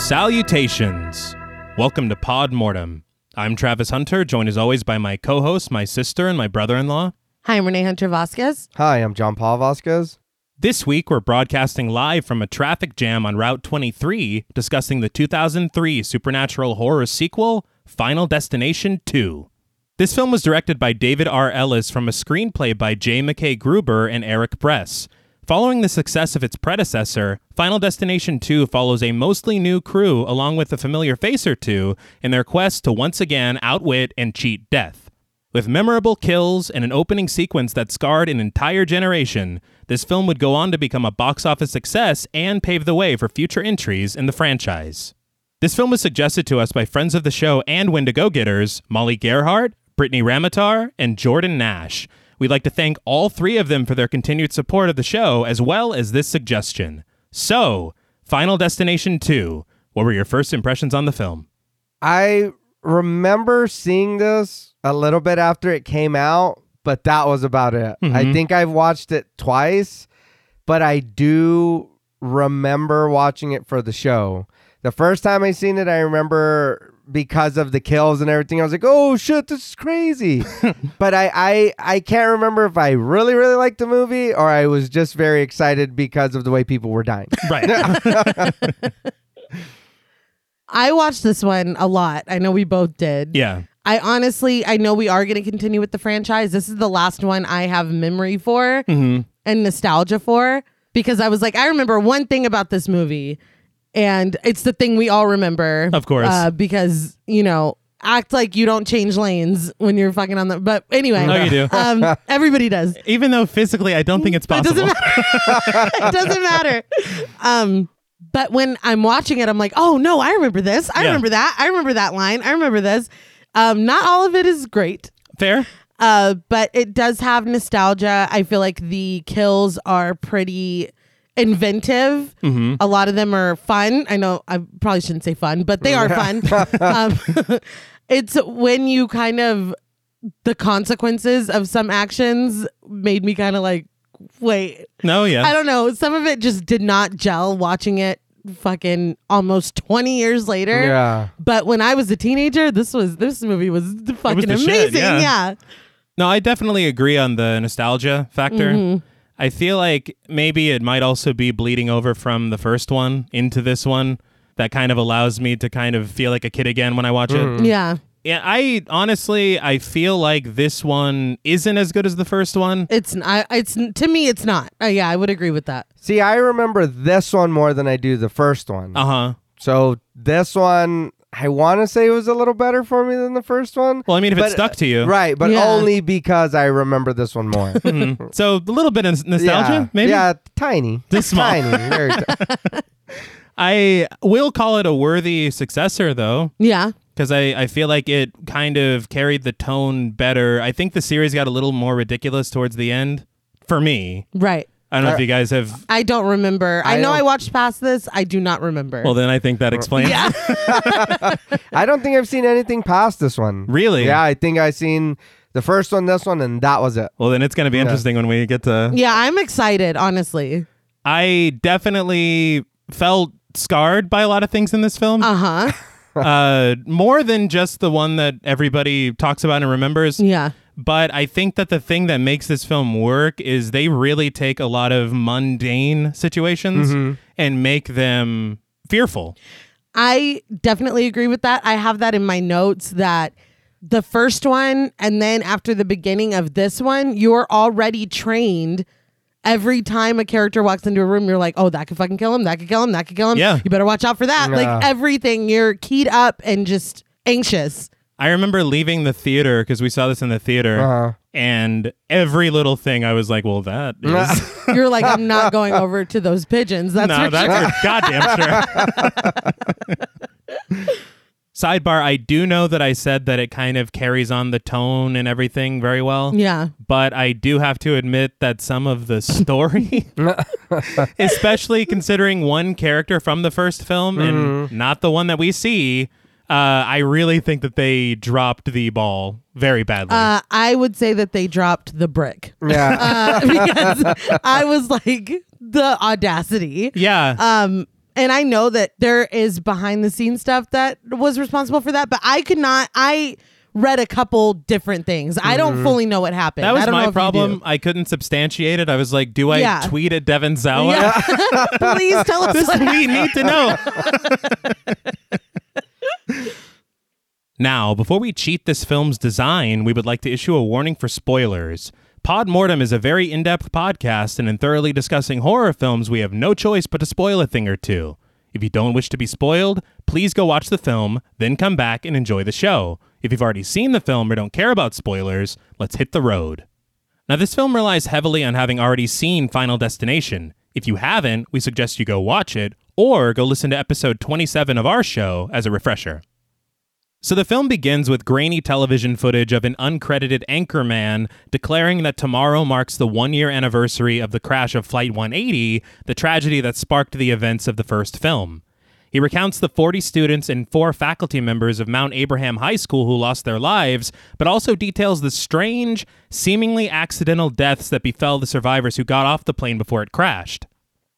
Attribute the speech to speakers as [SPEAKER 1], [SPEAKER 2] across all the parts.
[SPEAKER 1] Salutations! Welcome to Pod Mortem. I'm Travis Hunter, joined as always by my co host, my sister, and my brother in law.
[SPEAKER 2] Hi, I'm Renee Hunter Vasquez.
[SPEAKER 3] Hi, I'm John Paul Vasquez.
[SPEAKER 1] This week, we're broadcasting live from a traffic jam on Route 23, discussing the 2003 supernatural horror sequel, Final Destination 2. This film was directed by David R. Ellis from a screenplay by J. McKay Gruber and Eric Bress. Following the success of its predecessor, Final Destination 2 follows a mostly new crew along with a familiar face or two in their quest to once again outwit and cheat death. With memorable kills and an opening sequence that scarred an entire generation, this film would go on to become a box office success and pave the way for future entries in the franchise. This film was suggested to us by friends of the show and Wendigo Getters, Molly Gerhart, Brittany Ramatar, and Jordan Nash. We'd like to thank all three of them for their continued support of the show as well as this suggestion. So, Final Destination 2, what were your first impressions on the film?
[SPEAKER 3] I remember seeing this a little bit after it came out, but that was about it. I think I've watched it twice, but I do remember watching it for the show. The first time I seen it, I remember because of the kills and everything. I was like, "Oh shit, this is crazy." but I, I I can't remember if I really really liked the movie or I was just very excited because of the way people were dying.
[SPEAKER 1] Right.
[SPEAKER 2] I watched this one a lot. I know we both did.
[SPEAKER 1] yeah.
[SPEAKER 2] I honestly, I know we are going to continue with the franchise. This is the last one I have memory for
[SPEAKER 1] Mm-hmm.
[SPEAKER 2] and nostalgia for because I was like, I remember one thing about this movie, and it's the thing we all remember.
[SPEAKER 1] Of course.
[SPEAKER 2] Uh, because, you know, act like you don't change lanes when you're fucking on the. But anyway.
[SPEAKER 1] No, you do.
[SPEAKER 2] Um, everybody does.
[SPEAKER 1] Even though physically I don't think it's
[SPEAKER 2] But it
[SPEAKER 1] possible.
[SPEAKER 2] doesn't it doesn't matter. Um, but when I'm watching it, I'm like, oh no, I remember this. I
[SPEAKER 1] Yeah.
[SPEAKER 2] remember that. I remember that line. I remember this. Um, not all of it is great,
[SPEAKER 1] Fair?
[SPEAKER 2] uh, but it does have nostalgia. I feel like the kills are pretty inventive.
[SPEAKER 1] Mm-hmm.
[SPEAKER 2] A lot of them are fun. I know I probably shouldn't say fun, but they are fun. um, it's when you kind of the consequences of some actions made me kind of like, wait,
[SPEAKER 1] No, yeah.
[SPEAKER 2] I don't know. Some of it just did not gel watching it fucking almost 20 years later.
[SPEAKER 3] yeah.
[SPEAKER 2] But when I was a teenager, this was this movie was d- fucking
[SPEAKER 1] the shit,
[SPEAKER 2] amazing.
[SPEAKER 1] yeah.
[SPEAKER 2] yeah.
[SPEAKER 1] No, I definitely agree on the nostalgia factor.
[SPEAKER 3] Mm-hmm.
[SPEAKER 1] I feel like maybe it might also be bleeding over from the first one into this one that kind of allows me to kind of feel like a kid again when I watch it.
[SPEAKER 3] Mm-hmm.
[SPEAKER 2] Yeah.
[SPEAKER 1] Yeah, I honestly I feel like this one isn't as good as the first one.
[SPEAKER 2] It's n- I it's n- to me it's not. Uh, yeah, I would agree with that.
[SPEAKER 3] See, I remember this one more than I do the first one.
[SPEAKER 1] Uh-huh.
[SPEAKER 3] So this one, I want to say it was a little better for me than the first one.
[SPEAKER 1] Well, I mean if it
[SPEAKER 3] But- uh,
[SPEAKER 1] stuck to you.
[SPEAKER 3] Right, but
[SPEAKER 2] Yeah.
[SPEAKER 3] only because I remember this one more.
[SPEAKER 1] Mm-hmm. So a little bit of Hmm. nostalgia,
[SPEAKER 3] yeah.
[SPEAKER 1] maybe?
[SPEAKER 3] Yeah, tiny.
[SPEAKER 1] This small.
[SPEAKER 3] Tiny. Very t-
[SPEAKER 1] I will call it a worthy successor though.
[SPEAKER 2] Yeah.
[SPEAKER 1] because I, I feel like it kind of carried the tone better. I think the series got a little more ridiculous towards the end for me.
[SPEAKER 2] Right.
[SPEAKER 1] I don't know if you guys have.
[SPEAKER 2] I don't remember. I,
[SPEAKER 3] I
[SPEAKER 2] know I
[SPEAKER 3] don't-
[SPEAKER 2] watched past this. I do not remember.
[SPEAKER 1] Well, then I think that explains. Yeah.
[SPEAKER 3] I don't think I've seen anything past this one.
[SPEAKER 1] Really?
[SPEAKER 3] Yeah, I think i seen the first one, this one, and that was it.
[SPEAKER 1] Well, then it's going to be interesting when we get to.
[SPEAKER 2] yeah, I'm excited, honestly.
[SPEAKER 1] I definitely felt scarred by a lot of things in this film.
[SPEAKER 2] Uh-huh.
[SPEAKER 1] uh, more than just the one that everybody talks about and remembers.
[SPEAKER 2] yeah.
[SPEAKER 1] But I think that the thing that makes this film work is they really take a lot of mundane situations and make them fearful.
[SPEAKER 2] I definitely agree with that. I have that in my notes that the first one and then after the beginning of this one, you're already trained. Every time a character walks into a room, you're like, "Oh, that could fucking kill him. That could kill him. That could kill him.
[SPEAKER 1] Yeah.
[SPEAKER 2] You better watch out for that."
[SPEAKER 3] Yeah.
[SPEAKER 2] Like everything, you're keyed up and just anxious.
[SPEAKER 1] I remember leaving the theater because we saw this in the theater,
[SPEAKER 3] Uh-huh.
[SPEAKER 1] and every little thing I was like, "Well, that is
[SPEAKER 2] You're like, "I'm not going over to those pigeons." That's
[SPEAKER 1] no,
[SPEAKER 2] for sure.
[SPEAKER 1] that's for goddamn sure." Sidebar: I do know that I said that it kind of carries on the tone and everything very well.
[SPEAKER 2] yeah.
[SPEAKER 1] But I do have to admit that some of the story, especially considering one character from the first film and not the one that we see, uh, I really think that they dropped the ball very badly.
[SPEAKER 2] Uh, I would say that they dropped the brick
[SPEAKER 3] Yeah.
[SPEAKER 2] uh, because I was like the audacity.
[SPEAKER 1] yeah.
[SPEAKER 2] Um, And I know that there is behind the scenes stuff that was responsible for that, but I could not. I read a couple different things. I don't fully know what happened.
[SPEAKER 1] Mm-hmm. That was
[SPEAKER 2] I don't know
[SPEAKER 1] my
[SPEAKER 2] if you
[SPEAKER 1] problem.
[SPEAKER 2] do.
[SPEAKER 1] I couldn't substantiate it. I was like, do I
[SPEAKER 2] Yeah.
[SPEAKER 1] tweet at Devin Zawa?
[SPEAKER 2] Yeah. Please tell us.
[SPEAKER 1] This
[SPEAKER 2] what-
[SPEAKER 1] we need to know. now, before we cheat this film's design, we would like to issue a warning for spoilers. Podmortem is a very in depth podcast, and in thoroughly discussing horror films, we have no choice but to spoil a thing or two. If you don't wish to be spoiled, please go watch the film, then come back and enjoy the show. If you've already seen the film or don't care about spoilers, let's hit the road. Now, this film relies heavily on having already seen Final Destination. If you haven't, we suggest you go watch it or go listen to episode 27 of our show as a refresher. So, the film begins with grainy television footage of an uncredited anchorman declaring that tomorrow marks the one year anniversary of the crash of Flight 180, the tragedy that sparked the events of the first film. He recounts the 40 students and four faculty members of Mount Abraham High School who lost their lives, but also details the strange, seemingly accidental deaths that befell the survivors who got off the plane before it crashed.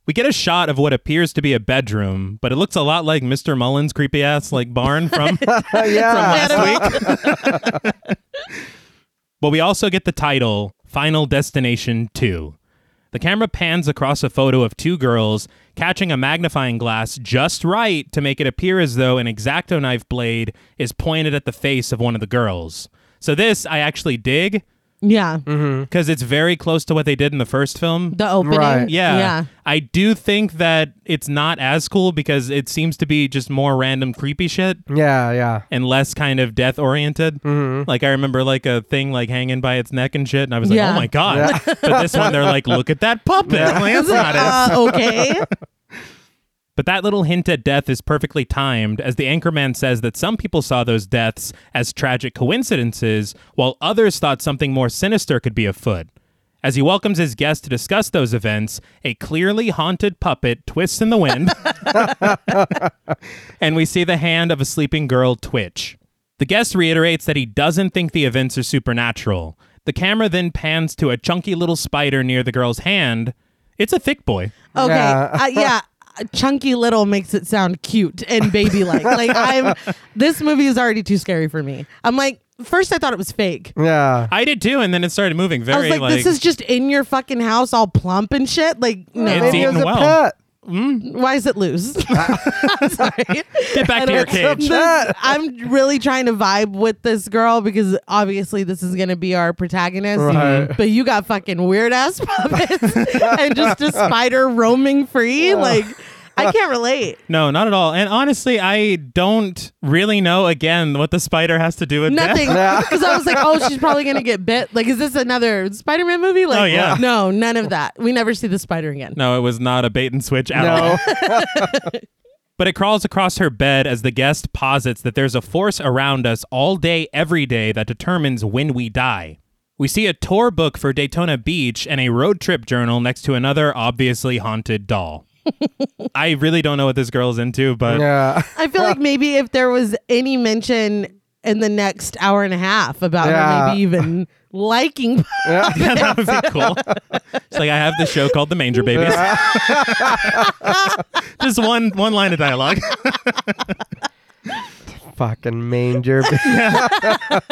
[SPEAKER 1] We get a shot of what appears to be a bedroom, but it looks a lot like Mr. Mullins' creepy ass like barn from
[SPEAKER 3] yeah.
[SPEAKER 1] last week. but we also get the title Final Destination 2. The camera pans across a photo of two girls catching a magnifying glass just right to make it appear as though an exacto knife blade is pointed at the face of one of the girls. So this I actually dig
[SPEAKER 2] yeah.
[SPEAKER 1] Mm-hmm. because it's very close to what they did in the first film.
[SPEAKER 2] The opening.
[SPEAKER 3] Right.
[SPEAKER 1] Yeah.
[SPEAKER 2] Yeah.
[SPEAKER 1] I do think that it's not as cool because it seems to be just more random creepy shit
[SPEAKER 3] Yeah, yeah.
[SPEAKER 1] and less kind of death oriented. Like I remember like a thing like hanging by its neck and shit, and I was like,
[SPEAKER 2] Yeah.
[SPEAKER 1] oh my god. but this one, they're like, look at that puppet. I'm like, that's not it.
[SPEAKER 2] Uh, okay.
[SPEAKER 1] But that little hint at death is perfectly timed, as the anchorman says that some people saw those deaths as tragic coincidences, while others thought something more sinister could be afoot. As he welcomes his guest to discuss those events, a clearly haunted puppet twists in the wind, and we see the hand of a sleeping girl twitch. The guest reiterates that he doesn't think the events are supernatural. The camera then pans to a chunky little spider near the girl's hand. It's a thick boy.
[SPEAKER 2] Okay.
[SPEAKER 3] Yeah.
[SPEAKER 2] Yeah. Uh, yeah. Chunky little makes it sound cute and baby like. like I'm this movie is already too scary for me. I'm like first I thought it was fake.
[SPEAKER 3] Yeah.
[SPEAKER 1] I did too, and then it started moving
[SPEAKER 2] I
[SPEAKER 1] very
[SPEAKER 2] was like, this is just in your fucking house all plump and shit. Like no.
[SPEAKER 1] It's
[SPEAKER 3] Maybe it was
[SPEAKER 1] eaten
[SPEAKER 3] a
[SPEAKER 1] well.
[SPEAKER 3] pet.
[SPEAKER 2] Why is it loose? I'm sorry.
[SPEAKER 1] Get back to your cage.
[SPEAKER 2] This- I'm really trying to vibe with this girl because obviously this is going to be our protagonist.
[SPEAKER 3] Right.
[SPEAKER 2] But you got fucking weird ass puppets and just a spider roaming free. Like, I can't relate.
[SPEAKER 1] No, not at all. And honestly, I don't really know again what the spider has to do with
[SPEAKER 2] Nothing.
[SPEAKER 1] Death.
[SPEAKER 2] Because I was like, oh, she's probably going to get bit. Like, is this another Spider Man movie? Like,
[SPEAKER 1] Oh, yeah.
[SPEAKER 2] no, none of that. We never see the spider again.
[SPEAKER 1] No, it was not a bait and switch at all.
[SPEAKER 3] No.
[SPEAKER 1] But it crawls across her bed as the guest posits that there's a force around us all day, every day that determines when we die. We see a tour book for Daytona Beach and a road trip journal next to another obviously haunted doll. I really don't know what this girl's into, but
[SPEAKER 3] yeah.
[SPEAKER 2] I feel like maybe if there was any mention in the next hour and a half about
[SPEAKER 3] Yeah.
[SPEAKER 2] her maybe even liking
[SPEAKER 1] that would be cool. It's like I have this show called The Manger Babies. Just one one line of dialogue.
[SPEAKER 3] Fucking manger.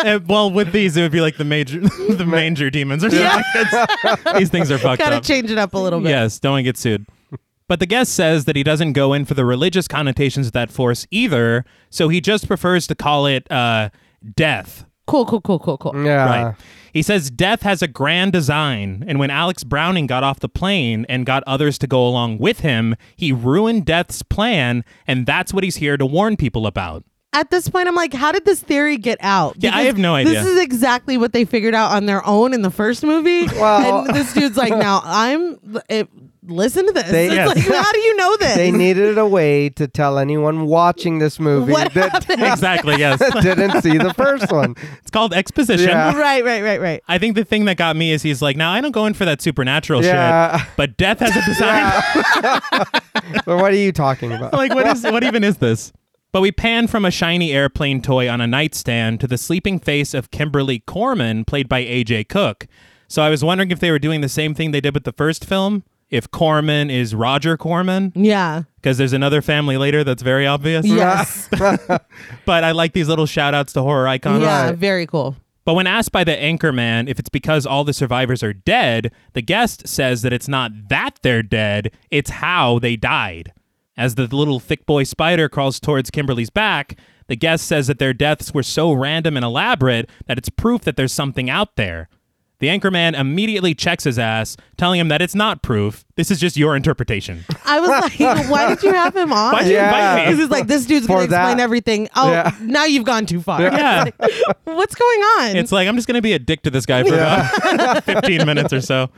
[SPEAKER 1] And, well, with these, it would be like the major, the manger demons or something. It's- these things are fucked
[SPEAKER 2] gotta
[SPEAKER 1] up.
[SPEAKER 2] change it up a little bit.
[SPEAKER 1] Yes, don't wanna get sued. But the guest says that he doesn't go in for the religious connotations of that force either, so he just prefers to call it uh, death.
[SPEAKER 2] Cool, cool, cool, cool, cool.
[SPEAKER 3] yeah.
[SPEAKER 1] Right. He says death has a grand design, and when Alex Browning got off the plane and got others to go along with him, he ruined death's plan, and that's what he's here to warn people about.
[SPEAKER 2] At this point, I'm like, how did this theory get out?
[SPEAKER 1] Yeah, I have no idea.
[SPEAKER 2] This is exactly what they figured out on their own in the first movie.
[SPEAKER 3] Well-
[SPEAKER 2] and this dude's like, now I'm. It, listen to this.
[SPEAKER 3] They-
[SPEAKER 2] it's
[SPEAKER 1] Yes.
[SPEAKER 2] like, how do you know this?
[SPEAKER 3] They needed a way to tell anyone watching this movie
[SPEAKER 2] What
[SPEAKER 3] that
[SPEAKER 1] Exactly, yes.
[SPEAKER 3] didn't see the first one.
[SPEAKER 1] It's called exposition.
[SPEAKER 3] Yeah.
[SPEAKER 2] right, right, right, right.
[SPEAKER 1] I think the thing that got me is he's like, now I don't go in for that supernatural
[SPEAKER 3] Yeah.
[SPEAKER 1] shit, but death has a design.
[SPEAKER 3] But what are you talking about?
[SPEAKER 1] like what is what even is this? But we pan from a shiny airplane toy on a nightstand to the sleeping face of Kimberly Corman, played by AJ Cook. So I was wondering if they were doing the same thing they did with the first film, if Corman is Roger Corman
[SPEAKER 2] Yeah.
[SPEAKER 1] because there's another family later that's very obvious.
[SPEAKER 2] Yes.
[SPEAKER 1] But I like these little shout outs to horror icons.
[SPEAKER 2] yeah. Very cool.
[SPEAKER 1] But when asked by the anchorman if it's because all the survivors are dead, the guest says that it's not that they're dead, it's how they died. As the little thick boy spider crawls towards Kimberly's back, the guest says that their deaths were so random and elaborate that it's proof that there's something out there. The anchorman immediately checks his ass, telling him that it's not proof. This is just your interpretation.
[SPEAKER 2] I was like, why did you have him on?
[SPEAKER 1] Why'd you invite
[SPEAKER 2] This
[SPEAKER 1] me?
[SPEAKER 2] is like this dude's
[SPEAKER 3] For
[SPEAKER 2] gonna explain
[SPEAKER 3] that.
[SPEAKER 2] everything. Oh,
[SPEAKER 3] Yeah.
[SPEAKER 2] now you've gone too far.
[SPEAKER 1] Yeah.
[SPEAKER 2] What's going on?
[SPEAKER 1] It's like I'm just gonna be a dick to this guy for about 15 minutes or so.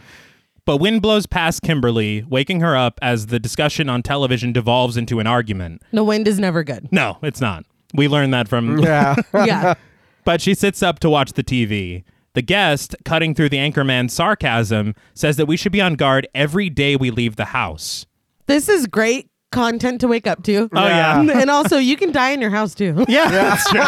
[SPEAKER 1] But wind blows past Kimberly, waking her up as the discussion on television devolves into an argument.
[SPEAKER 2] the wind is never good.
[SPEAKER 1] No, it's not. We learned that from.
[SPEAKER 3] Yeah.
[SPEAKER 2] Yeah.
[SPEAKER 1] But she sits up to watch the TV. The guest, cutting through the anchorman's sarcasm, says that we should be on guard every day we leave the house.
[SPEAKER 2] this is great content to wake up to.
[SPEAKER 1] Oh yeah, yeah,
[SPEAKER 2] and also, you can die in your house too.
[SPEAKER 1] that's true.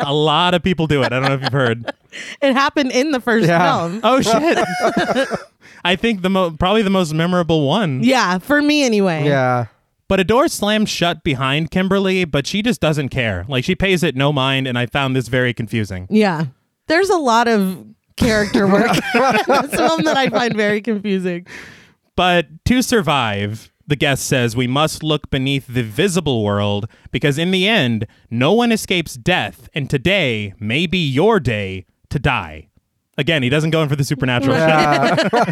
[SPEAKER 1] a lot of people do it. I don't know if you've heard.
[SPEAKER 2] It happened in the first
[SPEAKER 3] Yeah.
[SPEAKER 2] film.
[SPEAKER 1] Oh shit! I think the mo- probably the most memorable one.
[SPEAKER 2] Yeah, for me anyway.
[SPEAKER 3] yeah.
[SPEAKER 1] But a door slams shut behind Kimberly, but she just doesn't care. Like she pays it no mind, and I found this very confusing.
[SPEAKER 2] Yeah. There's a lot of character work in this film that I find very confusing.
[SPEAKER 1] But to survive, the guest says we must look beneath the visible world because in the end, no one escapes death, and today may be your day to die. Again, he doesn't go in for the supernatural.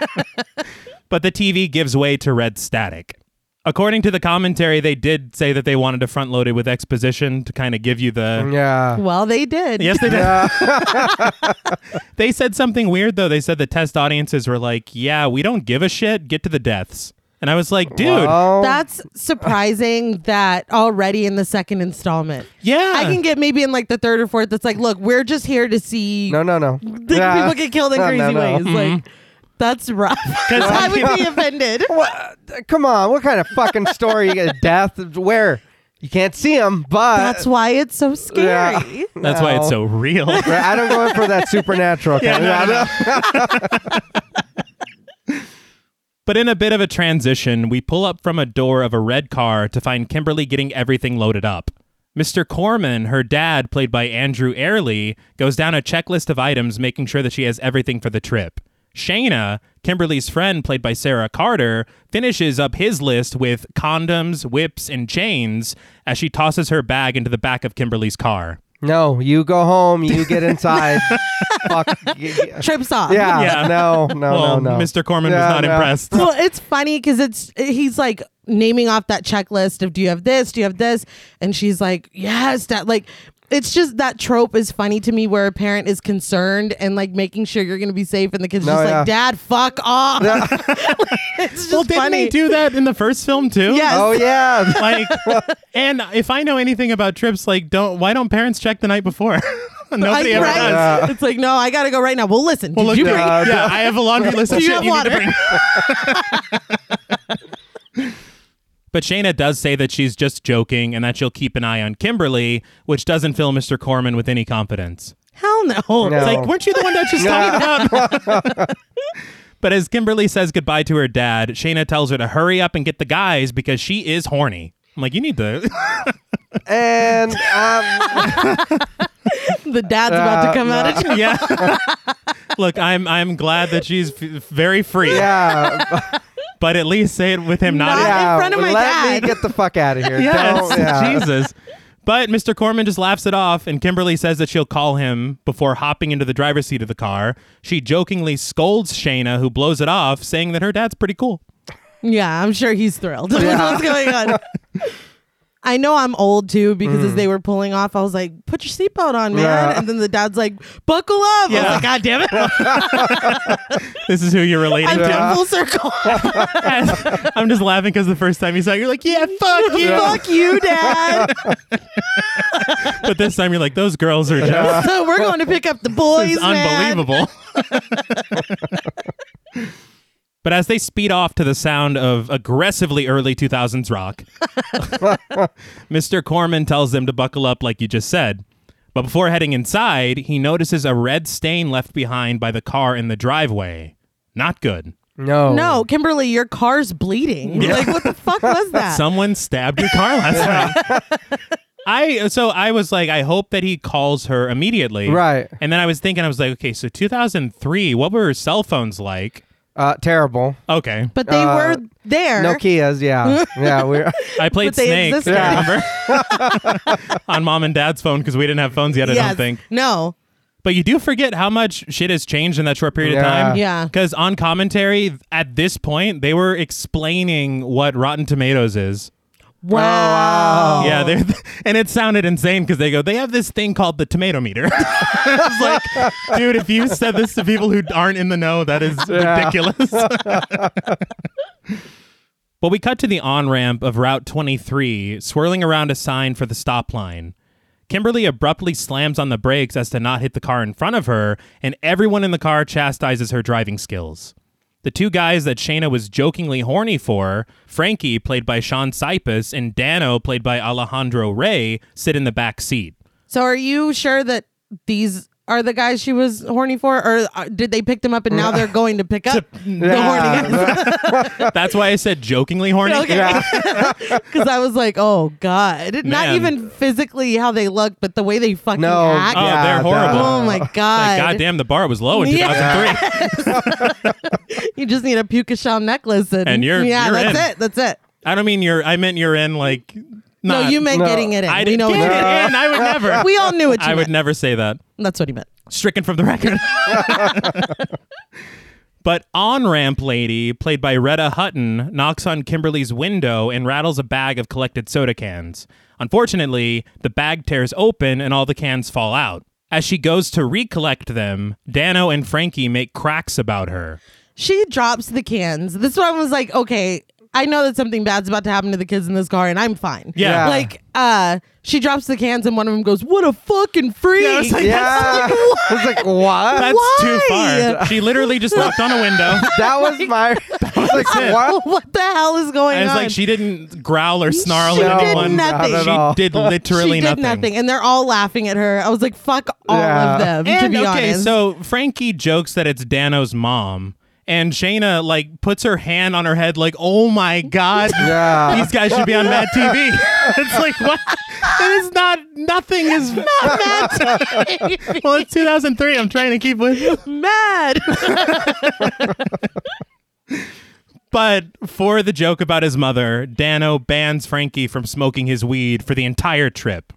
[SPEAKER 1] but the TV gives way to red static. According to the commentary, they did say that they wanted to front load it with exposition to kind of give you the
[SPEAKER 3] Yeah.
[SPEAKER 2] Well, they did.
[SPEAKER 1] Yes, they did. they said something weird though. They said the test audiences were like, "Yeah, we don't give a shit. Get to the deaths." And I was like, "Dude,
[SPEAKER 3] Oh,
[SPEAKER 2] That's surprising that already in the second installment.
[SPEAKER 1] yeah,
[SPEAKER 2] I can get maybe in like the third or fourth. That's like, look, we're just here to see
[SPEAKER 3] no, no, no.
[SPEAKER 2] the
[SPEAKER 3] Yeah.
[SPEAKER 2] people get killed in
[SPEAKER 3] No,
[SPEAKER 2] crazy
[SPEAKER 3] no, no.
[SPEAKER 2] ways. Like, that's rough.
[SPEAKER 1] 'Cause
[SPEAKER 2] I
[SPEAKER 1] I
[SPEAKER 2] would be offended.
[SPEAKER 3] Uh, What? Come on. What kind of fucking story? you get death? Where? You can't see them, but.
[SPEAKER 2] That's why it's so scary.
[SPEAKER 3] Yeah.
[SPEAKER 1] that's why it's so real."
[SPEAKER 3] Right, I don't go in for that supernatural.
[SPEAKER 1] Yeah,
[SPEAKER 3] kind
[SPEAKER 1] no,
[SPEAKER 3] of-
[SPEAKER 1] no, But in a bit of a transition, we pull up from a door of a red car to find Kimberly getting everything loaded up. Mr. Corman, her dad, played by Andrew Airley, goes down a checklist of items, making sure that she has everything for the trip. Shayna, Kimberly's friend, played by Sarah Carter, finishes up his list with condoms, whips, and chains as she tosses her bag into the back of Kimberly's car.
[SPEAKER 3] No, you go home. You get inside. Fuck. Yeah.
[SPEAKER 2] Trips off.
[SPEAKER 1] Yeah.
[SPEAKER 3] No, Oh, no,
[SPEAKER 1] well,
[SPEAKER 3] no, no.
[SPEAKER 1] Mr. Corman was
[SPEAKER 3] Yeah,
[SPEAKER 1] not
[SPEAKER 3] no.
[SPEAKER 1] impressed.
[SPEAKER 2] well, it's funny because it's he's like naming off that checklist of do you have this, do you have this, and she's like, yes, that like. It's just that trope is funny to me where a parent is concerned and like making sure you're gonna be safe, and the kid's
[SPEAKER 3] No,
[SPEAKER 2] just
[SPEAKER 3] yeah.
[SPEAKER 2] like, "Dad, fuck off." it's just
[SPEAKER 1] Well, didn't
[SPEAKER 2] funny.
[SPEAKER 1] they do that in the first film too?
[SPEAKER 2] Yes.
[SPEAKER 3] Oh, yeah.
[SPEAKER 1] like and if i know anything about trips like don't why don't parents check the night before nobody
[SPEAKER 2] Like,
[SPEAKER 1] ever
[SPEAKER 2] right?
[SPEAKER 1] does
[SPEAKER 2] It's like, no, I gotta go right now. Well, listen, did
[SPEAKER 1] look,
[SPEAKER 2] you bring?
[SPEAKER 1] yeah, yeah, i have a laundry list of
[SPEAKER 2] Do you
[SPEAKER 1] shit
[SPEAKER 2] have
[SPEAKER 1] you need to
[SPEAKER 2] water?
[SPEAKER 1] bring But Shayna does say that she's just joking and that she'll keep an eye on Kimberly, which doesn't fill Mr. Corman with any confidence.
[SPEAKER 2] Hell no.
[SPEAKER 3] No.
[SPEAKER 1] It's like, weren't you the one that just talked about? but as Kimberly says goodbye to her dad, Shayna tells her to hurry up and get the guys because she is horny. I'm like, you need to
[SPEAKER 3] And um,
[SPEAKER 2] The dad's about
[SPEAKER 3] Uh,
[SPEAKER 2] to come out of
[SPEAKER 1] yeah. Look, I'm I'm glad that she's f- very free,
[SPEAKER 3] yeah,
[SPEAKER 1] but at least say it with him not.
[SPEAKER 2] Not-
[SPEAKER 1] in-
[SPEAKER 3] yeah.
[SPEAKER 2] front of my
[SPEAKER 3] Let
[SPEAKER 2] dad.
[SPEAKER 3] me get the fuck out of here.
[SPEAKER 1] Yes,
[SPEAKER 3] Don't- yeah.
[SPEAKER 1] Jesus. But Mr. Corman just laughs it off, and Kimberly says that she'll call him before hopping into the driver's seat of the car. She jokingly scolds Shayna, who blows it off, saying that her dad's pretty cool.
[SPEAKER 2] Yeah, I'm sure he's thrilled with what's going on. I know I'm old too because as they were pulling off, I was like, "Put your seatbelt on, man!"
[SPEAKER 3] Mm. Yeah.
[SPEAKER 2] And then the dad's like, "Buckle up!" I was
[SPEAKER 1] Yeah.
[SPEAKER 2] like, "God damn it!"
[SPEAKER 1] This is who you're
[SPEAKER 2] I
[SPEAKER 1] relating to.
[SPEAKER 2] came full circle.
[SPEAKER 1] I'm just laughing because the first time you saw it, you're like, yeah, fuck you.
[SPEAKER 2] Fuck you, dad.
[SPEAKER 1] But this time you're like, those girls are just
[SPEAKER 2] so we're going to pick up the boys.
[SPEAKER 1] It's
[SPEAKER 2] man.
[SPEAKER 1] unbelievable. but as they speed off to the sound of aggressively early 2000s rock, Mr. Corman tells them to buckle up, like you just said. But before heading inside, he notices a red stain left behind by the car in the driveway. Not good.
[SPEAKER 3] No.
[SPEAKER 2] No, Kimberly, your car's bleeding. Like, what the fuck was that?
[SPEAKER 1] Someone stabbed your car last night. I so I was like, I hope that he calls her immediately.
[SPEAKER 3] Right.
[SPEAKER 1] And then I was thinking, I was like, okay, so 2003, what were cell phones like?
[SPEAKER 3] Uh, terrible.
[SPEAKER 1] Okay,
[SPEAKER 2] but they
[SPEAKER 3] Uh,
[SPEAKER 2] were there.
[SPEAKER 3] No Kias. Yeah. Yeah. We're.
[SPEAKER 1] I played
[SPEAKER 2] But they
[SPEAKER 1] Snake.
[SPEAKER 2] existed.
[SPEAKER 1] Remember? On mom and dad's phone because we didn't have phones yet. I
[SPEAKER 2] Yes.
[SPEAKER 1] don't think.
[SPEAKER 2] No.
[SPEAKER 1] But you do forget how much shit has changed in that short period
[SPEAKER 3] Yeah.
[SPEAKER 1] of time.
[SPEAKER 2] Yeah.
[SPEAKER 1] Because on commentary at this point, they were explaining what Rotten Tomatoes is.
[SPEAKER 2] Oh, Wow.
[SPEAKER 3] wow.
[SPEAKER 1] Yeah, they're, and it sounded insane because they go, they have this thing called the tomato meter. it's like, dude, if you said this to people who aren't in the know, that is ridiculous. but we cut to the on ramp of Route 23, swirling around a sign for the stop line. Kimberly abruptly slams on the brakes as to not hit the car in front of her, and everyone in the car chastises her driving skills. The two guys that Shayna was jokingly horny for, Frankie, played by Sean Sypus, and Dano, played by Alejandro Rey, sit in the back seat.
[SPEAKER 2] So are you sure that these are the guys she was horny for, or uh, did they pick them up and now they're going to pick up the horny guys?
[SPEAKER 1] That's why I said jokingly horny.
[SPEAKER 2] Oh Because I was like, oh god, not
[SPEAKER 1] Man.
[SPEAKER 2] even physically how they look, but the way they fucking
[SPEAKER 3] No.
[SPEAKER 2] act.
[SPEAKER 1] Oh,
[SPEAKER 3] Yeah,
[SPEAKER 1] they're horrible.
[SPEAKER 2] Oh my
[SPEAKER 1] Like,
[SPEAKER 2] god!
[SPEAKER 1] God damn, the bar was low in
[SPEAKER 2] Yeah.
[SPEAKER 1] 2003.
[SPEAKER 2] You just need a puka shell necklace, and,
[SPEAKER 1] And you're-
[SPEAKER 2] yeah,
[SPEAKER 1] you're
[SPEAKER 2] that's it. That's it.
[SPEAKER 1] I don't mean you're, I meant you're in like. Not,
[SPEAKER 2] no, you meant
[SPEAKER 3] No.
[SPEAKER 2] getting it in.
[SPEAKER 1] I
[SPEAKER 2] we
[SPEAKER 1] didn't
[SPEAKER 2] know what
[SPEAKER 1] get
[SPEAKER 2] you meant.
[SPEAKER 1] it in. I would never.
[SPEAKER 2] We all knew what you
[SPEAKER 1] I would
[SPEAKER 2] meant.
[SPEAKER 1] never say that.
[SPEAKER 2] That's what he meant.
[SPEAKER 1] stricken from the record. but on ramp lady, played by Retta Hutton, knocks on Kimberly's window and rattles a bag of collected soda cans. Unfortunately, the bag tears open and all the cans fall out. As she goes to recollect them, Dano and Frankie make cracks about her.
[SPEAKER 2] She drops the cans. This one was like, okay, I know that something bad's about to happen to the kids in this car, and I'm fine.
[SPEAKER 1] Yeah.
[SPEAKER 3] Yeah.
[SPEAKER 2] Like, uh, she drops the cans, and one of them goes, "What a fucking freak!"
[SPEAKER 1] Yeah, I was like,
[SPEAKER 3] Yeah. I was like, what?
[SPEAKER 1] That's too
[SPEAKER 2] Why?
[SPEAKER 1] far. She literally just knocked on a window.
[SPEAKER 3] that was my. I was like,
[SPEAKER 1] it.
[SPEAKER 3] what?
[SPEAKER 2] what the hell is going
[SPEAKER 1] And it's
[SPEAKER 2] on?
[SPEAKER 1] like she didn't growl or snarl
[SPEAKER 2] She
[SPEAKER 1] at
[SPEAKER 2] did
[SPEAKER 1] anyone.
[SPEAKER 2] nothing.
[SPEAKER 3] Not at
[SPEAKER 1] She
[SPEAKER 3] all.
[SPEAKER 1] did
[SPEAKER 2] She
[SPEAKER 1] literally
[SPEAKER 2] did nothing. and they're all laughing at her. I was like, "Fuck all
[SPEAKER 3] Yeah.
[SPEAKER 2] of them,"
[SPEAKER 1] And,
[SPEAKER 2] to be
[SPEAKER 1] okay,
[SPEAKER 2] honest.
[SPEAKER 1] so Frankie jokes that it's Dano's mom, and Shayna like puts her hand on her head, like, "Oh my god,
[SPEAKER 3] Yeah.
[SPEAKER 1] these guys should be on Mad TV." it's like what? It is not. Nothing is not Mad TV. well, it's 2003. I'm trying to keep with you.
[SPEAKER 2] mad.
[SPEAKER 1] But for the joke about his mother, Dano bans Frankie from smoking his weed for the entire trip.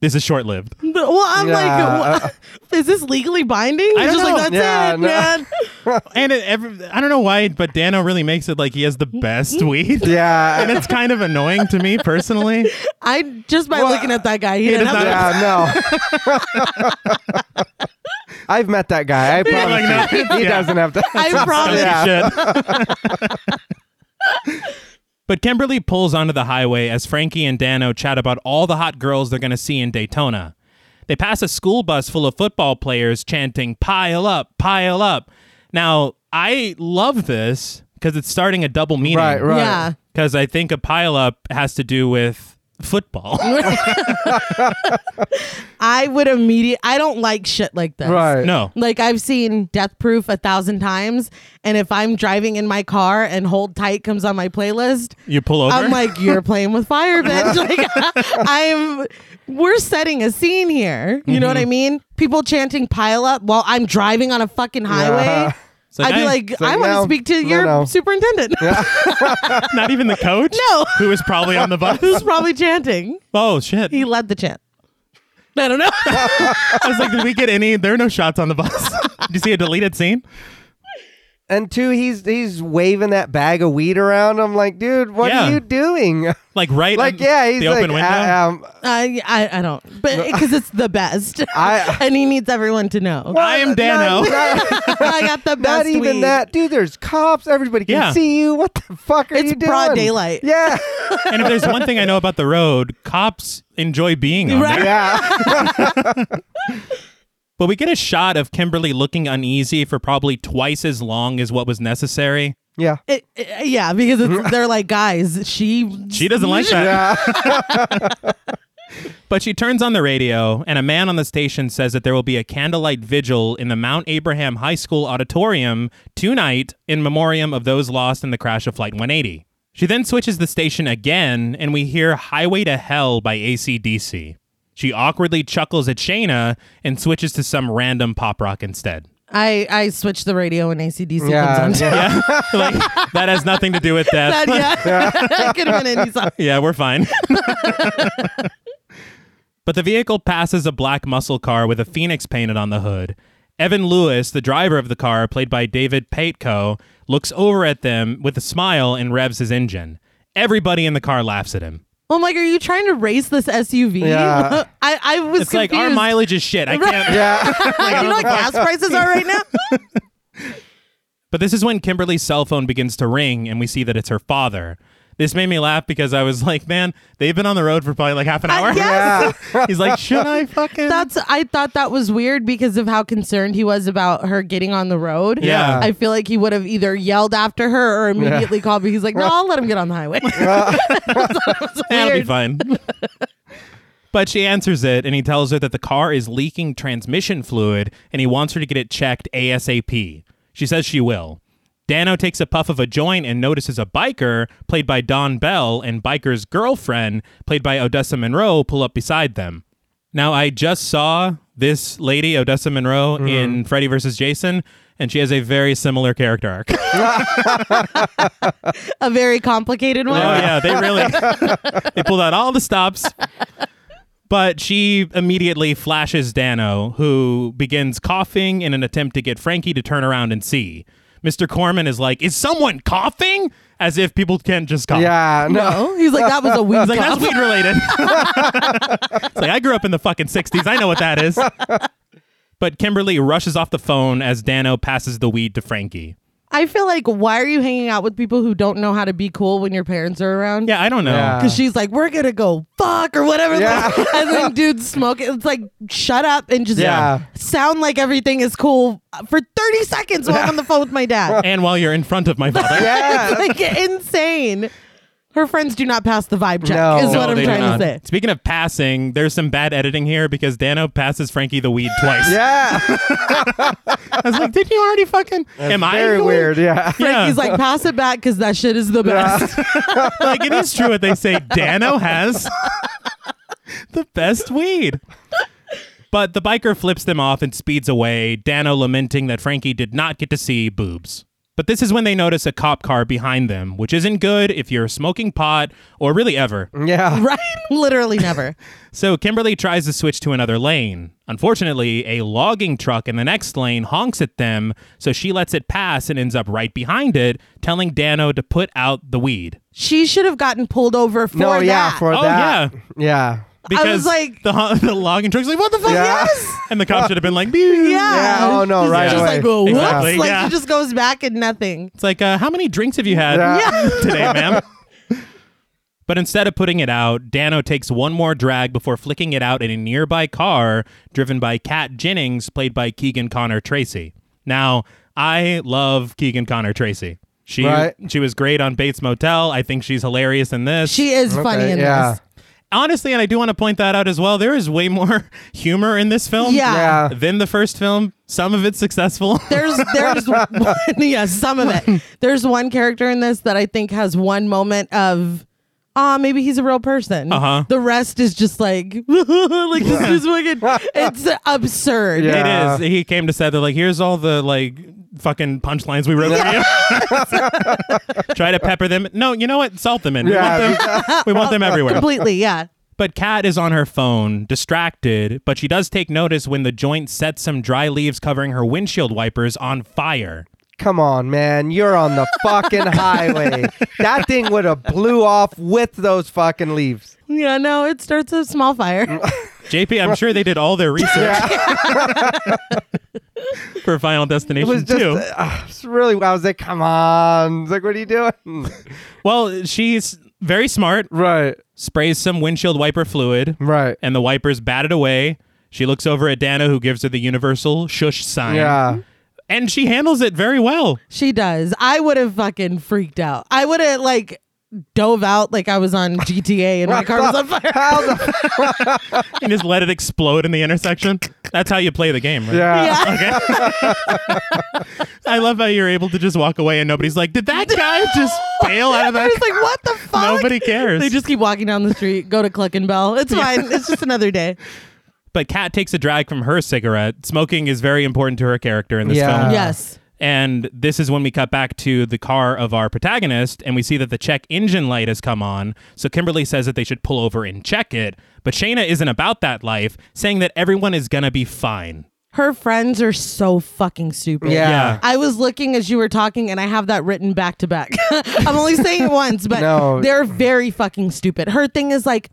[SPEAKER 1] This is short lived.
[SPEAKER 2] But- well, I'm
[SPEAKER 3] Yeah,
[SPEAKER 2] like, "Wha- is this legally binding?
[SPEAKER 1] I don't
[SPEAKER 2] It's just like,
[SPEAKER 1] know.
[SPEAKER 2] that's
[SPEAKER 3] Yeah,
[SPEAKER 2] it,
[SPEAKER 3] no.
[SPEAKER 2] man.
[SPEAKER 1] And it, every, I don't know why, but Dano really makes it like he has the best weed.
[SPEAKER 3] Yeah.
[SPEAKER 1] and it's kind of annoying to me personally.
[SPEAKER 2] I just by looking at that guy, he, didn't
[SPEAKER 1] does not-
[SPEAKER 2] have
[SPEAKER 3] Yeah, no. I've met that guy. I promise
[SPEAKER 1] Like,
[SPEAKER 3] you.
[SPEAKER 1] no,
[SPEAKER 3] He
[SPEAKER 1] yeah.
[SPEAKER 3] doesn't have to.
[SPEAKER 2] I promise.
[SPEAKER 3] Yeah.
[SPEAKER 1] but Kimberly pulls onto the highway as Frankie and Dano chat about all the hot girls they're going to see in Daytona. They pass a school bus full of football players chanting, pile up, pile up. Now, I love this because it's starting a double meaning.
[SPEAKER 3] Right, right.
[SPEAKER 2] Yeah.
[SPEAKER 1] Because I think a pile up has to do with football.
[SPEAKER 2] I would immediate. I don't like shit like this.
[SPEAKER 3] Right.
[SPEAKER 1] no.
[SPEAKER 2] Like I've seen Death Proof a thousand times, and if I'm driving in my car and Hold Tight comes on my playlist,
[SPEAKER 1] You pull over.
[SPEAKER 2] I'm like, you're playing with fire, bitch. like I'm, we're setting a scene here. You know what
[SPEAKER 3] Mm-hmm.
[SPEAKER 2] I mean? People chanting "pile up" while I'm driving on a fucking highway.
[SPEAKER 1] It's
[SPEAKER 3] Yeah.
[SPEAKER 1] like,
[SPEAKER 2] I'd be
[SPEAKER 1] I-
[SPEAKER 2] like,
[SPEAKER 3] like,
[SPEAKER 2] I want
[SPEAKER 3] no,
[SPEAKER 2] to speak to
[SPEAKER 3] no,
[SPEAKER 2] your
[SPEAKER 3] no.
[SPEAKER 2] superintendent.
[SPEAKER 1] not even the coach?
[SPEAKER 2] No.
[SPEAKER 1] Who was probably on the bus?
[SPEAKER 2] Who's probably chanting?
[SPEAKER 1] Oh, shit.
[SPEAKER 2] He led the chant. I don't know.
[SPEAKER 1] I was like, did we get any? There are no shots on the bus. did you see a deleted scene?
[SPEAKER 3] And two, he's he's waving that bag of weed around. I'm like, dude, what
[SPEAKER 1] Yeah.
[SPEAKER 3] are you doing?
[SPEAKER 1] Like right,
[SPEAKER 3] Like,
[SPEAKER 1] on
[SPEAKER 3] yeah, he's
[SPEAKER 1] the
[SPEAKER 3] like,
[SPEAKER 1] open window.
[SPEAKER 3] I, um,
[SPEAKER 2] I, I I don't, but because it's the best,
[SPEAKER 3] I-
[SPEAKER 2] and he needs everyone to know.
[SPEAKER 1] I am Dano.
[SPEAKER 3] Not, not-
[SPEAKER 2] I got the best.
[SPEAKER 3] not even
[SPEAKER 2] weed.
[SPEAKER 3] that, dude. There's cops. Everybody can
[SPEAKER 1] Yeah.
[SPEAKER 3] see you. What the fuck are
[SPEAKER 2] It's
[SPEAKER 3] you doing?
[SPEAKER 2] broad daylight.
[SPEAKER 3] Yeah,
[SPEAKER 1] and if there's one thing I know about the road, cops enjoy being on
[SPEAKER 2] Right.
[SPEAKER 1] there.
[SPEAKER 3] yeah.
[SPEAKER 1] But we get a shot of Kimberly looking uneasy for probably twice as long as what was necessary.
[SPEAKER 3] Yeah.
[SPEAKER 2] It- it- yeah, because it's, they're like, guys, she
[SPEAKER 1] She doesn't like that.
[SPEAKER 3] Yeah.
[SPEAKER 1] But she turns on the radio, and a man on the station says that there will be a candlelight vigil in the Mount Abraham High School auditorium tonight in memoriam of those lost in the crash of Flight 180. She then switches the station again, and we hear Highway to Hell by ACDC. She awkwardly chuckles at Shayna and switches to some random pop rock instead.
[SPEAKER 2] I I switched the radio when ACDC
[SPEAKER 3] Yeah,
[SPEAKER 2] comes on.
[SPEAKER 3] yeah.
[SPEAKER 1] Yeah, like, that has nothing to do with death.
[SPEAKER 2] That, yeah, that could have been any song.
[SPEAKER 1] Yeah, we're fine. but the vehicle passes a black muscle car with a phoenix painted on the hood. Evan Lewis, the driver of the car, played by David Pateco, looks over at them with a smile and revs his engine. Everybody in the car laughs at him.
[SPEAKER 2] I'm like, are you trying to race this SUV?
[SPEAKER 3] Yeah.
[SPEAKER 2] I I was
[SPEAKER 1] It's like our
[SPEAKER 2] confused.
[SPEAKER 1] mileage is shit. I can't.
[SPEAKER 3] Yeah.
[SPEAKER 2] you know what gas prices are right now?
[SPEAKER 1] But this is when Kimberly's cell phone begins to ring and we see that it's her father. This made me laugh because I was like, man, they've been on the road for probably like half an
[SPEAKER 2] I-
[SPEAKER 1] hour.
[SPEAKER 2] yes.
[SPEAKER 1] He's like, should I fucking?
[SPEAKER 2] That's I thought that was weird because of how concerned he was about her getting on the road.
[SPEAKER 1] Yeah.
[SPEAKER 2] I feel like he would have either yelled after her or immediately called me. He's like, No, I'll let him get on the highway.
[SPEAKER 1] That'll be
[SPEAKER 2] weird.
[SPEAKER 1] fine. but she answers it, and he tells her that the car is leaking transmission fluid, and he wants her to get it checked ASAP. She says she will. Dano takes a puff of a joint and notices a biker, played by Don Bell, and biker's girlfriend, played by Odessa Monroe, pull up beside them. Now, I just saw this lady, Odessa Monroe, in Freddy vs. Jason, and she has a very similar character arc. oh,
[SPEAKER 2] a very complicated one.
[SPEAKER 1] Oh,
[SPEAKER 3] Uh,
[SPEAKER 1] yeah, they really they pulled out all the stops. But she immediately flashes Dano, who begins coughing in an attempt to get Frankie to turn around and see. Mr. Corman is like, Is someone coughing? As if people can't just cough.
[SPEAKER 3] Yeah. No.
[SPEAKER 2] No. He's like, that was a weird
[SPEAKER 1] It's like, that's weed related. it's like, I grew up in the fucking 60s. I know what that is. But Kimberly rushes off the phone as Dano passes the weed to Frankie.
[SPEAKER 2] I feel like why are you hanging out with people who don't know how to be cool when your parents are around?
[SPEAKER 1] Yeah, I don't know.
[SPEAKER 3] Yeah.
[SPEAKER 2] Cause she's like, we're gonna go fuck or whatever,
[SPEAKER 3] Yeah.
[SPEAKER 2] and then dudes smoke. it. It's like, shut up and just
[SPEAKER 3] Yeah.
[SPEAKER 2] sound like everything is cool for thirty seconds while I'm on the phone with my dad.
[SPEAKER 1] And while you're in front of my father.
[SPEAKER 3] Yeah.
[SPEAKER 2] it's like insane. Her friends do not pass the vibe check.
[SPEAKER 3] No.
[SPEAKER 2] Is
[SPEAKER 1] No,
[SPEAKER 2] what
[SPEAKER 1] they
[SPEAKER 2] I'm
[SPEAKER 1] do
[SPEAKER 2] trying
[SPEAKER 1] not.
[SPEAKER 2] to say.
[SPEAKER 1] Speaking of passing, there's some bad editing here because Dano passes Frankie the weed twice.
[SPEAKER 3] Yeah.
[SPEAKER 1] I was like, didn't you already fucking? Am I
[SPEAKER 3] Very
[SPEAKER 1] going-"
[SPEAKER 3] weird. Yeah.
[SPEAKER 1] Yeah.
[SPEAKER 2] He's like, pass it back because that shit is the best.
[SPEAKER 1] like it is true what they say. Dano has the best weed. But the biker flips them off and speeds away, Dano lamenting that Frankie did not get to see boobs. But this is when they notice a cop car behind them, which isn't good if you're smoking pot or really ever.
[SPEAKER 3] Yeah.
[SPEAKER 2] right? Literally never.
[SPEAKER 1] So Kimberly tries to switch to another lane. Unfortunately, a logging truck in the next lane honks at them, so she lets it pass and ends up right behind it, telling Dano to put out the weed.
[SPEAKER 2] She should have gotten pulled over for
[SPEAKER 3] No.
[SPEAKER 2] that.
[SPEAKER 3] Yeah. For
[SPEAKER 1] Oh,
[SPEAKER 3] that. Yeah.
[SPEAKER 1] Because
[SPEAKER 2] like-
[SPEAKER 1] the, hon- the logging truck's like, what the fuck?
[SPEAKER 3] Yeah.
[SPEAKER 1] And the cop should have been like, "Beep."
[SPEAKER 2] yeah.
[SPEAKER 3] Yeah, oh, no,
[SPEAKER 2] She's
[SPEAKER 3] right
[SPEAKER 2] Just
[SPEAKER 3] away.
[SPEAKER 2] like, whoops.
[SPEAKER 1] Exactly,
[SPEAKER 2] Like
[SPEAKER 1] yeah.
[SPEAKER 2] she just goes back and nothing.
[SPEAKER 1] It's like, uh, how many drinks have you had
[SPEAKER 3] Yeah.
[SPEAKER 1] today, ma'am? But instead of putting it out, Dano takes one more drag before flicking it out in a nearby car driven by Kat Jennings, played by Keegan Connor Tracy. Now, I love Keegan Connor Tracy. She
[SPEAKER 3] Right.
[SPEAKER 1] she was great on Bates Motel. I think she's hilarious in this.
[SPEAKER 2] She is funny in
[SPEAKER 3] yeah.
[SPEAKER 2] this.
[SPEAKER 1] Honestly, and I do want to point that out as well. There is way more humor in this film.
[SPEAKER 2] Yeah.
[SPEAKER 3] Yeah.
[SPEAKER 1] than the first film. Some of it's successful.
[SPEAKER 2] There's there's one, yeah, some of it. There's one character in this that I think has one moment of ah, maybe he's a real person.
[SPEAKER 1] Uh-huh.
[SPEAKER 2] The rest is just like like this is fucking it's absurd.
[SPEAKER 3] Yeah.
[SPEAKER 1] It is. He came to set. They're like, here's all the like fucking punchlines we wrote for you. Try to pepper them. No, you know what? Salt them in.
[SPEAKER 3] Yeah.
[SPEAKER 1] We, want them, we want them everywhere.
[SPEAKER 2] Completely, yeah.
[SPEAKER 1] But Kat is on her phone, distracted, but she does take notice when the joint sets some dry leaves covering her windshield wipers on fire.
[SPEAKER 3] Come on, man. You're on the fucking highway. That thing would have blew off with those fucking leaves.
[SPEAKER 2] Yeah, no, it starts a small fire.
[SPEAKER 1] JP, I'm sure they did all their research for Final
[SPEAKER 3] It
[SPEAKER 1] Destination
[SPEAKER 3] was just
[SPEAKER 1] 2.
[SPEAKER 3] uh, it's really I was like, come on. It's like, what are you doing?
[SPEAKER 1] well, she's very smart,
[SPEAKER 3] Right.
[SPEAKER 1] sprays some windshield wiper fluid,
[SPEAKER 3] Right.
[SPEAKER 1] and the wipers batted away. She looks over at Dana, who gives her the universal shush sign.
[SPEAKER 3] Yeah.
[SPEAKER 1] And she handles it very well.
[SPEAKER 2] she does. I would have fucking freaked out. I would have like dove out like I was on GTA and my car was on fire.
[SPEAKER 3] How the
[SPEAKER 1] and just let it explode in the intersection. That's how you play the game, right?
[SPEAKER 3] yeah.
[SPEAKER 2] Yeah.
[SPEAKER 1] I love how you're able to just walk away and nobody's like, did that guy just bail out of
[SPEAKER 2] I
[SPEAKER 1] that?
[SPEAKER 2] was like, what the fuck?
[SPEAKER 1] Nobody cares.
[SPEAKER 2] They just keep walking down the street, go to Cluck and Bell. It's fine. It's just another day.
[SPEAKER 1] but Kat takes a drag from her cigarette. Smoking is very important to her character in this
[SPEAKER 3] Yeah.
[SPEAKER 1] film.
[SPEAKER 3] Uh,
[SPEAKER 2] yes.
[SPEAKER 1] And this is when we cut back to the car of our protagonist, and we see that the check engine light has come on. So Kimberly says that they should pull over and check it. But Shayna isn't about that life, saying that everyone is going to be fine.
[SPEAKER 2] Her friends are so fucking stupid.
[SPEAKER 1] Yeah.
[SPEAKER 3] Yeah.
[SPEAKER 2] I was looking as you were talking, and I have that written back to back. I'm only saying it once, but
[SPEAKER 3] No.
[SPEAKER 2] they're very fucking stupid. Her thing is like,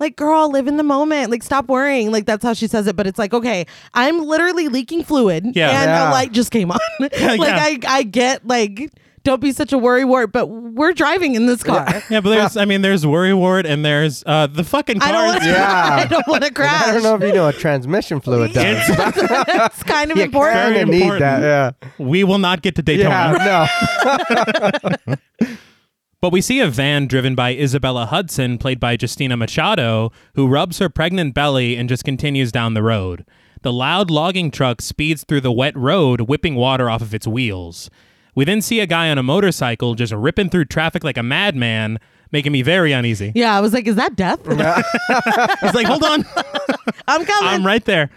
[SPEAKER 2] like girl, live in the moment. Like stop worrying. Like that's how she says it. But it's like, okay, I'm literally leaking fluid,
[SPEAKER 1] Yeah.
[SPEAKER 2] and
[SPEAKER 3] Yeah.
[SPEAKER 2] a light just came on. like I, I get like, don't be such a worry wart, but we're driving in this car.
[SPEAKER 1] Yeah, but there's, I mean, there's Worry Ward and there's uh, the fucking
[SPEAKER 2] I
[SPEAKER 1] car.
[SPEAKER 2] don't want to.
[SPEAKER 3] Yeah.
[SPEAKER 2] I don't want to crash.
[SPEAKER 3] I don't know if you know what transmission fluid does.
[SPEAKER 1] It's
[SPEAKER 2] it's kind of
[SPEAKER 3] You
[SPEAKER 2] important.
[SPEAKER 1] Very
[SPEAKER 3] kinda need
[SPEAKER 1] important.
[SPEAKER 3] that.
[SPEAKER 1] we will not get to
[SPEAKER 3] Yeah.
[SPEAKER 1] Daytona.
[SPEAKER 3] Yeah.
[SPEAKER 1] But we see a van driven by Isabella Hudson, played by Justina Machado, who rubs her pregnant belly and just continues down the road. The loud logging truck speeds through the wet road, whipping water off of its wheels. We then see a guy on a motorcycle just ripping through traffic like a madman, making me very uneasy.
[SPEAKER 2] Yeah, I was like, is that death?
[SPEAKER 1] He's like, hold on.
[SPEAKER 2] I'm coming.
[SPEAKER 1] I'm right there.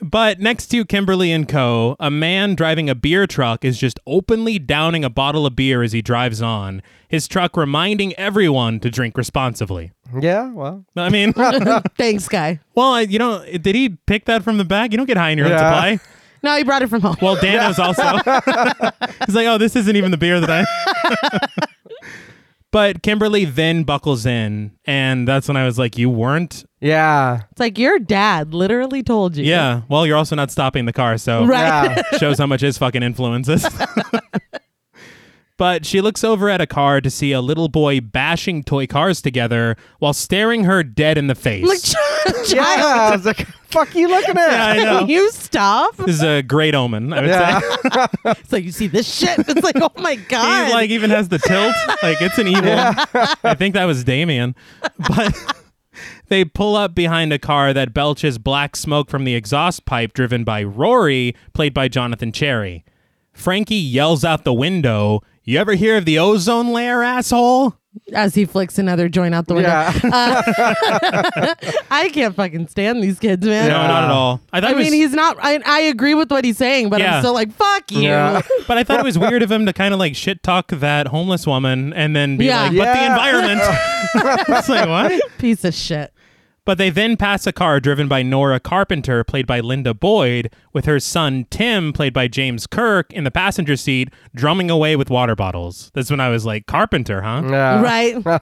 [SPEAKER 1] But next to Kimberly and Co., a man driving a beer truck is just openly downing a bottle of beer as he drives on, his truck reminding everyone to drink responsibly.
[SPEAKER 3] No. Yeah. Well.
[SPEAKER 1] I mean,
[SPEAKER 2] Thanks, guy.
[SPEAKER 1] well, I- you know, did he pick that from the bag? You don't get high in your own
[SPEAKER 3] Yeah.
[SPEAKER 1] supply.
[SPEAKER 2] No, he brought it from home.
[SPEAKER 1] Well, Dano's also. He's like, oh, this isn't even the beer that I. but Kimberly then buckles in, and that's when I was like, you weren't.
[SPEAKER 3] Yeah.
[SPEAKER 2] It's like your dad literally told you.
[SPEAKER 1] Yeah. Well, you're also not stopping the car, so
[SPEAKER 2] Right.
[SPEAKER 3] Yeah.
[SPEAKER 1] shows how much his fucking influences. but she looks over at a car to see a little boy bashing toy cars together while staring her dead in the face.
[SPEAKER 2] I'm like, "Ch-
[SPEAKER 3] Yeah.
[SPEAKER 2] child,
[SPEAKER 3] I was like, fuck you looking at?
[SPEAKER 1] I know.
[SPEAKER 2] can you stop?
[SPEAKER 1] this is a great omen, I would say.
[SPEAKER 3] Yeah.
[SPEAKER 2] It's like, you see this shit? It's like, oh my God.
[SPEAKER 1] He like even has the tilt. like it's an evil. I think that was Damien. But they pull up behind a car that belches black smoke from the exhaust pipe driven by Rory, played by Jonathan Cherry. Frankie yells out the window, You ever hear of the ozone layer, asshole?
[SPEAKER 2] As he flicks another joint out the window.
[SPEAKER 3] Yeah.
[SPEAKER 2] I can't fucking stand these kids, man.
[SPEAKER 1] No, not at all. Uh, I thought
[SPEAKER 2] I
[SPEAKER 1] it was,
[SPEAKER 2] mean, he's not. I, I agree with what he's saying, but
[SPEAKER 1] Yeah.
[SPEAKER 2] I'm still like, fuck you.
[SPEAKER 3] Yeah.
[SPEAKER 1] but I thought it was weird of him to kind of like shit talk that homeless woman and then be
[SPEAKER 2] Yeah.
[SPEAKER 1] like, but the
[SPEAKER 3] Yeah.
[SPEAKER 1] environment. it's like, what?
[SPEAKER 2] Piece of shit.
[SPEAKER 1] But they then pass a car driven by Nora Carpenter, played by Linda Boyd, with her son Tim, played by James Kirk, in the passenger seat, drumming away with water bottles. That's when I was like, Carpenter, huh?
[SPEAKER 3] Yeah.
[SPEAKER 2] right?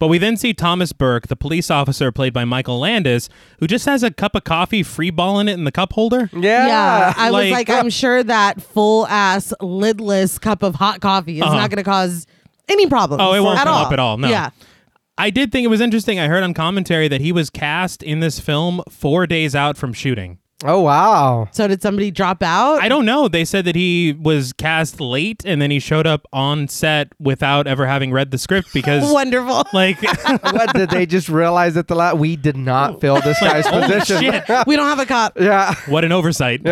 [SPEAKER 1] But we then see Thomas Burke, the police officer, played by Michael Landis, who just has a cup of coffee free balling it in the cup holder.
[SPEAKER 3] Yeah.
[SPEAKER 2] Yeah, I was
[SPEAKER 1] Like- uh,
[SPEAKER 2] like, I'm sure that full ass lidless cup of hot coffee is not going to cause any problems.
[SPEAKER 1] Uh-huh. Oh, it won't
[SPEAKER 2] at
[SPEAKER 1] come
[SPEAKER 2] all.
[SPEAKER 1] up at all. No.
[SPEAKER 2] Yeah.
[SPEAKER 1] I did think it was interesting. I heard on commentary that he was cast in this film four days out from shooting.
[SPEAKER 3] Oh wow.
[SPEAKER 2] So did somebody drop out?
[SPEAKER 1] I don't know. They said that he was cast late and then he showed up on set without ever having read the script because.
[SPEAKER 2] Wonderful.
[SPEAKER 1] Like,
[SPEAKER 3] What did they just realize at the last? We did not fill this guy's position.
[SPEAKER 1] Oh. shit.
[SPEAKER 2] we don't have a cop.
[SPEAKER 3] Yeah.
[SPEAKER 1] What an oversight.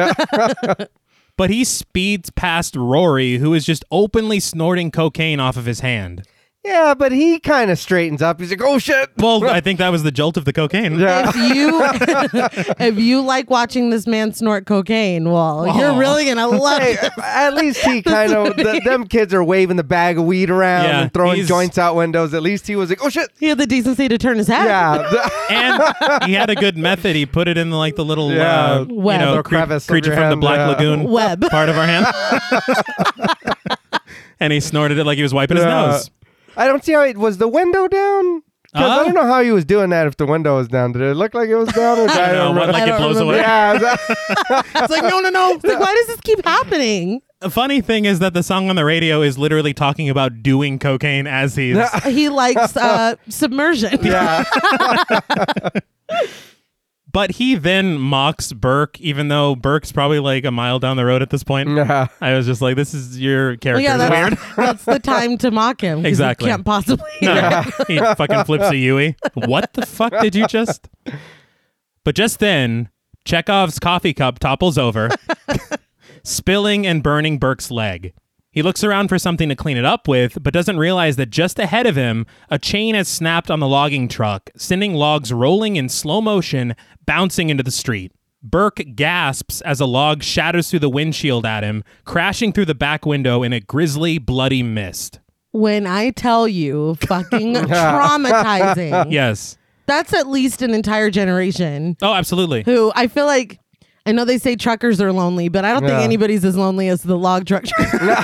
[SPEAKER 1] but he speeds past Rory, who is just openly snorting cocaine off of his hand.
[SPEAKER 3] Yeah, but he kind of straightens up. He's like, oh shit.
[SPEAKER 1] Well, I think that was the jolt of the cocaine.
[SPEAKER 3] Yeah.
[SPEAKER 2] If you if you like watching this man snort cocaine, well, you're really gonna love
[SPEAKER 3] Hey,
[SPEAKER 2] it.
[SPEAKER 3] at least he kind of the, them kids are waving the bag of weed around
[SPEAKER 1] Yeah,
[SPEAKER 3] and throwing
[SPEAKER 1] he's-
[SPEAKER 3] joints out windows. At least he was like, oh shit.
[SPEAKER 2] He had the decency to turn his head.
[SPEAKER 3] Yeah.
[SPEAKER 1] And he had a good method. He put it in like the little
[SPEAKER 3] Yeah.
[SPEAKER 1] uh,
[SPEAKER 2] Web.
[SPEAKER 1] you know,
[SPEAKER 2] Little
[SPEAKER 1] cre-
[SPEAKER 3] crevice of
[SPEAKER 1] creature
[SPEAKER 3] your
[SPEAKER 1] from the
[SPEAKER 3] hand,
[SPEAKER 1] Black
[SPEAKER 3] yeah.
[SPEAKER 1] Lagoon
[SPEAKER 2] Web.
[SPEAKER 1] part of our hand. and he snorted it like he was wiping
[SPEAKER 3] Yeah.
[SPEAKER 1] his nose.
[SPEAKER 3] I don't see how it was the window down. 'Cause
[SPEAKER 1] Uh?
[SPEAKER 3] I don't know how he was doing that if the window was down. Did it look like it was down? Or did I
[SPEAKER 1] know,
[SPEAKER 3] don't
[SPEAKER 1] what,
[SPEAKER 3] remember?
[SPEAKER 1] like it
[SPEAKER 2] I don't
[SPEAKER 1] blows
[SPEAKER 2] remember.
[SPEAKER 1] away.
[SPEAKER 3] yeah. is that-
[SPEAKER 2] It's like, no, no, no. It's like, why does this keep happening?
[SPEAKER 1] The funny thing is that the song on the radio is literally talking about doing cocaine as he's
[SPEAKER 2] He likes uh, submersion.
[SPEAKER 3] yeah.
[SPEAKER 1] But he then mocks Burke, even though Burke's probably like a mile down the road at this point.
[SPEAKER 3] Yeah.
[SPEAKER 1] I was just like, this is your
[SPEAKER 2] Well,
[SPEAKER 1] character.
[SPEAKER 2] yeah, that's, that's the time to mock him. 'cause you
[SPEAKER 1] Exactly.
[SPEAKER 2] can't possibly.
[SPEAKER 1] he fucking flips a Yui. What the fuck did you just? But just then, Chekhov's coffee cup topples over, spilling and burning Burke's leg. He looks around for something to clean it up with, but doesn't realize that just ahead of him, a chain has snapped on the logging truck, sending logs rolling in slow motion, bouncing into the street. Burke gasps as a log shatters through the windshield at him, crashing through the back window in a grisly, bloody mist.
[SPEAKER 2] When I tell you, fucking traumatizing.
[SPEAKER 1] Yes.
[SPEAKER 2] That's at least an entire generation
[SPEAKER 1] Oh, absolutely.
[SPEAKER 2] who I feel like. I know they say truckers are lonely, but I don't
[SPEAKER 3] Yeah.
[SPEAKER 2] think anybody's as lonely as the log truck. driver.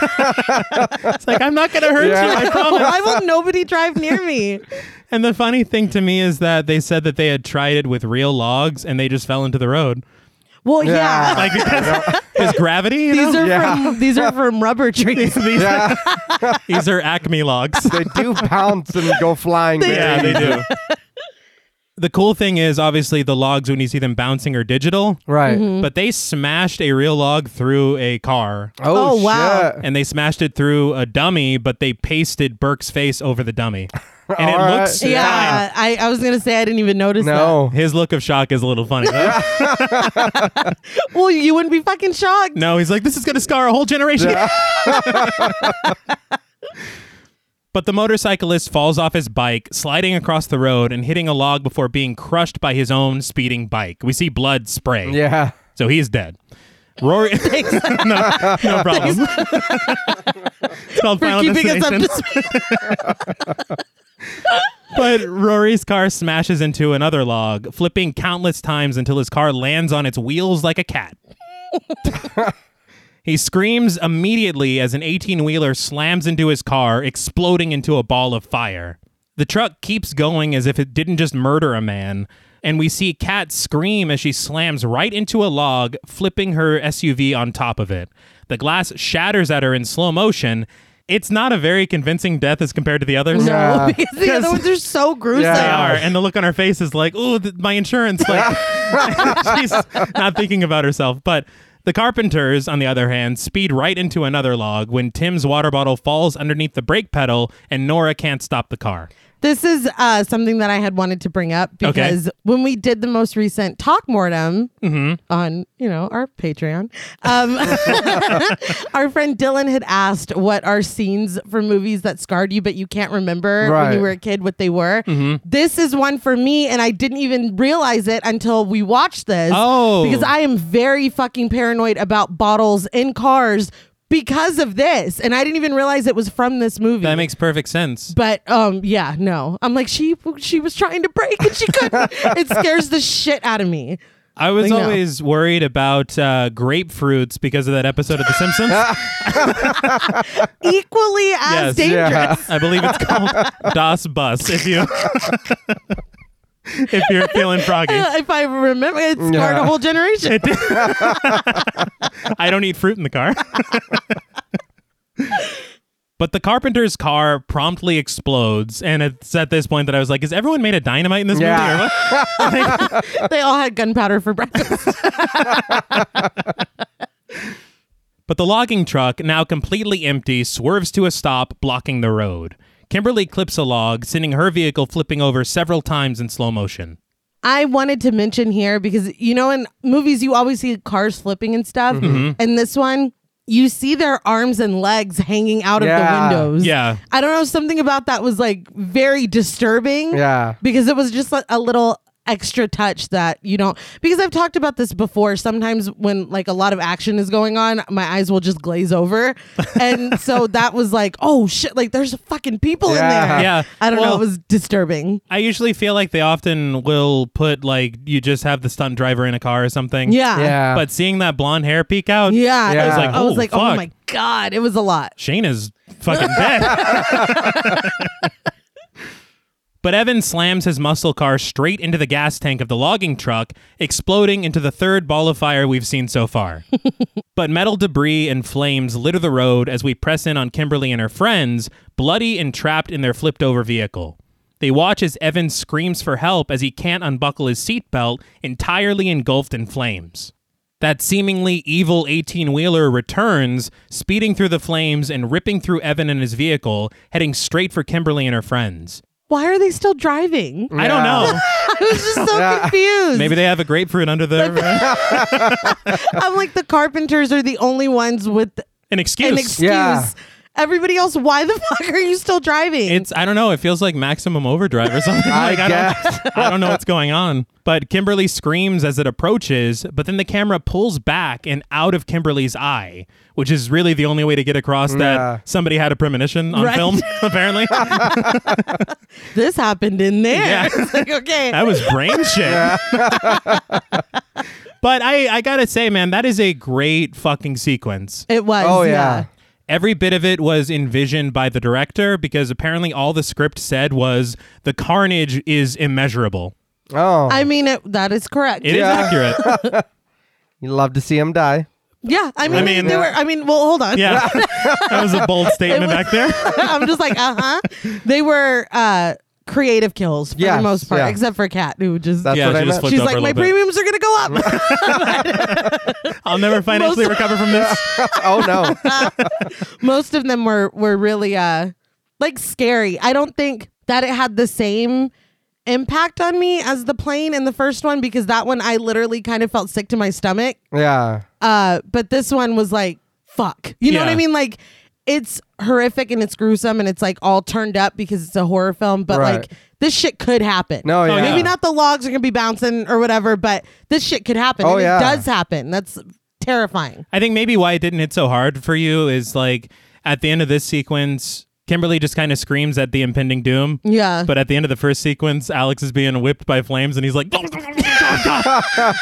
[SPEAKER 1] It's like I'm not gonna hurt
[SPEAKER 3] Yeah.
[SPEAKER 1] you, I promise.
[SPEAKER 2] Why will nobody drive near me?
[SPEAKER 1] And the funny thing to me is that they said that they had tried it with real logs and they just fell into the road.
[SPEAKER 2] Well,
[SPEAKER 3] Yeah.
[SPEAKER 2] yeah.
[SPEAKER 1] Like because, because gravity. You
[SPEAKER 2] these
[SPEAKER 1] know?
[SPEAKER 2] are
[SPEAKER 3] Yeah.
[SPEAKER 2] from these are from rubber trees.
[SPEAKER 1] these,
[SPEAKER 3] Yeah.
[SPEAKER 1] these are Acme logs.
[SPEAKER 3] They do bounce and go flying.
[SPEAKER 1] yeah, they do. The cool thing is obviously the logs when you see them bouncing are digital,
[SPEAKER 3] Right.
[SPEAKER 2] Mm-hmm.
[SPEAKER 1] but they smashed a real log through a car.
[SPEAKER 3] Oh,
[SPEAKER 2] Oh, wow.
[SPEAKER 3] shit.
[SPEAKER 1] And they smashed it through a dummy, but they pasted Burke's face over the dummy. And it
[SPEAKER 3] All right.
[SPEAKER 1] looks fine.
[SPEAKER 2] yeah, I, I was gonna say I didn't even notice
[SPEAKER 3] No.
[SPEAKER 1] His look of shock is a little funny. though.
[SPEAKER 2] that. Well, you wouldn't be fucking shocked.
[SPEAKER 1] No, he's like, this is going to scar a whole generation. but the motorcyclist falls off his bike, sliding across the road and hitting a log before being crushed by his own speeding bike. We see blood spray.
[SPEAKER 3] Yeah.
[SPEAKER 1] So he's dead. Rory. no, no problem. it's called
[SPEAKER 2] For
[SPEAKER 1] Final
[SPEAKER 2] keeping us up
[SPEAKER 1] Destination.
[SPEAKER 2] to speed.
[SPEAKER 1] But Rory's car smashes into another log, flipping countless times until his car lands on its wheels like a cat. he screams immediately as an 18 wheeler slams into his car, exploding into a ball of fire. The truck keeps going as if it didn't just murder a man, and we see Kat scream as she slams right into a log, flipping her SUV on top of it. The glass shatters at her in slow motion. It's not a very convincing death as compared to the others.
[SPEAKER 3] Yeah.
[SPEAKER 2] No, because the other ones are so gruesome.
[SPEAKER 1] They are,
[SPEAKER 3] Yeah.
[SPEAKER 1] and the look on her face is like, "Oh, th- my insurance!" Like she's not thinking about herself. But the carpenters, on the other hand, speed right into another log when Tim's water bottle falls underneath the brake pedal, and Nora can't stop the car.
[SPEAKER 2] This is uh, something that I had wanted to bring up because when we did the most recent talk mortem
[SPEAKER 1] Mm-hmm.
[SPEAKER 2] on you know our Patreon, um, our friend Dylan had asked what are scenes from movies that scarred you, but you can't remember when
[SPEAKER 3] Right.
[SPEAKER 2] you were a kid what they were.
[SPEAKER 1] Mm-hmm.
[SPEAKER 2] This is one for me, and I didn't even realize it until we watched this.
[SPEAKER 1] Oh.
[SPEAKER 2] because I am very fucking paranoid about bottles in cars. Because of this, and I didn't even realize it was from this movie.
[SPEAKER 1] That makes perfect sense.
[SPEAKER 2] But um, yeah, no. I'm like she she was trying to break and she couldn't. it scares the shit out of me.
[SPEAKER 1] I was
[SPEAKER 2] Like, no.
[SPEAKER 1] always worried about uh, grapefruits because of that episode of The Simpsons.
[SPEAKER 2] Equally as
[SPEAKER 1] Yes.
[SPEAKER 2] dangerous.
[SPEAKER 3] Yeah.
[SPEAKER 1] I believe it's called Das Bus. If you if you're feeling froggy.
[SPEAKER 2] If I remember, it scarred
[SPEAKER 3] Yeah.
[SPEAKER 2] a whole generation.
[SPEAKER 1] I don't eat fruit in the car. but the carpenter's car promptly explodes, and it's at this point that I was like, "Is everyone made of dynamite in this
[SPEAKER 3] Yeah.
[SPEAKER 1] movie?" Or what?
[SPEAKER 2] they all had gunpowder for breakfast.
[SPEAKER 1] But the logging truck, now completely empty, swerves to a stop, blocking the road. Kimberly clips a log, sending her vehicle flipping over several times in slow motion.
[SPEAKER 2] I wanted to mention here because you know in movies you always see cars flipping and stuff,
[SPEAKER 3] Mm-hmm.
[SPEAKER 2] and this one you see their arms and legs hanging out
[SPEAKER 3] Yeah.
[SPEAKER 2] of the windows.
[SPEAKER 1] Yeah.
[SPEAKER 2] I don't know. Something about that was like very disturbing.
[SPEAKER 3] Yeah.
[SPEAKER 2] because it was just like a little extra touch that you don't because I've talked about this before sometimes when like a lot of action is going on my eyes will just glaze over and so that was like oh shit like there's fucking people
[SPEAKER 3] Yeah.
[SPEAKER 2] in there
[SPEAKER 1] Yeah.
[SPEAKER 2] I don't know
[SPEAKER 1] Well-
[SPEAKER 2] it was disturbing
[SPEAKER 1] I usually feel like they often will put like you just have the stunt driver in a car or something.
[SPEAKER 2] yeah
[SPEAKER 3] Yeah.
[SPEAKER 1] But seeing that blonde hair peek out,
[SPEAKER 2] yeah,
[SPEAKER 3] Yeah.
[SPEAKER 2] I was
[SPEAKER 3] It's
[SPEAKER 2] like,
[SPEAKER 1] like,
[SPEAKER 2] I was
[SPEAKER 1] oh,
[SPEAKER 2] like oh
[SPEAKER 1] fuck.
[SPEAKER 2] my god it was a lot
[SPEAKER 1] Shane is fucking dead. but Evan slams his muscle car straight into the gas tank of the logging truck, exploding into the third ball of fire we've seen so far. but metal debris and flames litter the road as we press in on Kimberly and her friends, bloody and trapped in their flipped over vehicle. They watch as Evan screams for help as he can't unbuckle his seatbelt, entirely engulfed in flames. That seemingly evil 18 wheeler returns, speeding through the flames and ripping through Evan and his vehicle, heading straight for Kimberly and her friends.
[SPEAKER 2] Why are they still driving?
[SPEAKER 1] I don't
[SPEAKER 3] Yeah.
[SPEAKER 1] know.
[SPEAKER 2] I was just so
[SPEAKER 3] Yeah.
[SPEAKER 2] confused.
[SPEAKER 1] Maybe they have a grapefruit under the
[SPEAKER 2] I'm like, the carpenters are the only ones with
[SPEAKER 1] an
[SPEAKER 2] an
[SPEAKER 1] excuse.
[SPEAKER 2] excuse.
[SPEAKER 3] Yeah.
[SPEAKER 2] Everybody else, why the fuck are you still driving?
[SPEAKER 1] It's I don't know. It feels like maximum overdrive or something.
[SPEAKER 3] I
[SPEAKER 1] like,
[SPEAKER 3] guess.
[SPEAKER 1] I, don't, I don't know what's going on. But Kimberly screams as it approaches, but then the camera pulls back and out of Kimberly's eye, which is really the only way to get across
[SPEAKER 3] Yeah.
[SPEAKER 1] that somebody had a premonition on
[SPEAKER 2] Right.
[SPEAKER 1] film. Apparently,
[SPEAKER 2] this happened in there.
[SPEAKER 1] Yeah.
[SPEAKER 2] It's like, okay.
[SPEAKER 1] that was brain shit. but I I gotta say, man, that is a great fucking sequence.
[SPEAKER 2] it was.
[SPEAKER 3] Oh,
[SPEAKER 2] yeah.
[SPEAKER 3] yeah.
[SPEAKER 1] Every bit of it was envisioned by the director because apparently all the script said was the carnage is immeasurable.
[SPEAKER 3] Oh,
[SPEAKER 2] I mean, it, that is correct.
[SPEAKER 1] It is
[SPEAKER 3] Yeah.
[SPEAKER 1] accurate.
[SPEAKER 3] you love to see him die.
[SPEAKER 2] yeah. I mean,
[SPEAKER 1] I
[SPEAKER 2] I
[SPEAKER 1] mean-
[SPEAKER 2] mean, they were, I mean, well, hold on.
[SPEAKER 1] Yeah, that was a bold statement back there.
[SPEAKER 2] I'm just like, uh huh. They were uh, creative kills for
[SPEAKER 3] Yes,
[SPEAKER 2] the most part,
[SPEAKER 3] yeah.
[SPEAKER 2] except for Kat, who just.
[SPEAKER 3] That's
[SPEAKER 1] yeah,
[SPEAKER 3] what
[SPEAKER 1] she
[SPEAKER 3] I
[SPEAKER 1] just
[SPEAKER 3] meant.
[SPEAKER 1] flipped
[SPEAKER 2] She's
[SPEAKER 1] over
[SPEAKER 2] like,
[SPEAKER 1] a little
[SPEAKER 2] my
[SPEAKER 1] bit.
[SPEAKER 2] premiums are gonna go up.
[SPEAKER 1] I'll never financially
[SPEAKER 2] Most-
[SPEAKER 1] recover from this.
[SPEAKER 3] oh no.
[SPEAKER 2] Most of them were were really uh like scary. I don't think that it had the same impact on me as the plane in the first one because that one I literally kind of felt sick to my stomach.
[SPEAKER 3] Yeah.
[SPEAKER 2] Uh, but this one was like, fuck. You know what
[SPEAKER 1] Yeah.
[SPEAKER 2] I mean? Like, it's horrific and it's gruesome and it's like all turned up because it's a horror film, but
[SPEAKER 3] Right.
[SPEAKER 2] like this shit could happen.
[SPEAKER 3] No. yeah.
[SPEAKER 1] yeah.
[SPEAKER 2] Maybe not the logs are gonna be bouncing or whatever, but this shit could happen.
[SPEAKER 3] Oh,
[SPEAKER 2] and
[SPEAKER 3] yeah.
[SPEAKER 2] it does happen. That's terrifying.
[SPEAKER 1] I think maybe why it didn't hit so hard for you is like at the end of this sequence, Kimberly just kind of screams at the impending doom.
[SPEAKER 2] Yeah.
[SPEAKER 1] But at the end of the first sequence, Alex is being whipped by flames, and he's like, "Oh,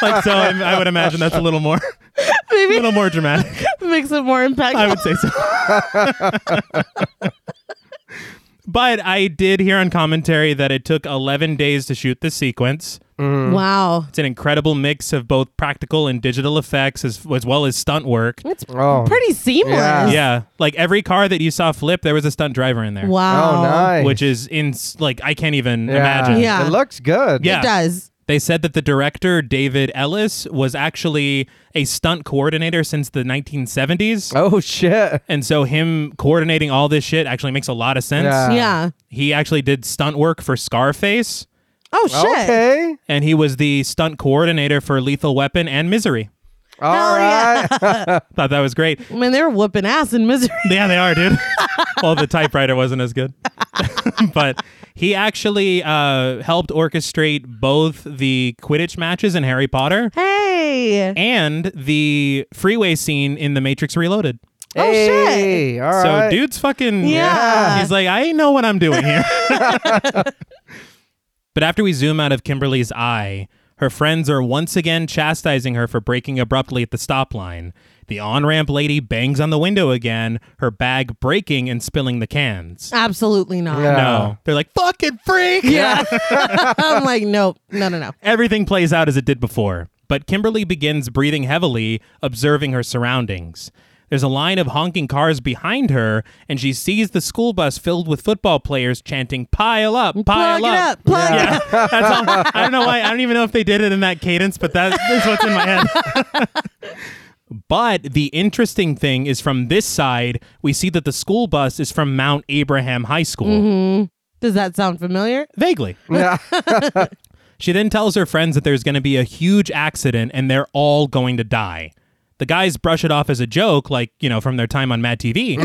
[SPEAKER 1] like so. I, I would imagine that's a little more, a
[SPEAKER 2] Maybe
[SPEAKER 1] little more dramatic.
[SPEAKER 2] it makes it more impactful.
[SPEAKER 1] I would say so. but I did hear on commentary that it took 11 days to shoot this sequence.
[SPEAKER 3] Mm.
[SPEAKER 2] Wow.
[SPEAKER 1] It's an incredible mix of both practical and digital effects as, as well as stunt work.
[SPEAKER 2] It's
[SPEAKER 3] Oh.
[SPEAKER 2] pretty seamless.
[SPEAKER 3] Yeah.
[SPEAKER 1] Yeah, like every car that you saw flip, there was a stunt driver in there.
[SPEAKER 2] Wow.
[SPEAKER 3] Oh, nice.
[SPEAKER 1] Which is in like I can't even
[SPEAKER 3] yeah.
[SPEAKER 1] imagine.
[SPEAKER 2] Yeah.
[SPEAKER 3] It looks good.
[SPEAKER 1] Yeah.
[SPEAKER 2] It does.
[SPEAKER 1] They said that the director David Ellis was actually a stunt coordinator since the 1970s.
[SPEAKER 3] Oh shit.
[SPEAKER 1] And so him coordinating all this shit actually makes a lot of sense.
[SPEAKER 3] Yeah.
[SPEAKER 2] yeah.
[SPEAKER 1] He actually did stunt work for Scarface
[SPEAKER 2] Oh shit.
[SPEAKER 3] Okay.
[SPEAKER 1] and he was the stunt coordinator for Lethal Weapon and Misery.
[SPEAKER 3] All
[SPEAKER 2] Hell yeah.
[SPEAKER 3] right.
[SPEAKER 1] Thought that was great.
[SPEAKER 2] I mean, they were whooping ass in misery.
[SPEAKER 1] Yeah, they are, dude. well, the typewriter wasn't as good. but he actually uh, helped orchestrate both the Quidditch matches in Harry Potter
[SPEAKER 2] Hey.
[SPEAKER 1] and the freeway scene in The Matrix Reloaded.
[SPEAKER 2] Oh, shit.
[SPEAKER 3] Hey, All
[SPEAKER 1] so,
[SPEAKER 3] right.
[SPEAKER 1] dude's fucking.
[SPEAKER 2] Yeah.
[SPEAKER 1] He's like, I know what I'm doing here. but after we zoom out of Kimberly's eye, her friends are once again chastising her for breaking abruptly at the stop line. The on ramp lady bangs on the window again, her bag breaking and spilling the cans.
[SPEAKER 2] Absolutely not.
[SPEAKER 3] Yeah.
[SPEAKER 1] No. They're like, fucking freak.
[SPEAKER 2] Yeah. I'm like, nope. No, no, no.
[SPEAKER 1] Everything plays out as it did before, but Kimberly begins breathing heavily, observing her surroundings. There's a line of honking cars behind her, and she sees the school bus filled with football players chanting, Pile up, pile
[SPEAKER 2] Plug it up. Plug it
[SPEAKER 1] Yeah, that's all. I don't know why. I don't even know if they did it in that cadence, but that is what's in my head. But the interesting thing is from this side, we see that the school bus is from Mount Abraham High School.
[SPEAKER 2] Mm-hmm. Does that sound familiar?
[SPEAKER 1] Vaguely.
[SPEAKER 3] Yeah.
[SPEAKER 1] She then tells her friends that there's going to be a huge accident and they're all going to die. The guys brush it off as a joke, like, you know, from their time on Mad TV.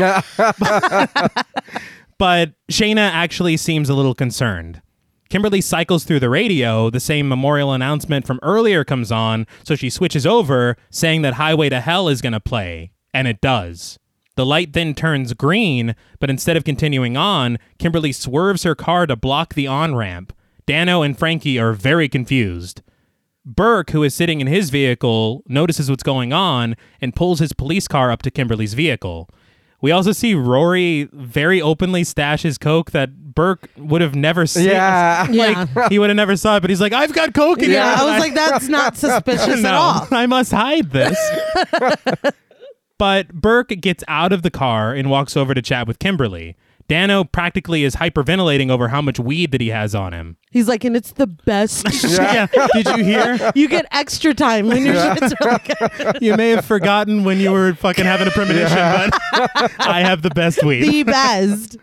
[SPEAKER 1] but Shayna actually seems a little concerned. Kimberly cycles through the radio. The same memorial announcement from earlier comes on, so she switches over, saying that Highway to Hell is going to play, and it does. The light then turns green, but instead of continuing on, Kimberly swerves her car to block the on ramp. Dano and Frankie are very confused. Burke, who is sitting in his vehicle, notices what's going on and pulls his police car up to Kimberly's vehicle. We also see Rory very openly stash his coke that Burke would have never seen.
[SPEAKER 3] Yeah.
[SPEAKER 2] Yeah.
[SPEAKER 1] Like, he would have never saw it, but he's like, I've got coke in
[SPEAKER 2] Yeah.
[SPEAKER 1] here.
[SPEAKER 2] I was like, that's not suspicious at
[SPEAKER 1] No,
[SPEAKER 2] all.
[SPEAKER 1] I must hide this. but Burke gets out of the car and walks over to chat with Kimberly. Dano practically is hyperventilating over how much weed that he has on him.
[SPEAKER 2] He's like, and it's the best.
[SPEAKER 1] Yeah. Did you hear?
[SPEAKER 2] you get extra time when your shit's really good.
[SPEAKER 1] You may have forgotten when you were fucking having a premonition, but I have the best weed.
[SPEAKER 2] the best.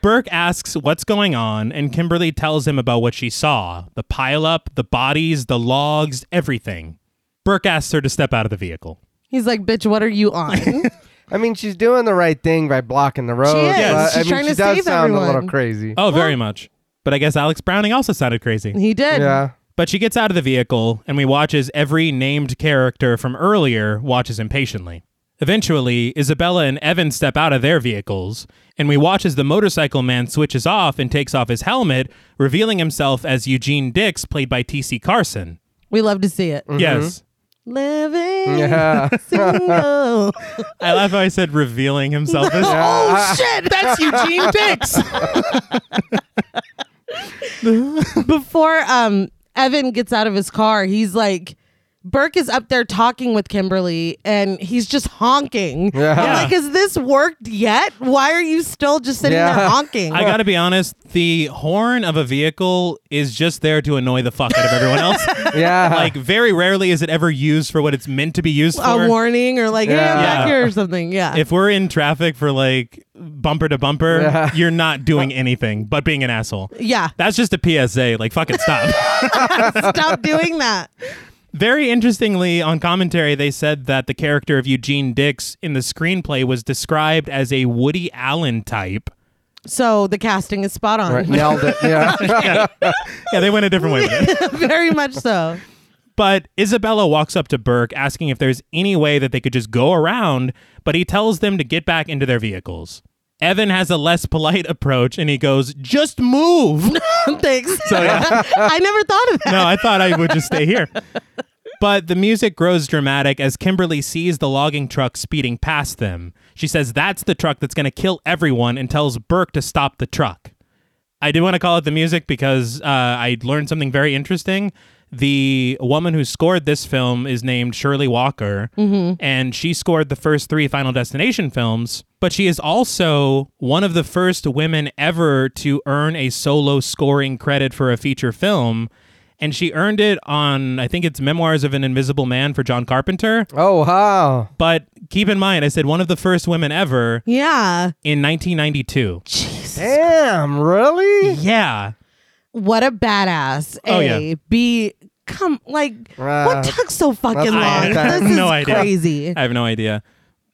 [SPEAKER 1] Burke asks what's going on, and Kimberly tells him about what she saw the pileup, the bodies, the logs, everything. Burke asks her to step out of the vehicle.
[SPEAKER 2] He's like, bitch, what are you on?
[SPEAKER 3] I mean, she's doing the right thing by blocking the road.
[SPEAKER 2] is.
[SPEAKER 3] but,
[SPEAKER 2] She's
[SPEAKER 3] I mean,
[SPEAKER 2] trying
[SPEAKER 3] she
[SPEAKER 2] to
[SPEAKER 3] does
[SPEAKER 2] save
[SPEAKER 3] sound a
[SPEAKER 2] everyone.
[SPEAKER 3] little crazy.
[SPEAKER 1] Oh, very much. But I guess Alex Browning also sounded crazy.
[SPEAKER 2] he did.
[SPEAKER 3] Yeah.
[SPEAKER 1] But she gets out of the vehicle, and we watch as every named character from earlier watches impatiently. Eventually, Isabella and Evan step out of their vehicles, and we watch as the motorcycle man switches off and takes off his helmet, revealing himself as Eugene Dix, played by T.C. Carson.
[SPEAKER 2] We love to see it.
[SPEAKER 1] Yes.
[SPEAKER 2] Living
[SPEAKER 3] Mm. Yeah.
[SPEAKER 2] single.
[SPEAKER 1] I love how I said revealing himself as.
[SPEAKER 2] oh, shit.
[SPEAKER 1] That's Eugene Dix!
[SPEAKER 2] before um Evan gets out of his car, he's like Burke is up there talking with Kimberly and he's just honking.
[SPEAKER 3] Yeah.
[SPEAKER 2] I'm like, has this worked yet? Why are you still just sitting there
[SPEAKER 3] Yeah.
[SPEAKER 2] honking?
[SPEAKER 1] I gotta be honest, the horn of a vehicle is just there to annoy the fuck out of everyone else.
[SPEAKER 3] Yeah.
[SPEAKER 1] like very rarely is it ever used for what it's meant to be used for.
[SPEAKER 2] a warning or like, hey, I'm
[SPEAKER 3] Yeah.
[SPEAKER 2] back
[SPEAKER 1] Yeah.
[SPEAKER 2] here or something. Yeah.
[SPEAKER 1] if we're in traffic for like bumper to bumper,
[SPEAKER 3] Yeah.
[SPEAKER 1] you're not doing anything but being an asshole.
[SPEAKER 2] yeah.
[SPEAKER 1] That's just a PSA. Like fucking stop.
[SPEAKER 2] Stop doing that.
[SPEAKER 1] very interestingly, on commentary, they said that the character of Eugene Dix in the screenplay was described as a Woody Allen type.
[SPEAKER 2] So the casting is spot on.
[SPEAKER 3] Right, nailed it. Yeah.
[SPEAKER 1] Yeah, they went a different way with it.
[SPEAKER 2] Very much so.
[SPEAKER 1] But Isabella walks up to Burke asking if there's any way that they could just go around, but he tells them to get back into their vehicles. Evan has a less polite approach and he goes, Just move.
[SPEAKER 2] Thanks.
[SPEAKER 1] So, yeah.
[SPEAKER 2] I never thought of that.
[SPEAKER 1] no, I thought I would just stay here. But the music grows dramatic as Kimberly sees the logging truck speeding past them. She says that's the truck that's going to kill everyone and tells Burke to stop the truck. I do want to call it the music because uh, I learned something very interesting. The woman who scored this film is named Shirley Walker, and she scored the first three Final Destination films. But she is also one of the first women ever to earn a solo scoring credit for a feature film. And she earned it on, I think it's Memoirs of an Invisible Man for John Carpenter.
[SPEAKER 3] Oh wow.
[SPEAKER 1] But keep in mind, I said one of the first women ever
[SPEAKER 2] Yeah.
[SPEAKER 1] in 1992.
[SPEAKER 3] Damn. Really?
[SPEAKER 1] Yeah.
[SPEAKER 2] What a badass. A.
[SPEAKER 1] Oh, yeah.
[SPEAKER 2] B. Come, like,
[SPEAKER 3] Uh,
[SPEAKER 2] what took so fucking
[SPEAKER 3] that's-
[SPEAKER 2] long?
[SPEAKER 3] I have
[SPEAKER 2] This is
[SPEAKER 1] no idea.
[SPEAKER 2] crazy.
[SPEAKER 1] I have no idea.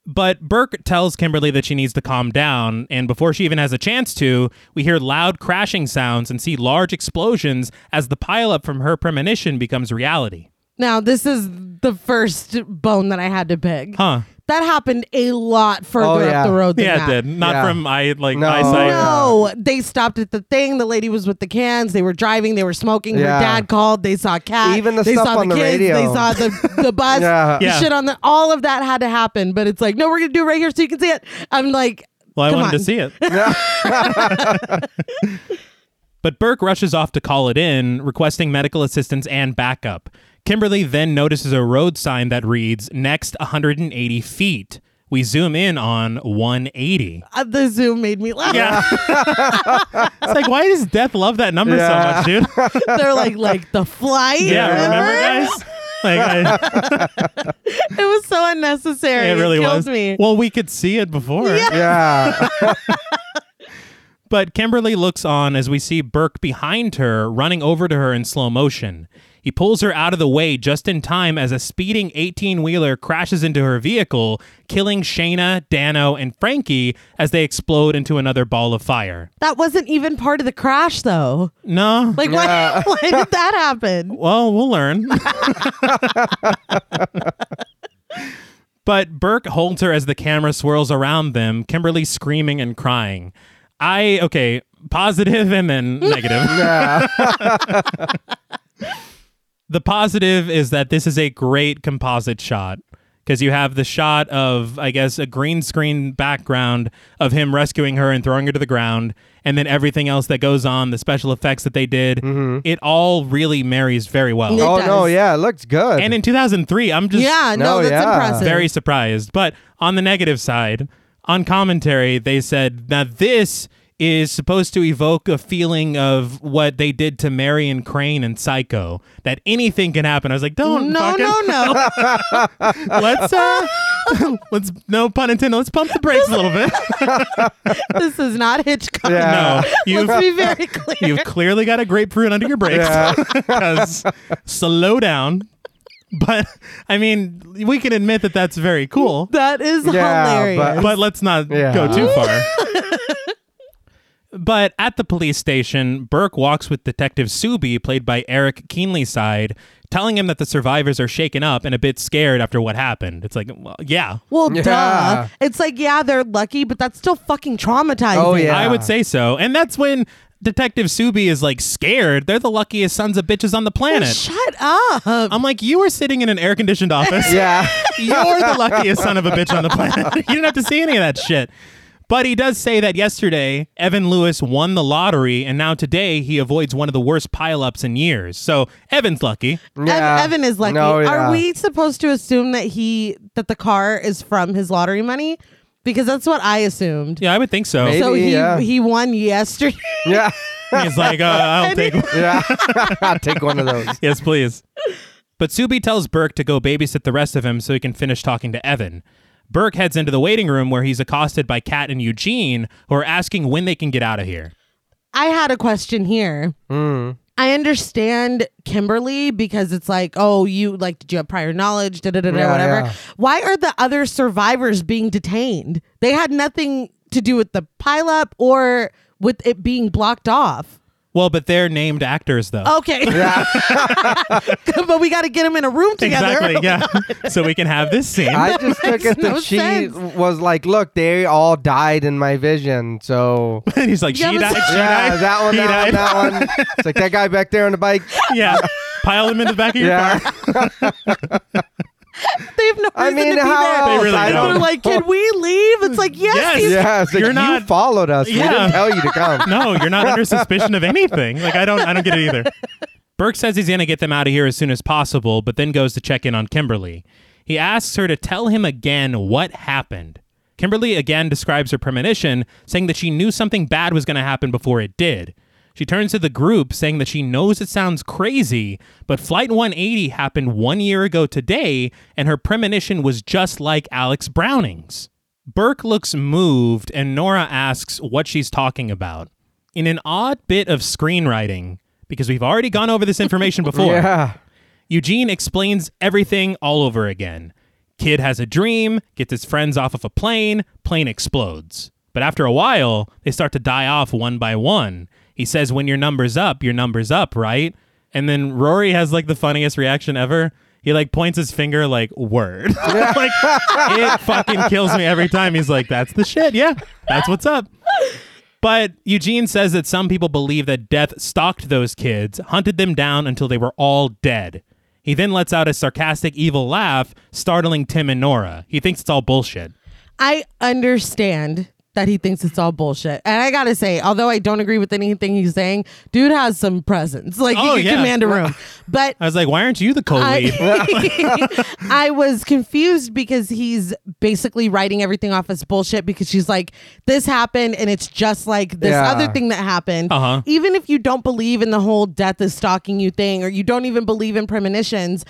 [SPEAKER 1] But Burke tells Kimberly that she needs to calm down, and before she even has a chance to, we hear loud crashing sounds and see large explosions as the pileup from her premonition becomes reality.
[SPEAKER 2] Now, this is the first bone that I had to pick.
[SPEAKER 1] Huh.
[SPEAKER 2] That happened a lot further
[SPEAKER 3] Oh, yeah. Oh,
[SPEAKER 2] up the road than
[SPEAKER 1] Yeah,
[SPEAKER 2] that.
[SPEAKER 1] it did. Not
[SPEAKER 3] Yeah.
[SPEAKER 1] from eye like
[SPEAKER 3] No.
[SPEAKER 1] eyesight.
[SPEAKER 2] No, they stopped at the thing. The lady was with the cans. They were driving. They were smoking. Her
[SPEAKER 3] Yeah.
[SPEAKER 2] dad called. They saw cat.
[SPEAKER 3] Even the
[SPEAKER 2] they
[SPEAKER 3] stuff
[SPEAKER 2] saw
[SPEAKER 3] on the
[SPEAKER 2] kids. They
[SPEAKER 3] radio.
[SPEAKER 2] saw the, the bus.
[SPEAKER 3] Yeah.
[SPEAKER 2] The
[SPEAKER 1] Yeah.
[SPEAKER 2] shit on the. All of that had to happen. But it's like, no, we're gonna do it right here so you can see it. I'm like,
[SPEAKER 1] Well, I
[SPEAKER 2] Come
[SPEAKER 1] wanted to
[SPEAKER 2] on.
[SPEAKER 1] see it. but Burke rushes off to call it in, requesting medical assistance and backup. Kimberly then notices a road sign that reads, Next 180 feet. We zoom in on 180.
[SPEAKER 2] uh, the Zoom made me laugh.
[SPEAKER 1] it's like, why does Death love that number
[SPEAKER 3] Yeah.
[SPEAKER 1] so much, dude?
[SPEAKER 2] They're like, like the flight.
[SPEAKER 1] yeah, remember, guys? Like, I,
[SPEAKER 2] It was so unnecessary.
[SPEAKER 1] it really
[SPEAKER 2] killed
[SPEAKER 1] was.
[SPEAKER 2] me.
[SPEAKER 1] Well, we could see it before.
[SPEAKER 3] Yeah.
[SPEAKER 1] But Kimberly looks on as we see Burke behind her running over to her in slow motion. He pulls her out of the way just in time as a speeding 18 wheeler crashes into her vehicle, killing Shayna, Dano, and Frankie as they explode into another ball of fire.
[SPEAKER 2] that wasn't even part of the crash, though.
[SPEAKER 1] No.
[SPEAKER 2] Like, why, why did that happen?
[SPEAKER 1] well, we'll learn. but Burke holds her as the camera swirls around them, Kimberly screaming and crying. I, okay, positive and then negative.
[SPEAKER 3] Yeah.
[SPEAKER 1] the positive is that this is a great composite shot because you have the shot of i guess a green screen background of him rescuing her and throwing her to the ground and then everything else that goes on the special effects that they did it all really marries very well
[SPEAKER 2] Yeah.
[SPEAKER 3] oh Mm-hmm. no.
[SPEAKER 2] does.
[SPEAKER 3] Yeah. It looks good.
[SPEAKER 1] and in 2003 i'm just
[SPEAKER 2] Yeah, no,
[SPEAKER 3] No,
[SPEAKER 2] that's
[SPEAKER 3] yeah.
[SPEAKER 2] impressive.
[SPEAKER 1] very surprised but on the negative side on commentary, they said, now this is supposed to evoke a feeling of what they did to Marion Crane and Psycho, that anything can happen. I was like, don't
[SPEAKER 2] No,
[SPEAKER 1] fucking,
[SPEAKER 2] no, no.
[SPEAKER 1] let's, uh, let's, no pun intended, let's pump the brakes a little bit.
[SPEAKER 2] this is not Hitchcock.
[SPEAKER 1] no,
[SPEAKER 3] Yeah.
[SPEAKER 1] you've,
[SPEAKER 2] Let's be very clear.
[SPEAKER 1] you've clearly got a grapefruit under your brakes. 'Cause slow down. But I mean, we can admit that that's very cool.
[SPEAKER 2] that is
[SPEAKER 3] Yeah,
[SPEAKER 2] hilarious.
[SPEAKER 3] but-
[SPEAKER 1] but let's not
[SPEAKER 3] Yeah.
[SPEAKER 1] go too far. but at the police station, Burke walks with Detective Subi, played by Eric Keenleyside, telling him that the survivors are shaken up and a bit scared after what happened. It's like, well, yeah,
[SPEAKER 2] well,
[SPEAKER 3] Yeah.
[SPEAKER 2] duh. It's like, yeah, they're lucky, but that's still fucking traumatizing.
[SPEAKER 3] Oh, yeah.
[SPEAKER 1] I would say so. And that's when Detective Subi is like scared. They're the luckiest sons of bitches on the planet.
[SPEAKER 2] Shut up.
[SPEAKER 1] I'm like, you were sitting in an air conditioned office.
[SPEAKER 3] Yeah.
[SPEAKER 1] You're the luckiest son of a bitch on the planet. you didn't have to see any of that shit. But he does say that yesterday, Evan Lewis won the lottery, and now today he avoids one of the worst pileups in years. So Evan's lucky.
[SPEAKER 3] Yeah.
[SPEAKER 2] Ev- Evan is lucky.
[SPEAKER 3] No, yeah.
[SPEAKER 2] Are we supposed to assume that he that the car is from his lottery money? Because that's what I assumed.
[SPEAKER 1] Yeah, I would think so.
[SPEAKER 3] Maybe.
[SPEAKER 2] so he
[SPEAKER 3] yeah.
[SPEAKER 2] he won yesterday.
[SPEAKER 3] Yeah.
[SPEAKER 1] He's like, uh, I'll take one.
[SPEAKER 3] Yeah. I'll take one of those.
[SPEAKER 1] Yes, please. But Subi tells Burke to go babysit the rest of him so he can finish talking to Evan. Burke heads into the waiting room where he's accosted by Kat and Eugene, who are asking when they can get out of here.
[SPEAKER 2] I had a question here.
[SPEAKER 3] Hmm.
[SPEAKER 2] I understand Kimberly because it's like, oh, you like, did you have prior knowledge? Da da da da,
[SPEAKER 3] Yeah,
[SPEAKER 2] whatever.
[SPEAKER 3] yeah.
[SPEAKER 2] Why are the other survivors being detained? They had nothing to do with the pileup or with it being blocked off.
[SPEAKER 1] Well, but they're named actors,
[SPEAKER 3] Oh,
[SPEAKER 1] though.
[SPEAKER 2] Okay. but we got to get them in a room together.
[SPEAKER 1] exactly. Yeah. so we can have this scene.
[SPEAKER 3] Oh I just
[SPEAKER 2] makes
[SPEAKER 3] took it that
[SPEAKER 2] no
[SPEAKER 3] she
[SPEAKER 2] sense.
[SPEAKER 3] was like, look, they all died in my vision. So
[SPEAKER 1] and he's like, she
[SPEAKER 2] Yeah, but-
[SPEAKER 1] died, she
[SPEAKER 3] yeah,
[SPEAKER 1] died,
[SPEAKER 3] that one,
[SPEAKER 1] he
[SPEAKER 3] that
[SPEAKER 1] died.
[SPEAKER 3] one, that one. It's like that guy back there on the bike.
[SPEAKER 1] yeah. Pile him in the back of your
[SPEAKER 3] Yeah.
[SPEAKER 1] car.
[SPEAKER 2] They have no reason
[SPEAKER 3] I mean,
[SPEAKER 2] to be
[SPEAKER 3] how
[SPEAKER 2] there.
[SPEAKER 1] They
[SPEAKER 3] else?
[SPEAKER 1] really
[SPEAKER 3] I
[SPEAKER 1] don't.
[SPEAKER 2] They're
[SPEAKER 3] don't.
[SPEAKER 2] like, can we leave? It's like, yes.
[SPEAKER 1] Yes.
[SPEAKER 2] he's-
[SPEAKER 3] Yeah, it's like,
[SPEAKER 1] You're
[SPEAKER 3] you
[SPEAKER 1] not-
[SPEAKER 3] followed us. We
[SPEAKER 1] Yeah.
[SPEAKER 3] didn't tell you to come.
[SPEAKER 1] No, you're not under suspicion of anything. Like I don't I don't get it either. Burke says he's gonna get them out of here as soon as possible, but then goes to check in on Kimberly. He asks her to tell him again what happened. Kimberly again describes her premonition, saying that she knew something bad was gonna happen before it did. She turns to the group saying that she knows it sounds crazy, but Flight 180 happened one year ago today, and her premonition was just like Alex Browning's. Burke looks moved, and Nora asks what she's talking about. In an odd bit of screenwriting, because we've already gone over this information before,
[SPEAKER 3] Yeah.
[SPEAKER 1] Eugene explains everything all over again. Kid has a dream, gets his friends off of a plane, plane explodes. But after a while, they start to die off one by one. He says, When your number's up, your number's up, right? And then Rory has like the funniest reaction ever. He like points his finger like word. like it fucking kills me every time. He's like, That's the shit. Yeah. That's what's up. But Eugene says that some people believe that death stalked those kids, hunted them down until they were all dead. He then lets out a sarcastic, evil laugh, startling Tim and Nora. He thinks it's all bullshit.
[SPEAKER 2] I understand that he thinks it's all bullshit. And I gotta say, although I don't agree with anything he's saying, dude has some presence. Like
[SPEAKER 1] Oh,
[SPEAKER 2] he can
[SPEAKER 1] yeah.
[SPEAKER 2] command a room. But
[SPEAKER 1] I was like, why aren't you the co lead?
[SPEAKER 2] I, I was confused because he's basically writing everything off as bullshit because she's like, this happened and it's just like this
[SPEAKER 3] Yeah.
[SPEAKER 2] other thing that happened.
[SPEAKER 1] Uh-huh.
[SPEAKER 2] Even if you don't believe in the whole death is stalking you thing or you don't even believe in premonitions,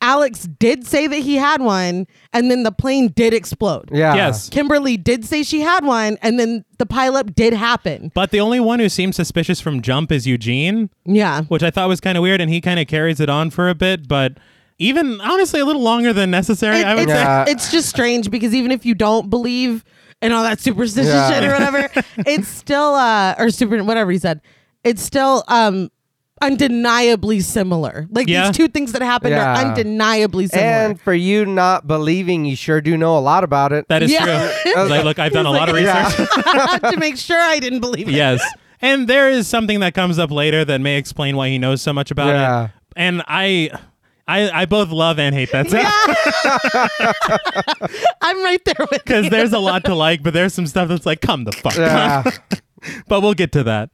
[SPEAKER 2] Alex did say that he had one and then the plane did explode.
[SPEAKER 3] Yeah.
[SPEAKER 1] Yes.
[SPEAKER 2] Kimberly did say she had one and then the pileup did happen.
[SPEAKER 1] But the only one who seems suspicious from jump is Eugene,
[SPEAKER 2] Yeah.
[SPEAKER 1] which I thought was kind of weird, and he kind of carries it on for a bit, but even honestly a little longer than necessary,
[SPEAKER 2] It-
[SPEAKER 1] I would
[SPEAKER 2] it's,
[SPEAKER 1] say.
[SPEAKER 3] Yeah.
[SPEAKER 2] it's just strange because even if you don't believe in all that superstitious
[SPEAKER 3] Yeah.
[SPEAKER 2] shit or whatever, it's still uh or super whatever he said, it's still um undeniably similar. Like
[SPEAKER 1] Yeah.
[SPEAKER 2] these two things that happened
[SPEAKER 3] Yeah.
[SPEAKER 2] are undeniably similar.
[SPEAKER 3] And for you not believing, you sure do know a lot about it.
[SPEAKER 1] That is
[SPEAKER 2] Yeah.
[SPEAKER 1] true. I was like, look, I've done a lot of research.
[SPEAKER 3] yeah.
[SPEAKER 2] to make sure I didn't believe it.
[SPEAKER 1] yes. And there is something that comes up later that may explain why he knows so much about
[SPEAKER 3] Yeah.
[SPEAKER 1] it. And I, I, I both love and hate that stuff
[SPEAKER 2] I'm right there with
[SPEAKER 1] because there's a lot to like, but there's some stuff that's like, come the fuck.
[SPEAKER 3] Yeah.
[SPEAKER 1] but we'll get to that.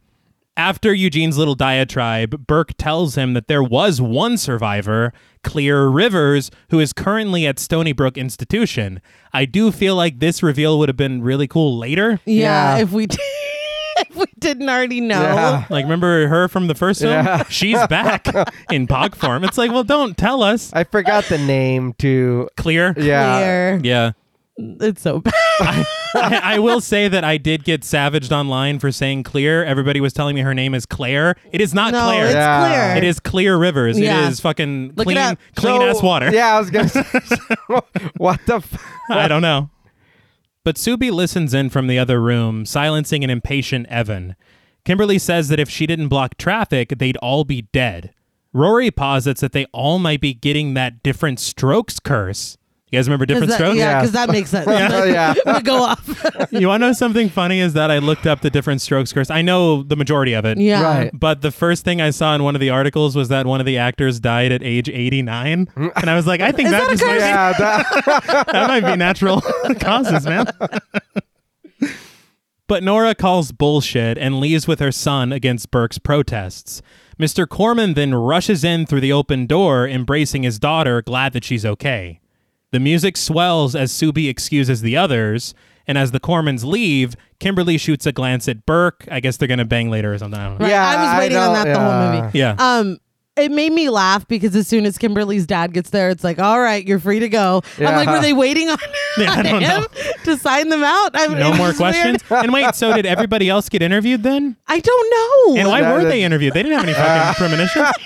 [SPEAKER 1] After Eugene's little diatribe, Burke tells him that there was one survivor, Clear Rivers, who is currently at Stony Brook Institution. I do feel like this reveal would have been really cool later.
[SPEAKER 2] Yeah,
[SPEAKER 3] Yeah.
[SPEAKER 2] if we did, if we didn't already know.
[SPEAKER 3] Yeah.
[SPEAKER 1] Like, remember her from the first film?
[SPEAKER 3] Yeah.
[SPEAKER 1] She's back in pog form. It's like, well, don't tell us.
[SPEAKER 3] I forgot the name too.
[SPEAKER 1] Clear.
[SPEAKER 3] Yeah.
[SPEAKER 2] Clear.
[SPEAKER 1] Yeah.
[SPEAKER 2] It's so bad.
[SPEAKER 1] I, I will say that I did get savaged online for saying clear. Everybody was telling me her name is Claire. It is not
[SPEAKER 2] no,
[SPEAKER 1] Claire.
[SPEAKER 2] it's
[SPEAKER 3] Yeah.
[SPEAKER 2] clear.
[SPEAKER 1] It is clear rivers.
[SPEAKER 2] Yeah.
[SPEAKER 1] It is fucking
[SPEAKER 2] Look it
[SPEAKER 1] clean,
[SPEAKER 2] up.
[SPEAKER 1] clean
[SPEAKER 3] So-
[SPEAKER 1] ass water.
[SPEAKER 3] Yeah, I was gonna. Say, what the? F-
[SPEAKER 1] I don't know. But Subi listens in from the other room, silencing an impatient Evan. Kimberly says that if she didn't block traffic, they'd all be dead. Rory posits that they all might be getting that different strokes curse. You guys remember
[SPEAKER 2] 'Cause
[SPEAKER 1] different
[SPEAKER 2] that-
[SPEAKER 1] strokes?
[SPEAKER 2] Yeah,
[SPEAKER 3] Yeah.
[SPEAKER 2] because that makes sense.
[SPEAKER 3] Oh, yeah.
[SPEAKER 2] I'm gonna go off.
[SPEAKER 1] You want to know something funny? Is that I looked up the different strokes curse. I know the majority of it.
[SPEAKER 2] yeah.
[SPEAKER 3] Right.
[SPEAKER 1] But the first thing I saw in one of the articles was that one of the actors died at age 89. And I was like, I think
[SPEAKER 2] Is
[SPEAKER 1] that,
[SPEAKER 2] that a
[SPEAKER 1] just might be-
[SPEAKER 3] yeah, that,
[SPEAKER 1] that might be natural causes, man. but Nora calls bullshit and leaves with her son against Burke's protests. Mr. Corman then rushes in through the open door, embracing his daughter, glad that she's okay. The music swells as Subi excuses the others, and as the Cormans leave, Kimberly shoots a glance at Burke. I guess they're gonna bang later or something. I don't know.
[SPEAKER 2] Right.
[SPEAKER 3] Yeah,
[SPEAKER 2] I was
[SPEAKER 3] I
[SPEAKER 2] waiting on
[SPEAKER 3] don't-
[SPEAKER 2] that the whole
[SPEAKER 3] yeah.
[SPEAKER 2] movie.
[SPEAKER 1] Yeah.
[SPEAKER 2] Um, it made me laugh because as soon as Kimberly's dad gets there, it's like, all right, you're free to go. I'm like,
[SPEAKER 3] Yeah.
[SPEAKER 2] were they waiting on,
[SPEAKER 1] Yeah, I
[SPEAKER 2] on
[SPEAKER 1] don't
[SPEAKER 2] him
[SPEAKER 1] know.
[SPEAKER 2] to sign them out? I, it
[SPEAKER 1] No
[SPEAKER 2] was
[SPEAKER 1] more
[SPEAKER 2] weird.
[SPEAKER 1] questions. And wait, so did everybody else get interviewed then?
[SPEAKER 2] I don't know.
[SPEAKER 1] And why
[SPEAKER 3] Yeah,
[SPEAKER 1] were
[SPEAKER 3] that-
[SPEAKER 1] they interviewed? They didn't have any fucking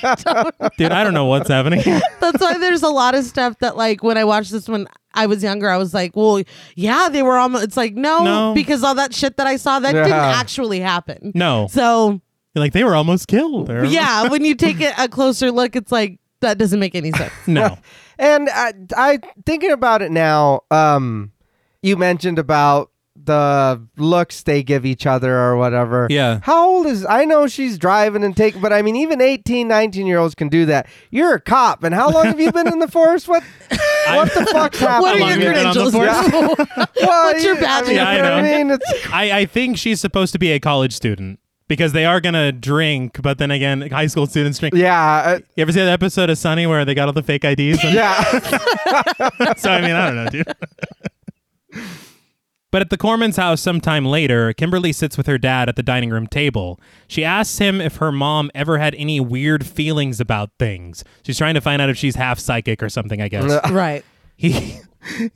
[SPEAKER 1] premonitions. Dude, I don't know what's happening.
[SPEAKER 2] That's why there's a lot of stuff that, like, when I watched this when I was younger, I was like, well, yeah, they were almost. It's like, no,
[SPEAKER 1] No.
[SPEAKER 2] because all that shit that I saw that didn't
[SPEAKER 3] Yeah.
[SPEAKER 2] actually happen.
[SPEAKER 1] No.
[SPEAKER 2] So
[SPEAKER 1] Like they were almost killed. or-
[SPEAKER 2] yeah, when you take it a closer look, it's like that doesn't make any sense.
[SPEAKER 1] No.
[SPEAKER 3] and I, I thinking about it now. Um, you mentioned about the looks they give each other or whatever.
[SPEAKER 1] Yeah.
[SPEAKER 3] How old is I know she's driving and taking but I mean even 18, 19 year olds can do that. You're a cop and how long have you been in the force? What what the fuck's
[SPEAKER 2] what
[SPEAKER 3] happening?
[SPEAKER 1] long
[SPEAKER 2] are
[SPEAKER 1] have
[SPEAKER 2] your
[SPEAKER 1] you been on the
[SPEAKER 2] credentials?
[SPEAKER 3] Well,
[SPEAKER 2] What's your
[SPEAKER 3] yeah,
[SPEAKER 2] badge
[SPEAKER 3] I mean,
[SPEAKER 1] Yeah, I
[SPEAKER 3] you what
[SPEAKER 1] know.
[SPEAKER 3] I mean, it's
[SPEAKER 1] I, I think she's supposed to be a college student because they are gonna drink, but then again, high school students drink.
[SPEAKER 3] yeah, uh,
[SPEAKER 1] You ever see that episode of Sunny where they got all the fake IDs? And-
[SPEAKER 3] yeah.
[SPEAKER 1] so I mean, I don't know, dude. But at the Corman's house sometime later, Kimberly sits with her dad at the dining room table. She asks him if her mom ever had any weird feelings about things. She's trying to find out if she's half psychic or something, I guess.
[SPEAKER 2] right.
[SPEAKER 1] He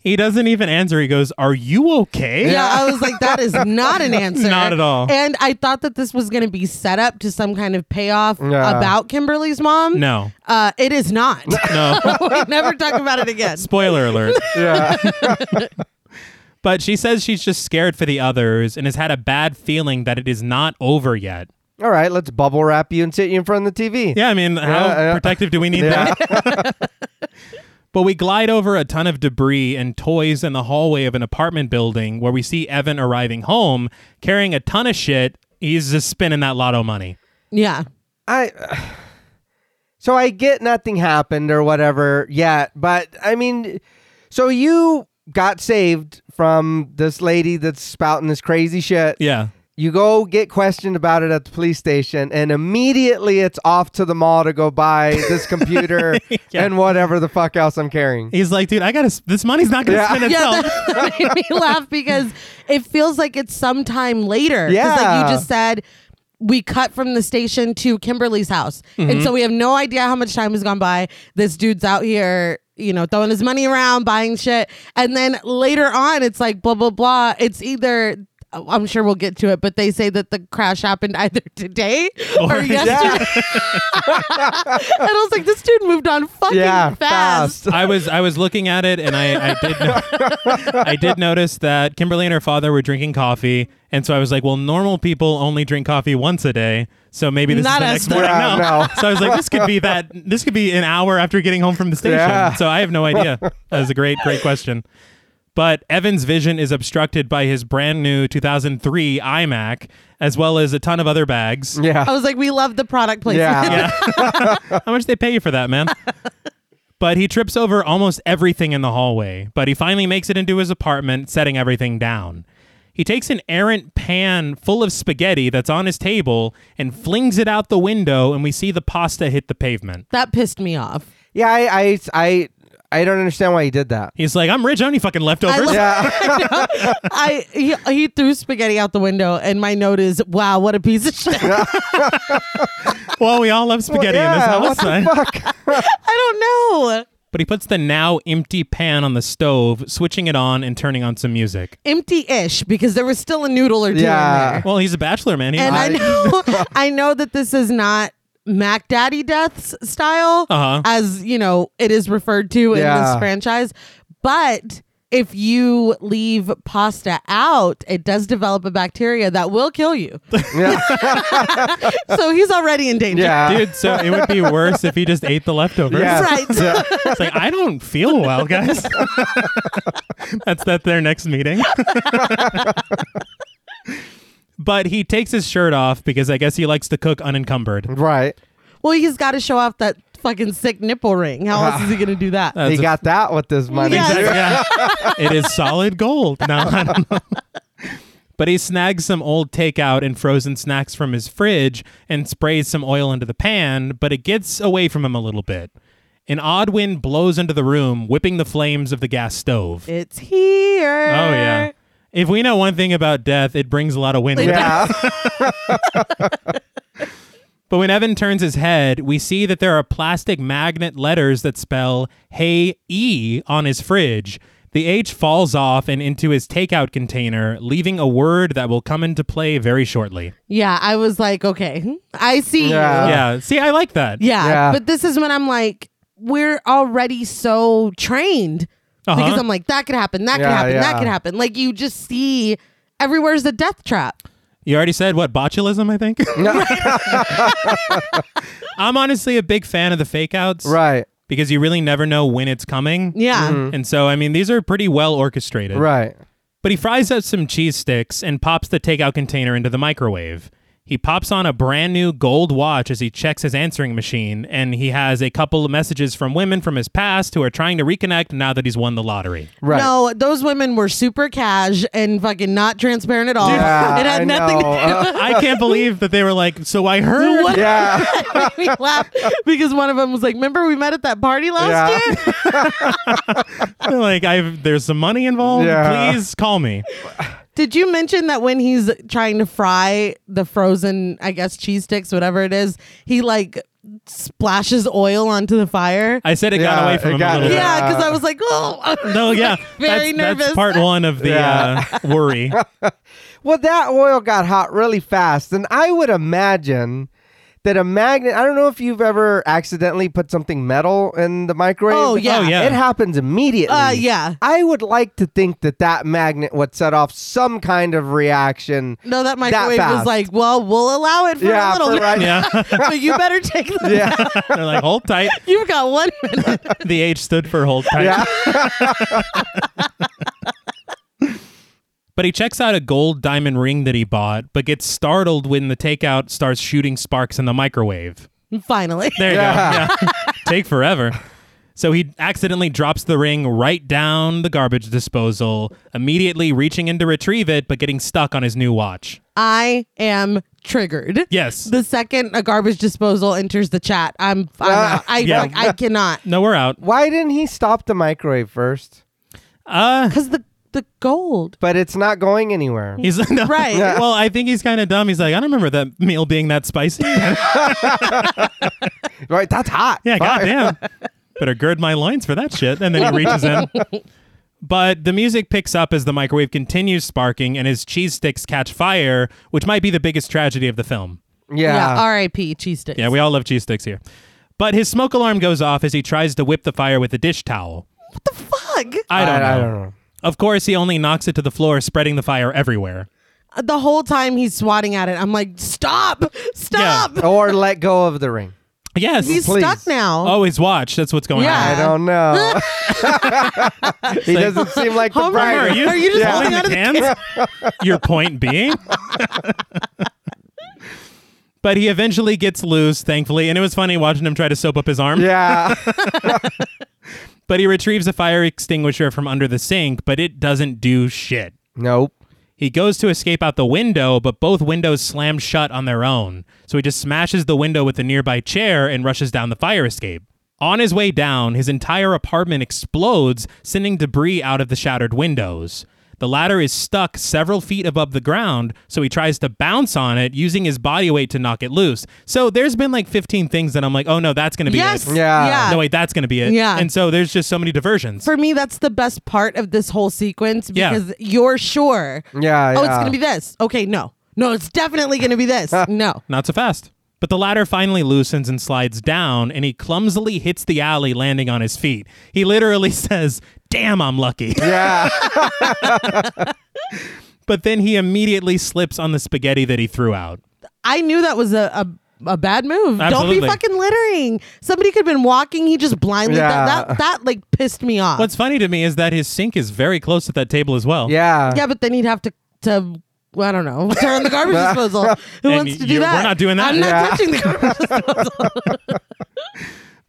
[SPEAKER 1] he doesn't even answer. He goes, "Are you okay?"
[SPEAKER 2] Yeah, I was like, that is not an answer.
[SPEAKER 1] Not at all.
[SPEAKER 2] And I thought that this was going to be set up to some kind of payoff
[SPEAKER 3] Yeah.
[SPEAKER 2] about Kimberly's mom.
[SPEAKER 1] No.
[SPEAKER 2] Uh, it is not.
[SPEAKER 1] No.
[SPEAKER 2] we never talk about it again.
[SPEAKER 1] Spoiler alert.
[SPEAKER 3] yeah.
[SPEAKER 1] But she says she's just scared for the others and has had a bad feeling that it is not over yet.
[SPEAKER 3] All right, let's bubble wrap you and sit you in front of the TV.
[SPEAKER 1] Yeah, I mean, how
[SPEAKER 3] Yeah, yeah.
[SPEAKER 1] protective do we need
[SPEAKER 3] Yeah.
[SPEAKER 1] that? But we glide over a ton of debris and toys in the hallway of an apartment building where we see Evan arriving home carrying a ton of shit. He's just spinning that lotto money.
[SPEAKER 2] Yeah.
[SPEAKER 3] I so I get nothing happened or whatever yet, but I mean, so you got saved from this lady that's spouting this crazy shit.
[SPEAKER 1] Yeah.
[SPEAKER 3] You go get questioned about it at the police station, and immediately it's off to the mall to go buy this computer and whatever the fuck else I'm carrying.
[SPEAKER 1] He's like, dude, I got to, this money's not going to
[SPEAKER 3] Yeah.
[SPEAKER 1] spin itself.
[SPEAKER 2] Yeah, that, that made me laugh because it feels like it's sometime later. 'Cause, like
[SPEAKER 3] Yeah.
[SPEAKER 2] you just said, we cut from the station to Kimberly's house, and
[SPEAKER 3] Mm-hmm.
[SPEAKER 2] so we have no idea how much time has gone by. This dude's out here, you know, throwing his money around, buying shit, and then later on, it's like blah blah blah. It's either. I'm sure we'll get to it, but they say that the crash happened either today or,
[SPEAKER 1] Or-
[SPEAKER 2] yesterday. and I was like, this dude moved on fucking
[SPEAKER 3] Yeah,
[SPEAKER 2] fast.
[SPEAKER 3] fast.
[SPEAKER 1] I was I was looking at it and I, I did no- I did notice that Kimberly and her father were drinking coffee and so I was like, well, normal people only drink coffee once a day, so maybe this is
[SPEAKER 2] Not
[SPEAKER 1] the
[SPEAKER 2] us,
[SPEAKER 1] next
[SPEAKER 2] though.
[SPEAKER 1] morning.
[SPEAKER 3] Yeah,
[SPEAKER 1] no.
[SPEAKER 3] no.
[SPEAKER 1] So I was like, this could be that this could be an hour after getting home from the station.
[SPEAKER 3] Yeah.
[SPEAKER 1] So I have no idea. That was a great great question. But Evan's vision is obstructed by his brand new 2003 iMac, as well as a ton of other bags.
[SPEAKER 2] I
[SPEAKER 3] Yeah.
[SPEAKER 2] was like, we love the product placement.
[SPEAKER 3] Oh, Yeah.
[SPEAKER 1] How much they pay you for that, man? but he trips over almost everything in the hallway, but he finally makes it into his apartment, setting everything down. He takes an errant pan full of spaghetti that's on his table and flings it out the window, and we see the pasta hit the pavement.
[SPEAKER 2] That pissed me off.
[SPEAKER 3] Yeah, I, I, I, I don't understand why he did that.
[SPEAKER 1] He's like, I'm rich, I don't need fucking
[SPEAKER 2] I
[SPEAKER 1] leftovers.
[SPEAKER 2] love-
[SPEAKER 3] Yeah,
[SPEAKER 2] I he, he threw spaghetti out the window, and my note is, "Wow, what a piece of shit."
[SPEAKER 1] well, we all love spaghetti
[SPEAKER 3] yeah,
[SPEAKER 1] in
[SPEAKER 3] what
[SPEAKER 1] this house.
[SPEAKER 3] the fuck?
[SPEAKER 2] I don't know.
[SPEAKER 1] But he puts the now empty pan on the stove, switching it on and turning on some music.
[SPEAKER 2] Empty-ish because there was still a noodle or two in
[SPEAKER 3] Yeah.
[SPEAKER 2] there.
[SPEAKER 1] Well, he's a bachelor, man. He
[SPEAKER 2] And I,
[SPEAKER 3] I-
[SPEAKER 2] know, I know that this is not Mac Daddy Death's style,
[SPEAKER 1] Uh-huh.
[SPEAKER 2] as you know, it is referred to in
[SPEAKER 3] Yeah.
[SPEAKER 2] this franchise, but. If you leave pasta out, it does develop a bacteria that will kill you. so he's already in danger.
[SPEAKER 3] Yeah.
[SPEAKER 1] Dude, so it would be worse if he just ate the leftovers.
[SPEAKER 3] Yeah.
[SPEAKER 2] Right.
[SPEAKER 1] It's like, I don't feel well, guys. That's that their next meeting. but he takes his shirt off because I guess he likes to cook unencumbered.
[SPEAKER 3] Right.
[SPEAKER 2] Well, he's got to show off that fucking sick nipple ring. How else is he going to do that?
[SPEAKER 1] That's
[SPEAKER 3] he
[SPEAKER 1] a-
[SPEAKER 3] got that with this money.
[SPEAKER 2] Yeah.
[SPEAKER 1] Exactly, yeah. it is solid gold. No, I don't know. But he snags some old takeout and frozen snacks from his fridge and sprays some oil into the pan, but it gets away from him a little bit. An odd wind blows into the room, whipping the flames of the gas stove.
[SPEAKER 2] It's here.
[SPEAKER 1] Oh, yeah. If we know one thing about death, it brings a lot of wind. with it.
[SPEAKER 3] Yeah.
[SPEAKER 1] But when Evan turns his head, we see that there are plastic magnet letters that spell Hey E on his fridge. The H falls off and into his takeout container, leaving a word that will come into play very shortly.
[SPEAKER 2] Yeah, I was like, okay, I see
[SPEAKER 3] Yeah.
[SPEAKER 2] you.
[SPEAKER 1] yeah. See, I like that.
[SPEAKER 2] Uh. Yeah.
[SPEAKER 3] Yeah.
[SPEAKER 2] But this is when I'm like, we're already so trained
[SPEAKER 1] Uh-huh.
[SPEAKER 2] because I'm like, that could happen. That could
[SPEAKER 3] Yeah,
[SPEAKER 2] happen. That
[SPEAKER 3] yeah.
[SPEAKER 2] could happen. Like, you just see everywhere's a death trap.
[SPEAKER 1] You already said what? Botulism, I think? I'm honestly a big fan of the fake outs.
[SPEAKER 3] right.
[SPEAKER 1] Because you really never know when it's coming.
[SPEAKER 2] Yeah.
[SPEAKER 3] Mm-hmm.
[SPEAKER 1] And so, I mean, these are pretty well orchestrated.
[SPEAKER 3] Right.
[SPEAKER 1] But he fries up some cheese sticks and pops the takeout container into the microwave. He pops on a brand new gold watch as he checks his answering machine, and he has a couple of messages from women from his past who are trying to reconnect now that he's won the lottery.
[SPEAKER 3] Right.
[SPEAKER 2] No, those women were super cash and fucking not transparent at all.
[SPEAKER 3] Yeah,
[SPEAKER 2] it had
[SPEAKER 3] I
[SPEAKER 2] nothing
[SPEAKER 3] know. Uh,
[SPEAKER 2] to do
[SPEAKER 1] I can't believe that they were like, So I heard.
[SPEAKER 2] What?
[SPEAKER 3] yeah.
[SPEAKER 2] It made me laugh because one of them was like, "Remember we met at that party last
[SPEAKER 3] Yeah.
[SPEAKER 2] year?"
[SPEAKER 1] like, I've, there's some money involved.
[SPEAKER 3] Yeah.
[SPEAKER 1] Please call me.
[SPEAKER 2] Did you mention that when he's trying to fry the frozen, I guess cheese sticks, whatever it is, he like splashes oil onto the fire?
[SPEAKER 1] I said it
[SPEAKER 3] Yeah,
[SPEAKER 1] got away
[SPEAKER 3] it
[SPEAKER 1] from him
[SPEAKER 3] got-
[SPEAKER 1] a little
[SPEAKER 2] yeah, because
[SPEAKER 3] Yeah.
[SPEAKER 2] I was like, "Oh,
[SPEAKER 1] bit. No, yeah.
[SPEAKER 2] Very
[SPEAKER 1] that's,
[SPEAKER 2] nervous.
[SPEAKER 1] That's part one of the
[SPEAKER 3] Yeah.
[SPEAKER 1] uh, worry.
[SPEAKER 3] Well, that oil got hot really fast, and I would imagine that a magnet. I don't know if you've ever accidentally put something metal in the microwave.
[SPEAKER 2] Oh, yeah.
[SPEAKER 1] Oh, yeah.
[SPEAKER 3] It happens immediately.
[SPEAKER 2] Uh, yeah.
[SPEAKER 3] I would like to think that that magnet would set off some kind of reaction.
[SPEAKER 2] no, that microwave was
[SPEAKER 3] fast.
[SPEAKER 2] like, well, we'll allow it for
[SPEAKER 3] yeah,
[SPEAKER 2] a little
[SPEAKER 3] for
[SPEAKER 2] bit,
[SPEAKER 3] right.
[SPEAKER 1] Yeah.
[SPEAKER 2] but you better take the.
[SPEAKER 3] Yeah,
[SPEAKER 1] They're like, Hold tight.
[SPEAKER 2] You've got one minute.
[SPEAKER 1] The H stood for hold tight.
[SPEAKER 3] yeah,
[SPEAKER 1] But he checks out a gold diamond ring that he bought, but gets startled when the takeout starts shooting sparks in the microwave.
[SPEAKER 2] Finally,
[SPEAKER 1] There you
[SPEAKER 3] Yeah.
[SPEAKER 1] go. Yeah. Take forever. So he accidentally drops the ring right down the garbage disposal, immediately reaching in to retrieve it, but getting stuck on his new watch.
[SPEAKER 2] I am triggered.
[SPEAKER 1] Yes.
[SPEAKER 2] The second a garbage disposal enters the chat, I'm,
[SPEAKER 3] Uh,
[SPEAKER 2] I'm out. I
[SPEAKER 1] Yeah.
[SPEAKER 2] like, I cannot.
[SPEAKER 1] no, we're out.
[SPEAKER 3] Why didn't he stop the microwave first?
[SPEAKER 1] Uh,
[SPEAKER 2] Because the the gold.
[SPEAKER 3] But it's not going anywhere.
[SPEAKER 1] he's no.
[SPEAKER 2] Right. Yeah.
[SPEAKER 1] Well, I think he's kind of dumb. He's like, I don't remember that meal being that spicy. yeah,
[SPEAKER 3] Right, that's hot. Fuck.
[SPEAKER 1] goddamn. Better gird my loins for that shit. And then he reaches in. But the music picks up as the microwave continues sparking and his cheese sticks catch fire, which might be the biggest tragedy of the film.
[SPEAKER 3] Yeah,
[SPEAKER 2] Yeah. R.I.P. Cheese sticks.
[SPEAKER 1] Yeah, we all love cheese sticks here. But his smoke alarm goes off as he tries to whip the fire with a dish towel.
[SPEAKER 2] Fuck.
[SPEAKER 1] I don't, know.
[SPEAKER 3] I, I don't know.
[SPEAKER 1] Of course, he only knocks it to the floor, spreading the fire everywhere.
[SPEAKER 2] The whole time he's swatting at it, I'm like, stop, stop.
[SPEAKER 1] Oh,
[SPEAKER 3] Or let go of the ring.
[SPEAKER 1] Yes.
[SPEAKER 2] He's
[SPEAKER 3] Please.
[SPEAKER 2] stuck now.
[SPEAKER 1] oh, his watch. That's what's going
[SPEAKER 2] Yeah.
[SPEAKER 1] on.
[SPEAKER 3] I don't know. he doesn't seem like the
[SPEAKER 2] Homer,
[SPEAKER 1] Are
[SPEAKER 3] bright.
[SPEAKER 1] you,
[SPEAKER 2] Are you just
[SPEAKER 1] holding
[SPEAKER 2] holding onto
[SPEAKER 1] the
[SPEAKER 2] the
[SPEAKER 1] cans? Your point being? but he eventually gets loose, thankfully, and it was funny watching him try to soap up his arm.
[SPEAKER 3] Yeah.
[SPEAKER 1] But he retrieves a fire extinguisher from under the sink, but it doesn't do shit.
[SPEAKER 3] nope.
[SPEAKER 1] He goes to escape out the window, but both windows slam shut on their own. So he just smashes the window with a nearby chair and rushes down the fire escape. On his way down, his entire apartment explodes, sending debris out of the shattered windows. The ladder is stuck several feet above the ground, so he tries to bounce on it using his body weight to knock it loose. So there's been like 15 things that I'm like, oh no, that's going to be
[SPEAKER 2] yes.
[SPEAKER 1] it.
[SPEAKER 3] Yeah.
[SPEAKER 2] Yeah.
[SPEAKER 1] No, wait, that's going to be it.
[SPEAKER 2] Yeah.
[SPEAKER 1] And so there's just so many diversions.
[SPEAKER 2] For me, that's the best part of this whole sequence
[SPEAKER 1] Yeah.
[SPEAKER 2] because you're sure.
[SPEAKER 3] Yeah,
[SPEAKER 2] Oh, it's
[SPEAKER 3] yeah.
[SPEAKER 2] gonna be this. Okay, no, no, it's definitely gonna be this. no.
[SPEAKER 1] Not so fast. But the ladder finally loosens and slides down, and he clumsily hits the alley, landing on his feet. He literally says, Damn, I'm lucky.
[SPEAKER 3] Yeah.
[SPEAKER 1] but then he immediately slips on the spaghetti that he threw out.
[SPEAKER 2] I knew that was a, a, a bad move. Don't
[SPEAKER 1] Absolutely.
[SPEAKER 2] be fucking littering. Somebody could have been walking. He just blindly
[SPEAKER 3] Yeah.
[SPEAKER 2] that, that that like pissed me off.
[SPEAKER 1] What's funny to me is that his sink is very close to that table as well.
[SPEAKER 3] yeah.
[SPEAKER 2] yeah, but then he'd have to to I don't know turn the garbage disposal. Who
[SPEAKER 1] And
[SPEAKER 2] wants to
[SPEAKER 1] you-
[SPEAKER 2] do that?
[SPEAKER 1] we're not doing that.
[SPEAKER 2] I'm not
[SPEAKER 3] Yeah.
[SPEAKER 2] touching the garbage.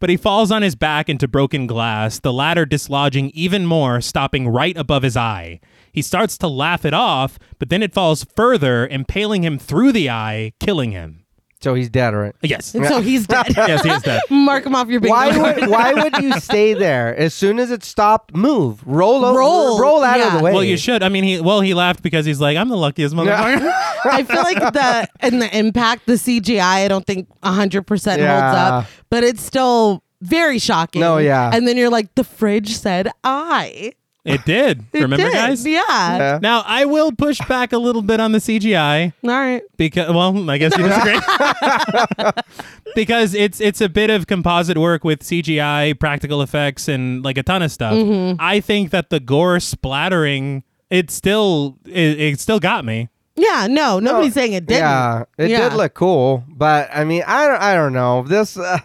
[SPEAKER 1] But he falls on his back into broken glass, the ladder dislodging even more, stopping right above his eye. He starts to laugh it off, but then it falls further, impaling him through the eye, killing him.
[SPEAKER 3] So he's dead, right?
[SPEAKER 1] Yes.
[SPEAKER 2] And so he's dead.
[SPEAKER 1] yes, he is dead.
[SPEAKER 2] Mark him off your bingo.
[SPEAKER 3] Why
[SPEAKER 2] card.
[SPEAKER 3] would why would you stay there? As soon as it stopped, move, roll over,
[SPEAKER 2] Roll,
[SPEAKER 3] roll, out of
[SPEAKER 2] yeah.
[SPEAKER 3] the way.
[SPEAKER 1] Well, you should. I mean, he well, he laughed because he's like, I'm the luckiest motherfucker.
[SPEAKER 2] I feel like the and the impact, the CGI, I don't think hundred percent holds
[SPEAKER 3] Yeah.
[SPEAKER 2] up, but it's still very shocking.
[SPEAKER 3] No, yeah.
[SPEAKER 2] And then you're like, the fridge said I.
[SPEAKER 1] It did.
[SPEAKER 2] It
[SPEAKER 1] Remember,
[SPEAKER 2] did.
[SPEAKER 1] guys?
[SPEAKER 2] Yeah.
[SPEAKER 3] Yeah.
[SPEAKER 1] Now I will push back a little bit on the CGI
[SPEAKER 2] All right.
[SPEAKER 1] because, well, I guess you disagree. because it's it's a bit of composite work with CGI, practical effects, and like a ton of stuff.
[SPEAKER 2] Mm-hmm.
[SPEAKER 1] I think that the gore splattering, it still it, it still got me.
[SPEAKER 2] Yeah. No, nobody's saying it didn't.
[SPEAKER 3] Yeah, it
[SPEAKER 2] Yeah.
[SPEAKER 3] did look cool, but I mean, I don't, I don't know this uh,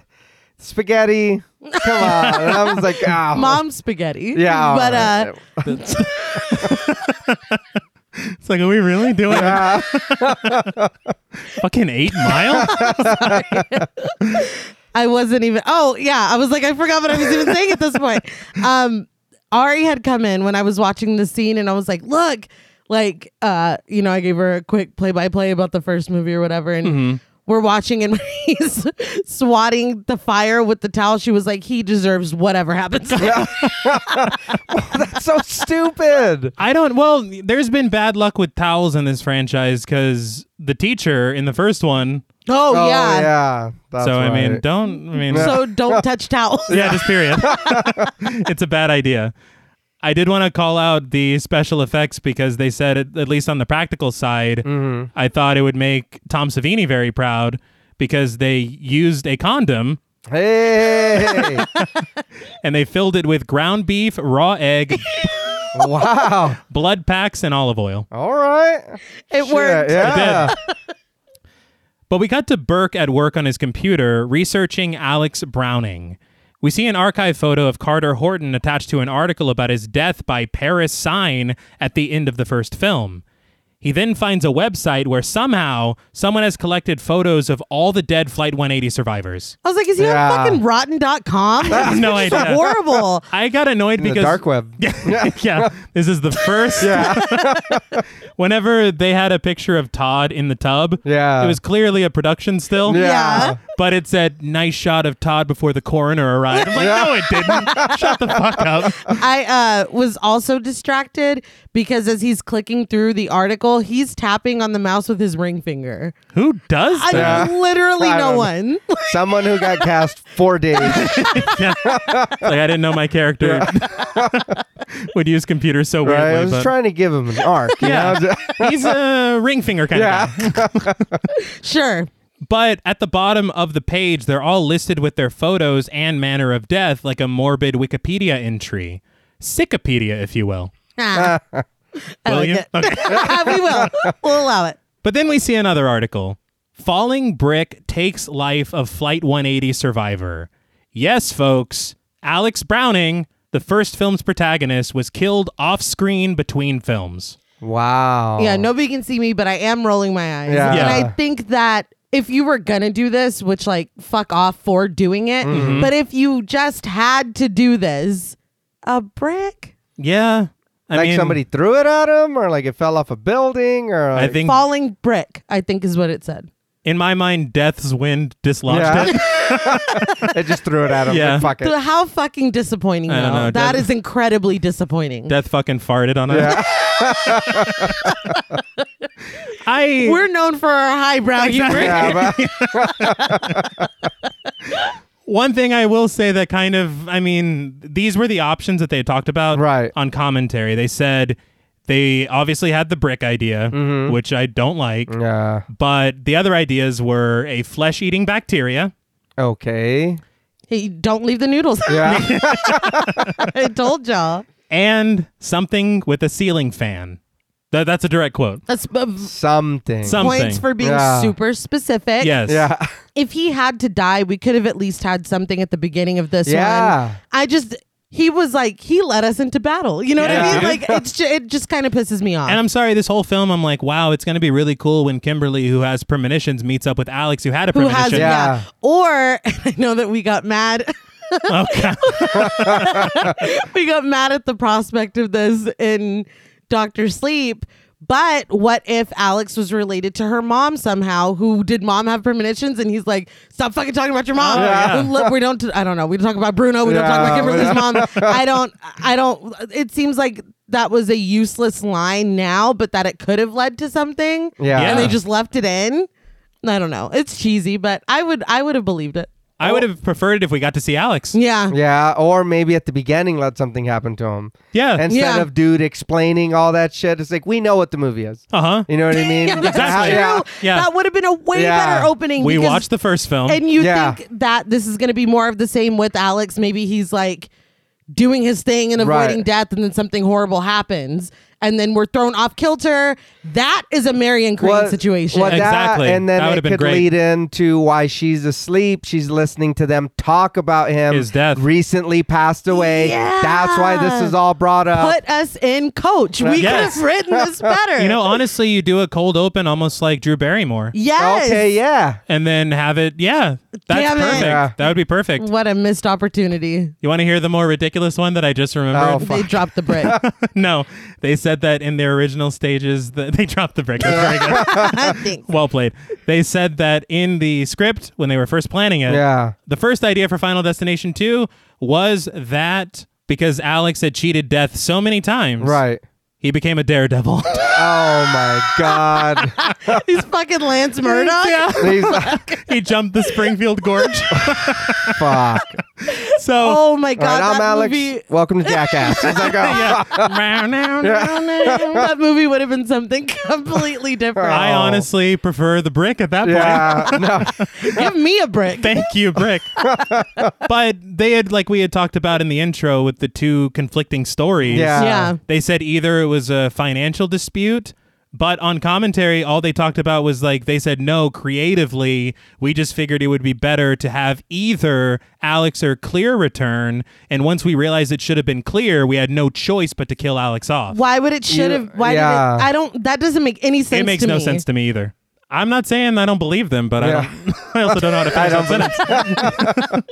[SPEAKER 3] spaghetti. Come on, And I was like, oh.
[SPEAKER 2] Mom spaghetti.
[SPEAKER 3] Yeah, all
[SPEAKER 2] But uh,
[SPEAKER 3] right.
[SPEAKER 1] It's like, are we really doing
[SPEAKER 2] uh,
[SPEAKER 3] Yeah.
[SPEAKER 1] fucking eight mile?
[SPEAKER 2] I wasn't even. Oh yeah, I was like, I forgot what I was even saying at this point. Um, Ari had come in when I was watching the scene, and I was like, look, like, uh, you know, I gave her a quick play-by-play about the first movie or whatever, and. We're watching and he's swatting the fire with the towel. She was like, "He deserves whatever happens." to him."
[SPEAKER 3] that's so stupid.
[SPEAKER 1] I don't. Well, there's been bad luck with towels in this franchise because the teacher in the first one.
[SPEAKER 2] Oh,
[SPEAKER 3] Oh
[SPEAKER 2] yeah.
[SPEAKER 3] yeah. That's
[SPEAKER 1] so I mean,
[SPEAKER 3] right.
[SPEAKER 1] don't. I mean,
[SPEAKER 2] So don't touch towels.
[SPEAKER 1] yeah, just period. it's a bad idea. I did want to call out the special effects because they said, at at least on the practical side,
[SPEAKER 3] Mm-hmm.
[SPEAKER 1] I thought it would make Tom Savini very proud because they used a condom
[SPEAKER 3] hey,
[SPEAKER 1] and they filled it with ground beef, raw egg,
[SPEAKER 3] wow.
[SPEAKER 1] blood packs, and olive oil.
[SPEAKER 3] All right.
[SPEAKER 2] It
[SPEAKER 3] Shit,
[SPEAKER 2] worked.
[SPEAKER 3] Yeah.
[SPEAKER 1] But we got to Burke at work on his computer researching Alex Browning. We see an archive photo of Carter Horton attached to an article about his death by Paris Sign at the end of the first film. He then finds a website where somehow someone has collected photos of all the dead Flight 180 survivors.
[SPEAKER 2] I was like, "Is he
[SPEAKER 3] Yeah.
[SPEAKER 2] on fucking rotten.com?" That's
[SPEAKER 1] No idea.
[SPEAKER 2] horrible.
[SPEAKER 1] I got annoyed
[SPEAKER 3] The
[SPEAKER 1] because
[SPEAKER 3] dark web.
[SPEAKER 1] yeah, this is the first.
[SPEAKER 3] Yeah.
[SPEAKER 1] Whenever they had a picture of Todd in the tub,
[SPEAKER 3] Yeah.
[SPEAKER 1] it was clearly a production still. But it said, nice shot of Todd before the coroner arrived. I'm like, no, it didn't. Shut the fuck up.
[SPEAKER 2] I uh, was also distracted because as he's clicking through the article, he's tapping on the mouse with his ring finger.
[SPEAKER 1] Who does
[SPEAKER 2] I
[SPEAKER 1] that?
[SPEAKER 2] mean, literally
[SPEAKER 3] I
[SPEAKER 2] no
[SPEAKER 3] don't-
[SPEAKER 2] one.
[SPEAKER 3] Someone who got cast four days.
[SPEAKER 1] like, I didn't know my character would use computers so
[SPEAKER 3] Right. I
[SPEAKER 1] weirdly.
[SPEAKER 3] was
[SPEAKER 1] but-
[SPEAKER 3] trying to give him an arc. you know?
[SPEAKER 1] yeah. He's a ring finger kind of guy.
[SPEAKER 3] Yeah.
[SPEAKER 2] sure.
[SPEAKER 1] But at the bottom of the page, they're all listed with their photos and manner of death, like a morbid Wikipedia entry. Sickopedia, if you will.
[SPEAKER 2] Ah, I
[SPEAKER 3] Uh,
[SPEAKER 1] will
[SPEAKER 2] like
[SPEAKER 1] you?
[SPEAKER 2] it. Ah,
[SPEAKER 1] Okay.
[SPEAKER 2] we will. We'll allow it.
[SPEAKER 1] But then we see another article. Falling brick takes life of Flight 180 survivor. Yes, folks, Alex Browning, the first film's protagonist, was killed off screen between films.
[SPEAKER 3] Wow.
[SPEAKER 2] Yeah, nobody can see me, but I am rolling my eyes.
[SPEAKER 3] Oh. Yeah.
[SPEAKER 1] Yeah.
[SPEAKER 2] And I think that if you were gonna do this, which like fuck off for doing it,
[SPEAKER 3] Mm-hmm.
[SPEAKER 2] but if you just had to do this, a brick.
[SPEAKER 1] Yeah. I
[SPEAKER 3] like
[SPEAKER 1] mean,
[SPEAKER 3] somebody threw it at him, or like it fell off a building, or
[SPEAKER 1] I
[SPEAKER 3] like-
[SPEAKER 1] think
[SPEAKER 2] Falling brick, I think is what it said.
[SPEAKER 1] in my mind, Death's wind dislodged
[SPEAKER 3] Yeah.
[SPEAKER 1] it.
[SPEAKER 3] it just threw it at him.
[SPEAKER 1] Yeah.
[SPEAKER 3] Like, fuck
[SPEAKER 2] So
[SPEAKER 3] it.
[SPEAKER 2] How fucking disappointing!
[SPEAKER 1] I don't
[SPEAKER 2] though.
[SPEAKER 1] know,
[SPEAKER 2] That
[SPEAKER 1] Dev-
[SPEAKER 2] is incredibly disappointing.
[SPEAKER 1] Death fucking farted on it.
[SPEAKER 3] Yeah.
[SPEAKER 1] I
[SPEAKER 2] We're known for our highbrow humor.
[SPEAKER 3] Yeah, but-
[SPEAKER 1] one thing I will say that kind of I mean these were the options that they had talked about
[SPEAKER 3] Right.
[SPEAKER 1] on commentary. They said they obviously had the brick idea,
[SPEAKER 3] Mm-hmm.
[SPEAKER 1] which I don't like,
[SPEAKER 3] yeah.
[SPEAKER 1] but the other ideas were a flesh-eating bacteria.
[SPEAKER 3] Okay.
[SPEAKER 2] Hey, don't leave the noodles.
[SPEAKER 3] Yeah.
[SPEAKER 2] I told y'all.
[SPEAKER 1] and something with a ceiling fan. Th- that's a direct quote.
[SPEAKER 2] That's uh,
[SPEAKER 3] Something.
[SPEAKER 1] Some-
[SPEAKER 2] points for being
[SPEAKER 3] Yeah.
[SPEAKER 2] super specific.
[SPEAKER 1] Yes.
[SPEAKER 3] Yeah.
[SPEAKER 2] If he had to die, we could have at least had something at the beginning of this
[SPEAKER 3] Yeah.
[SPEAKER 2] one. I just he was like he led us into battle. You know what
[SPEAKER 1] Yeah.
[SPEAKER 2] I mean? Like it's ju- it just kind of pisses me off.
[SPEAKER 1] And I'm sorry, this whole film, I'm like, wow, it's going to be really cool when Kimberly, who has premonitions, meets up with Alex, who had a
[SPEAKER 2] Who has
[SPEAKER 1] premonition.
[SPEAKER 3] Yeah.
[SPEAKER 2] yeah. Or I know that we got mad.
[SPEAKER 1] Oh, God.
[SPEAKER 2] we got mad at the prospect of this in Doctor Sleep. But what if Alex was related to her mom somehow? Who did mom have premonitions? And he's like, "Stop fucking talking about your mom.
[SPEAKER 1] Oh, yeah.
[SPEAKER 2] Look, we don't. I don't know. We don't talk about Bruno. We don't talk about
[SPEAKER 3] Yeah,
[SPEAKER 2] Kimberly's mom. I don't. I don't. It seems like that was a useless line now, but that it could have led to something.
[SPEAKER 3] Yeah.
[SPEAKER 2] And they just left it in. I don't know. It's cheesy, but I would. I would have believed it.
[SPEAKER 1] I would have preferred it if we got to see Alex.
[SPEAKER 2] Yeah.
[SPEAKER 3] Yeah. Or maybe at the beginning, let something happen to him.
[SPEAKER 1] Yeah.
[SPEAKER 3] Instead
[SPEAKER 2] Yeah.
[SPEAKER 3] of dude explaining all that shit, it's like, we know what the movie is.
[SPEAKER 1] uh huh.
[SPEAKER 3] You know what I mean?
[SPEAKER 2] Yeah, that's
[SPEAKER 1] Exactly.
[SPEAKER 2] true.
[SPEAKER 3] Yeah.
[SPEAKER 1] Yeah.
[SPEAKER 2] That would have been a way
[SPEAKER 3] Yeah.
[SPEAKER 2] better opening.
[SPEAKER 1] We
[SPEAKER 2] because-
[SPEAKER 1] watched the first film.
[SPEAKER 2] And you
[SPEAKER 3] Yeah.
[SPEAKER 2] think that this is going to be more of the same with Alex? Maybe he's like doing his thing and
[SPEAKER 3] Right.
[SPEAKER 2] avoiding death, and then something horrible happens, and then we're thrown off kilter. That is a Marion Crane
[SPEAKER 3] Well,
[SPEAKER 2] situation.
[SPEAKER 3] well, that-
[SPEAKER 1] Exactly.
[SPEAKER 3] and then
[SPEAKER 1] That
[SPEAKER 3] it
[SPEAKER 1] would've been
[SPEAKER 3] could
[SPEAKER 1] great.
[SPEAKER 3] lead into why she's asleep. She's listening to them talk about him.
[SPEAKER 1] His death.
[SPEAKER 3] Recently passed away.
[SPEAKER 2] Yeah.
[SPEAKER 3] That's why this is all brought up.
[SPEAKER 2] Put us in coach. We
[SPEAKER 1] Yes.
[SPEAKER 2] could have written this better.
[SPEAKER 1] you know, uh, honestly, you do a cold open almost like Drew Barrymore
[SPEAKER 2] yes.
[SPEAKER 3] Okay. Yeah.
[SPEAKER 1] and then have it. Yeah. That's
[SPEAKER 2] Damn it.
[SPEAKER 1] perfect.
[SPEAKER 3] Yeah.
[SPEAKER 1] That would be perfect.
[SPEAKER 2] What a missed opportunity.
[SPEAKER 1] You want to hear the more ridiculous one that I just remembered?
[SPEAKER 3] Oh,
[SPEAKER 2] They dropped the brick.
[SPEAKER 1] no, they said that in their original stages, that they dropped the brick. That's very good.
[SPEAKER 2] I think.
[SPEAKER 1] well played. They said that in the script when they were first planning it,
[SPEAKER 3] Yeah.
[SPEAKER 1] the first idea for Final Destination 2 was that because Alex had cheated death so many times,
[SPEAKER 3] Right.
[SPEAKER 1] he became a daredevil.
[SPEAKER 3] Oh my God.
[SPEAKER 2] He's fucking Lance Murdoch.
[SPEAKER 1] Yeah.
[SPEAKER 3] He's like,
[SPEAKER 1] he jumped the Springfield Gorge.
[SPEAKER 3] fuck.
[SPEAKER 1] so
[SPEAKER 2] Oh my
[SPEAKER 3] All
[SPEAKER 2] god,
[SPEAKER 3] right, I'm
[SPEAKER 2] that
[SPEAKER 3] Alex.
[SPEAKER 2] movie.
[SPEAKER 3] Welcome to Jackass. He's like, oh,
[SPEAKER 2] that movie would have been something completely different.
[SPEAKER 1] I
[SPEAKER 3] Oh.
[SPEAKER 1] honestly prefer the brick at that point.
[SPEAKER 3] yeah. No.
[SPEAKER 2] Give me a brick.
[SPEAKER 1] Thank you, Brick. but they had, like we had talked about in the intro with the two conflicting stories.
[SPEAKER 3] Yeah.
[SPEAKER 2] yeah.
[SPEAKER 1] They said either it was a financial dispute, but on commentary, all they talked about was like, they said, no, creatively, we just figured it would be better to have either Alex or Clear return. And once we realized it should have been Clear, we had no choice but to kill Alex off.
[SPEAKER 2] Why would it should have? Why
[SPEAKER 3] yeah.
[SPEAKER 2] did it? I don't. That doesn't make any sense.
[SPEAKER 1] it makes
[SPEAKER 2] to
[SPEAKER 1] no
[SPEAKER 2] me.
[SPEAKER 1] sense to me either. I'm not saying I don't believe them, but
[SPEAKER 3] Yeah.
[SPEAKER 1] I, don't, I also don't know how to finish that sentence.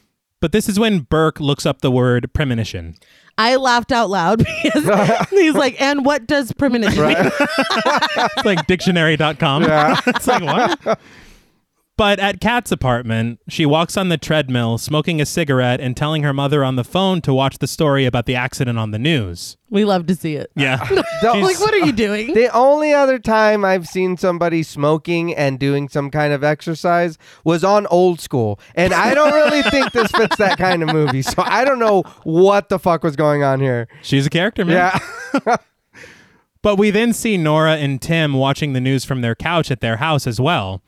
[SPEAKER 1] but this is when Burke looks up the word premonition.
[SPEAKER 2] I laughed out loud because he's like, "And what does premonition?" mean?"
[SPEAKER 1] it's like dictionary.com. it's like what? But at Kat's apartment, she walks on the treadmill, smoking a cigarette and telling her mother on the phone to watch the story about the accident on the news.
[SPEAKER 2] We love to see it.
[SPEAKER 1] Yeah.
[SPEAKER 3] The-
[SPEAKER 1] She's-
[SPEAKER 2] Like, what are you doing?
[SPEAKER 3] The only other time I've seen somebody smoking and doing some kind of exercise was on Old School, and I don't really think this fits that kind of movie. So I don't know what the fuck was going on here.
[SPEAKER 1] She's a character, man.
[SPEAKER 3] Yeah,
[SPEAKER 1] But we then see Nora and Tim watching the news from their couch at their house as well.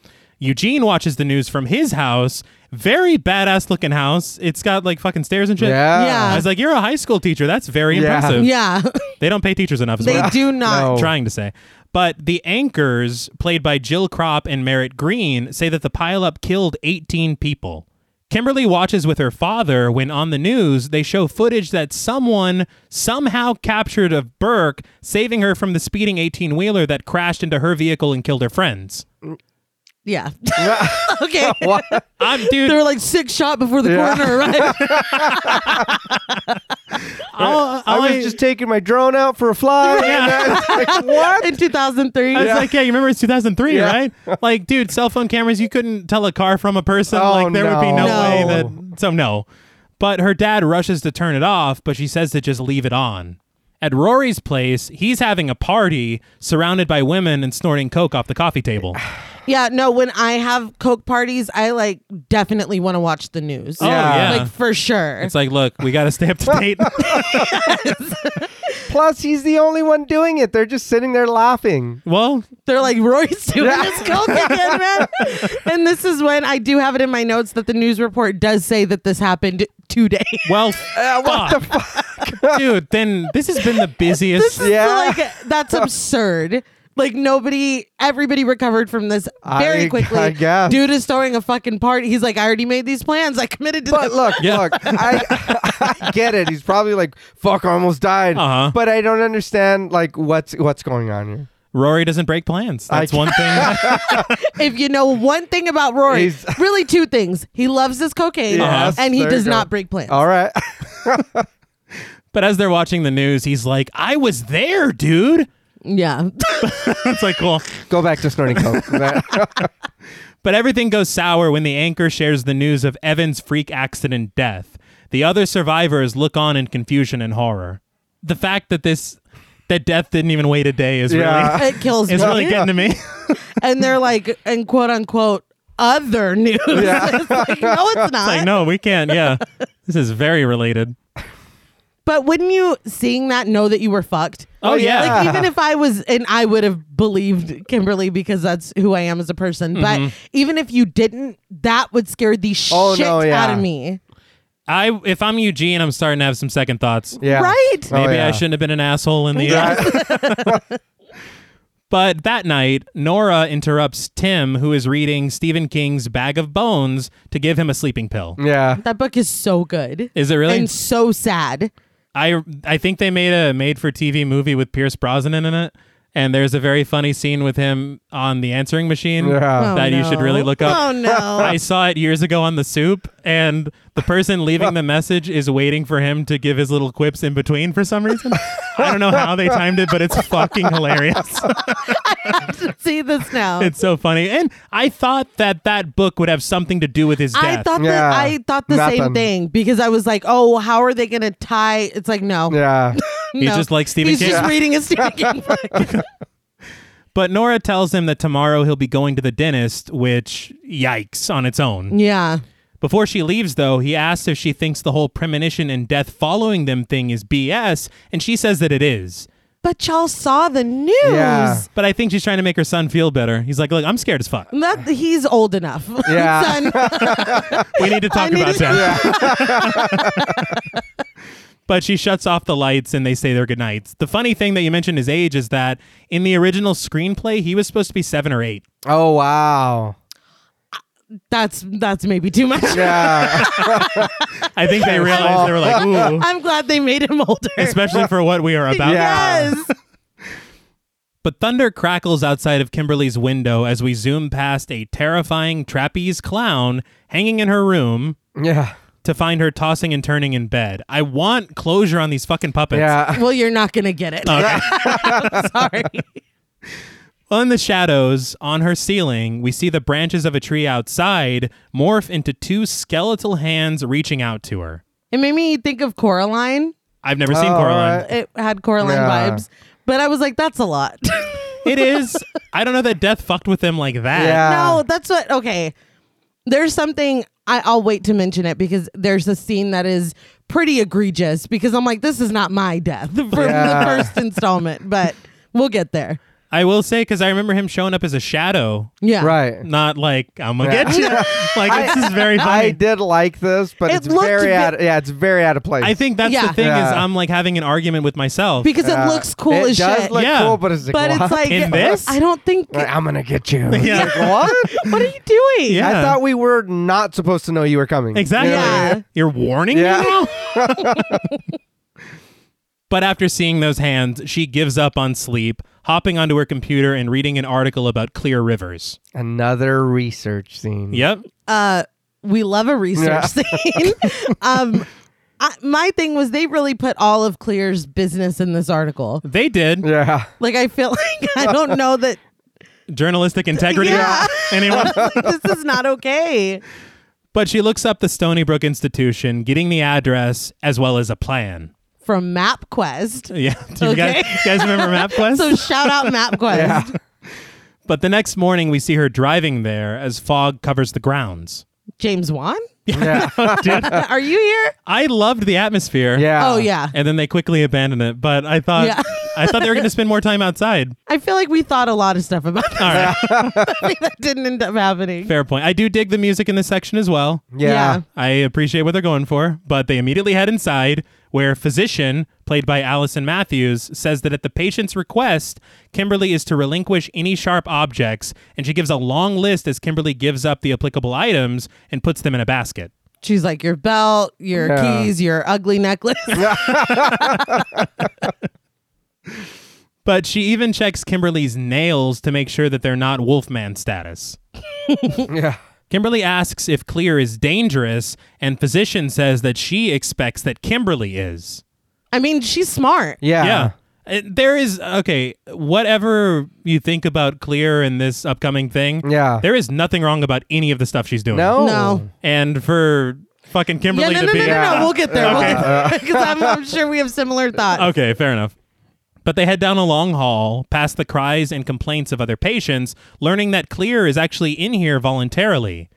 [SPEAKER 1] Eugene watches the news from his house. Very badass looking house. It's got like fucking stairs and shit.
[SPEAKER 3] yeah,
[SPEAKER 1] I was like, you're a high school teacher. That's very
[SPEAKER 3] Yeah.
[SPEAKER 1] impressive.
[SPEAKER 2] yeah,
[SPEAKER 1] They don't pay teachers enough. Is what
[SPEAKER 2] they
[SPEAKER 1] I'm
[SPEAKER 2] do not.
[SPEAKER 3] No.
[SPEAKER 1] trying to say. But the anchors, played by Jill Kropp and Merritt Green, say that the pileup killed 18 people. Kimberly watches with her father when on the news they show footage that someone somehow captured of Burke saving her from the speeding 18 wheeler that crashed into her vehicle and killed her friends.
[SPEAKER 2] Yeah. okay.
[SPEAKER 3] What?
[SPEAKER 1] I'm dude. uh,
[SPEAKER 2] They were like six shot before the
[SPEAKER 3] Yeah.
[SPEAKER 2] corner, right?
[SPEAKER 1] I'll-
[SPEAKER 3] I
[SPEAKER 1] I'll-
[SPEAKER 3] was just taking my drone out for a fly.
[SPEAKER 1] Yeah.
[SPEAKER 3] and I was like, what?
[SPEAKER 2] In 2003.
[SPEAKER 1] I was like, yeah, you remember it's 2003,
[SPEAKER 3] Yeah.
[SPEAKER 1] right? Like, dude, cell phone cameras, you couldn't tell a car from a person.
[SPEAKER 3] Oh,
[SPEAKER 1] like, there would be no,
[SPEAKER 2] no.
[SPEAKER 1] way
[SPEAKER 3] No.
[SPEAKER 1] that. So, no. But her dad rushes to turn it off, but she says to just leave it on. At Rory's place, he's having a party surrounded by women and snorting coke off the coffee table.
[SPEAKER 2] yeah, no, when I have Coke parties, I like definitely want to watch the news.
[SPEAKER 1] Oh, yeah.
[SPEAKER 2] Like for sure.
[SPEAKER 1] It's like, look, we got to stay up to date.
[SPEAKER 3] Plus, he's the only one doing it. They're just sitting there laughing.
[SPEAKER 1] well,
[SPEAKER 2] They're like, Roy's doing his Coke again, man. and this is when I do have it in my notes that the news report does say that this happened today.
[SPEAKER 1] well,
[SPEAKER 3] what
[SPEAKER 1] fuck. dude, then this has been the busiest.
[SPEAKER 2] This is
[SPEAKER 3] Yeah.
[SPEAKER 2] like that's absurd. Like nobody, everybody recovered from this very
[SPEAKER 3] I-
[SPEAKER 2] quickly.
[SPEAKER 3] I guess.
[SPEAKER 2] Dude is throwing a fucking party. He's like, I already made these plans. I committed to
[SPEAKER 3] But
[SPEAKER 2] them.
[SPEAKER 3] look,
[SPEAKER 1] Yeah.
[SPEAKER 3] look, I, I get it. He's probably like, "Fuck, I almost died."
[SPEAKER 1] Uh-huh.
[SPEAKER 3] But I don't understand like what's what's going on here.
[SPEAKER 1] Rory doesn't break plans.
[SPEAKER 3] I
[SPEAKER 1] That's one thing.
[SPEAKER 2] If you know one thing about Rory,
[SPEAKER 3] He's-
[SPEAKER 2] really two things: he loves his cocaine,
[SPEAKER 3] Yes, Uh-huh.
[SPEAKER 2] and he
[SPEAKER 3] there
[SPEAKER 2] does
[SPEAKER 3] you go.
[SPEAKER 2] not break plans.
[SPEAKER 3] All right,
[SPEAKER 1] But as they're watching the news, he's like, I was there, dude.
[SPEAKER 2] Yeah,
[SPEAKER 1] It's like, well,
[SPEAKER 3] go back to snorting coke.
[SPEAKER 1] But everything goes sour when the anchor shares the news of Evan's freak accident death. The other survivors look on in confusion and horror. The fact that this that death didn't even wait a day is
[SPEAKER 3] Yeah.
[SPEAKER 2] it kills
[SPEAKER 1] really
[SPEAKER 2] me.
[SPEAKER 1] is really getting to me.
[SPEAKER 2] and they're like, and quote unquote, other news. It's like, no, it's not.
[SPEAKER 1] like, no, we can't. Yeah. This is very related.
[SPEAKER 2] But wouldn't you, seeing that, know that you were fucked?
[SPEAKER 1] Oh, yeah.
[SPEAKER 2] Like even if I was, and I would have believed Kimberly because that's who I am as a person. But even if you didn't, that would scare the
[SPEAKER 3] Mm-hmm. Oh,
[SPEAKER 2] shit
[SPEAKER 3] no, yeah.
[SPEAKER 2] out of me.
[SPEAKER 1] I if I'm Eugene, I'm starting to have some second thoughts.
[SPEAKER 3] yeah,
[SPEAKER 2] Right?
[SPEAKER 3] Oh,
[SPEAKER 1] Maybe
[SPEAKER 3] yeah.
[SPEAKER 1] I shouldn't have been an asshole in the end.
[SPEAKER 3] Yeah.
[SPEAKER 1] But that night, Nora interrupts Tim, who is reading Stephen King's Bag of Bones, to give him a sleeping pill.
[SPEAKER 3] yeah.
[SPEAKER 2] That book is so good.
[SPEAKER 1] Is it really?
[SPEAKER 2] And so sad.
[SPEAKER 1] I I think they made a made for TV movie with Pierce Brosnan in it. And there's a very funny scene with him on the answering machine
[SPEAKER 3] Yeah.
[SPEAKER 2] Oh,
[SPEAKER 1] that you
[SPEAKER 2] no.
[SPEAKER 1] should really look
[SPEAKER 2] Oh
[SPEAKER 1] up.
[SPEAKER 2] no.
[SPEAKER 1] I saw it years ago on The Soup, and the person leaving the message is waiting for him to give his little quips in between for some reason. I don't know how they timed it, but it's fucking hilarious.
[SPEAKER 2] See this now.
[SPEAKER 1] it's so funny. And I thought that that book would have something to do with his death.
[SPEAKER 2] I thought
[SPEAKER 3] Yeah.
[SPEAKER 2] that I thought the same
[SPEAKER 3] Nothing.
[SPEAKER 2] thing because I was like, oh, how are they gonna tie? It's like no.
[SPEAKER 3] Yeah.
[SPEAKER 1] He's
[SPEAKER 2] no.
[SPEAKER 1] just like Stephen
[SPEAKER 2] He's
[SPEAKER 1] King.
[SPEAKER 2] just reading a Stephen King book.
[SPEAKER 1] But Nora tells him that tomorrow he'll be going to the dentist, which, yikes, on its own.
[SPEAKER 2] yeah.
[SPEAKER 1] Before she leaves, though, he asks if she thinks the whole premonition and death following them thing is BS, and she says that it is.
[SPEAKER 2] But y'all saw the news.
[SPEAKER 3] Yeah.
[SPEAKER 1] But I think she's trying to make her son feel better. He's like, Look, I'm scared as fuck.
[SPEAKER 2] That he's old enough.
[SPEAKER 3] Yeah.
[SPEAKER 2] Son,
[SPEAKER 1] We need to talk
[SPEAKER 2] need
[SPEAKER 1] about
[SPEAKER 2] to-
[SPEAKER 1] that. but she shuts off the lights and they say their goodnights. The funny thing that you mentioned his age is that in the original screenplay, he was supposed to be seven or eight.
[SPEAKER 3] Oh wow.
[SPEAKER 2] that's that's maybe too much.
[SPEAKER 3] Yeah.
[SPEAKER 1] I think they realized they were like, Ooh,
[SPEAKER 2] I'm glad they made him older.
[SPEAKER 1] especially for what we are about.
[SPEAKER 3] Yeah.
[SPEAKER 2] Yes.
[SPEAKER 1] But thunder crackles outside of Kimberly's window as we zoom past a terrifying trapeze clown hanging in her room
[SPEAKER 3] Yeah.
[SPEAKER 1] to find her tossing and turning in bed. I want closure on these fucking puppets.
[SPEAKER 3] Yeah.
[SPEAKER 2] well, you're not gonna get it. I'm sorry.
[SPEAKER 1] Well, in the shadows, on her ceiling, we see the branches of a tree outside morph into two skeletal hands reaching out to her.
[SPEAKER 2] It made me think of Coraline.
[SPEAKER 1] I've never seen
[SPEAKER 3] Oh,
[SPEAKER 1] Coraline.
[SPEAKER 3] right.
[SPEAKER 2] It had Coraline
[SPEAKER 3] Yeah.
[SPEAKER 2] vibes, but I was like, that's a lot.
[SPEAKER 1] It is. I don't know that death fucked with them like that.
[SPEAKER 3] Yeah.
[SPEAKER 2] no, that's what. Okay, there's something I, I'll wait to mention it because there's a scene that is pretty egregious because I'm like, this is not my death from
[SPEAKER 3] Yeah.
[SPEAKER 2] the first installment, but we'll get there.
[SPEAKER 1] I will say, because I remember him showing up as a shadow,
[SPEAKER 2] Yeah,
[SPEAKER 3] Right.
[SPEAKER 1] not like, I'm going to
[SPEAKER 3] Yeah.
[SPEAKER 1] get you. Like, this is very funny.
[SPEAKER 3] I did like this, but
[SPEAKER 2] It
[SPEAKER 3] it's
[SPEAKER 2] looked
[SPEAKER 3] very
[SPEAKER 2] ve-
[SPEAKER 3] out. Yeah, it's very out of place.
[SPEAKER 1] I think that's
[SPEAKER 2] Yeah.
[SPEAKER 1] the thing is
[SPEAKER 3] Yeah.
[SPEAKER 1] I'm like having an argument with myself.
[SPEAKER 2] because
[SPEAKER 3] Yeah.
[SPEAKER 2] it looks cool
[SPEAKER 3] it
[SPEAKER 2] as
[SPEAKER 3] does
[SPEAKER 2] shit.
[SPEAKER 3] Look
[SPEAKER 1] Yeah.
[SPEAKER 3] cool, but it's like,
[SPEAKER 2] but
[SPEAKER 3] what?
[SPEAKER 2] it's like
[SPEAKER 1] In this?
[SPEAKER 2] I don't think.
[SPEAKER 3] Like, I'm gonna get you.
[SPEAKER 1] Yeah.
[SPEAKER 3] It's like, what?
[SPEAKER 2] what are you doing?
[SPEAKER 1] Yeah.
[SPEAKER 3] I thought we were not supposed to know you were coming.
[SPEAKER 1] exactly.
[SPEAKER 2] Yeah.
[SPEAKER 1] You're warning
[SPEAKER 3] Yeah.
[SPEAKER 1] me now? But after seeing those hands, she gives up on sleep, hopping onto her computer and reading an article about clear rivers.
[SPEAKER 3] Another research scene.
[SPEAKER 1] Yep.
[SPEAKER 2] uh, we love a research
[SPEAKER 3] Yeah.
[SPEAKER 2] scene. um, I, my thing was they really put all of Clear's business in this article.
[SPEAKER 1] They did.
[SPEAKER 3] Yeah.
[SPEAKER 2] Like I feel like I don't know that
[SPEAKER 1] Journalistic integrity.
[SPEAKER 2] Yeah.
[SPEAKER 1] Anyone?
[SPEAKER 2] this is not okay.
[SPEAKER 1] But she looks up the Stony Brook Institution, getting the address as well as a plan.
[SPEAKER 2] From MapQuest.
[SPEAKER 1] Yeah. Do you,
[SPEAKER 2] Okay.
[SPEAKER 1] guys, you guys remember MapQuest?
[SPEAKER 2] So shout out MapQuest.
[SPEAKER 1] but the next morning, we see her driving there as fog covers the grounds.
[SPEAKER 2] James Wan,
[SPEAKER 3] Yeah.
[SPEAKER 1] Oh,
[SPEAKER 2] are you here?
[SPEAKER 1] I loved the atmosphere.
[SPEAKER 3] Yeah.
[SPEAKER 2] oh yeah.
[SPEAKER 1] And then they quickly abandoned it. But I thought
[SPEAKER 2] Yeah.
[SPEAKER 1] I thought they were going to spend more time outside.
[SPEAKER 2] I feel like we thought a lot of stuff about that.
[SPEAKER 1] All right.
[SPEAKER 2] I think that didn't end up happening.
[SPEAKER 1] Fair point. I do dig the music in this section as well.
[SPEAKER 3] Yeah.
[SPEAKER 1] I appreciate what they're going for, but they immediately head inside where physician, played by Allison Matthews, says that at the patient's request, Kimberly is to relinquish any sharp objects, and she gives a long list as Kimberly gives up the applicable items and puts them in a basket.
[SPEAKER 2] She's like your belt, your
[SPEAKER 3] Yeah.
[SPEAKER 2] keys, your ugly necklace.
[SPEAKER 1] But she even checks Kimberly's nails to make sure that they're not wolfman status.
[SPEAKER 3] Yeah.
[SPEAKER 1] Kimberly asks if Clear is dangerous, and physician says that she expects that Kimberly is.
[SPEAKER 2] I mean, she's smart.
[SPEAKER 3] Yeah.
[SPEAKER 1] Yeah. Uh, There is okay, whatever you think about Clear and this upcoming thing.
[SPEAKER 3] Yeah.
[SPEAKER 1] There is nothing wrong about any of the stuff she's doing.
[SPEAKER 3] No.
[SPEAKER 2] No.
[SPEAKER 1] And for fucking
[SPEAKER 2] Yeah,
[SPEAKER 1] Kimberly
[SPEAKER 2] no,
[SPEAKER 1] to
[SPEAKER 2] no, no,
[SPEAKER 1] be
[SPEAKER 2] no, no,
[SPEAKER 3] Yeah. Uh.
[SPEAKER 2] We'll get there. We'll
[SPEAKER 1] Okay.
[SPEAKER 2] get there. Because I'm, I'm sure we have similar thoughts.
[SPEAKER 1] Okay, fair enough. But they head down a long hall, past the cries and complaints of other patients, learning that Clear is actually in here voluntarily.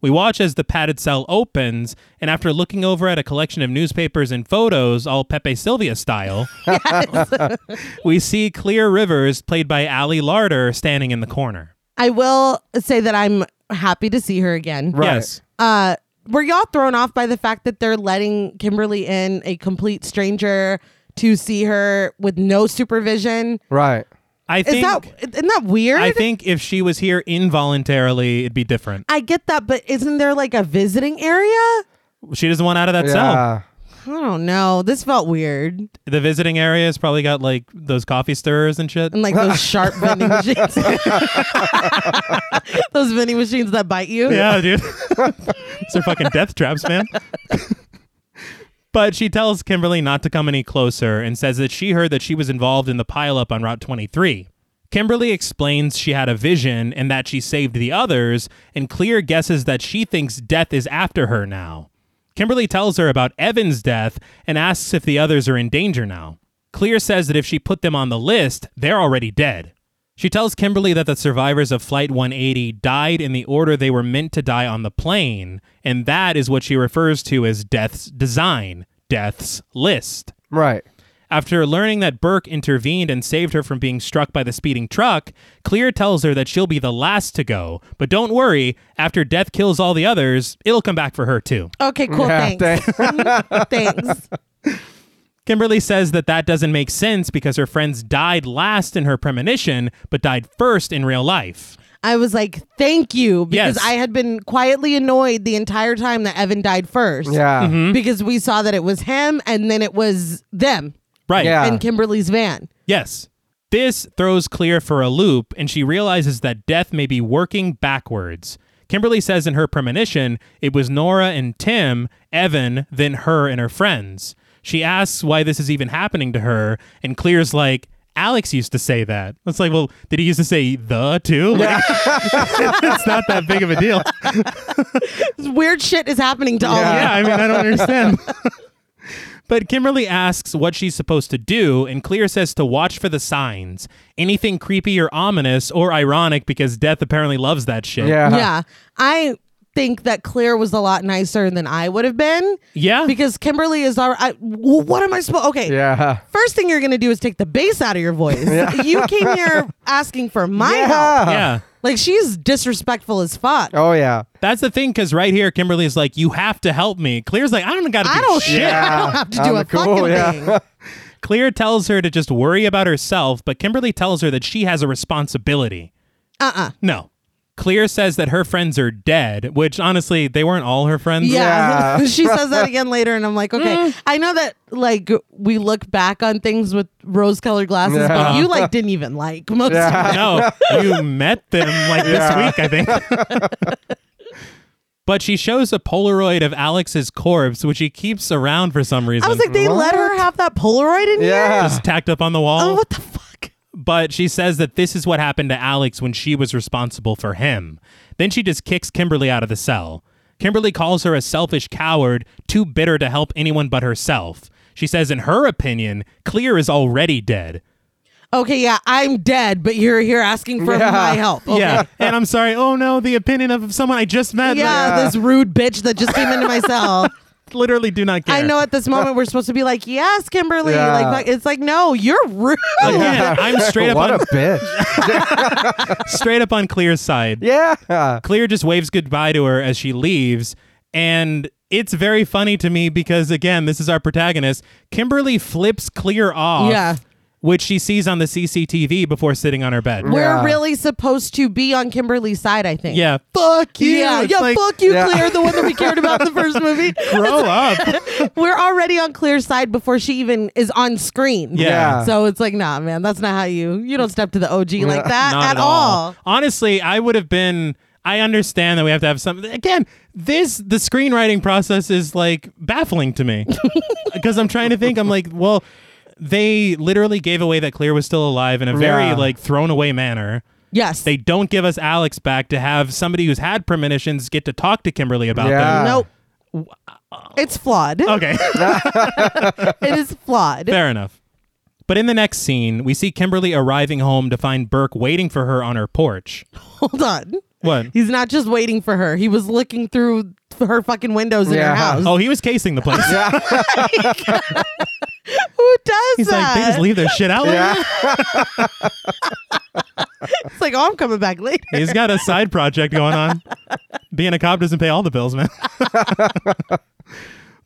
[SPEAKER 1] We watch as the padded cell opens, and after looking over at a collection of newspapers and photos, all Pepe Sylvia style, we see Clear Rivers, played by Ali Larder, standing in the corner.
[SPEAKER 2] I will say that I'm happy to see her again.
[SPEAKER 3] Right.
[SPEAKER 1] Yes.
[SPEAKER 2] Uh, were y'all thrown off by the fact that they're letting Kimberly in, a complete stranger, to see her with no supervision?
[SPEAKER 3] Right.
[SPEAKER 1] I
[SPEAKER 2] Is
[SPEAKER 1] think
[SPEAKER 2] that isn't that weird?
[SPEAKER 1] I think if she was here involuntarily, it'd be different.
[SPEAKER 2] I get that, but isn't there like a visiting area? I
[SPEAKER 1] She doesn't want out of that cell.
[SPEAKER 3] Yeah.
[SPEAKER 2] don't know. This felt weird.
[SPEAKER 1] The visiting area has probably got like those coffee stirrers and shit.
[SPEAKER 2] And like those sharp vending machines. those vending machines that bite you.
[SPEAKER 1] Yeah, dude. These are fucking death traps, man. but she tells Kimberly not to come any closer and says that she heard that she was involved in the pileup on Route 23. Kimberly explains she had a vision and that she saved the others, and Clear guesses that she thinks death is after her now. Kimberly tells her about Evan's death and asks if the others are in danger now. Clear says that if she put them on the list, they're already dead. She tells Kimberly that the survivors of Flight 180 died in the order they were meant to die on the plane, and that is what she refers to as Death's design, Death's list.
[SPEAKER 3] Right.
[SPEAKER 1] After learning that Burke intervened and saved her from being struck by the speeding truck, Clear tells her that she'll be the last to go, but don't worry, after Death kills all the others, it'll come back for her too.
[SPEAKER 2] Okay, cool.
[SPEAKER 3] Yeah,
[SPEAKER 2] thanks. thanks.
[SPEAKER 1] Kimberly says that that doesn't make sense because her friends died last in her premonition, but died first in real life.
[SPEAKER 2] I was like, thank you. Because
[SPEAKER 1] Yes.
[SPEAKER 2] I had been quietly annoyed the entire time that Evan died first.
[SPEAKER 3] Yeah.
[SPEAKER 1] Mm-hmm.
[SPEAKER 2] Because we saw that it was him and then it was them
[SPEAKER 1] Right.
[SPEAKER 3] Yeah.
[SPEAKER 2] and Kimberly's van.
[SPEAKER 1] Yes. This throws Clear for a loop, and she realizes that death may be working backwards. Kimberly says in her premonition, it was Nora and Tim, Evan, then her and her friends. She asks why this is even happening to her, and Clear's like, Alex used to say that. It's like, well, did he used to say the too? Like, it's not that big of a deal.
[SPEAKER 2] Weird shit is happening to all of
[SPEAKER 1] Yeah, I mean, I don't understand. but Kimberly asks what she's supposed to do, and Clear says to watch for the signs. Anything creepy or ominous or ironic because death apparently loves that shit.
[SPEAKER 3] Yeah.
[SPEAKER 2] Yeah. I think that Claire was a lot nicer than I would have been
[SPEAKER 1] Yeah.
[SPEAKER 2] because Kimberly is all right. w- What am I supposed Okay.
[SPEAKER 3] Yeah.
[SPEAKER 2] First thing you're going to do is take the bass out of your voice. You came here asking for my help.
[SPEAKER 1] yeah.
[SPEAKER 2] Like she's disrespectful as fuck.
[SPEAKER 3] Oh yeah.
[SPEAKER 1] That's the thing, because right here, Kimberly's like, "You have to help me." Clear's like, "I don't got to do
[SPEAKER 2] I don't
[SPEAKER 1] shit."
[SPEAKER 2] shit. I don't have to do
[SPEAKER 3] I'm
[SPEAKER 2] a
[SPEAKER 3] cool,
[SPEAKER 2] fucking
[SPEAKER 3] yeah.
[SPEAKER 2] thing.
[SPEAKER 1] Clear tells her to just worry about herself, but Kimberly tells her that she has a responsibility.
[SPEAKER 2] Uh-uh.
[SPEAKER 1] No, Clear says that her friends are dead, which honestly, they weren't all her friends.
[SPEAKER 2] Yeah.
[SPEAKER 3] Yeah.
[SPEAKER 2] she says that again later, and I'm like, okay. I know that like we look back on things with rose colored glasses, but
[SPEAKER 1] Yeah.
[SPEAKER 2] you like didn't even like most of
[SPEAKER 3] Yeah.
[SPEAKER 2] it.
[SPEAKER 1] No, you met them like this week, I think. but she shows a Polaroid of Alex's corpse, which he keeps around for some reason.
[SPEAKER 2] I was like, they let her have that Polaroid in here?
[SPEAKER 3] Yeah.
[SPEAKER 1] tacked up on the wall.
[SPEAKER 2] Oh, what the fuck?
[SPEAKER 1] but she says that this is what happened to Alex when she was responsible for him. Then she just kicks Kimberly out of the cell. Kimberly calls her a selfish coward, too bitter to help anyone but herself. She says, in her opinion, Clear is already dead.
[SPEAKER 2] Okay, yeah, I'm dead, but you're here asking for
[SPEAKER 3] Yeah.
[SPEAKER 2] my help. Okay.
[SPEAKER 1] Yeah. And I'm sorry. Oh, no, the opinion of someone I just met.
[SPEAKER 2] Yeah,
[SPEAKER 3] Yeah.
[SPEAKER 2] this rude bitch that just came into my cell.
[SPEAKER 1] Literally do not care.
[SPEAKER 2] I know at this moment we're supposed to be like, yes, Kimberly.
[SPEAKER 3] Yeah.
[SPEAKER 2] Like, like, it's like, no, you're rude.
[SPEAKER 1] Again, I'm straight up
[SPEAKER 3] what
[SPEAKER 1] on
[SPEAKER 3] a bitch.
[SPEAKER 1] straight up on Clear's side.
[SPEAKER 3] Yeah.
[SPEAKER 1] Clear just waves goodbye to her as she leaves. And it's very funny to me because, again, this is our protagonist. Kimberly flips Clear off,
[SPEAKER 2] Yeah.
[SPEAKER 1] which she sees on the CCTV before sitting on her bed.
[SPEAKER 2] We're
[SPEAKER 3] Yeah.
[SPEAKER 2] really supposed to be on Kimberly's side, I think.
[SPEAKER 1] Yeah. Fuck you.
[SPEAKER 2] Yeah,
[SPEAKER 1] It's
[SPEAKER 2] yeah,
[SPEAKER 1] like,
[SPEAKER 2] fuck you,
[SPEAKER 3] Yeah.
[SPEAKER 2] Clear, the one that we cared about in the first movie.
[SPEAKER 1] Grow up.
[SPEAKER 2] We're already on Clear's side before she even is on screen.
[SPEAKER 1] Yeah.
[SPEAKER 2] So it's like, nah, man, that's not how you you don't step to the OG like that
[SPEAKER 1] Not
[SPEAKER 2] at, all.
[SPEAKER 1] Honestly, I would have been. I understand that we have to have something. Again, this the screenwriting process is like baffling to me because I'm trying to think. I'm like, well, they literally gave away that Clear was still alive in a very
[SPEAKER 3] Yeah.
[SPEAKER 1] like thrown away manner.
[SPEAKER 2] Yes.
[SPEAKER 1] They don't give us Alex back to have somebody who's had premonitions get to talk to Kimberly about
[SPEAKER 3] Yeah.
[SPEAKER 2] nope.
[SPEAKER 1] Uh,
[SPEAKER 2] It's flawed.
[SPEAKER 1] them. Okay.
[SPEAKER 2] It is flawed.
[SPEAKER 1] Fair enough. But in the next scene, we see Kimberly arriving home to find Burke waiting for her on her porch.
[SPEAKER 2] Hold on.
[SPEAKER 1] What?
[SPEAKER 2] He's not just waiting for her. He was looking through her fucking windows in her
[SPEAKER 3] Yeah.
[SPEAKER 2] house.
[SPEAKER 1] Oh, he was casing the place.
[SPEAKER 2] Who does
[SPEAKER 1] He's like,
[SPEAKER 2] that?
[SPEAKER 1] they just leave their shit out. like
[SPEAKER 3] Yeah.
[SPEAKER 2] It's like, oh, I'm coming back later.
[SPEAKER 1] that?" He's got a side project going on. Being a cop doesn't pay all the bills, man.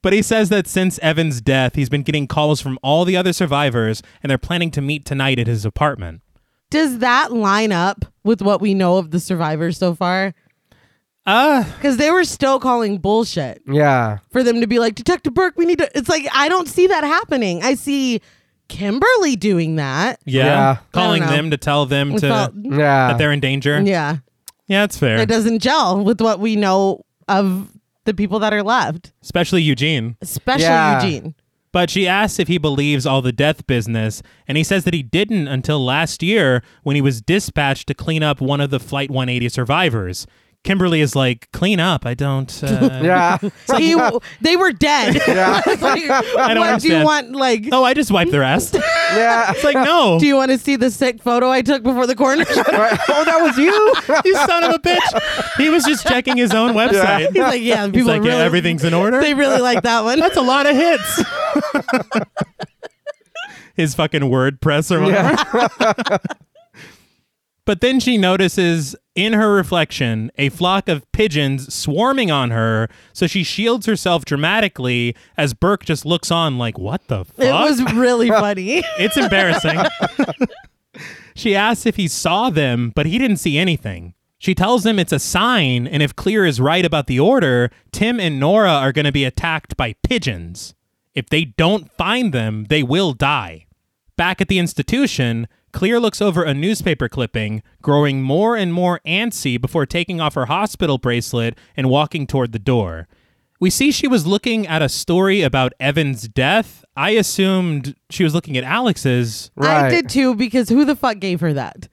[SPEAKER 1] but he says that since Evan's death, he's been getting calls from all the other survivors, and they're planning to meet tonight at his apartment.
[SPEAKER 2] Does that line up with what we know of the survivors so far?
[SPEAKER 1] Uh,
[SPEAKER 2] Because they were still calling bullshit
[SPEAKER 3] Yeah.
[SPEAKER 2] for them to be like, Detective Burke, we need to. It's like, I don't see that happening. I see Kimberly doing that.
[SPEAKER 1] yeah.
[SPEAKER 3] Yeah.
[SPEAKER 1] Calling
[SPEAKER 2] I don't know.
[SPEAKER 1] them to tell them to
[SPEAKER 2] Without-
[SPEAKER 1] that
[SPEAKER 3] Yeah.
[SPEAKER 1] they're in danger. Yeah,
[SPEAKER 2] yeah.
[SPEAKER 1] it's fair.
[SPEAKER 2] It doesn't gel with what we know of the people that are left,
[SPEAKER 1] Especially Eugene.
[SPEAKER 2] especially
[SPEAKER 3] Yeah.
[SPEAKER 2] Eugene.
[SPEAKER 1] But she asks if he believes all the death business, and he says that he didn't until last year when he was dispatched to clean up one of the Flight 180 survivors. Kimberly is like, clean up. I don't. Uh,
[SPEAKER 3] Yeah.
[SPEAKER 2] He, they were dead. It's like,
[SPEAKER 1] don't
[SPEAKER 2] what do you
[SPEAKER 1] understand.
[SPEAKER 2] want? Like,
[SPEAKER 1] Oh, I just wiped their ass. It's
[SPEAKER 3] Yeah.
[SPEAKER 1] like, no.
[SPEAKER 2] do you want to see the sick photo I took before the coroner?
[SPEAKER 3] Oh, that was you?
[SPEAKER 1] You son of a bitch. He was just checking his own website.
[SPEAKER 2] He's like, yeah,
[SPEAKER 1] He's
[SPEAKER 2] people
[SPEAKER 1] like,
[SPEAKER 2] really,
[SPEAKER 1] yeah, everything's in order.
[SPEAKER 2] They really like that one.
[SPEAKER 1] That's a lot of hits. His fucking WordPress or whatever. but then she notices in her reflection a flock of pigeons swarming on her, so she shields herself dramatically as Burke just looks on like, what the fuck?
[SPEAKER 2] It was really funny.
[SPEAKER 1] it's embarrassing. she asks if he saw them, but he didn't see anything. She tells him it's a sign, and if Clear is right about the order, Tim and Nora are going to be attacked by pigeons. If they don't find them, they will die. Back at the institution, Clear looks over a newspaper clipping, growing more and more antsy before taking off her hospital bracelet and walking toward the door. We see she was looking at a story about Evan's death. I assumed she was looking at Alex's.
[SPEAKER 2] I
[SPEAKER 3] Right.
[SPEAKER 2] did too because who the fuck gave her that?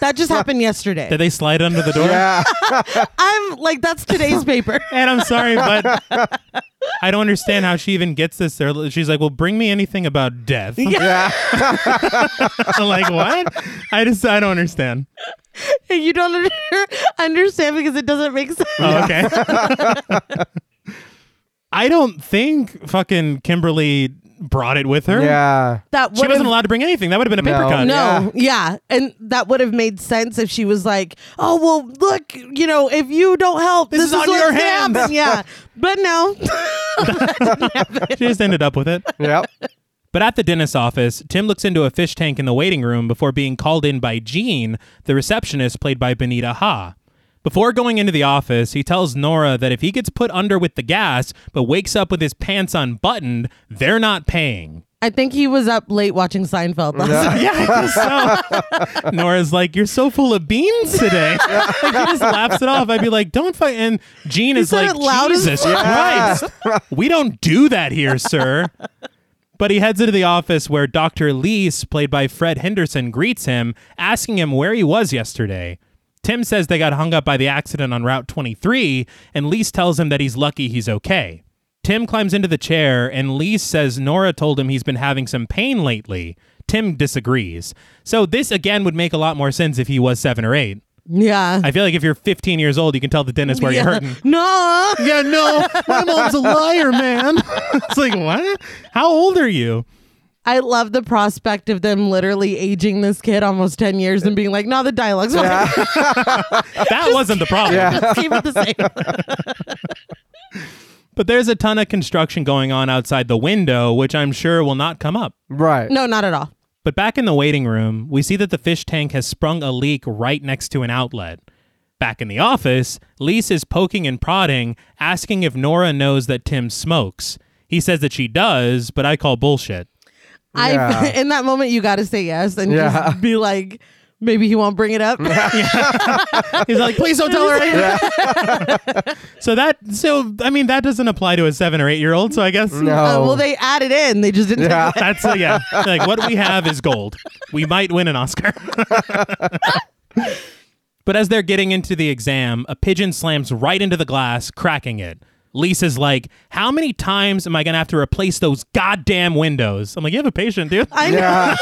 [SPEAKER 2] That just happened yesterday.
[SPEAKER 1] Did they slide under the door?
[SPEAKER 3] Yeah.
[SPEAKER 2] I'm like, that's today's paper.
[SPEAKER 1] And I'm sorry, but I don't understand how she even gets this there. She's like, Well, bring me anything about death.
[SPEAKER 3] Yeah.
[SPEAKER 1] I'm like, What? I just, I don't understand.
[SPEAKER 2] And you don't under- understand because it doesn't make sense.
[SPEAKER 1] Oh, okay. I don't think fucking Kimberly brought it with her.
[SPEAKER 3] Yeah.
[SPEAKER 2] That
[SPEAKER 1] She
[SPEAKER 2] would
[SPEAKER 1] wasn't allowed to bring anything. That would have been a paper
[SPEAKER 3] No.
[SPEAKER 1] cut.
[SPEAKER 2] No, yeah. And that would have made sense if she was like, oh, well, look, you know, if you don't help, this,
[SPEAKER 1] is on
[SPEAKER 2] what's
[SPEAKER 1] your
[SPEAKER 2] gonna
[SPEAKER 1] hands."
[SPEAKER 2] happen. Yeah. But no.
[SPEAKER 1] She just ended up with it.
[SPEAKER 3] Yep.
[SPEAKER 1] But at the dentist's office, Tim looks into a fish tank in the waiting room before being called in by Jean, the receptionist played by Benita Ha. Before going into the office, he tells Nora that if he gets put under with the gas but wakes up with his pants unbuttoned, they're not paying.
[SPEAKER 2] I think he was up late watching Seinfeld last night.
[SPEAKER 1] Yeah, I guess so. Nora's like, "You're so full of beans today." like, he just laughs it off. I'd be like, "Don't fight." And Gene is
[SPEAKER 2] said
[SPEAKER 1] like,
[SPEAKER 2] it loud as
[SPEAKER 1] "Jesus
[SPEAKER 2] fuck."
[SPEAKER 1] Christ, we don't do that here, sir." But he heads into the office where Dr. Leese, played by Fred Henderson, greets him, asking him where he was yesterday. Tim says they got hung up by the accident on Route 23, and Leese tells him that he's lucky he's okay. Tim climbs into the chair, and Leese says Nora told him he's been having some pain lately. Tim disagrees. So, this again would make a lot more sense if he was seven or eight.
[SPEAKER 2] Yeah.
[SPEAKER 1] I feel like if you're 15 years old, you can tell the dentist where
[SPEAKER 2] yeah.
[SPEAKER 1] you're hurting.
[SPEAKER 2] No.
[SPEAKER 1] Yeah, no, my mom's a liar, man. it's like, what? How old are you?
[SPEAKER 2] I love the prospect of them literally aging this kid almost 10 years and being like, no, the dialogue's fine.
[SPEAKER 1] That wasn't the problem.
[SPEAKER 2] Just keep it the same.
[SPEAKER 1] But there's a ton of construction going on outside the window, which I'm sure will not come up.
[SPEAKER 3] Right.
[SPEAKER 2] No, not at all.
[SPEAKER 1] But back in the waiting room, we see that the fish tank has sprung a leak right next to an outlet. Back in the office, Lise is poking and prodding, asking if Nora knows that Tim smokes. He says that she does, but I call bullshit.
[SPEAKER 2] I
[SPEAKER 3] Yeah.
[SPEAKER 2] in that moment you got to say yes and
[SPEAKER 3] Yeah.
[SPEAKER 2] just be like, maybe he won't bring it up.
[SPEAKER 1] He's like, please don't tell her. so that, so I mean, that doesn't apply to a seven or eight year old. So I guess
[SPEAKER 3] No.
[SPEAKER 2] Uh, well, they added in. They just didn't.
[SPEAKER 3] Yeah.
[SPEAKER 1] That's uh, yeah. Like what we have is gold. We might win an Oscar. but as they're getting into the exam, a pigeon slams right into the glass, cracking it. Lisa's like, "How many times am I gonna have to replace those goddamn windows?" I'm like, "You have a patient, dude."
[SPEAKER 2] I, know.
[SPEAKER 3] Yeah.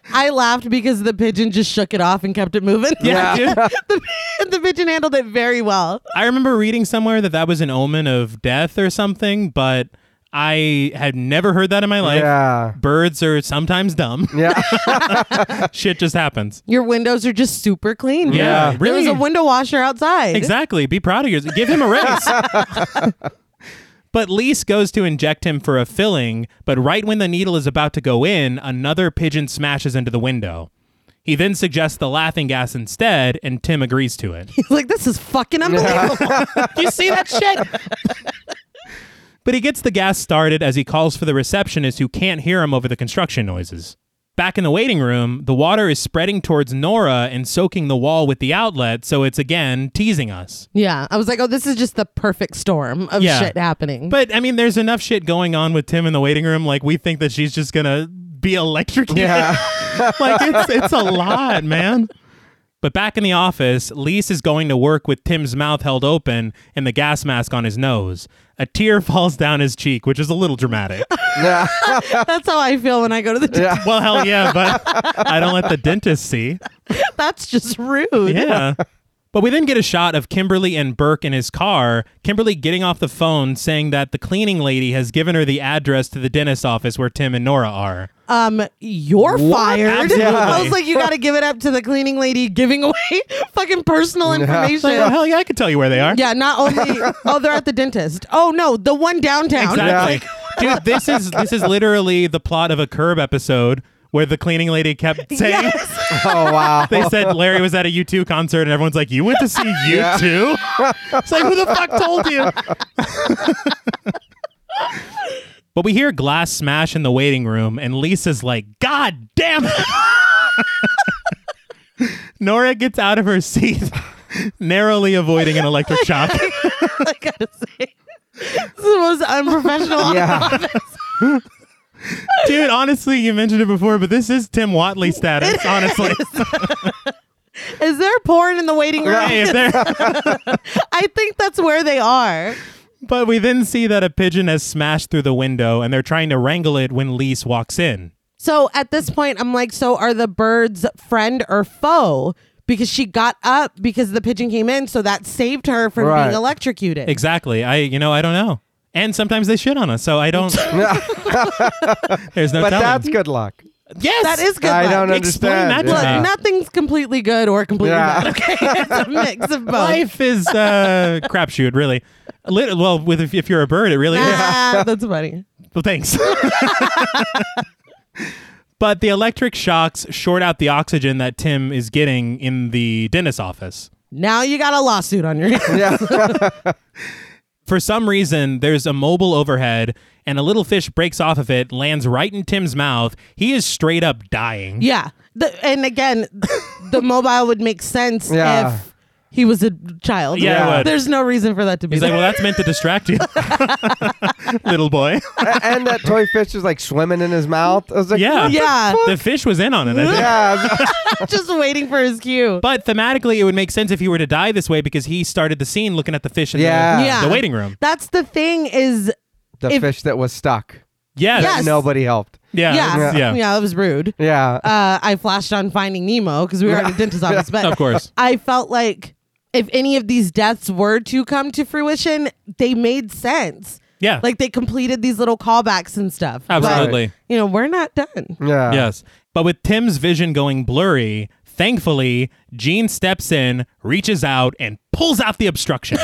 [SPEAKER 2] I laughed because the pigeon just shook it off and kept it moving.
[SPEAKER 1] yeah,
[SPEAKER 3] Yeah.
[SPEAKER 1] dude.
[SPEAKER 2] the, the pigeon handled it very well.
[SPEAKER 1] I remember reading somewhere that that was an omen of death or something, but I had never heard that in my life.
[SPEAKER 3] Yeah.
[SPEAKER 1] Birds are sometimes dumb.
[SPEAKER 3] Yeah.
[SPEAKER 1] Shit just happens.
[SPEAKER 2] Your windows are just super clean.
[SPEAKER 1] Yeah,
[SPEAKER 2] There was
[SPEAKER 1] really.
[SPEAKER 2] a window washer outside.
[SPEAKER 1] Exactly. Be proud of yourself. Give him a raise. but Lise goes to inject him for a filling, but right when the needle is about to go in, another pigeon smashes into the window. He then suggests the laughing gas instead, and Tim agrees to it.
[SPEAKER 2] He's like, this is fucking unbelievable. you see that shit?
[SPEAKER 1] but he gets the gas started as he calls for the receptionist who can't hear him over the construction noises. Back in the waiting room, the water is spreading towards Nora and soaking the wall with the outlet, so it's again teasing us.
[SPEAKER 2] Yeah. I was like, oh, this is just the perfect storm of
[SPEAKER 1] Yeah.
[SPEAKER 2] shit happening.
[SPEAKER 1] But I mean, there's enough shit going on with Tim in the waiting room. Like we think that she's just gonna be electrocuted.
[SPEAKER 3] Yeah.
[SPEAKER 1] like it's it's a lot, man. But back in the office, Lise is going to work with Tim's mouth held open and the gas mask on his nose. A tear falls down his cheek, which is a little dramatic.
[SPEAKER 3] Yeah.
[SPEAKER 2] That's how I feel when I go to the dentist.
[SPEAKER 3] Yeah.
[SPEAKER 1] well, hell yeah, but I don't let the dentist see.
[SPEAKER 2] That's just rude.
[SPEAKER 1] Yeah. But we then get a shot of Kimberly and Burke in his car. Kimberly getting off the phone saying that the cleaning lady has given her the address to the dentist's office where Tim and Nora are.
[SPEAKER 2] Um, you're fired.
[SPEAKER 1] Absolutely.
[SPEAKER 2] I was like, you got to give it up to the cleaning lady giving away fucking personal information.
[SPEAKER 1] Like, oh, hell yeah, I can tell you where they are.
[SPEAKER 2] Yeah, not only oh they're at the dentist. Oh no, the one downtown.
[SPEAKER 1] Exactly. Dude, this is this is literally the plot of a curb episode where the cleaning lady kept saying
[SPEAKER 2] Yes.
[SPEAKER 3] Oh wow.
[SPEAKER 1] they said Larry was at a U2 concert and everyone's like, You went to see U2? It's like, who the fuck told you? but we hear glass smash in the waiting room and Lisa's like, God damn it. Nora gets out of her seat, narrowly avoiding an electric shock.
[SPEAKER 2] I gotta say. This is the most unprofessional.
[SPEAKER 3] Yeah.
[SPEAKER 1] Dude, honestly, you mentioned it before, but this is Tim Watley status, honestly.
[SPEAKER 2] Is there porn in the waiting room?
[SPEAKER 1] Hey, if there-
[SPEAKER 2] I think that's where they are.
[SPEAKER 1] But we then see that a pigeon has smashed through the window and they're trying to wrangle it when Lise walks in.
[SPEAKER 2] So at this point, I'm like, so are the birds friend or foe? Because she got up because the pigeon came in, so that saved her from
[SPEAKER 3] Right.
[SPEAKER 2] being electrocuted.
[SPEAKER 1] Exactly. I, you know, I don't know. And sometimes they shit on us, so I don't. There's no
[SPEAKER 3] But
[SPEAKER 1] telling.
[SPEAKER 3] that's good luck.
[SPEAKER 1] yes,
[SPEAKER 2] That is good.
[SPEAKER 3] I
[SPEAKER 2] luck.
[SPEAKER 3] don't
[SPEAKER 1] Explain
[SPEAKER 3] understand.
[SPEAKER 1] that to
[SPEAKER 2] Look,
[SPEAKER 1] Yeah.
[SPEAKER 2] nothing's completely good or completely
[SPEAKER 3] Yeah.
[SPEAKER 2] bad. Okay, it's a mix of both.
[SPEAKER 1] Life is uh, crapshoot, really. Lit- well, with if, if you're a bird, it really is.
[SPEAKER 2] Ah, that's funny.
[SPEAKER 1] Well, thanks. but the electric shocks short out the oxygen that Tim is getting in the dentist's office.
[SPEAKER 2] Now you got a lawsuit on your hands.
[SPEAKER 1] For some reason, there's a mobile overhead, and a little fish breaks off of it, lands right in Tim's mouth. He is straight up dying.
[SPEAKER 2] yeah. The, and again, the mobile would make sense
[SPEAKER 3] Yeah.
[SPEAKER 2] if he was a child.
[SPEAKER 1] Yeah, it would.
[SPEAKER 2] There's no reason for that to be
[SPEAKER 1] He's like,
[SPEAKER 2] there.
[SPEAKER 1] well, that's meant to distract you, little boy.
[SPEAKER 3] A- and that toy fish is like swimming in his mouth. I was like,
[SPEAKER 1] Yeah.
[SPEAKER 3] what the
[SPEAKER 2] yeah.
[SPEAKER 1] The fish was in on it. I think.
[SPEAKER 3] yeah,
[SPEAKER 2] just waiting for his cue.
[SPEAKER 1] But thematically, it would make sense if he were to die this way because he started the scene looking at the fish in
[SPEAKER 3] Yeah.
[SPEAKER 1] the,
[SPEAKER 2] Yeah.
[SPEAKER 1] the waiting room.
[SPEAKER 2] That's the thing is
[SPEAKER 3] the
[SPEAKER 2] If-
[SPEAKER 3] fish that was stuck.
[SPEAKER 1] Yes.
[SPEAKER 2] Yes.
[SPEAKER 3] Nobody helped.
[SPEAKER 1] Yeah.
[SPEAKER 2] yeah,
[SPEAKER 1] Yeah.
[SPEAKER 2] yeah, that was rude.
[SPEAKER 3] Yeah,
[SPEAKER 2] Uh, I flashed on Finding Nemo because we were at a dentist office, but
[SPEAKER 1] Of course.
[SPEAKER 2] I felt like if any of these deaths were to come to fruition, they made sense.
[SPEAKER 1] Yeah.
[SPEAKER 2] Like they completed these little callbacks and stuff. But,
[SPEAKER 1] Absolutely.
[SPEAKER 2] you know, we're not done.
[SPEAKER 3] yeah,
[SPEAKER 1] Yes. But with Tim's vision going blurry, thankfully, Gene steps in, reaches out, and pulls out the obstruction.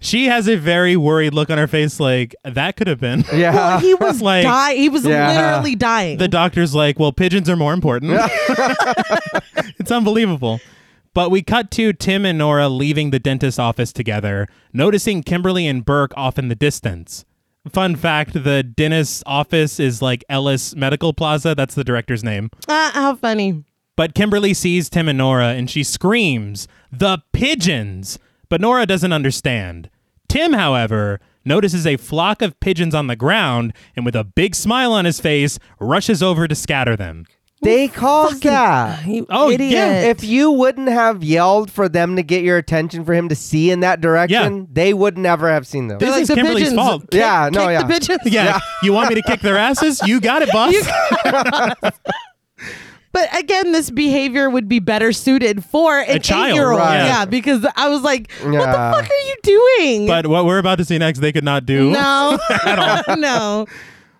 [SPEAKER 1] she has a very worried look on her face, like, that could have been.
[SPEAKER 3] yeah.
[SPEAKER 2] Well, he was
[SPEAKER 1] Like-
[SPEAKER 2] like, He was
[SPEAKER 3] Yeah.
[SPEAKER 2] literally dying.
[SPEAKER 1] The doctor's like, well, pigeons are more important. it's unbelievable. But we cut to Tim and Nora leaving the dentist's office together, noticing Kimberly and Burke off in the distance. Fun fact the dentist's office is like Ellis Medical Plaza. That's the director's name.
[SPEAKER 2] Ah, how funny.
[SPEAKER 1] But Kimberly sees Tim and Nora and she screams, The pigeons! But Nora doesn't understand. Tim, however, notices a flock of pigeons on the ground and with a big smile on his face, rushes over to scatter them.
[SPEAKER 3] They called that.
[SPEAKER 2] You
[SPEAKER 1] Oh, yeah.
[SPEAKER 2] idiot.
[SPEAKER 3] If you wouldn't have yelled for them to get your attention for him to see in that direction,
[SPEAKER 1] Yeah.
[SPEAKER 3] they would never have seen them.
[SPEAKER 1] This
[SPEAKER 2] Like
[SPEAKER 1] is
[SPEAKER 2] the
[SPEAKER 1] Kimberly's
[SPEAKER 2] pigeons.
[SPEAKER 1] fault.
[SPEAKER 2] Kick-
[SPEAKER 3] Yeah, no,
[SPEAKER 2] kick
[SPEAKER 3] yeah.
[SPEAKER 2] The pigeons.
[SPEAKER 1] Yeah. You want me to kick their asses? You got it, boss.
[SPEAKER 2] But again, this behavior would be better suited for an
[SPEAKER 1] child,
[SPEAKER 2] eight-year-old.
[SPEAKER 1] right.
[SPEAKER 2] Yeah. because I was like, "What
[SPEAKER 3] Yeah.
[SPEAKER 2] the fuck are you doing?"
[SPEAKER 1] but what we're about to see next, they could not do.
[SPEAKER 2] no, no.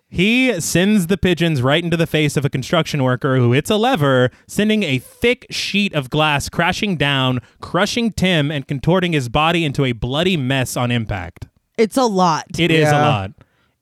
[SPEAKER 1] He sends the pigeons right into the face of a construction worker who hits a lever, sending a thick sheet of glass crashing down, crushing Tim and contorting his body into a bloody mess on impact.
[SPEAKER 2] It's a lot. It,
[SPEAKER 1] It is a
[SPEAKER 3] Yeah.
[SPEAKER 1] lot.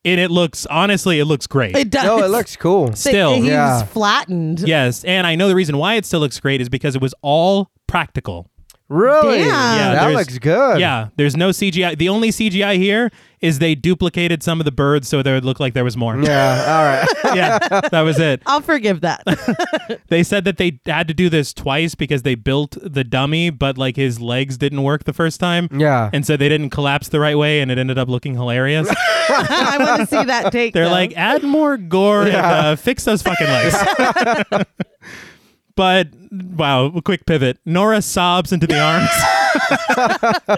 [SPEAKER 1] And it looks, honestly, it looks great.
[SPEAKER 2] does.
[SPEAKER 3] no, it looks cool.
[SPEAKER 2] They-
[SPEAKER 1] Still.
[SPEAKER 2] he's
[SPEAKER 3] Yeah.
[SPEAKER 2] flattened.
[SPEAKER 1] yes. And I know the reason why it still looks great is because it was all practical.
[SPEAKER 3] Really?
[SPEAKER 2] Damn. Yeah,
[SPEAKER 3] Uh, that
[SPEAKER 1] there's-
[SPEAKER 3] looks good.
[SPEAKER 1] Yeah. There's no CGI. The only CGI here is they duplicated some of the birds so there would look like there was more.
[SPEAKER 3] Yeah, all right.
[SPEAKER 1] yeah. That was it.
[SPEAKER 2] I'll forgive that.
[SPEAKER 1] They said that they had to do this twice because they built the dummy, but like his legs didn't work the first time.
[SPEAKER 3] Yeah.
[SPEAKER 1] And so they didn't collapse the right way and it ended up looking hilarious.
[SPEAKER 2] I want to see that take.
[SPEAKER 1] They're
[SPEAKER 2] though.
[SPEAKER 1] like, add more gore and uh, fix those fucking legs. but wow, a quick pivot. Nora sobs into the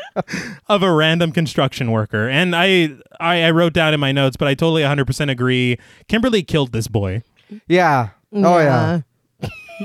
[SPEAKER 1] arms of a random construction worker. And I, I, I wrote down in my notes, but I totally 100% agree. Kimberly killed this boy.
[SPEAKER 3] Yeah. Oh yeah.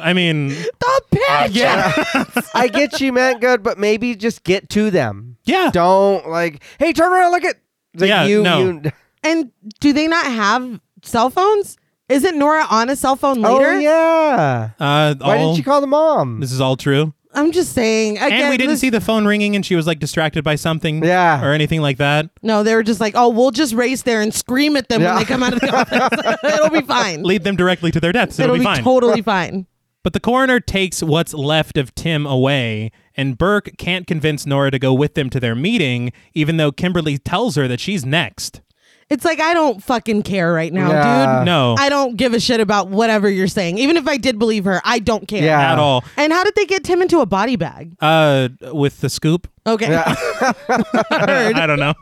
[SPEAKER 1] I mean,
[SPEAKER 2] the pigeon.
[SPEAKER 3] I get she meant good, but maybe just get to them.
[SPEAKER 1] yeah.
[SPEAKER 3] Don't like, hey, turn around, look at like,
[SPEAKER 1] Yeah,
[SPEAKER 3] you,
[SPEAKER 1] no.
[SPEAKER 3] you
[SPEAKER 2] And do they not have cell phones? Isn't Nora on a cell phone
[SPEAKER 3] Oh
[SPEAKER 2] later?
[SPEAKER 3] yeah.
[SPEAKER 1] Uh,
[SPEAKER 3] Why
[SPEAKER 1] all-
[SPEAKER 3] didn't you call the mom?
[SPEAKER 1] This is all true.
[SPEAKER 2] I'm just saying. Again,
[SPEAKER 1] and we didn't
[SPEAKER 2] this-
[SPEAKER 1] see the phone ringing and she was like distracted by something
[SPEAKER 3] Yeah.
[SPEAKER 1] or anything like that.
[SPEAKER 2] No, they were just like, oh, we'll just race there and scream at them
[SPEAKER 3] Yeah.
[SPEAKER 2] when they come out of the office. It'll be fine.
[SPEAKER 1] Lead them directly to their deaths. It'll,
[SPEAKER 2] It'll,
[SPEAKER 1] be,
[SPEAKER 2] be,
[SPEAKER 1] fine.
[SPEAKER 2] totally fine.
[SPEAKER 1] but the coroner takes what's left of Tim away, and Burke can't convince Nora to go with them to their meeting, even though Kimberly tells her that she's next.
[SPEAKER 2] It's like I don't fucking care right now,
[SPEAKER 3] Yeah.
[SPEAKER 2] dude.
[SPEAKER 1] No,
[SPEAKER 2] I don't give a shit about whatever you're saying. Even if I did believe her, I don't care.
[SPEAKER 3] Yeah.
[SPEAKER 1] at all.
[SPEAKER 2] And how did they get Tim into a body bag?
[SPEAKER 1] Uh, with the scoop,
[SPEAKER 2] Okay.
[SPEAKER 1] I don't know.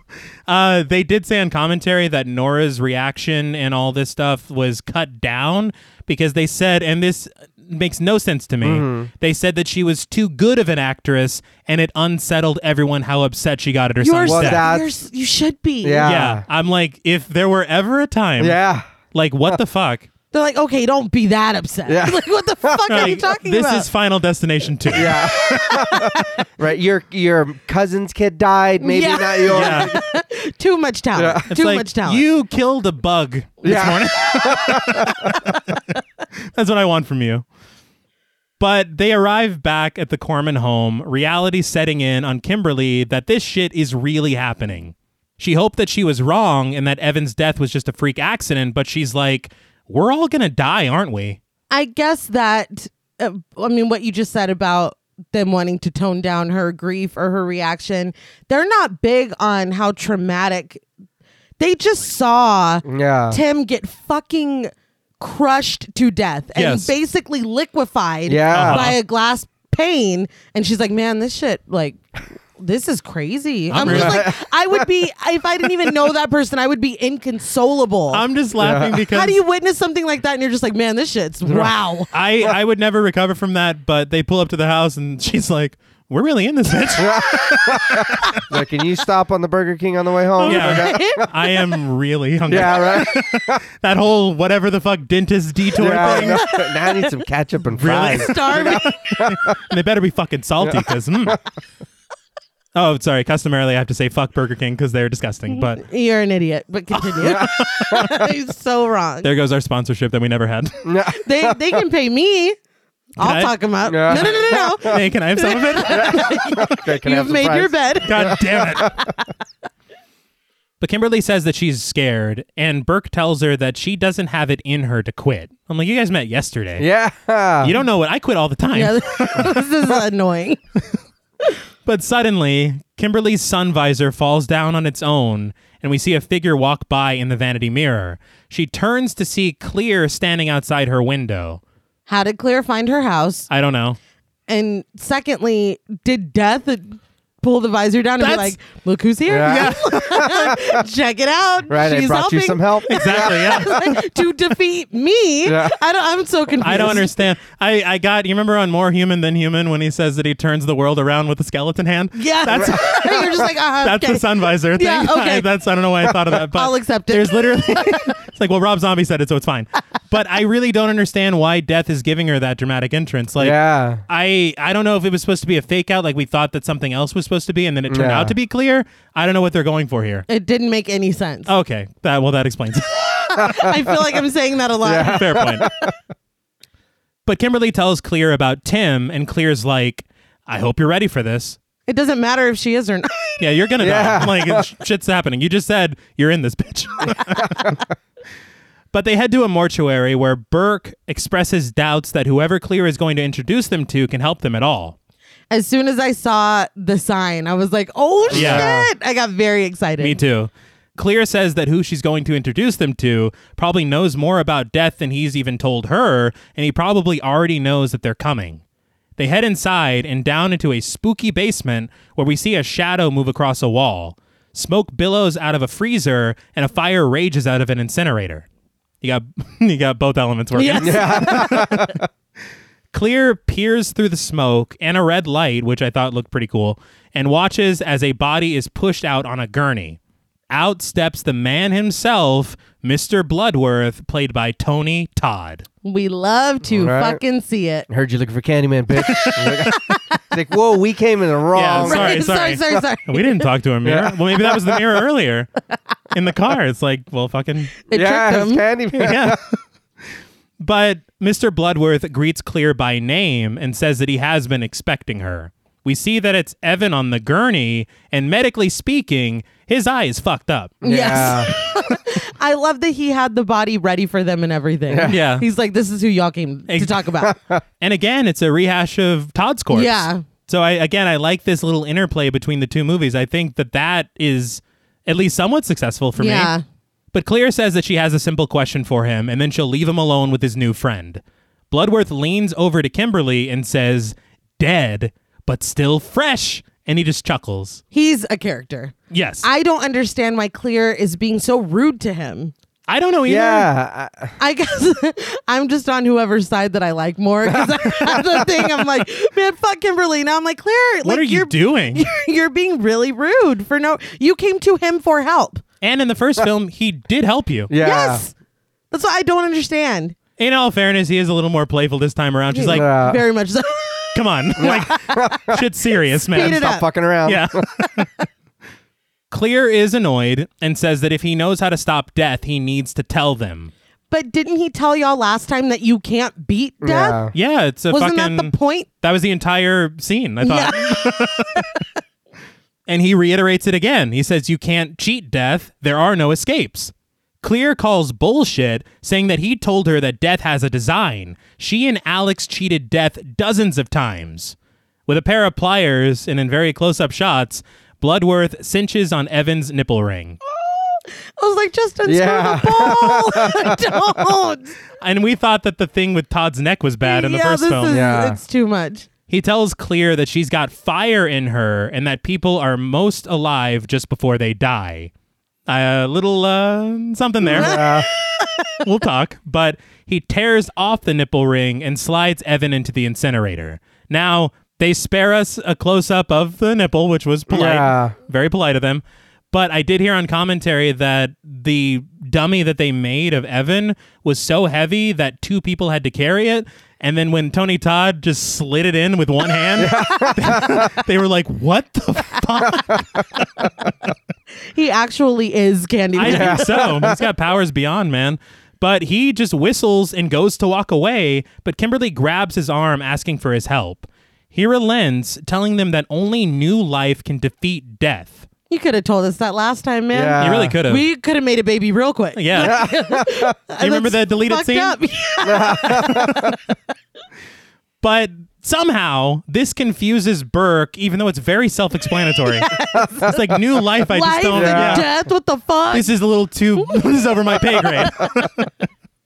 [SPEAKER 1] Uh, they did say on commentary that Nora's reaction and all this stuff was cut down because they said, and this makes no sense to me,
[SPEAKER 2] Mm-hmm.
[SPEAKER 1] they said that she was too good of an actress and it unsettled everyone how upset she got at her
[SPEAKER 2] You're,
[SPEAKER 1] son's
[SPEAKER 3] Well,
[SPEAKER 1] death.
[SPEAKER 3] that's-
[SPEAKER 2] you're s- you should be.
[SPEAKER 3] Yeah.
[SPEAKER 1] yeah, I'm like, if there were ever a time,
[SPEAKER 3] Yeah.
[SPEAKER 1] like, what the fuck?
[SPEAKER 2] They're like, okay, don't be that upset.
[SPEAKER 3] Yeah.
[SPEAKER 2] like, what the fuck are you
[SPEAKER 1] Like,
[SPEAKER 2] talking
[SPEAKER 1] this
[SPEAKER 2] about?
[SPEAKER 1] is Final Destination 2.
[SPEAKER 3] Yeah. right. Your your cousin's kid died. Maybe
[SPEAKER 2] Yeah.
[SPEAKER 3] not yours.
[SPEAKER 1] Yeah.
[SPEAKER 2] Too much talent.
[SPEAKER 1] It's
[SPEAKER 2] Too
[SPEAKER 1] like,
[SPEAKER 2] much talent.
[SPEAKER 1] You killed a bug this
[SPEAKER 3] Yeah.
[SPEAKER 1] morning. That's what I want from you. But they arrive back at the Corman home, reality setting in on Kimberly that this shit is really happening. She hoped that she was wrong and that Evan's death was just a freak accident, but she's like, we're all going to die, aren't we?
[SPEAKER 2] I guess that uh, I mean, what you just said about them wanting to tone down her grief or her reaction, they're not big on how traumatic. They just saw
[SPEAKER 3] Yeah.
[SPEAKER 2] Tim get fucking crushed to death and
[SPEAKER 1] Yes.
[SPEAKER 2] basically liquefied
[SPEAKER 3] Yeah.
[SPEAKER 2] by a glass pane. And she's like, man, this shit, like, this is crazy. I'm,
[SPEAKER 1] really-
[SPEAKER 2] just like, I would be, if I didn't even know that person, I would be inconsolable.
[SPEAKER 1] I'm just laughing because
[SPEAKER 2] How do you witness something like that and you're just like, man, this shit's wow.
[SPEAKER 1] I, I would never recover from that, but they pull up to the house and she's like, We're really in this bitch.
[SPEAKER 3] Like, can you stop on the Burger King on the way home?
[SPEAKER 1] yeah. I am really hungry.
[SPEAKER 3] Yeah, right.
[SPEAKER 1] That whole whatever the fuck dentist detour
[SPEAKER 3] Yeah,
[SPEAKER 1] thing.
[SPEAKER 3] no, now I need some ketchup and
[SPEAKER 1] Really?
[SPEAKER 3] fries.
[SPEAKER 2] Starving.
[SPEAKER 1] And they better be fucking salty because. Oh, sorry. Customarily, I have to say fuck Burger King because they're disgusting. But
[SPEAKER 2] You're an idiot, but continue. You're so wrong.
[SPEAKER 1] there goes our sponsorship that we never had.
[SPEAKER 2] They they can pay me. I'll
[SPEAKER 1] I-
[SPEAKER 2] talk them up.
[SPEAKER 3] Yeah.
[SPEAKER 2] No, no, no, no, no.
[SPEAKER 1] hey, can I have some of it?
[SPEAKER 3] Okay, can I have
[SPEAKER 2] You've
[SPEAKER 3] some
[SPEAKER 2] made your
[SPEAKER 3] fries?
[SPEAKER 2] bed.
[SPEAKER 1] God damn it. But Kimberly says that she's scared, and Burke tells her that she doesn't have it in her to quit. I'm like, you guys met yesterday.
[SPEAKER 3] Yeah.
[SPEAKER 1] You don't know what I quit all the time.
[SPEAKER 2] Yeah, this is annoying.
[SPEAKER 1] But suddenly, Kimberly's sun visor falls down on its own, and we see a figure walk by in the vanity mirror. She turns to see Clear standing outside her window.
[SPEAKER 2] How did Claire find her house?
[SPEAKER 1] I don't know.
[SPEAKER 2] And secondly, did Death pull the visor down and be
[SPEAKER 1] That's-
[SPEAKER 2] like, "Look who's here!
[SPEAKER 3] Yeah.
[SPEAKER 2] Check it out!
[SPEAKER 3] Right.
[SPEAKER 2] She's
[SPEAKER 3] I brought
[SPEAKER 2] helping
[SPEAKER 3] you some help.
[SPEAKER 1] Exactly. Yeah.
[SPEAKER 2] to defeat me."
[SPEAKER 3] Yeah.
[SPEAKER 2] I don't. I'm so confused.
[SPEAKER 1] I don't understand. I, I got you remember on More Human Than Human when he says that he turns the world around with a skeleton hand?
[SPEAKER 2] Yeah,
[SPEAKER 1] That's
[SPEAKER 2] you're just like, uh,
[SPEAKER 1] that's the sun visor thing.
[SPEAKER 2] Yeah, okay.
[SPEAKER 1] I, that's I don't know why I thought of that, but
[SPEAKER 2] I'll accept it.
[SPEAKER 1] There's literally it's like well Rob Zombie said it, so it's fine. But I really don't understand why Death is giving her that dramatic entrance. Like
[SPEAKER 3] Yeah.
[SPEAKER 1] I I don't know if it was supposed to be a fake out, like we thought that something else was supposed to be, and then it turned
[SPEAKER 3] Yeah.
[SPEAKER 1] out to be clear. I don't know what they're going for here.
[SPEAKER 2] It didn't make any sense.
[SPEAKER 1] Okay, that well that explains. it.
[SPEAKER 2] I feel like I'm saying that a lot.
[SPEAKER 1] Fair point. But Kimberly tells Clear about Tim, and Clear's like, "I hope you're ready for this.
[SPEAKER 2] It doesn't matter if she is or not.
[SPEAKER 1] Yeah, you're gonna
[SPEAKER 3] Yeah.
[SPEAKER 1] die. Like it's- shit's happening. You just said you're in this bitch." But they head to a mortuary where Burke expresses doubts that whoever Clear is going to introduce them to can help them at all.
[SPEAKER 2] As soon as I saw the sign, I was like, "Oh shit!"
[SPEAKER 1] Yeah.
[SPEAKER 2] I got very excited.
[SPEAKER 1] Me too. Clear says that who she's going to introduce them to probably knows more about death than he's even told her, and he probably already knows that they're coming. They head inside and down into a spooky basement where we see a shadow move across a wall. Smoke billows out of a freezer, and a fire rages out of an incinerator. You got you got both elements working.
[SPEAKER 2] Yes.
[SPEAKER 1] Clear peers through the smoke and a red light, which I thought looked pretty cool, and watches as a body is pushed out on a gurney. Out steps the man himself, Mr. Bloodworth, played by Tony Todd.
[SPEAKER 2] We love to
[SPEAKER 3] All right.
[SPEAKER 2] fucking see it.
[SPEAKER 3] Heard you looking for Candyman, bitch. It's like, whoa, we came in the wrong.
[SPEAKER 1] Sorry,
[SPEAKER 2] Right?
[SPEAKER 1] sorry.
[SPEAKER 2] sorry, sorry, sorry.
[SPEAKER 1] Oh, We didn't talk to a mirror. Well, maybe that was the mirror earlier in the car. It's like, well, fucking.
[SPEAKER 2] It
[SPEAKER 3] yeah,
[SPEAKER 2] tricked him.
[SPEAKER 3] it's Candyman.
[SPEAKER 1] Yeah. but Mr. Bloodworth greets Clear by name and says that he has been expecting her. We see that it's Evan on the gurney, and medically speaking, his eye is fucked up.
[SPEAKER 2] Yes. I love that he had the body ready for them and everything.
[SPEAKER 1] Yeah.
[SPEAKER 2] He's like, "This is who y'all came to
[SPEAKER 1] Ex-
[SPEAKER 2] talk about."
[SPEAKER 1] And again, it's a rehash of Todd's corpse.
[SPEAKER 2] Yeah.
[SPEAKER 1] So I again, I like this little interplay between the two movies. I think that that is at least somewhat successful for
[SPEAKER 2] Yeah.
[SPEAKER 1] me. But Claire says that she has a simple question for him, and then she'll leave him alone with his new friend. Bloodworth leans over to Kimberly and says, "Dead, but still fresh," and he just chuckles.
[SPEAKER 2] He's a character.
[SPEAKER 1] Yes, I,
[SPEAKER 2] I don't understand why Clear is being so rude to him.
[SPEAKER 1] don't know either.
[SPEAKER 3] Yeah. I-
[SPEAKER 2] I guess I'm just on whoever's side that I like more because the thing I'm like, man, fuck Kimberly. Now I'm like, Claire,
[SPEAKER 1] What
[SPEAKER 2] like
[SPEAKER 1] are you
[SPEAKER 2] you're,
[SPEAKER 1] doing?
[SPEAKER 2] you're being really rude for no. You came to him for help.
[SPEAKER 1] and in the first film, he did help you.
[SPEAKER 3] Yeah.
[SPEAKER 2] Yes, that's what I don't understand.
[SPEAKER 1] In all fairness, he is a little more playful this time around. She's like,
[SPEAKER 3] Yeah.
[SPEAKER 2] Very much so.
[SPEAKER 1] "Come on, like shit's serious, man."
[SPEAKER 2] Speed it
[SPEAKER 3] Stop
[SPEAKER 2] up.
[SPEAKER 3] fucking around.
[SPEAKER 1] Yeah. Clear is annoyed and says that if he knows how to stop death, he needs to tell them.
[SPEAKER 2] But didn't he tell y'all last time that you can't beat death?
[SPEAKER 3] Yeah.
[SPEAKER 1] Yeah, it's a
[SPEAKER 2] Wasn't
[SPEAKER 1] fucking.
[SPEAKER 2] that the point?
[SPEAKER 1] that was the entire scene, I thought. and he reiterates it again. He says, You can't cheat death. There are no escapes. Clear calls bullshit, saying that he told her that Death has a design. She and Alex cheated Death dozens of times. With a pair of pliers and in very close up shots, Bloodworth cinches on Evan's nipple ring.
[SPEAKER 2] I was like, just unscrew
[SPEAKER 3] Yeah.
[SPEAKER 2] the ball. Don't.
[SPEAKER 1] And we thought that the thing with Todd's neck was bad in the
[SPEAKER 2] yeah,
[SPEAKER 1] first
[SPEAKER 2] this
[SPEAKER 1] film.
[SPEAKER 2] Is,
[SPEAKER 3] Yeah.
[SPEAKER 2] It's too much.
[SPEAKER 1] He tells Clear that she's got fire in her and that people are most alive just before they die. A little uh, something there. we'll talk. But he tears off the nipple ring and slides Evan into the incinerator. Now, they spare us a close up of the nipple, which was polite.
[SPEAKER 3] Yeah.
[SPEAKER 1] Very polite of them. But I did hear on commentary that the dummy that they made of Evan was so heavy that two people had to carry it. And then when Tony Todd just slid it in with one hand, they were like, what the fuck?
[SPEAKER 2] He actually is Candy.
[SPEAKER 1] I think so. He's got powers beyond, man. But he just whistles and goes to walk away, but Kimberly grabs his arm asking for his help. He relents, telling them that only new life can defeat death.
[SPEAKER 2] you could have told us that last time, man.
[SPEAKER 3] Yeah.
[SPEAKER 1] He really could have.
[SPEAKER 2] Uh, We could have made a baby real quick.
[SPEAKER 1] Yeah. Do you remember the deleted
[SPEAKER 2] Fucked
[SPEAKER 1] scene?
[SPEAKER 2] up.
[SPEAKER 1] But somehow this confuses Burke, even though it's very self explanatory. It's like new life. I
[SPEAKER 2] Life
[SPEAKER 1] just don't.
[SPEAKER 2] and
[SPEAKER 1] yeah.
[SPEAKER 2] death. What the fuck?
[SPEAKER 1] This is a little too. this is over my pay grade.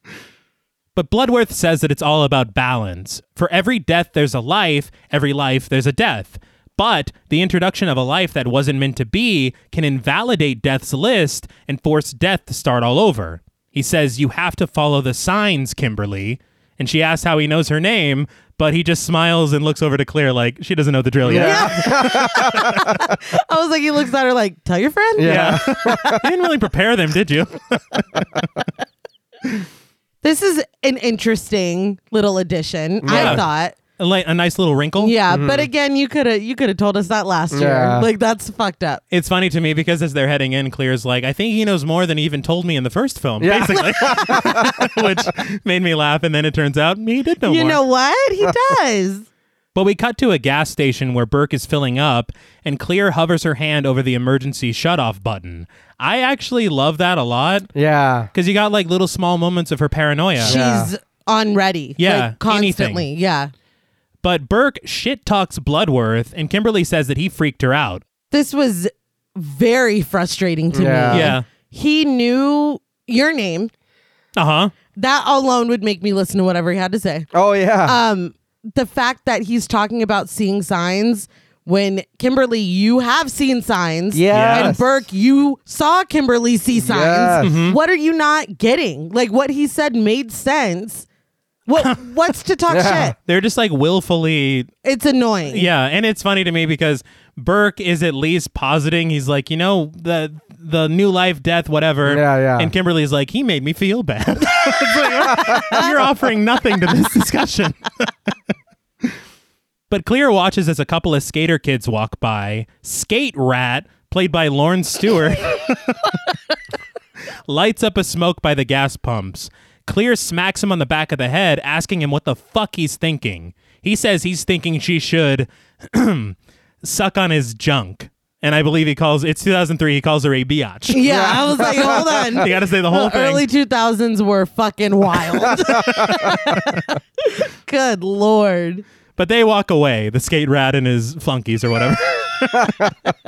[SPEAKER 1] but Bloodworth says that it's all about balance. For every death, there's a life. Every life, there's a death. But the introduction of a life that wasn't meant to be can invalidate death's list and force death to start all over. He says, You have to follow the signs, Kimberly. And she asks how he knows her name, but he just smiles and looks over to Claire like she doesn't know the drill yet.
[SPEAKER 2] I was like, he looks at her like, tell your friend.
[SPEAKER 1] Yeah. you didn't really prepare them, did you?
[SPEAKER 2] This is an interesting little addition,
[SPEAKER 1] Yeah.
[SPEAKER 2] I thought.
[SPEAKER 1] A, li- a nice little wrinkle.
[SPEAKER 2] Yeah, but again, you could have you could have told us that last
[SPEAKER 3] Mm-hmm. Yeah.
[SPEAKER 2] year. Like that's fucked up.
[SPEAKER 1] It's funny to me because as they're heading in, Clear's like, I think he knows more than he even told me in the first film,
[SPEAKER 3] Yeah.
[SPEAKER 1] basically, which made me laugh. And then it turns out he did know
[SPEAKER 2] you
[SPEAKER 1] more.
[SPEAKER 2] know what? He does.
[SPEAKER 1] But we cut to a gas station where Burke is filling up, and Clear hovers her hand over the emergency shutoff button. I actually love that a lot
[SPEAKER 3] Yeah.
[SPEAKER 1] because you got like little small moments of her paranoia.
[SPEAKER 2] She's on ready.
[SPEAKER 1] Yeah,
[SPEAKER 2] Like, constantly.
[SPEAKER 1] anything.
[SPEAKER 2] Yeah.
[SPEAKER 1] but Burke shit talks Bloodworth, and Kimberly says that he freaked her out.
[SPEAKER 2] This was very frustrating to
[SPEAKER 3] Yeah.
[SPEAKER 2] me.
[SPEAKER 1] yeah.
[SPEAKER 2] He knew your name.
[SPEAKER 1] Uh huh.
[SPEAKER 2] That alone would make me listen to whatever he had to say.
[SPEAKER 3] Oh yeah.
[SPEAKER 2] um the fact that he's talking about seeing signs when Kimberly, you have seen signs.
[SPEAKER 3] Yes.
[SPEAKER 2] And Burke, you saw Kimberly see signs.
[SPEAKER 3] Yes.
[SPEAKER 1] Mm-hmm.
[SPEAKER 2] What are you not getting? Like what he said made sense. What what's to talk
[SPEAKER 3] Yeah.
[SPEAKER 2] shit?
[SPEAKER 1] They're just like willfully
[SPEAKER 2] It's annoying.
[SPEAKER 1] Yeah, and it's funny to me because Burke is at least positing he's like, you know, the the new life, death, whatever.
[SPEAKER 3] Yeah, yeah.
[SPEAKER 1] And Kimberly's like, he made me feel bad. It's like, You're offering nothing to this discussion. but Clear watches as a couple of skater kids walk by. Skate Rat, played by Lauren Stewart, lights up a smoke by the gas pumps. Clear smacks him on the back of the head, asking him what the fuck he's thinking. He says he's thinking she should suck on his junk. And I believe he calls it's 2003. He calls her a biatch.
[SPEAKER 2] Yeah, I was like, hold on.
[SPEAKER 1] You got to say the whole
[SPEAKER 2] The
[SPEAKER 1] thing.
[SPEAKER 2] early 2000s were fucking wild. Good lord.
[SPEAKER 1] But they walk away, the skate rat and his flunkies or whatever.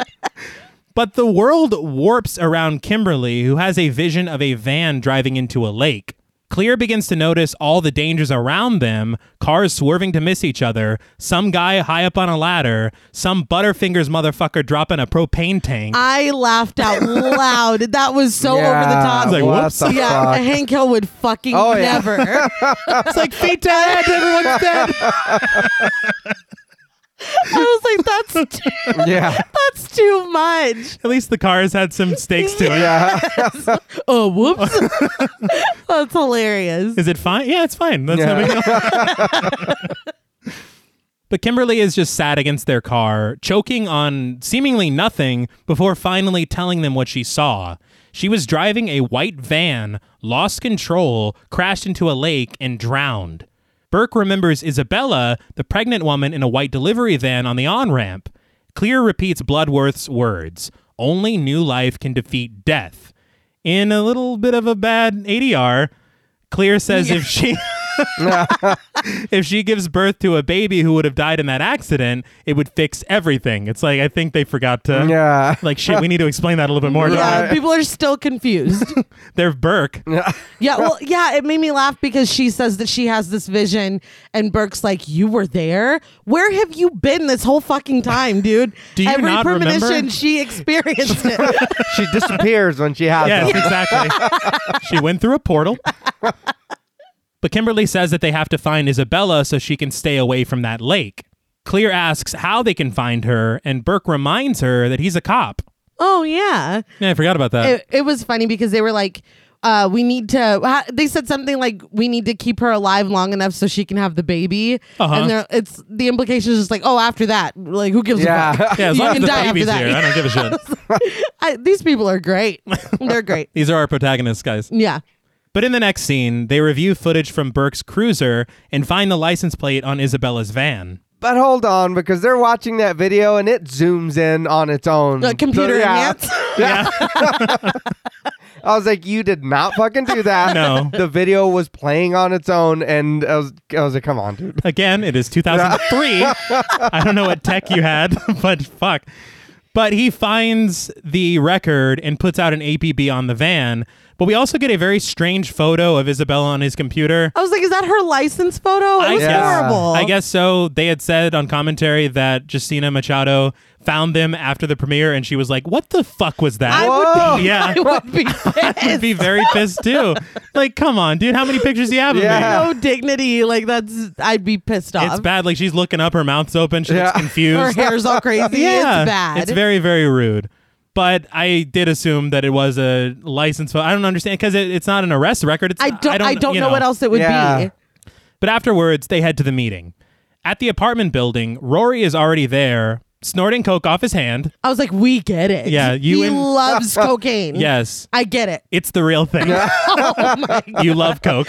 [SPEAKER 1] but the world warps around Kimberly, who has a vision of a van driving into a lake. Clear begins to notice all the dangers around them cars swerving to miss each other, some guy high up on a ladder, some Butterfingers motherfucker dropping a propane tank.
[SPEAKER 2] I laughed out loud. That was so
[SPEAKER 3] yeah.
[SPEAKER 2] over the top.
[SPEAKER 1] It's like,
[SPEAKER 3] what
[SPEAKER 1] whoops.
[SPEAKER 3] the
[SPEAKER 2] yeah,
[SPEAKER 3] fuck?
[SPEAKER 2] Hank Hill would fucking
[SPEAKER 3] Oh, yeah.
[SPEAKER 2] never.
[SPEAKER 1] it's like feet to head, everyone's dead.
[SPEAKER 2] I was like, that's too,
[SPEAKER 3] Yeah.
[SPEAKER 2] that's too much.
[SPEAKER 1] At least the cars had some stakes to it. Is
[SPEAKER 3] Yeah.
[SPEAKER 2] Oh, whoops. that's hilarious.
[SPEAKER 1] it fine? Yeah, it's fine. That's no
[SPEAKER 3] Yeah.
[SPEAKER 1] big deal. But Kimberly is just sat against their car, choking on seemingly nothing before finally telling them what she saw. She was driving a white van, lost control, crashed into a lake, and drowned. Burke remembers Isabella, the pregnant woman in a white delivery van on the on ramp. Clear repeats Bloodworth's words Only new life can defeat death. in a little bit of a bad ADR, Clear says if she if she gives birth to a baby who would have died in that accident, it would fix everything. It's like I think they forgot to
[SPEAKER 3] Yeah.
[SPEAKER 1] like shit, we need to explain that a little bit more.
[SPEAKER 2] Yeah, people are still confused.
[SPEAKER 1] They're Burke.
[SPEAKER 2] yeah, well, yeah, it made me laugh because she says that she has this vision, and Burke's like, "You were there? Where have you been this whole fucking time, dude?
[SPEAKER 1] Do you
[SPEAKER 2] Every
[SPEAKER 1] not remember?"
[SPEAKER 2] premonition she experienced it.
[SPEAKER 3] she disappears when she has
[SPEAKER 1] Yes,
[SPEAKER 3] them.
[SPEAKER 1] exactly. she went through a portal. But Kimberly says that they have to find Isabella so she can stay away from that lake. Clear asks how they can find her, and Burke reminds her that he's a cop.
[SPEAKER 2] oh yeah,
[SPEAKER 1] Yeah, I forgot about that.
[SPEAKER 2] it, it was funny because they were like. Uh, we need to. ha- They said something like, "We need to keep her alive long enough so she can have the baby."
[SPEAKER 1] Uh-huh.
[SPEAKER 2] And they're, it's the implication is just like, "Oh, after that, like, who gives
[SPEAKER 3] Yeah.
[SPEAKER 2] a fuck?"
[SPEAKER 1] yeah, as
[SPEAKER 2] you
[SPEAKER 1] long as
[SPEAKER 2] can
[SPEAKER 1] the
[SPEAKER 2] die after
[SPEAKER 1] baby's
[SPEAKER 2] that.
[SPEAKER 1] here, I don't give a shit.
[SPEAKER 2] I, these people are great. They're great.
[SPEAKER 1] These are our protagonists, guys.
[SPEAKER 2] Yeah.
[SPEAKER 1] But in the next scene, they review footage from Burke's cruiser and find the license plate on Isabella's van.
[SPEAKER 3] But hold on, because they're watching that video and it zooms in on its own.
[SPEAKER 2] Uh, computer
[SPEAKER 3] So,
[SPEAKER 2] enhanced.
[SPEAKER 1] Yeah.
[SPEAKER 3] I was like, you did not fucking do that.
[SPEAKER 1] No.
[SPEAKER 3] The video was playing on its own, and I was, I was like, come on, dude.
[SPEAKER 1] Again, it is 2003. I don't know what tech you had, but fuck. But he finds the record and puts out an APB on the van. But we also get a very strange photo of Isabella on his computer.
[SPEAKER 2] I was like, is that her license photo? It Oh, was
[SPEAKER 1] guess-
[SPEAKER 2] horrible.
[SPEAKER 1] I guess so. They had said on commentary that Justina Machado found them after the premiere and she was like, What the fuck was
[SPEAKER 2] I
[SPEAKER 1] that?
[SPEAKER 2] would be.
[SPEAKER 1] Yeah.
[SPEAKER 2] I would be pissed.
[SPEAKER 1] I'd be very pissed too. Like, come on, dude. How many pictures do you have of me?
[SPEAKER 3] Yeah.
[SPEAKER 2] no dignity. Like that's. I'd be pissed off.
[SPEAKER 1] It's bad. Like she's looking up, her mouth's open, she looks
[SPEAKER 3] Yeah.
[SPEAKER 1] confused.
[SPEAKER 2] Um, Her hair's all crazy. it's bad.
[SPEAKER 1] It's very, very rude. But I did assume that it was a license. photo. I don't understand because it, it's not an arrest record. It's,
[SPEAKER 2] I don't. I don't,
[SPEAKER 1] you
[SPEAKER 2] know, what else it would
[SPEAKER 3] Yeah.
[SPEAKER 2] be.
[SPEAKER 1] But afterwards, they head to the meeting. At the apartment building, Rory is already there, snorting coke off his hand.
[SPEAKER 2] I was like, we get it.
[SPEAKER 1] Yeah, you
[SPEAKER 2] He
[SPEAKER 1] and-
[SPEAKER 2] loves
[SPEAKER 3] Mm.
[SPEAKER 2] cocaine.
[SPEAKER 1] Yes,
[SPEAKER 2] I get it.
[SPEAKER 1] it's the real thing.
[SPEAKER 2] Oh
[SPEAKER 1] You love coke.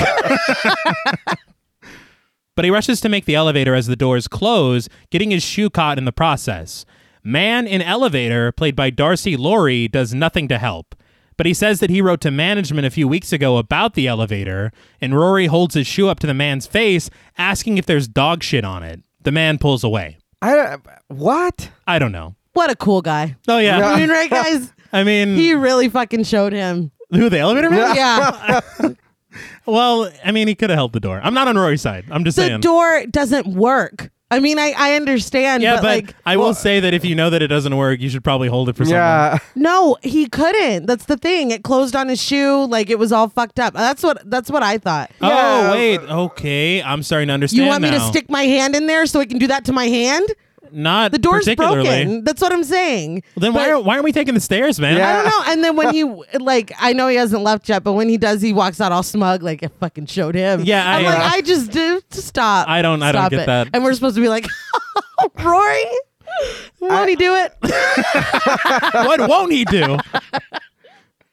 [SPEAKER 1] but he rushes to make the elevator as the doors close, getting his shoe caught in the process. Man in Elevator, played by Darcy Laurie, does nothing to help. But he says that he wrote to management a few weeks ago about the elevator, and Rory holds his shoe up to the man's face, asking if there's dog shit on it. The man pulls away.
[SPEAKER 3] I don't, what?
[SPEAKER 1] I don't know.
[SPEAKER 2] What a cool guy.
[SPEAKER 1] Oh,
[SPEAKER 2] I
[SPEAKER 1] yeah.
[SPEAKER 2] mean, right, guys.
[SPEAKER 1] I mean,
[SPEAKER 2] He really fucking showed him.
[SPEAKER 1] who, the elevator man?
[SPEAKER 2] Yeah.
[SPEAKER 1] Well, I mean, he could have held the door. I'm not on Rory's side. I'm just
[SPEAKER 2] the
[SPEAKER 1] saying.
[SPEAKER 2] door doesn't work. I mean, I, I understand.
[SPEAKER 1] Yeah, but,
[SPEAKER 2] but, like,
[SPEAKER 1] I will say that if you know that it doesn't work, you should probably hold it for someone.
[SPEAKER 3] Yeah.
[SPEAKER 2] no, he couldn't. That's the thing. It closed on his shoe. Like it was all fucked up. That's what that's what I thought.
[SPEAKER 1] Oh
[SPEAKER 3] Yeah.
[SPEAKER 1] wait, okay. I'm starting to understand.
[SPEAKER 2] uh, You want me to
[SPEAKER 1] now.
[SPEAKER 2] stick my hand in there so I can do that to my hand?
[SPEAKER 1] Not
[SPEAKER 2] The door's
[SPEAKER 1] particularly.
[SPEAKER 2] broken. That's what I'm saying.
[SPEAKER 1] Then why,
[SPEAKER 2] But-
[SPEAKER 1] are, why aren't we taking the stairs, man?
[SPEAKER 3] Yeah.
[SPEAKER 2] I don't know. And then when he like, I know he hasn't left yet, but when he does, he walks out all smug, like I fucking showed him.
[SPEAKER 1] Yeah,
[SPEAKER 2] I'm
[SPEAKER 1] I-
[SPEAKER 2] like,
[SPEAKER 1] yeah.
[SPEAKER 2] I just do stop.
[SPEAKER 1] I don't- I don't
[SPEAKER 2] Stop
[SPEAKER 1] get
[SPEAKER 2] it."
[SPEAKER 1] that.
[SPEAKER 2] And we're supposed to be like, "Oh, Rory, won't he do it?
[SPEAKER 1] what won't he do?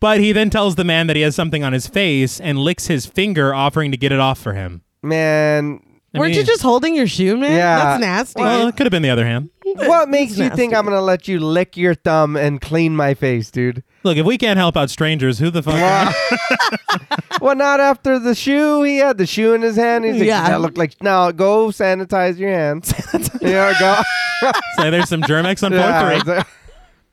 [SPEAKER 1] But he then tells the man that he has something on his face and licks his finger, offering to get it off for him.
[SPEAKER 3] Man,
[SPEAKER 1] I
[SPEAKER 2] Weren't you
[SPEAKER 1] mean-
[SPEAKER 2] just holding your shoe, man?
[SPEAKER 3] Yeah.
[SPEAKER 2] That's nasty.
[SPEAKER 1] Well, it could have been the other hand.
[SPEAKER 3] what makes you think
[SPEAKER 2] nasty.
[SPEAKER 3] I'm going to let you lick your thumb and clean my face, dude?
[SPEAKER 1] Look, if we can't help out strangers, who the fuck?
[SPEAKER 3] Wow. well, not after the shoe. He had the shoe in his hand. He's like,
[SPEAKER 2] Yeah.
[SPEAKER 3] that looked like, now go sanitize your hands. yeah, go.
[SPEAKER 1] Say there's some Germex on floor
[SPEAKER 3] yeah,
[SPEAKER 1] three.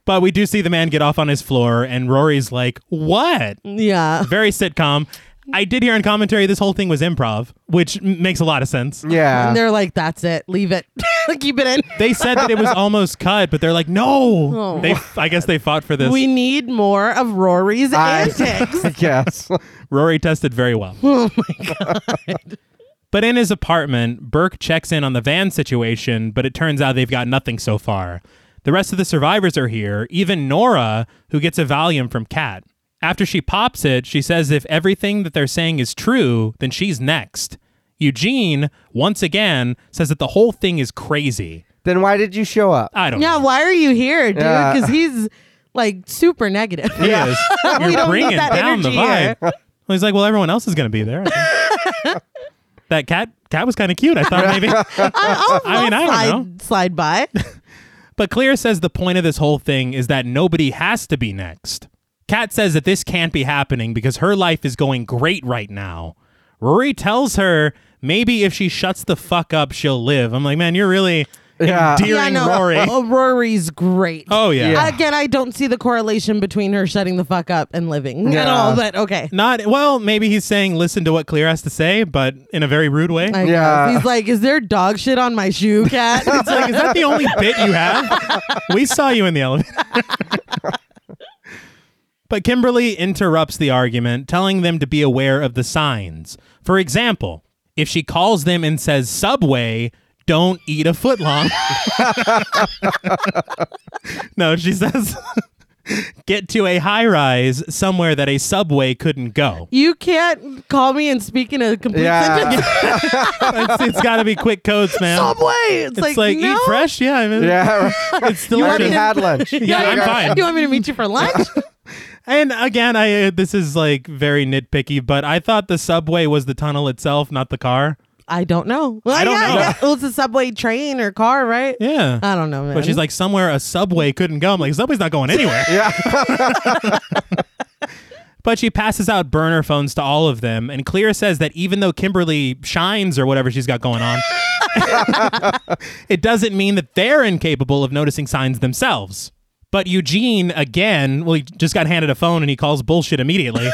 [SPEAKER 1] But we do see the man get off on his floor, and Rory's like, "What?"
[SPEAKER 2] yeah.
[SPEAKER 1] very sitcom. I did hear in commentary this whole thing was improv, which m- makes a lot of sense.
[SPEAKER 3] yeah.
[SPEAKER 2] And they're like, that's it. Leave it. Keep it in.
[SPEAKER 1] They said that it was almost cut, but they're like, no. They, I guess they fought for this.
[SPEAKER 2] We need more of Rory's
[SPEAKER 3] I-
[SPEAKER 2] antics.
[SPEAKER 3] I guess.
[SPEAKER 1] Rory tested very well. Oh my god. But in his apartment, Burke checks in on the van situation, but it turns out they've got nothing so far. The rest of the survivors are here, even Nora, who gets a Valium from Kat. After she pops it, she says if everything that they're saying is true, then she's next. Eugene, once again, says that the whole thing is crazy.
[SPEAKER 3] then why did you show up?
[SPEAKER 1] I don't
[SPEAKER 2] yeah,
[SPEAKER 1] know.
[SPEAKER 2] why are you here, dude?
[SPEAKER 3] Yeah.
[SPEAKER 2] Because he's like super negative.
[SPEAKER 1] He is. You're
[SPEAKER 2] don't need
[SPEAKER 1] bringing
[SPEAKER 2] that
[SPEAKER 1] down the
[SPEAKER 2] energy here.
[SPEAKER 1] vibe. Well, he's like, well, everyone else is going to be there. that cat, cat was kind of cute. I thought maybe.
[SPEAKER 2] I'll,
[SPEAKER 1] I mean,
[SPEAKER 2] I'll
[SPEAKER 1] I don't
[SPEAKER 2] slide,
[SPEAKER 1] know.
[SPEAKER 2] slide by.
[SPEAKER 1] But Clear says the point of this whole thing is that nobody has to be next. Kat says that this can't be happening because her life is going great right now. Rory tells her maybe if she shuts the fuck up, she'll live. I'm like, man, you're really
[SPEAKER 3] Yeah.
[SPEAKER 1] endearing Rory.
[SPEAKER 2] Oh, Rory's great.
[SPEAKER 1] Oh, yeah.
[SPEAKER 3] Yeah.
[SPEAKER 2] Again, I don't see the correlation between her shutting the fuck up and living at
[SPEAKER 3] Yeah.
[SPEAKER 2] all, but okay.
[SPEAKER 1] Not, well, maybe he's saying listen to what Clear has to say, but in a very rude way.
[SPEAKER 2] I
[SPEAKER 3] Yeah.
[SPEAKER 2] guess. He's like, is there dog shit on my shoe, cat?
[SPEAKER 1] It's like, is that the only bit you have? We saw you in the elevator. but Kimberly interrupts the argument, telling them to be aware of the signs. For example, if she calls them and says Subway, don't eat a footlong. no, she says get to a high rise somewhere that a subway couldn't go.
[SPEAKER 2] you can't call me and speak in a complete sentence.
[SPEAKER 3] Yeah.
[SPEAKER 1] It's- it's got to be quick codes, man.
[SPEAKER 2] Subway. It's,
[SPEAKER 1] It's like,
[SPEAKER 2] like, no.
[SPEAKER 1] eat fresh, yeah. I mean,
[SPEAKER 3] Yeah.
[SPEAKER 1] It's
[SPEAKER 3] I
[SPEAKER 1] delicious.
[SPEAKER 3] already had lunch.
[SPEAKER 1] yeah, I'm fine.
[SPEAKER 2] You want me to meet you for lunch?
[SPEAKER 1] And again, I uh, this is like very nitpicky, but I thought the subway was the tunnel itself, not the car.
[SPEAKER 2] I don't know. Well,
[SPEAKER 1] I don't
[SPEAKER 2] yeah,
[SPEAKER 1] know.
[SPEAKER 2] yeah. Well, it's a subway train or car, right?
[SPEAKER 1] Yeah.
[SPEAKER 2] I don't know, man.
[SPEAKER 1] but she's like somewhere a subway couldn't go. I'm like subway's not going anywhere.
[SPEAKER 3] Yeah.
[SPEAKER 1] but she passes out burner phones to all of them, and Clear says that even though Kimberly shines or whatever she's got going on, it doesn't mean that they're incapable of noticing signs themselves. But Eugene again, well, he just got handed a phone and he calls bullshit immediately.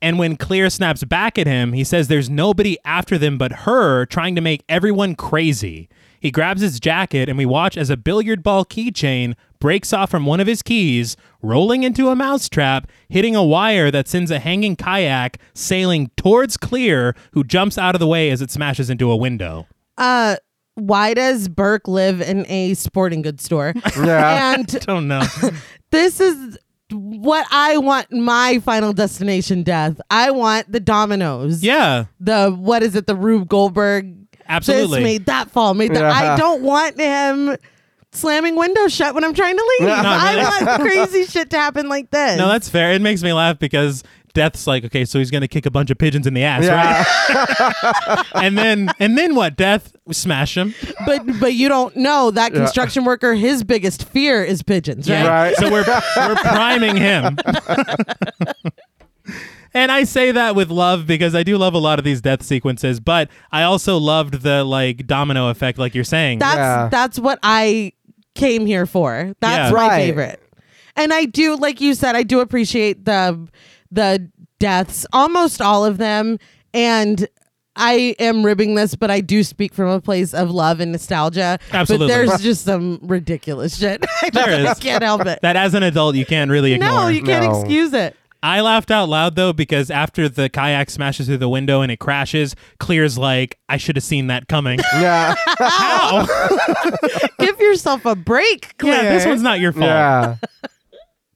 [SPEAKER 1] And when Clear snaps back at him, he says there's nobody after them but her trying to make everyone crazy. He grabs his jacket, and we watch as a billiard ball keychain breaks off from one of his keys, rolling into a mousetrap, hitting a wire that sends a hanging kayak sailing towards Clear, who jumps out of the way as it smashes into a window.
[SPEAKER 2] uh, why does Burke live in a sporting goods store?
[SPEAKER 3] Yeah.
[SPEAKER 2] And
[SPEAKER 1] Don't know.
[SPEAKER 2] this is what I want my final destination death. I want the dominoes.
[SPEAKER 1] yeah,
[SPEAKER 2] The, what is it, the Rube Goldberg?
[SPEAKER 1] Absolutely.
[SPEAKER 2] This made that fall. Made that.
[SPEAKER 3] Yeah.
[SPEAKER 2] I don't want him slamming windows shut when I'm trying to leave. I want crazy shit to happen like this.
[SPEAKER 1] no, that's fair. It makes me laugh because Death's like, okay, so he's gonna kick a bunch of pigeons in the ass,
[SPEAKER 3] Yeah.
[SPEAKER 1] right? And then, and then what? Death smash him.
[SPEAKER 2] but but you don't know that construction worker his biggest fear is pigeons right
[SPEAKER 1] Yeah.
[SPEAKER 3] Right.
[SPEAKER 1] So we're we're priming him. and I say that with love because I do love a lot of these death sequences, but I also loved the like domino effect like you're saying.
[SPEAKER 2] that's
[SPEAKER 3] Yeah.
[SPEAKER 2] that's what i came here for that's
[SPEAKER 1] Yeah.
[SPEAKER 2] my
[SPEAKER 3] Right.
[SPEAKER 2] favorite and i do like you said i do appreciate the the deaths almost all of them and I am ribbing this, but I do speak from a place of love and nostalgia.
[SPEAKER 1] Absolutely.
[SPEAKER 2] But there's just some ridiculous shit. I, just,
[SPEAKER 1] There
[SPEAKER 2] I
[SPEAKER 1] is.
[SPEAKER 2] can't help it.
[SPEAKER 1] that as an adult you can't really ignore.
[SPEAKER 2] no, you can't
[SPEAKER 3] No.
[SPEAKER 2] excuse it.
[SPEAKER 1] I laughed out loud though because after the kayak smashes through the window and it crashes, Clear's like, I should have seen that coming.
[SPEAKER 3] Yeah.
[SPEAKER 1] How?
[SPEAKER 2] Give yourself a break, Claire.
[SPEAKER 1] yeah, this one's not your fault.
[SPEAKER 3] Yeah.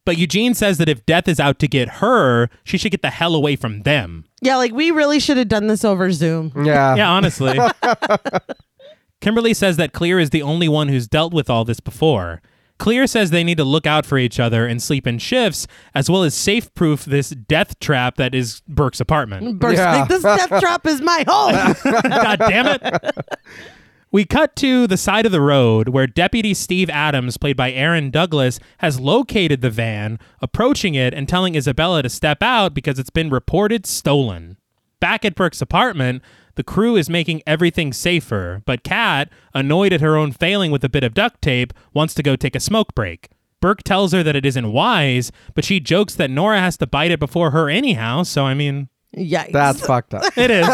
[SPEAKER 1] But Eugene says that if Death is out to get her, she should get the hell away from them.
[SPEAKER 2] yeah, like we really should have done this over Zoom.
[SPEAKER 3] Yeah.
[SPEAKER 1] yeah, honestly. Kimberly says that Clear is the only one who's dealt with all this before. Clear says they need to look out for each other and sleep in shifts, as well as safe proof this death trap that is Burke's apartment.
[SPEAKER 2] Burst
[SPEAKER 3] Yeah.
[SPEAKER 2] like, this death trap is my home.
[SPEAKER 1] God damn it. We cut to the side of the road where Deputy Steve Adams, played by Aaron Douglas, has located the van, approaching it and telling Isabella to step out because it's been reported stolen. Back at Burke's apartment, the crew is making everything safer, but Kat, annoyed at her own failing with a bit of duct tape, wants to go take a smoke break. Burke tells her that it isn't wise, but she jokes that Nora has to bite it before her anyhow, so I mean,
[SPEAKER 2] Yikes.
[SPEAKER 3] That's fucked up.
[SPEAKER 1] it is.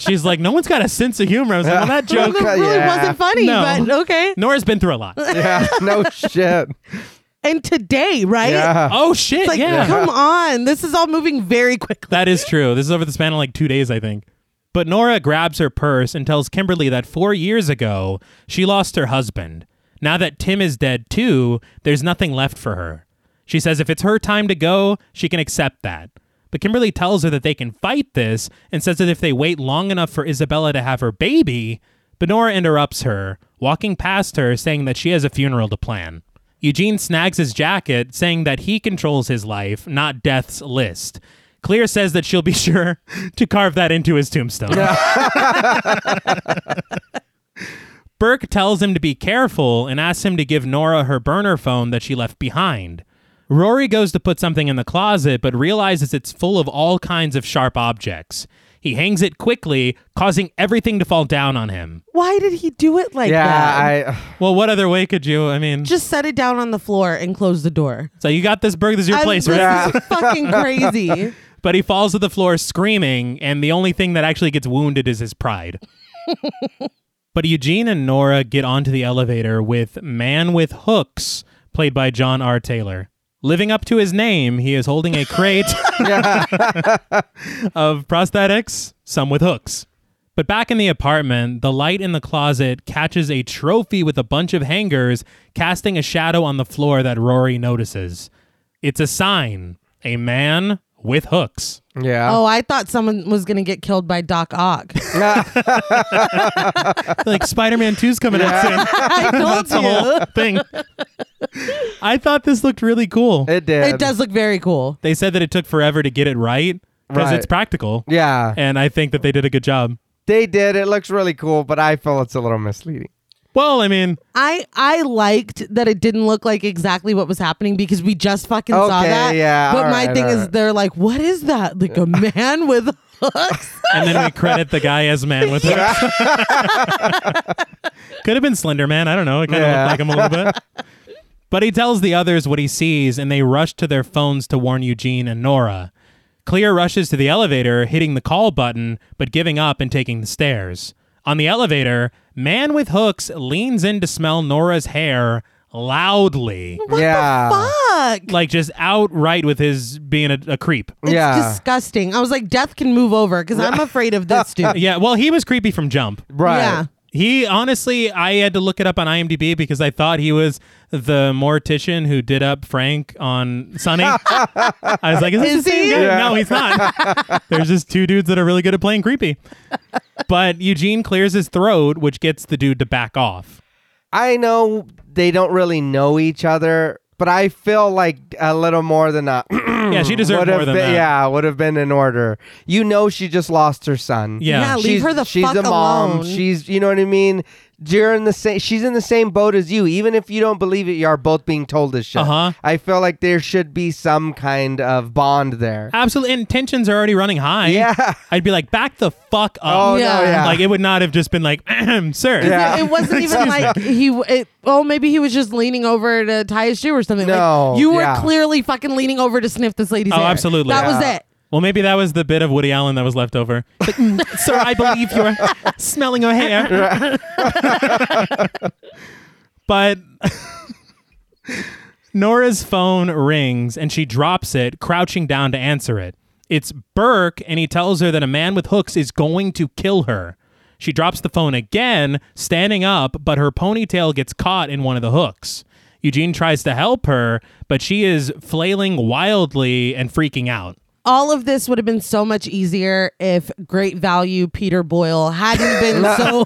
[SPEAKER 1] She's like, no one's got a sense of humor. I was like, well, that
[SPEAKER 2] Well,
[SPEAKER 1] joke.
[SPEAKER 2] that really
[SPEAKER 3] Yeah.
[SPEAKER 2] wasn't funny,
[SPEAKER 1] No.
[SPEAKER 2] but okay.
[SPEAKER 1] Nora's been through a lot.
[SPEAKER 3] Yeah. No shit.
[SPEAKER 2] And today, right?
[SPEAKER 3] Yeah.
[SPEAKER 1] Oh shit!
[SPEAKER 2] It's like,
[SPEAKER 1] yeah,
[SPEAKER 2] come on. This is all moving very quickly.
[SPEAKER 1] that is true. This is over the span of like two days, I think. But Nora grabs her purse and tells Kimberly that four years ago she lost her husband. Now that Tim is dead too, there's nothing left for her. She says if it's her time to go, she can accept that. But Kimberly tells her that they can fight this and says that if they wait long enough for Isabella to have her baby, but Nora interrupts her, walking past her, saying that she has a funeral to plan. Eugene snags his jacket, saying that he controls his life, not death's list. Clear says that she'll be sure to carve that into his tombstone. Burke tells him to be careful and asks him to give Nora her burner phone that she left behind. Rory goes to put something in the closet, but realizes it's full of all kinds of sharp objects. He hangs it quickly, causing everything to fall down on him.
[SPEAKER 2] Why did he do it like that?
[SPEAKER 3] yeah, I.
[SPEAKER 1] Well, what other way could you? I mean,
[SPEAKER 2] Just set it down on the floor and close the door.
[SPEAKER 1] so you got this, Berg. This is your
[SPEAKER 2] I'm-
[SPEAKER 1] place,
[SPEAKER 2] this
[SPEAKER 1] right?
[SPEAKER 2] is fucking crazy.
[SPEAKER 1] But he falls to the floor screaming, and the only thing that actually gets wounded is his pride. but Eugene and Nora get onto the elevator with Man with Hooks, played by John R. Taylor. Living up to his name, he is holding a crate of prosthetics, some with hooks. But back in the apartment, the light in the closet catches a trophy with a bunch of hangers, casting a shadow on the floor that Rory notices. It's a sign a man with hooks.
[SPEAKER 3] Yeah.
[SPEAKER 2] Oh, I thought someone was gonna get killed by Doc Ock.
[SPEAKER 1] like Spider Man 2's coming out soon.
[SPEAKER 2] I told
[SPEAKER 1] That's the whole
[SPEAKER 2] you.
[SPEAKER 1] thing. I thought this looked really cool.
[SPEAKER 3] It did.
[SPEAKER 2] It does look very cool.
[SPEAKER 1] They said that it took forever to get it right because
[SPEAKER 3] Right.
[SPEAKER 1] it's practical.
[SPEAKER 3] Yeah.
[SPEAKER 1] And I think that they did a good job.
[SPEAKER 3] They did. It looks really cool, but I feel it's a little misleading.
[SPEAKER 1] Well, I mean,
[SPEAKER 2] I I liked that it didn't look like exactly what was happening because we just fucking saw
[SPEAKER 3] Okay,
[SPEAKER 2] that.
[SPEAKER 3] yeah,
[SPEAKER 2] But my
[SPEAKER 3] alright,
[SPEAKER 2] thing is,
[SPEAKER 3] alright.
[SPEAKER 2] they're like, "What is that? Like a man with hooks?"
[SPEAKER 1] and then we credit the guy as man with hooks. Could have been Slender Man. I don't know. It kind of
[SPEAKER 3] Yeah.
[SPEAKER 1] looked like him a little bit. But he tells the others what he sees, and they rush to their phones to warn Eugene and Nora. Clear rushes to the elevator, hitting the call button, but giving up and taking the stairs. On the elevator, man with hooks leans in to smell Nora's hair loudly,
[SPEAKER 2] What
[SPEAKER 1] Ah.
[SPEAKER 3] Yeah.
[SPEAKER 2] the fuck?
[SPEAKER 1] like just outright with his being a, a creep.
[SPEAKER 2] It's
[SPEAKER 3] yeah.
[SPEAKER 2] disgusting. I was like, "Death can move over" because I'm afraid of this dude.
[SPEAKER 1] Yeah, well, he was creepy from jump.
[SPEAKER 3] Right.
[SPEAKER 2] Yeah.
[SPEAKER 1] He honestly, I had to look it up on IMDb because I thought he was the mortician who did up Frank on Sunny. I was like, is this
[SPEAKER 2] Is
[SPEAKER 1] the same
[SPEAKER 2] he?
[SPEAKER 1] guy?
[SPEAKER 3] Yeah.
[SPEAKER 1] No, he's not. There's just two dudes that are really good at playing creepy. But Eugene clears his throat, which gets the dude to back off.
[SPEAKER 3] I know they don't really know each other, but I feel like a little more than that.
[SPEAKER 1] Yeah, she deserved
[SPEAKER 3] would have
[SPEAKER 1] more than
[SPEAKER 3] been,
[SPEAKER 1] that.
[SPEAKER 3] Yeah, would have been in order. You know, she just lost her son.
[SPEAKER 1] Yeah.
[SPEAKER 2] Yeah, leave
[SPEAKER 3] she's,
[SPEAKER 2] her the
[SPEAKER 3] she's
[SPEAKER 2] fuck
[SPEAKER 3] a mom.
[SPEAKER 2] alone.
[SPEAKER 3] She's, you know what I mean. You're in the same. She's in the same boat as you. Even if you don't believe it, you are both being told this shit.
[SPEAKER 1] Uh-huh.
[SPEAKER 3] I feel like there should be some kind of bond there.
[SPEAKER 1] Absolutely. And tensions are already running high.
[SPEAKER 3] Yeah.
[SPEAKER 1] I'd be like, back the fuck
[SPEAKER 3] Oh
[SPEAKER 1] up.
[SPEAKER 3] no,
[SPEAKER 2] Yeah.
[SPEAKER 3] yeah.
[SPEAKER 1] Like, it would not have just been like, "Ahem, sir.
[SPEAKER 3] Yeah.
[SPEAKER 2] It wasn't even like he. It, oh, maybe he was just leaning over to tie his shoe or something. Like,
[SPEAKER 3] No,
[SPEAKER 2] you were
[SPEAKER 3] yeah.
[SPEAKER 2] clearly fucking leaning over to sniff this lady's
[SPEAKER 1] Oh,
[SPEAKER 2] hair.
[SPEAKER 1] absolutely.
[SPEAKER 2] That was
[SPEAKER 3] Yeah.
[SPEAKER 2] it.
[SPEAKER 1] Well, maybe that was the bit of Woody Allen that was left over. Like, "Mm, Sir, I believe you're smelling her hair. but Nora's phone rings and she drops it, crouching down to answer it. It's Burke, and he tells her that a man with hooks is going to kill her. She drops the phone again, standing up, but her ponytail gets caught in one of the hooks. Eugene tries to help her, but she is flailing wildly and freaking out.
[SPEAKER 2] all of this would have been so much easier if great value Peter Boyle hadn't been so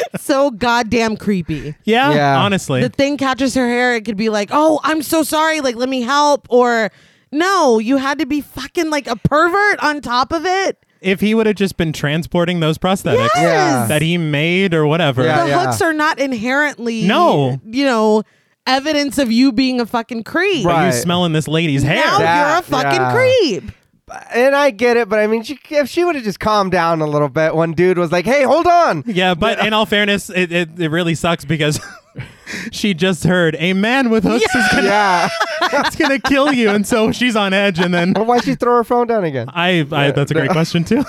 [SPEAKER 2] so goddamn creepy.
[SPEAKER 1] Yeah,
[SPEAKER 3] Yeah.
[SPEAKER 1] honestly.
[SPEAKER 2] The thing catches her hair, it could be like, "Oh, I'm so sorry, like let me help," or "No, you had to be fucking like a pervert on top of it."
[SPEAKER 1] if he would have just been transporting those prosthetics
[SPEAKER 3] Yeah.
[SPEAKER 1] that he made or whatever.
[SPEAKER 3] Yeah.
[SPEAKER 2] The hooks are not inherently
[SPEAKER 1] No.
[SPEAKER 2] you know, evidence of you being a fucking creep.
[SPEAKER 1] But you
[SPEAKER 3] Right.
[SPEAKER 1] smelling this lady's hair.
[SPEAKER 2] Now you're a
[SPEAKER 3] That-
[SPEAKER 2] fucking
[SPEAKER 3] yeah.
[SPEAKER 2] creep.
[SPEAKER 3] and I get it, but I mean, she, if she would have just calmed down a little bit when dude was like, "Hey, hold on,"
[SPEAKER 1] yeah, but in all fairness, it, it, it really sucks because she just heard a man with hooks is gonna,
[SPEAKER 3] yeah.
[SPEAKER 1] is gonna kill you, and so she's on edge, and then
[SPEAKER 3] Why'd she throw her phone down again?
[SPEAKER 1] I, I that's a great question too.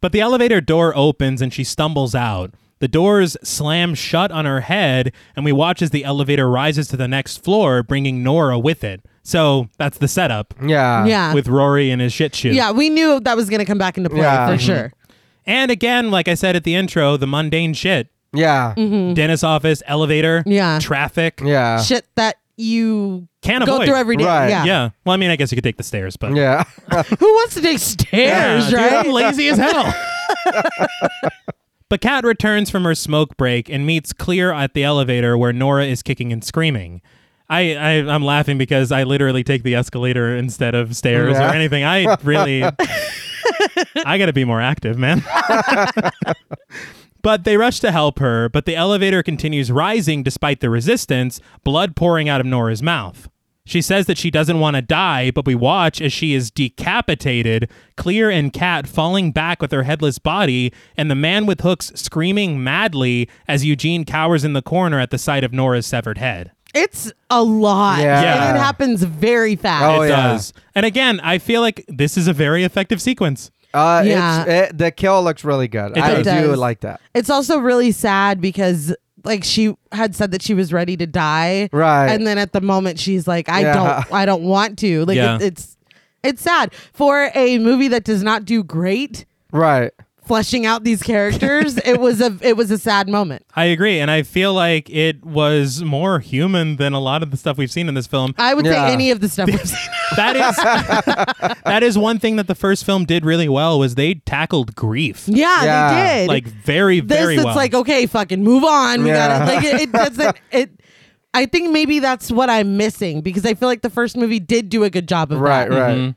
[SPEAKER 1] but the elevator door opens and she stumbles out. The doors slam shut on her head, and we watch as the elevator rises to the next floor, bringing Nora with it. So that's the setup
[SPEAKER 3] Yeah.
[SPEAKER 2] yeah.
[SPEAKER 1] with Rory and his shit shoe.
[SPEAKER 2] yeah, we knew that was going to come back into play
[SPEAKER 3] Yeah.
[SPEAKER 2] for
[SPEAKER 3] Mhm.
[SPEAKER 2] sure.
[SPEAKER 1] And again, like I said at the intro, the mundane shit.
[SPEAKER 3] Yeah.
[SPEAKER 2] Mm-hmm.
[SPEAKER 1] Dentist office, elevator,
[SPEAKER 2] Mm. Yeah.
[SPEAKER 1] traffic.
[SPEAKER 3] Yeah.
[SPEAKER 2] Shit that you
[SPEAKER 1] Can't
[SPEAKER 2] go
[SPEAKER 1] avoid.
[SPEAKER 2] through every day.
[SPEAKER 3] Right.
[SPEAKER 2] Yeah.
[SPEAKER 1] yeah. Well, I mean, I guess you could take the stairs, but
[SPEAKER 3] Yeah.
[SPEAKER 2] Who wants to take stairs,
[SPEAKER 1] dude,
[SPEAKER 2] right?
[SPEAKER 1] I'm lazy as hell. but Kat returns from her smoke break and meets Clear at the elevator where Nora is kicking and screaming. I, I I'm laughing because I literally take the escalator instead of stairs
[SPEAKER 3] Yeah.
[SPEAKER 1] or anything. I really I gotta be more active, man. But they rush to help her, but the elevator continues rising despite the resistance, blood pouring out of Nora's mouth. She says that she doesn't want to die, but we watch as she is decapitated, Clear and Cat falling back with her headless body, and the man with hooks screaming madly as Eugene cowers in the corner at the sight of Nora's severed head.
[SPEAKER 2] It's a lot.
[SPEAKER 3] Yeah.
[SPEAKER 1] Yeah.
[SPEAKER 2] And it happens very fast.
[SPEAKER 3] Oh,
[SPEAKER 1] it
[SPEAKER 3] yeah.
[SPEAKER 1] does. And again, I feel like this is a very effective sequence.
[SPEAKER 3] Uh,
[SPEAKER 2] Yeah.
[SPEAKER 3] it's, it, the kill looks really good.
[SPEAKER 1] It
[SPEAKER 3] I
[SPEAKER 2] does. It
[SPEAKER 3] do
[SPEAKER 2] does.
[SPEAKER 3] like that.
[SPEAKER 2] It's also really sad because like she had said that she was ready to die.
[SPEAKER 3] Right.
[SPEAKER 2] And then at the moment she's like, I
[SPEAKER 3] Yeah.
[SPEAKER 2] don't I don't want to. Like
[SPEAKER 1] Yeah.
[SPEAKER 2] it, it's it's sad. For a movie that does not do great
[SPEAKER 3] Right.
[SPEAKER 2] fleshing out these characters, it was a it was a sad moment.
[SPEAKER 1] I agree, and I feel like it was more human than a lot of the stuff we've seen in this film.
[SPEAKER 2] I would
[SPEAKER 3] Yeah.
[SPEAKER 2] say any of the stuff we've seen.
[SPEAKER 1] That is that is one thing that the first film did really well was they tackled grief
[SPEAKER 2] Yeah,
[SPEAKER 3] Yeah.
[SPEAKER 2] they did.
[SPEAKER 1] like very
[SPEAKER 2] this
[SPEAKER 1] very
[SPEAKER 2] it's
[SPEAKER 1] well.
[SPEAKER 2] like okay fucking move on we
[SPEAKER 3] Yeah.
[SPEAKER 2] gotta like it, it doesn't it i think maybe that's what i'm missing because i feel like the first movie did do a good job of
[SPEAKER 3] Right.
[SPEAKER 2] that
[SPEAKER 3] Right.
[SPEAKER 1] mm-hmm.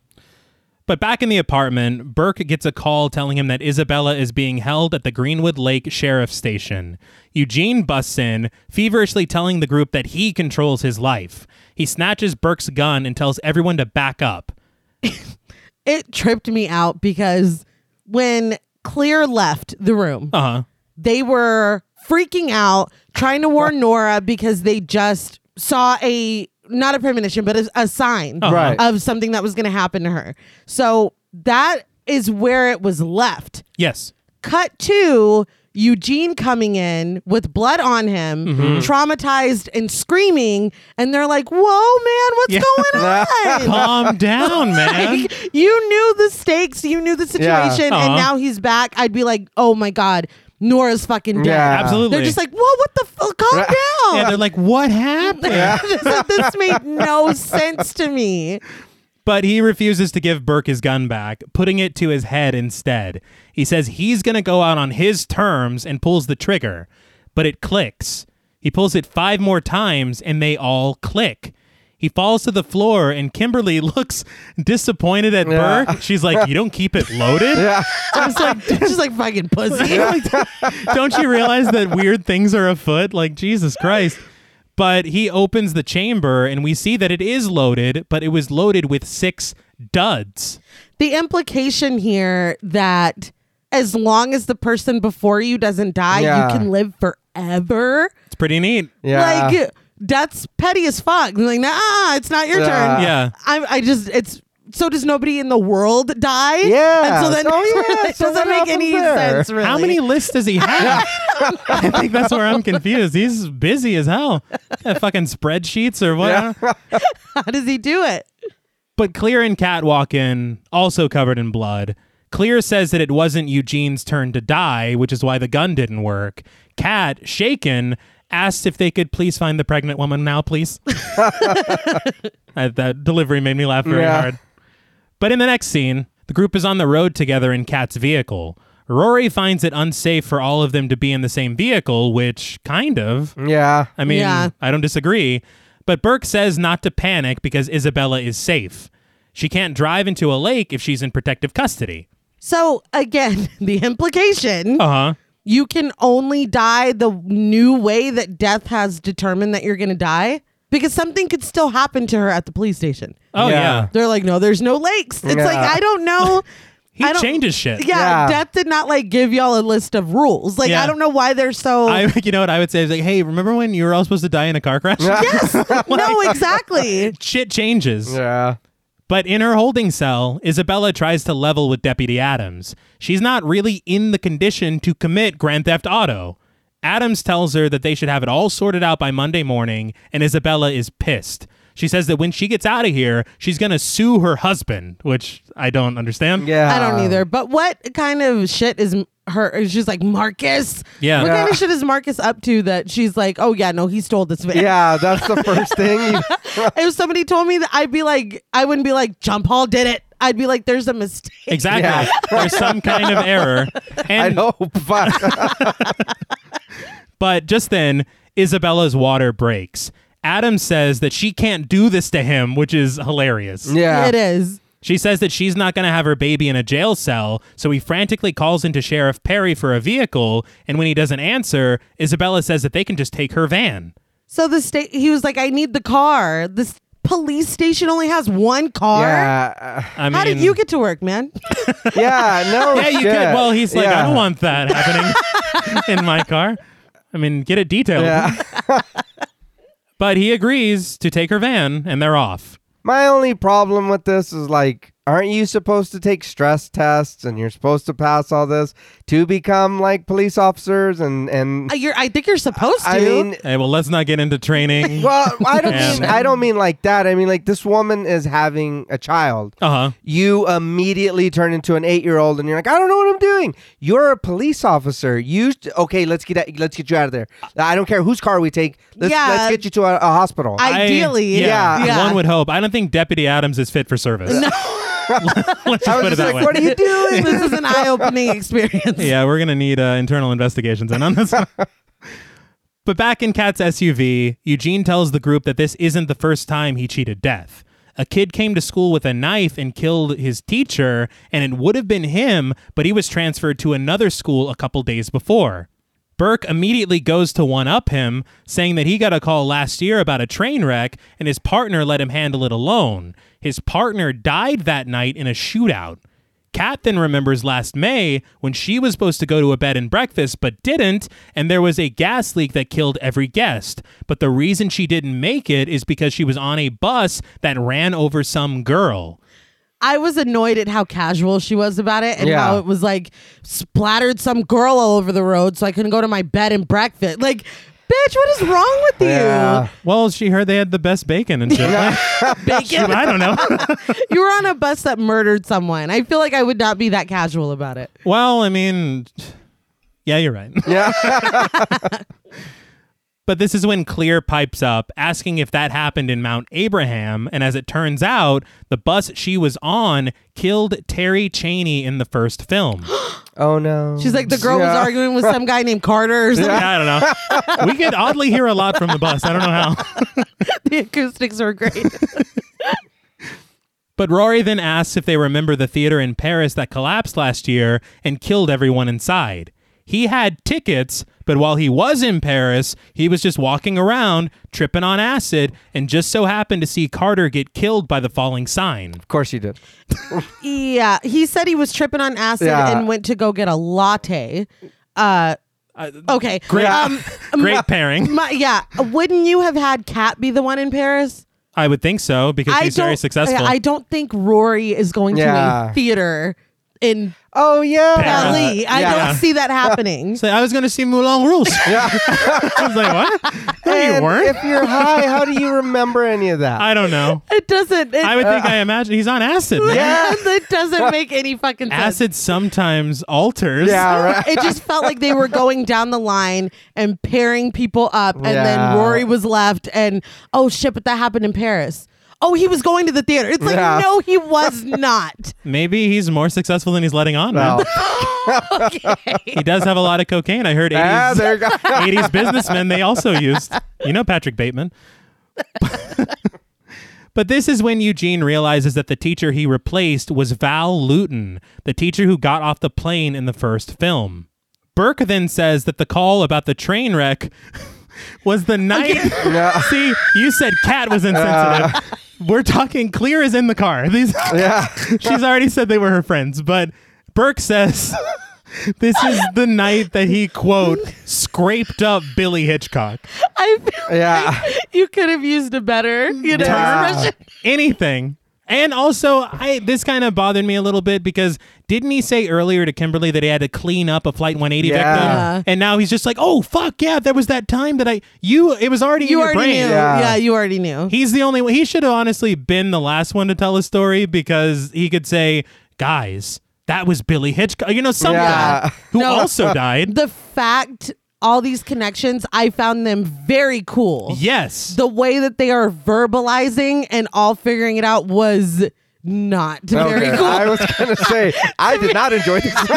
[SPEAKER 1] But back in the apartment, Burke gets a call telling him that Isabella is being held at the Greenwood Lake Sheriff's Station. Eugene busts in, feverishly telling the group that he controls his life. He snatches Burke's gun and tells everyone to back up.
[SPEAKER 2] it tripped me out because when clear left the room
[SPEAKER 1] Uh huh.
[SPEAKER 2] they were freaking out trying to warn nora because they just saw a not a premonition but a, a sign
[SPEAKER 3] Right.
[SPEAKER 2] of something that was going to happen to her so that is where it was left
[SPEAKER 1] Yes.
[SPEAKER 2] cut to Eugene coming in with blood on him, traumatized and screaming, and they're like, "Whoa, man, what's
[SPEAKER 1] Yeah.
[SPEAKER 2] going on?"
[SPEAKER 1] Calm down, man.
[SPEAKER 2] Like, you knew the stakes, you knew the
[SPEAKER 3] Yeah.
[SPEAKER 2] situation,
[SPEAKER 1] Uh-huh.
[SPEAKER 2] and now he's back. I'd be like, "Oh my god, Nora's fucking dead."
[SPEAKER 3] Yeah.
[SPEAKER 1] Absolutely.
[SPEAKER 2] They're just like, "Whoa, what the fuck? Calm down."
[SPEAKER 1] yeah, they're like, what happened?
[SPEAKER 2] this, this made no sense to me.
[SPEAKER 1] But he refuses to give Burke his gun back, putting it to his head instead. He says he's going to go out on his terms and pulls the trigger, but it clicks. He pulls it five more times and they all click. He falls to the floor and Kimberly looks disappointed at
[SPEAKER 3] Yeah.
[SPEAKER 1] Burke. She's like, You don't keep it loaded?
[SPEAKER 3] Yeah.
[SPEAKER 2] It's like she's like fucking pussy.
[SPEAKER 1] Don't you realize that weird things are afoot? Like, Jesus Christ. But he opens the chamber and we see that it is loaded, but it was loaded with six duds.
[SPEAKER 2] the implication here that as long as the person before you doesn't die,
[SPEAKER 3] Yeah.
[SPEAKER 2] you can live forever.
[SPEAKER 1] It's pretty neat.
[SPEAKER 3] Yeah.
[SPEAKER 2] Like uh, that's petty as fuck. I'm like, nah, it's not your
[SPEAKER 3] Yeah.
[SPEAKER 2] turn.
[SPEAKER 1] Yeah.
[SPEAKER 2] I, I just it's so does nobody in the world die?
[SPEAKER 3] Yeah.
[SPEAKER 2] And so then
[SPEAKER 3] Oh, yeah.
[SPEAKER 2] it
[SPEAKER 3] So what
[SPEAKER 2] doesn't make any
[SPEAKER 3] happens there?
[SPEAKER 2] sense really.
[SPEAKER 1] How many lists does he have? I think that's where I'm confused. He's busy as hell. Yeah, fucking spreadsheets or what?
[SPEAKER 2] how does he do it?
[SPEAKER 1] But Clear and Cat walk in, also covered in blood. Clear says that it wasn't Eugene's turn to die, which is why the gun didn't work. Cat, shaken, asks if they could please find the pregnant woman now, please. Uh, that delivery made me laugh very
[SPEAKER 3] Yeah.
[SPEAKER 1] hard. But in the next scene, the group is on the road together in Cat's vehicle. Rory finds it unsafe for all of them to be in the same vehicle, which kind of.
[SPEAKER 3] Yeah.
[SPEAKER 1] I mean,
[SPEAKER 2] Yeah.
[SPEAKER 1] I don't disagree. But Burke says not to panic because Isabella is safe. She can't drive into a lake if she's in protective custody.
[SPEAKER 2] So again, the implication
[SPEAKER 1] Uh huh.
[SPEAKER 2] you can only die the new way that death has determined that you're going to die because something could still happen to her at the police station.
[SPEAKER 1] Oh,
[SPEAKER 3] Yeah.
[SPEAKER 1] yeah.
[SPEAKER 2] They're like, no, there's no lakes. It's
[SPEAKER 3] Yeah.
[SPEAKER 2] like, I don't know. I
[SPEAKER 1] He
[SPEAKER 2] don't-
[SPEAKER 1] changes shit.
[SPEAKER 2] Yeah,
[SPEAKER 3] Yeah.
[SPEAKER 2] death did not like give y'all a list of rules. Like,
[SPEAKER 1] Yeah.
[SPEAKER 2] I don't know why they're so.
[SPEAKER 1] I, you know what I would say is like, hey, remember when you were all supposed to die in a car crash?
[SPEAKER 2] yes, no, exactly.
[SPEAKER 1] Shit changes.
[SPEAKER 3] Yeah.
[SPEAKER 1] But in her holding cell, Isabella tries to level with Deputy Adams. She's not really in the condition to commit Grand Theft Auto. Adams tells her that they should have it all sorted out by Monday morning, and Isabella is pissed. She says that when she gets out of here, she's going to sue her husband, which I don't understand.
[SPEAKER 3] Yeah.
[SPEAKER 2] I don't either. But what kind of shit is her? She's like, Marcus.
[SPEAKER 1] Yeah.
[SPEAKER 2] What kind
[SPEAKER 3] Yeah.
[SPEAKER 2] of shit is Marcus up to that she's like, oh, yeah, no, he stole this van?
[SPEAKER 3] Yeah. That's the first thing. You,
[SPEAKER 2] if somebody told me that I'd be like, I wouldn't be like, Jump Hall did it. I'd be like, there's a mistake.
[SPEAKER 1] Exactly.
[SPEAKER 3] Yeah.
[SPEAKER 1] There's some kind of error.
[SPEAKER 3] I
[SPEAKER 1] And
[SPEAKER 3] hope. Fuck.
[SPEAKER 1] But just then, Isabella's water breaks. Adam says that she can't do this to him, which is hilarious.
[SPEAKER 3] yeah.
[SPEAKER 2] It is.
[SPEAKER 1] She says that she's not going to have her baby in a jail cell, so he frantically calls into Sheriff Perry for a vehicle, and when he doesn't answer, Isabella says that they can just take her van.
[SPEAKER 2] So the state, he was like, I need the car. This police station only has one car.
[SPEAKER 3] Yeah, uh,
[SPEAKER 1] I mean,
[SPEAKER 2] How did you get to work, man?
[SPEAKER 3] yeah, no
[SPEAKER 1] Yeah, you
[SPEAKER 3] shit.
[SPEAKER 1] could. Well, he's like, I
[SPEAKER 3] Yeah.
[SPEAKER 1] don't want that happening in my car. I mean, get it detailed.
[SPEAKER 3] Yeah.
[SPEAKER 1] But he agrees to take her van, and they're off.
[SPEAKER 3] My only problem with this is like, aren't you supposed to take stress tests and you're supposed to pass all this to become like police officers and and
[SPEAKER 2] Uh, You're, I think you're supposed to.
[SPEAKER 3] I mean,
[SPEAKER 1] Hey, well, let's not get into training.
[SPEAKER 3] well, I don't
[SPEAKER 1] Yeah.
[SPEAKER 3] mean I don't mean like that. I mean like this woman is having a child.
[SPEAKER 1] Uh huh.
[SPEAKER 3] You immediately turn into an eight-year-old, and you're like, "I don't know what I'm doing." You're a police officer. You okay? Let's get out, let's get you out of there. I don't care whose car we take. Let's,
[SPEAKER 2] Yeah.
[SPEAKER 3] let's get you to a, a hospital.
[SPEAKER 2] Ideally,
[SPEAKER 1] yeah,
[SPEAKER 3] yeah.
[SPEAKER 2] Yeah.
[SPEAKER 1] One would hope. I don't think Deputy Adams is fit for service. let's just
[SPEAKER 3] I
[SPEAKER 1] put
[SPEAKER 3] was
[SPEAKER 1] it
[SPEAKER 3] just
[SPEAKER 1] that
[SPEAKER 3] like,
[SPEAKER 1] way.
[SPEAKER 3] "What are you doing?"
[SPEAKER 2] this is an eye-opening experience.
[SPEAKER 1] yeah, we're gonna need uh, internal investigations in on this one. But back in Kat's SUV, Eugene tells the group that this isn't the first time he cheated death. A kid came to school with a knife and killed his teacher, and it would have been him, but he was transferred to another school a couple days before. Burke immediately goes to one up him, saying that he got a call last year about a train wreck, and his partner let him handle it alone. His partner died that night in a shootout. Kat then remembers last May when she was supposed to go to a bed and breakfast but didn't, and there was a gas leak that killed every guest. But the reason she didn't make it is because she was on a bus that ran over some girl.
[SPEAKER 2] I was annoyed at how casual she was about it and
[SPEAKER 3] Yeah.
[SPEAKER 2] how it was like splattered some girl all over the road so I couldn't go to my bed and breakfast. Like, bitch, what is wrong with you?
[SPEAKER 3] Yeah.
[SPEAKER 1] Well, she heard they had the best bacon and shit.
[SPEAKER 2] Bacon.
[SPEAKER 1] I don't know.
[SPEAKER 2] you were on a bus that murdered someone. I feel like I would not be that casual about it.
[SPEAKER 1] well, I mean, yeah, you're right.
[SPEAKER 3] Yeah.
[SPEAKER 1] But this is when Clear pipes up asking if that happened in Mount Abraham. And as it turns out, the bus she was on killed Terry Cheney in the first film.
[SPEAKER 3] Oh no.
[SPEAKER 2] She's like, the girl was
[SPEAKER 3] Yeah.
[SPEAKER 2] arguing with some guy named Carter or something.
[SPEAKER 1] Yeah, I don't know. We could oddly hear a lot from the bus. I don't know how.
[SPEAKER 2] The acoustics were great.
[SPEAKER 1] But Rory then asks if they remember the theater in Paris that collapsed last year and killed everyone inside. He had tickets, but while he was in Paris, he was just walking around, tripping on acid, and just so happened to see Carter get killed by the falling sign.
[SPEAKER 3] Of course you did.
[SPEAKER 2] yeah. He said he was tripping on acid
[SPEAKER 3] Yeah.
[SPEAKER 2] and went to go get a latte. Uh, okay.
[SPEAKER 1] Great,
[SPEAKER 2] Um,
[SPEAKER 1] great pairing.
[SPEAKER 2] my, yeah. Wouldn't you have had Kat be the one in Paris?
[SPEAKER 1] I would think so because he's very
[SPEAKER 2] don't-
[SPEAKER 1] successful.
[SPEAKER 2] I, I don't think Rory is going to
[SPEAKER 3] Yeah.
[SPEAKER 2] a theater in
[SPEAKER 3] Oh yeah.
[SPEAKER 2] Bali. I
[SPEAKER 3] yeah.
[SPEAKER 2] don't see that happening.
[SPEAKER 1] so I was going to see Moulin Rouge. Yeah. I was like, what? No, you
[SPEAKER 3] And
[SPEAKER 1] weren't.
[SPEAKER 3] If you're high, how do you remember any of that?
[SPEAKER 1] I don't know.
[SPEAKER 2] It doesn't. It,
[SPEAKER 1] I would think I imagine he's on acid. man.
[SPEAKER 3] Yeah.
[SPEAKER 2] it doesn't make any fucking sense.
[SPEAKER 1] Acid sometimes alters.
[SPEAKER 3] yeah, right.
[SPEAKER 2] It just felt like they were going down the line and pairing people up, and
[SPEAKER 3] Yeah.
[SPEAKER 2] then Rory was left, and oh shit, but that happened in Paris. Oh, he was going to the theater. It's like
[SPEAKER 3] Yeah.
[SPEAKER 2] no, he was not.
[SPEAKER 1] Maybe he's more successful than he's letting on. man.
[SPEAKER 3] Well,
[SPEAKER 1] He does have a lot of cocaine. I heard 80s,
[SPEAKER 3] ah, there you go.
[SPEAKER 1] 80s businessmen, they also used. You know Patrick Bateman. but this is when Eugene realizes that the teacher he replaced was Val Luton, the teacher who got off the plane in the first film. Burke then says that the call about the train wreck was the night.
[SPEAKER 3] Yeah.
[SPEAKER 1] See, you said Cat was insensitive. We're talking clear as in the car. These
[SPEAKER 3] Yeah.
[SPEAKER 1] She's already said they were her friends, but Burke says this is the night that he quote scraped up Billy Hitchcock.
[SPEAKER 2] I feel
[SPEAKER 3] Yeah.
[SPEAKER 2] you could have used a better, you know,
[SPEAKER 3] Yeah.
[SPEAKER 2] expression.
[SPEAKER 1] Uh, Anything. And also, I this kind of bothered me a little bit because didn't he say earlier to Kimberly that he had to clean up a flight 180
[SPEAKER 3] Yeah.
[SPEAKER 1] victim?
[SPEAKER 2] Yeah.
[SPEAKER 1] And now he's just like, "Oh fuck, yeah, there was that time that I you it was already in
[SPEAKER 2] You
[SPEAKER 1] your
[SPEAKER 2] already
[SPEAKER 1] brain."
[SPEAKER 2] knew. Yeah.
[SPEAKER 3] Yeah.
[SPEAKER 2] you already knew.
[SPEAKER 1] He's the only one. He should have honestly been the last one to tell a story because he could say, guys, that was Billy Hitchcock. You know, some
[SPEAKER 3] Yeah.
[SPEAKER 1] guy who also died.
[SPEAKER 2] the fact, all these connections, I found them very cool.
[SPEAKER 1] yes.
[SPEAKER 2] The way that they are verbalizing and all figuring it out was not very
[SPEAKER 3] Okay.
[SPEAKER 2] cool.
[SPEAKER 3] I
[SPEAKER 2] I,
[SPEAKER 3] was gonna say I did not enjoy this.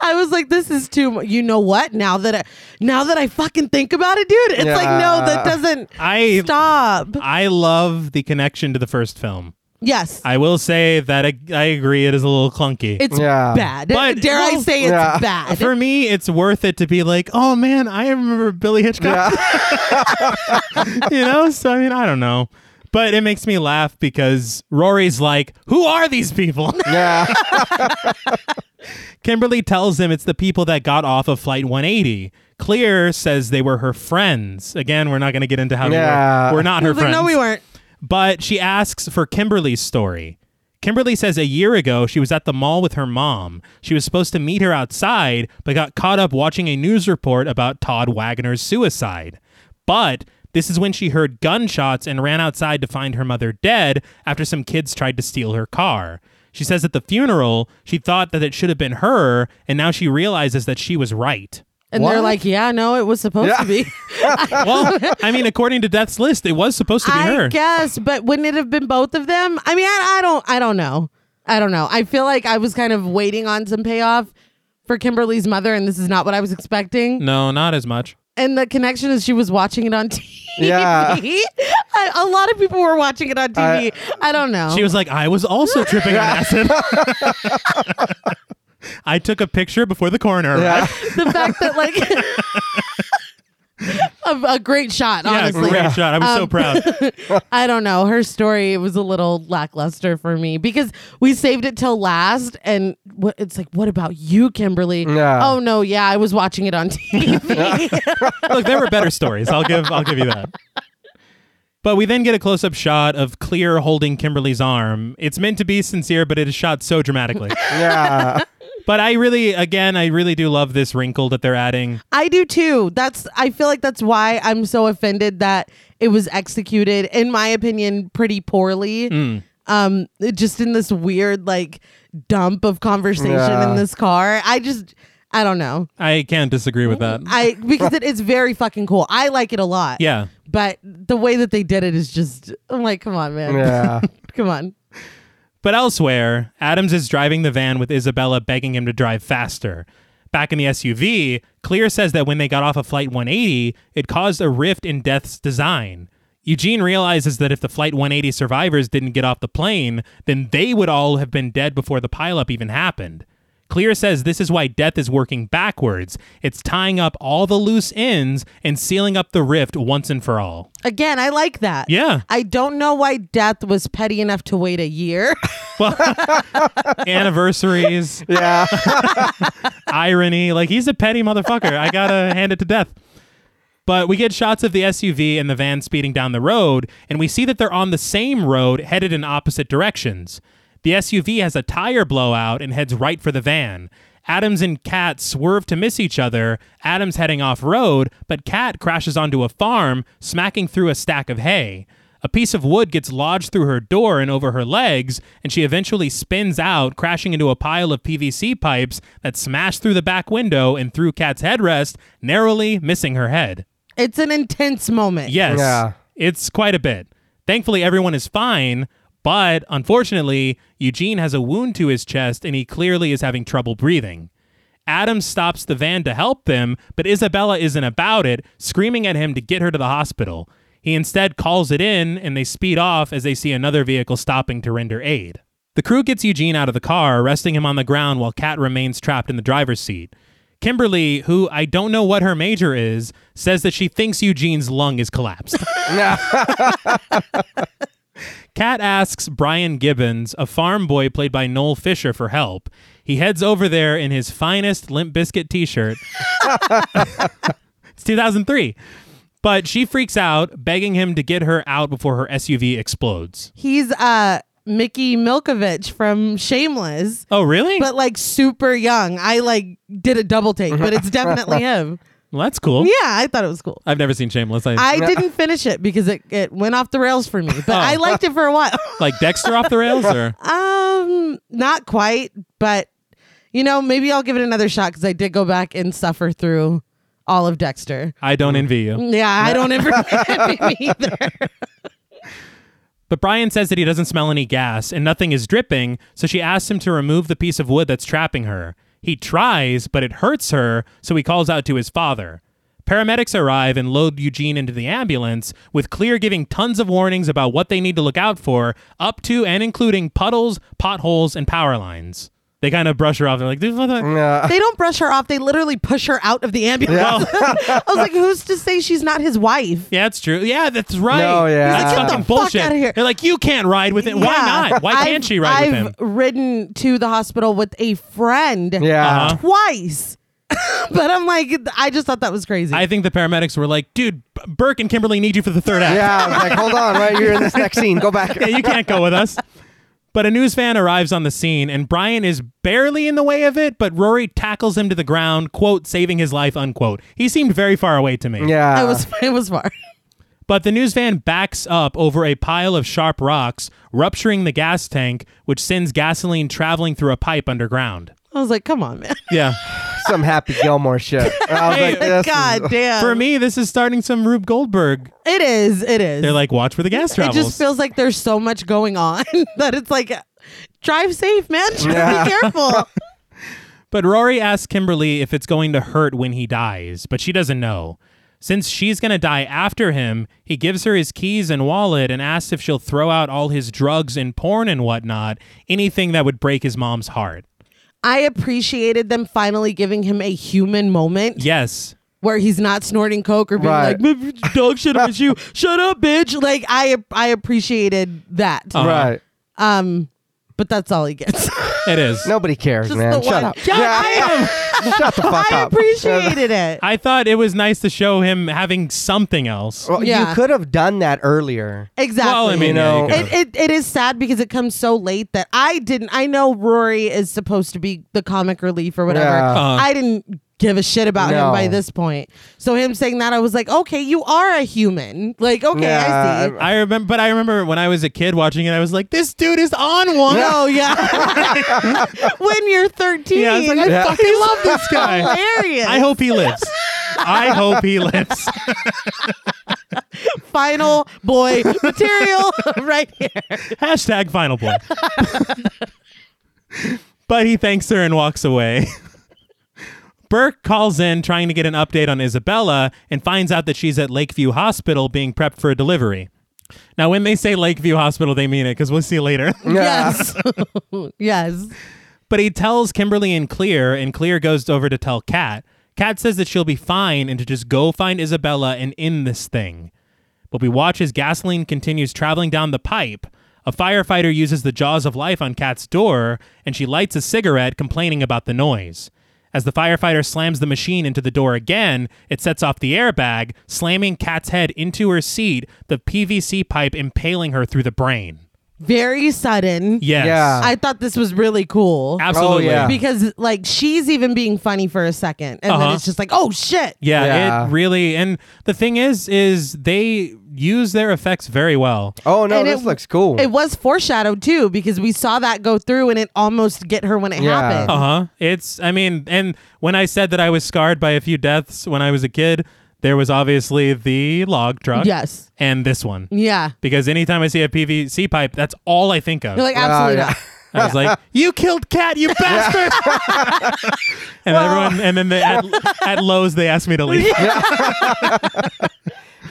[SPEAKER 2] was like, this is too. Mu- you know what? Now that I, now that I fucking think about it, dude, it's like no,
[SPEAKER 3] Yeah.
[SPEAKER 2] that doesn't
[SPEAKER 1] I
[SPEAKER 2] stop.
[SPEAKER 1] I love the connection to the first film.
[SPEAKER 2] Yes.
[SPEAKER 1] I will say that I, I agree it is a little clunky.
[SPEAKER 2] it's
[SPEAKER 3] Yeah.
[SPEAKER 2] bad.
[SPEAKER 1] But-
[SPEAKER 2] Dare I
[SPEAKER 1] well-
[SPEAKER 2] say it's
[SPEAKER 3] Yeah.
[SPEAKER 2] bad?
[SPEAKER 1] For me, it's worth it to be like, oh man, I remember Billy Hitchcock. you know, so I mean, I don't know. But it makes me laugh because Rory's like, who are these people?
[SPEAKER 3] Yeah.
[SPEAKER 1] Kimberly tells him it's the people that got off of Flight 180. Clear says they were her friends. Again, we're not going to get into how
[SPEAKER 3] Yeah.
[SPEAKER 1] they were. We're not her
[SPEAKER 2] But
[SPEAKER 1] friends.
[SPEAKER 2] no, we weren't.
[SPEAKER 1] But she asks for Kimberly's story. Kimberly says a year ago she was at the mall with her mom. She was supposed to meet her outside, but got caught up watching a news report about Todd Wagner's suicide. But this is when she heard gunshots and ran outside to find her mother dead after some kids tried to steal her car. She says at the funeral, she thought that it should have been her, and now she realizes that she was right.
[SPEAKER 2] And they're
[SPEAKER 3] What?
[SPEAKER 2] like, yeah, no, it was supposed
[SPEAKER 3] Yeah.
[SPEAKER 2] to be.
[SPEAKER 1] Well, I mean, according to Death's List, it was supposed to be
[SPEAKER 2] I
[SPEAKER 1] her.
[SPEAKER 2] guess, but wouldn't it have been both of them? I mean, I, I don't, I don't know. I don't know. I feel like I was kind of waiting on some payoff for Kimberly's mother, and this is not what I was expecting.
[SPEAKER 1] no, not as much.
[SPEAKER 2] And the connection is she was watching it on TV.
[SPEAKER 3] Yeah.
[SPEAKER 2] I, a lot of people were watching it on TV. I, don't know.
[SPEAKER 1] She was like, I was also tripping on acid. I took a picture before the coroner.
[SPEAKER 3] Yeah.
[SPEAKER 1] arrived.
[SPEAKER 2] the fact that like. A, a great shot,
[SPEAKER 1] Yeah,
[SPEAKER 2] honestly.
[SPEAKER 1] great shot. I was so proud.
[SPEAKER 2] I don't know. Her story was a little lackluster for me because we saved it till last, and what, it's like, what about you, Kimberly?
[SPEAKER 3] Yeah.
[SPEAKER 2] Oh no, yeah, I was watching it on TV.
[SPEAKER 1] Look, there were better stories. I'll give I'll give you that. But we then get a close up shot of Clear holding Kimberly's arm. It's meant to be sincere, but it is shot so dramatically.
[SPEAKER 3] Yeah.
[SPEAKER 1] but I really, again, I really do love this wrinkle that they're adding.
[SPEAKER 2] I do too. That's. I feel like that's why I'm so offended that it was executed, in my opinion, pretty poorly.
[SPEAKER 3] Mm.
[SPEAKER 2] Um, it- just in this weird like dump of conversation
[SPEAKER 3] Yeah.
[SPEAKER 2] in this car. I just, I don't know.
[SPEAKER 1] I can't disagree with that.
[SPEAKER 2] I because it is very fucking cool. I like it a lot.
[SPEAKER 1] yeah.
[SPEAKER 2] but the way that they did it is just I'm like, come on, man,
[SPEAKER 3] Yeah.
[SPEAKER 2] come on.
[SPEAKER 1] But elsewhere, Adams is driving the van with Isabella begging him to drive faster. Back in the SUV, Clear says that when they got off of Flight 180, it caused a rift in Death's design. Eugene realizes that if the Flight 180 survivors didn't get off the plane, then they would all have been dead before the pileup even happened. Clear says this is why Death is working backwards. It's tying up all the loose ends and sealing up the rift once and for all.
[SPEAKER 2] Again, I like that.
[SPEAKER 1] Yeah.
[SPEAKER 2] I don't know why Death was petty enough to wait a year.
[SPEAKER 1] Anniversaries,
[SPEAKER 3] Yeah.
[SPEAKER 1] irony. Like he's a petty motherfucker. I gotta hand it to death. But we get shots of the SUV and the van speeding down the road, and we see that they're on the same road headed in opposite directions. The SUV has a tire blowout and heads right for the van. Adams and Cat swerve to miss each other, Adams heading off road, but Cat crashes onto a farm, smacking through a stack of hay. A piece of wood gets lodged through her door and over her legs, and she eventually spins out, crashing into a pile of PVC pipes that smash through the back window and through Cat's headrest, narrowly missing her head.
[SPEAKER 2] it's an intense moment.
[SPEAKER 1] Yes.
[SPEAKER 3] Yeah.
[SPEAKER 1] It's quite a bit. Thankfully, everyone is fine, but unfortunately, Eugene has a wound to his chest and he clearly is having trouble breathing. Adam stops the van to help them, but Isabella isn't about it, screaming at him to get her to the hospital. He instead calls it in and they speed off as they see another vehicle stopping to render aid. The crew gets Eugene out of the car, arresting him on the ground while Kat remains trapped in the driver's seat. Kimberly, who I don't know what her major is, says that she thinks Eugene's lung is collapsed. Kat asks Brian Gibbons, a farm boy played by Noel Fisher, for help. He heads over there in his finest Limp Biscuit t shirt. it's 2003. But she freaks out, begging him to get her out before her SUV explodes.
[SPEAKER 2] He's uh Mickey Milkovich from Shameless,
[SPEAKER 1] Oh, really?
[SPEAKER 2] but like super young. I like did a double take, but it's definitely him.
[SPEAKER 1] well, that's cool.
[SPEAKER 2] Yeah, I thought it was cool.
[SPEAKER 1] I've never seen Shameless. I,
[SPEAKER 2] I didn't finish it because it, it went off the rails for me, but I liked it for a while.
[SPEAKER 1] like Dexter off the rails, or
[SPEAKER 2] Um, not quite, but you know, maybe I'll give it another shot because I did go back and suffer through all of Dexter.
[SPEAKER 1] I don't envy you.
[SPEAKER 2] Yeah, I don't ever me either.
[SPEAKER 1] But Brian says that he doesn't smell any gas and nothing is dripping, so she asks him to remove the piece of wood that's trapping her. He tries, but it hurts her, so he calls out to his father. Paramedics arrive and load Eugene into the ambulance, with Clear giving tons of warnings about what they need to look out for, up to and including puddles, potholes, and power lines. They kind of brush her off. They're like, "This
[SPEAKER 2] Mm,
[SPEAKER 1] mother-
[SPEAKER 3] Yeah.
[SPEAKER 2] They don't brush her off. They literally push her out of the ambulance. I was like, who's to say she's not his wife?
[SPEAKER 1] yeah, it's true. Yeah, that's right.
[SPEAKER 3] No, yeah.
[SPEAKER 1] That's
[SPEAKER 3] He's like, "Get the
[SPEAKER 1] fucking
[SPEAKER 2] fuck
[SPEAKER 1] bullshit.
[SPEAKER 2] outta here.
[SPEAKER 1] They're like, you can't ride with him. Why
[SPEAKER 2] Yeah.
[SPEAKER 1] not? Why can't
[SPEAKER 2] I've-
[SPEAKER 1] she ride with
[SPEAKER 2] I've
[SPEAKER 1] him?
[SPEAKER 2] ridden to the hospital with a friend
[SPEAKER 3] Yeah.
[SPEAKER 1] Uh-huh.
[SPEAKER 2] twice. but I'm like, I just thought that was crazy.
[SPEAKER 1] I think the paramedics were like, dude, B- Burke and Kimberly need you for the third act.
[SPEAKER 3] Yeah, I was like, hold on, right? You're in this next scene. Go back.
[SPEAKER 1] yeah, you can't go with us. But a news van arrives on the scene, and Brian is barely in the way of it, but Rory tackles him to the ground, quote, saving his life, unquote. He seemed very far away to me.
[SPEAKER 3] Yeah.
[SPEAKER 2] it was
[SPEAKER 1] Uh.
[SPEAKER 2] it was far.
[SPEAKER 1] But the news van backs up over a pile of sharp rocks, rupturing the gas tank, which sends gasoline traveling through a pipe underground.
[SPEAKER 2] I was like, come on, man.
[SPEAKER 1] Yeah.
[SPEAKER 3] some Happy Gilmore shit. I was
[SPEAKER 1] Hey,
[SPEAKER 3] like, this
[SPEAKER 2] God
[SPEAKER 3] is-
[SPEAKER 2] damn.
[SPEAKER 1] For me, this is starting some Rube Goldberg.
[SPEAKER 2] it is. It is.
[SPEAKER 1] They're like, watch for the gas
[SPEAKER 2] it
[SPEAKER 1] travels.
[SPEAKER 2] just feels like there's so much going on that it's like, drive safe, man.
[SPEAKER 3] Yeah.
[SPEAKER 2] Be careful.
[SPEAKER 1] But Rory asks Kimberly if it's going to hurt when he dies, but she doesn't know. Since she's going to die after him, he gives her his keys and wallet and asks if she'll throw out all his drugs and porn and whatnot, anything that would break his mom's heart.
[SPEAKER 2] I appreciated them finally giving him a human moment
[SPEAKER 1] Yes.
[SPEAKER 2] where he's not snorting coke or being
[SPEAKER 3] Right.
[SPEAKER 2] like, "My dog shit on you. Shut up, bitch. Like I I appreciated that.
[SPEAKER 1] Uh-huh.
[SPEAKER 3] Right.
[SPEAKER 2] Um, but that's all he gets.
[SPEAKER 1] It is.
[SPEAKER 3] Nobody cares,
[SPEAKER 2] Just
[SPEAKER 3] man.
[SPEAKER 2] the
[SPEAKER 3] Shut
[SPEAKER 2] one.
[SPEAKER 3] up.
[SPEAKER 2] Yeah,
[SPEAKER 3] Shut the fuck
[SPEAKER 2] I
[SPEAKER 3] up.
[SPEAKER 2] appreciated it.
[SPEAKER 1] I thought it was nice to show him having something else.
[SPEAKER 3] Well,
[SPEAKER 2] Yeah.
[SPEAKER 3] You could have done that earlier.
[SPEAKER 2] Exactly.
[SPEAKER 1] Well, I mean,
[SPEAKER 3] You
[SPEAKER 1] yeah,
[SPEAKER 3] know,
[SPEAKER 1] you could've.
[SPEAKER 2] it, it, it is sad because it comes so late that I didn't. I know Rory is supposed to be the comic relief or whatever.
[SPEAKER 3] Yeah. Uh-huh.
[SPEAKER 2] I didn't give a shit about him
[SPEAKER 3] No.
[SPEAKER 2] by this point. So him saying that, I was like, okay, you are a human. Like, okay, I
[SPEAKER 3] Yeah,
[SPEAKER 2] see.
[SPEAKER 1] I remember, but I remember when I was a kid watching it, I was like, "This dude is on one."
[SPEAKER 2] Oh, No, yeah. when you're 13,
[SPEAKER 1] Yeah, I was like, I
[SPEAKER 3] Yeah.
[SPEAKER 1] fucking love this guy.
[SPEAKER 2] hilarious.
[SPEAKER 1] I hope he lives. I hope he lives.
[SPEAKER 2] final boy material right here.
[SPEAKER 1] Hashtag final boy. but he thanks her and walks away. Burke calls in trying to get an update on Isabella and finds out that she's at Lakeview Hospital being prepped for a delivery. Now, when they say Lakeview Hospital, they mean it because we'll see later.
[SPEAKER 3] Yeah.
[SPEAKER 2] Yes. yes.
[SPEAKER 1] but he tells Kimberly and Clear, and Clear goes over to tell Kat. Kat says that she'll be fine and to just go find Isabella and end this thing. But we watch as gasoline continues traveling down the pipe. A firefighter uses the jaws of life on Kat's door, and she lights a cigarette, complaining about the noise. As the firefighter slams the machine into the door again, it sets off the airbag, slamming Kat's head into her seat, the PVC pipe impaling her through the brain.
[SPEAKER 2] Very sudden.
[SPEAKER 1] Yes.
[SPEAKER 3] Yeah.
[SPEAKER 2] I thought this was really cool.
[SPEAKER 1] Absolutely.
[SPEAKER 3] Oh, yeah.
[SPEAKER 2] because like she's even being funny for a second and
[SPEAKER 1] Uh-huh.
[SPEAKER 2] then it's just like oh shit
[SPEAKER 1] Yeah,
[SPEAKER 3] Yeah.
[SPEAKER 1] it really and the thing is is they use their effects very well.
[SPEAKER 3] Oh no,
[SPEAKER 2] And
[SPEAKER 3] this
[SPEAKER 2] it-
[SPEAKER 3] looks cool.
[SPEAKER 2] it was foreshadowed too because we saw that go through and it almost get her when it
[SPEAKER 3] Yeah.
[SPEAKER 2] happened
[SPEAKER 1] Uh-huh. It's I mean, and when I said that I was scarred by a few deaths when I was a kid, there was obviously the log truck.
[SPEAKER 2] Yes.
[SPEAKER 1] And this one.
[SPEAKER 2] yeah
[SPEAKER 1] Because anytime I see a PVC pipe, that's all I think of.
[SPEAKER 2] you're like
[SPEAKER 3] Wow,
[SPEAKER 2] absolutely
[SPEAKER 3] yeah.
[SPEAKER 2] not
[SPEAKER 1] I was like, "You killed Cat, you bastard!" and everyone, and then they, at, at Lowe's, they asked me to leave.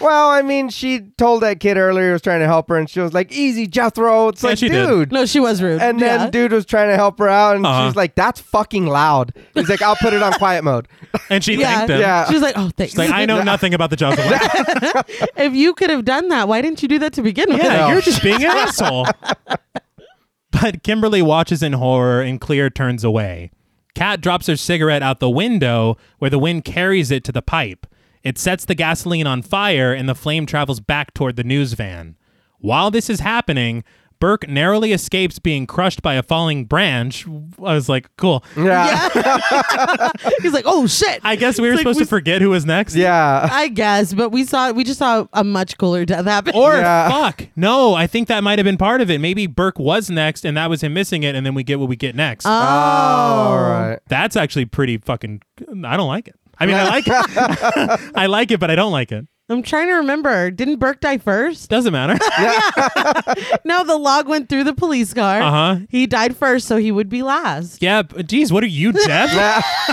[SPEAKER 3] well, I mean, she told that kid earlier was trying to help her, and she was like, "Easy, Jethro." It's
[SPEAKER 1] Yeah,
[SPEAKER 3] like,
[SPEAKER 1] she did.
[SPEAKER 3] dude.
[SPEAKER 2] no she was rude
[SPEAKER 3] And then
[SPEAKER 2] Yeah.
[SPEAKER 3] dude was trying to help her out, and
[SPEAKER 1] Uh-huh.
[SPEAKER 3] she's like, "That's fucking loud." He's like, "I'll put it on quiet mode."
[SPEAKER 1] And she
[SPEAKER 2] yeah.
[SPEAKER 1] thanked him.
[SPEAKER 3] Yeah.
[SPEAKER 2] she was like oh thanks
[SPEAKER 1] She's like, "I know nothing about the Jaws of Life."
[SPEAKER 2] if you could have done that why didn't you do that to begin with
[SPEAKER 1] Yeah,
[SPEAKER 3] No.
[SPEAKER 1] you're just being an asshole. But Kimberly watches in horror and Clear turns away. Kat drops her cigarette out the window where the wind carries it to the pipe. It sets the gasoline on fire and the flame travels back toward the news van. While this is happening, Burke narrowly escapes being crushed by a falling branch. I was like, cool.
[SPEAKER 3] Yeah,
[SPEAKER 2] he's like oh shit
[SPEAKER 1] I guess we were
[SPEAKER 2] It's like
[SPEAKER 1] supposed to forget who was next.
[SPEAKER 3] yeah,
[SPEAKER 2] I guess, but we saw we just saw a much cooler death happen.
[SPEAKER 1] Or
[SPEAKER 3] Yeah.
[SPEAKER 1] fuck. No, I think that might have been part of it. Maybe Burke was next and that was him missing it and then we get what we get next.
[SPEAKER 2] oh,
[SPEAKER 3] All right.
[SPEAKER 1] That's actually pretty fucking. I don't like it. I mean, I like it. I like it, but I don't like it.
[SPEAKER 2] I'm trying to remember. Didn't Burke die first?
[SPEAKER 1] Doesn't matter.
[SPEAKER 2] No, the log went through the police car.
[SPEAKER 1] Uh-huh.
[SPEAKER 2] He died first, so he would be last.
[SPEAKER 1] yeah. But geez, what are you, Deb?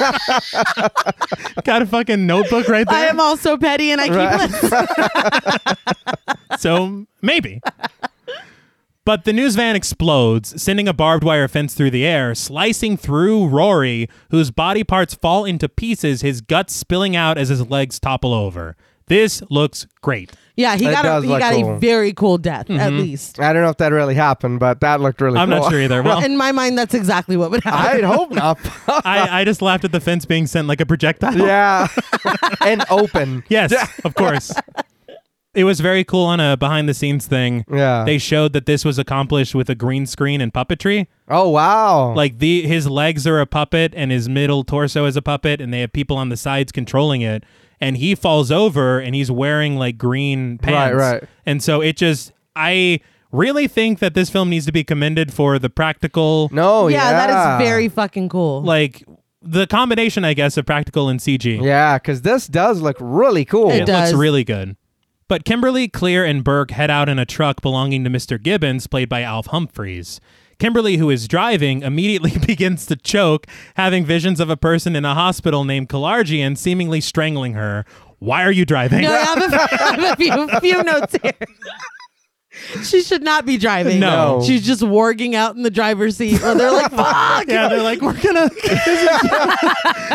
[SPEAKER 1] Got a fucking notebook right
[SPEAKER 2] I
[SPEAKER 1] there.
[SPEAKER 2] am also petty and I keep lists.
[SPEAKER 1] so maybe. But the news van explodes, sending a barbed wire fence through the air, slicing through Rory, whose body parts fall into pieces, his guts spilling out as his legs topple over. This looks great.
[SPEAKER 2] Yeah, he
[SPEAKER 3] That
[SPEAKER 2] got a,
[SPEAKER 3] does
[SPEAKER 2] he
[SPEAKER 3] look
[SPEAKER 2] got a
[SPEAKER 3] cool.
[SPEAKER 2] very cool death, at
[SPEAKER 1] Mm-hmm.
[SPEAKER 2] least.
[SPEAKER 3] I don't know if that really happened, but that looked really
[SPEAKER 1] I'm
[SPEAKER 3] cool.
[SPEAKER 1] not sure either. Well,
[SPEAKER 2] In my mind, that's exactly what would happen.
[SPEAKER 3] I'd hope not.
[SPEAKER 1] I, I just laughed at the fence being sent like a projectile.
[SPEAKER 3] yeah. and open.
[SPEAKER 1] Yes, of course. It was very cool on a behind the scenes thing.
[SPEAKER 3] Yeah.
[SPEAKER 1] They showed that this was accomplished with a green screen and puppetry.
[SPEAKER 3] Oh, wow.
[SPEAKER 1] Like the his legs are a puppet and his middle torso is a puppet and they have people on the sides controlling it and he falls over and he's wearing like green pants.
[SPEAKER 3] right.
[SPEAKER 1] And so it just I really think that this film needs to be commended for the practical
[SPEAKER 2] yeah,
[SPEAKER 3] no, oh, yeah.
[SPEAKER 2] that is very fucking cool.
[SPEAKER 1] like the combination I guess of practical and CG.
[SPEAKER 3] Yeah, because this does look really cool.
[SPEAKER 2] It
[SPEAKER 1] It
[SPEAKER 2] does.
[SPEAKER 1] looks really good. But Kimberly, Clear, and Burke head out in a truck belonging to Mr. Gibbons, played by Alf Humphreys. Kimberly, who is driving, immediately begins to choke, having visions of a person in a hospital named Kalargian seemingly strangling her. Why are you driving?
[SPEAKER 2] no, I have a, I have a few, few notes here. she should not be driving.
[SPEAKER 1] No.
[SPEAKER 2] She's just warging out in the driver's seat. Well, they're like, fuck.
[SPEAKER 1] Yeah, they're like, we're gonna. this, is just,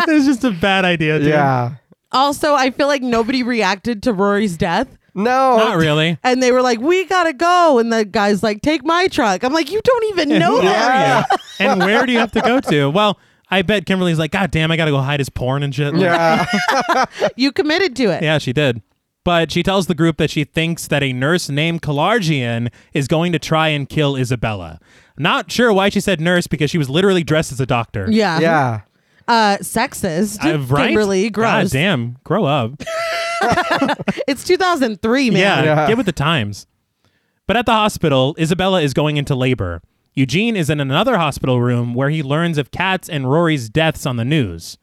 [SPEAKER 1] this is just a bad idea, dude.
[SPEAKER 3] yeah.
[SPEAKER 2] Also, I feel like nobody reacted to Rory's death.
[SPEAKER 3] No.
[SPEAKER 1] Not really.
[SPEAKER 2] And they were like, we gotta go. And the guy's like, take my truck. I'm like, you don't even know
[SPEAKER 1] Who
[SPEAKER 2] that.
[SPEAKER 1] are you? And where do you have to go to? Well, I bet Kimberly's like, God damn, I gotta go hide his porn and shit. Like,
[SPEAKER 3] Yeah.
[SPEAKER 2] You committed to it.
[SPEAKER 1] Yeah, she did. But she tells the group that she thinks that a nurse named Kalargian is going to try and kill Isabella. Not sure why she said nurse because she was literally dressed as a doctor.
[SPEAKER 2] Yeah.
[SPEAKER 3] yeah.
[SPEAKER 2] Uh, sexist.
[SPEAKER 1] Uh, right?
[SPEAKER 2] Kimberly, gross.
[SPEAKER 1] God damn, grow up.
[SPEAKER 2] It's 2003, man.
[SPEAKER 1] yeah,
[SPEAKER 3] Yeah.
[SPEAKER 1] get with the times. But at the hospital, Isabella is going into labor. Eugene is in another hospital room where he learns of Kat's and Rory's deaths on the news.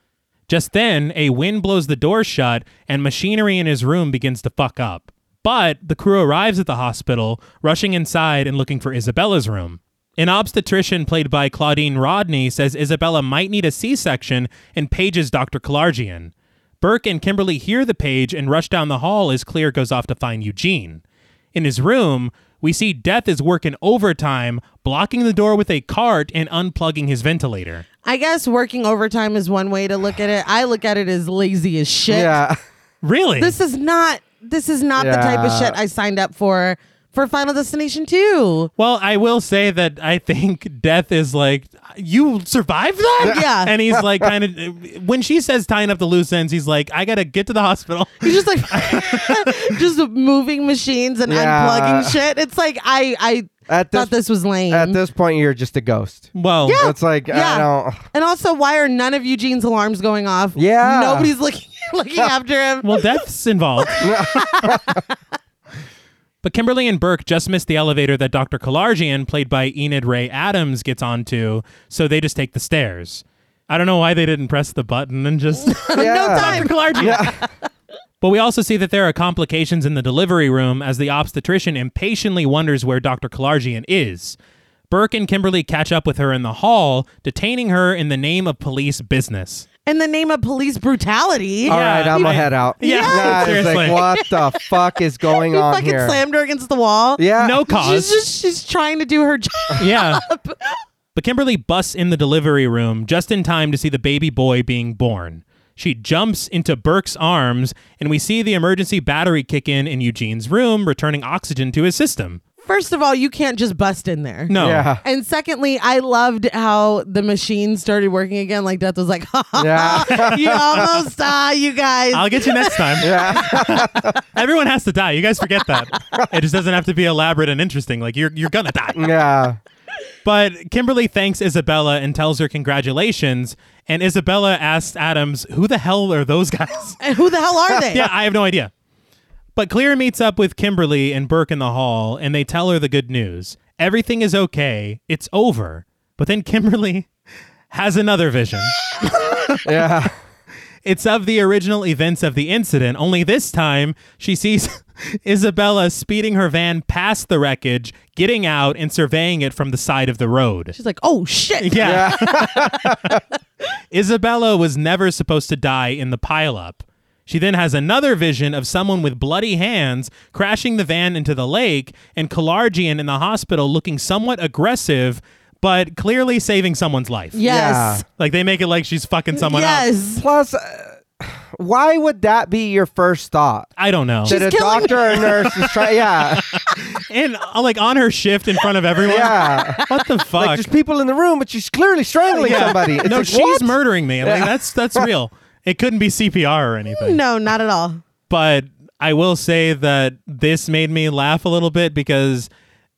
[SPEAKER 1] Just then, a wind blows the door shut and machinery in his room begins to fuck up. But the crew arrives at the hospital, rushing inside and looking for Isabella's room. An obstetrician played by Claudine Rodney says Isabella might need a C section and pages Dr. Kalargian. Burke and Kimberly hear the page and rush down the hall as Clear goes off to find Eugene. In his room, we see Death is working overtime, blocking the door with a cart and unplugging his ventilator.
[SPEAKER 2] I guess working overtime is one way to look at it. I look at it as lazy as shit.
[SPEAKER 3] Yeah.
[SPEAKER 1] Really?
[SPEAKER 2] This is not this is not the type of
[SPEAKER 3] Yeah.
[SPEAKER 2] shit I signed up for for Final Destination 2.
[SPEAKER 1] well, I will say that I think Death is like, you survived that?
[SPEAKER 2] Yeah.
[SPEAKER 1] And he's like, kind of, when she says tying up the loose ends, he's like, I got to get to the hospital.
[SPEAKER 2] He's just like just moving machines and
[SPEAKER 3] Yeah.
[SPEAKER 2] unplugging shit. It's like I I
[SPEAKER 3] At
[SPEAKER 2] thought
[SPEAKER 3] this,
[SPEAKER 2] this was lame.
[SPEAKER 3] at this point, you're just a ghost.
[SPEAKER 1] Well,
[SPEAKER 2] Yeah.
[SPEAKER 3] It's like,
[SPEAKER 2] Yeah.
[SPEAKER 3] I don't.
[SPEAKER 2] and also, why are none of Eugene's alarms going off?
[SPEAKER 3] Yeah.
[SPEAKER 2] nobody's looking looking after him.
[SPEAKER 1] Well, death's involved. but Kimberly and Burke just missed the elevator that Dr. Kalargian, played by Enid Ray Adams, gets onto, so they just take the stairs. I don't know why they didn't press the button and just
[SPEAKER 2] no
[SPEAKER 3] Yeah.
[SPEAKER 2] time.
[SPEAKER 1] Kalargian. But we also see that there are complications in the delivery room as the obstetrician impatiently wonders where Dr. Kalargian is. Burke and Kimberly catch up with her in the hall, detaining her in the name of police business.
[SPEAKER 2] In the name of police brutality,
[SPEAKER 3] All
[SPEAKER 1] Yeah,
[SPEAKER 3] right, I'm
[SPEAKER 1] I-
[SPEAKER 3] gonna head out.
[SPEAKER 1] Yeah,
[SPEAKER 3] Nah, it's
[SPEAKER 1] seriously.
[SPEAKER 3] like, what the fuck is going
[SPEAKER 2] he
[SPEAKER 3] on
[SPEAKER 2] fucking
[SPEAKER 3] here?
[SPEAKER 2] slammed her against the wall.
[SPEAKER 3] Yeah,
[SPEAKER 1] No
[SPEAKER 2] Uh,
[SPEAKER 1] cause.
[SPEAKER 2] she's just she's trying to do her job.
[SPEAKER 1] Yeah. But Kimberly busts in the delivery room just in time to see the baby boy being born. She jumps into Burke's arms, and we see the emergency battery kick in in Eugene's room, returning oxygen to his system.
[SPEAKER 2] First of all, you can't just bust in there.
[SPEAKER 1] No.
[SPEAKER 3] Yeah,
[SPEAKER 2] And secondly, I loved how the machine started working again. Like Death was like,
[SPEAKER 3] yeah,
[SPEAKER 2] you almost die, you guys.
[SPEAKER 1] I'll get you next time.
[SPEAKER 3] yeah.
[SPEAKER 1] Everyone has to die. You guys forget that. It just doesn't have to be elaborate and interesting. Like you're you're gonna die.
[SPEAKER 3] yeah.
[SPEAKER 1] But Kimberly thanks Isabella and tells her congratulations. And Isabella asks Adams, "Who the hell are those guys?"
[SPEAKER 2] and who the hell are they?
[SPEAKER 1] yeah, I have no idea. But Clear meets up with Kimberly and Burke in the hall, and they tell her the good news. Everything is okay. It's over. But then Kimberly has another vision.
[SPEAKER 3] yeah.
[SPEAKER 1] It's of the original events of the incident, only this time she sees Isabella speeding her van past the wreckage, getting out, and surveying it from the side of the road.
[SPEAKER 2] She's like, oh shit.
[SPEAKER 1] Yeah. Isabella was never supposed to die in the pileup. She then has another vision of someone with bloody hands crashing the van into the lake and Kalargian in the hospital looking somewhat aggressive, but clearly saving someone's life.
[SPEAKER 2] Yes.
[SPEAKER 1] Like they make it like she's fucking someone up.
[SPEAKER 2] yes.
[SPEAKER 3] Plus, uh, why would that be your first thought?
[SPEAKER 1] I don't know.
[SPEAKER 3] that a
[SPEAKER 2] killing-
[SPEAKER 3] doctor or nurse is trying. Yeah,
[SPEAKER 1] and uh, like on her shift in front of everyone.
[SPEAKER 3] yeah.
[SPEAKER 1] What the fuck?
[SPEAKER 3] There's people in the room, but she's clearly strangling
[SPEAKER 1] Yeah.
[SPEAKER 3] somebody. It's
[SPEAKER 1] no,
[SPEAKER 3] like,
[SPEAKER 1] she's
[SPEAKER 3] what?
[SPEAKER 1] murdering me. Like that's that's real. It couldn't be CPR or anything.
[SPEAKER 2] No, not at all.
[SPEAKER 1] But I will say that this made me laugh a little bit because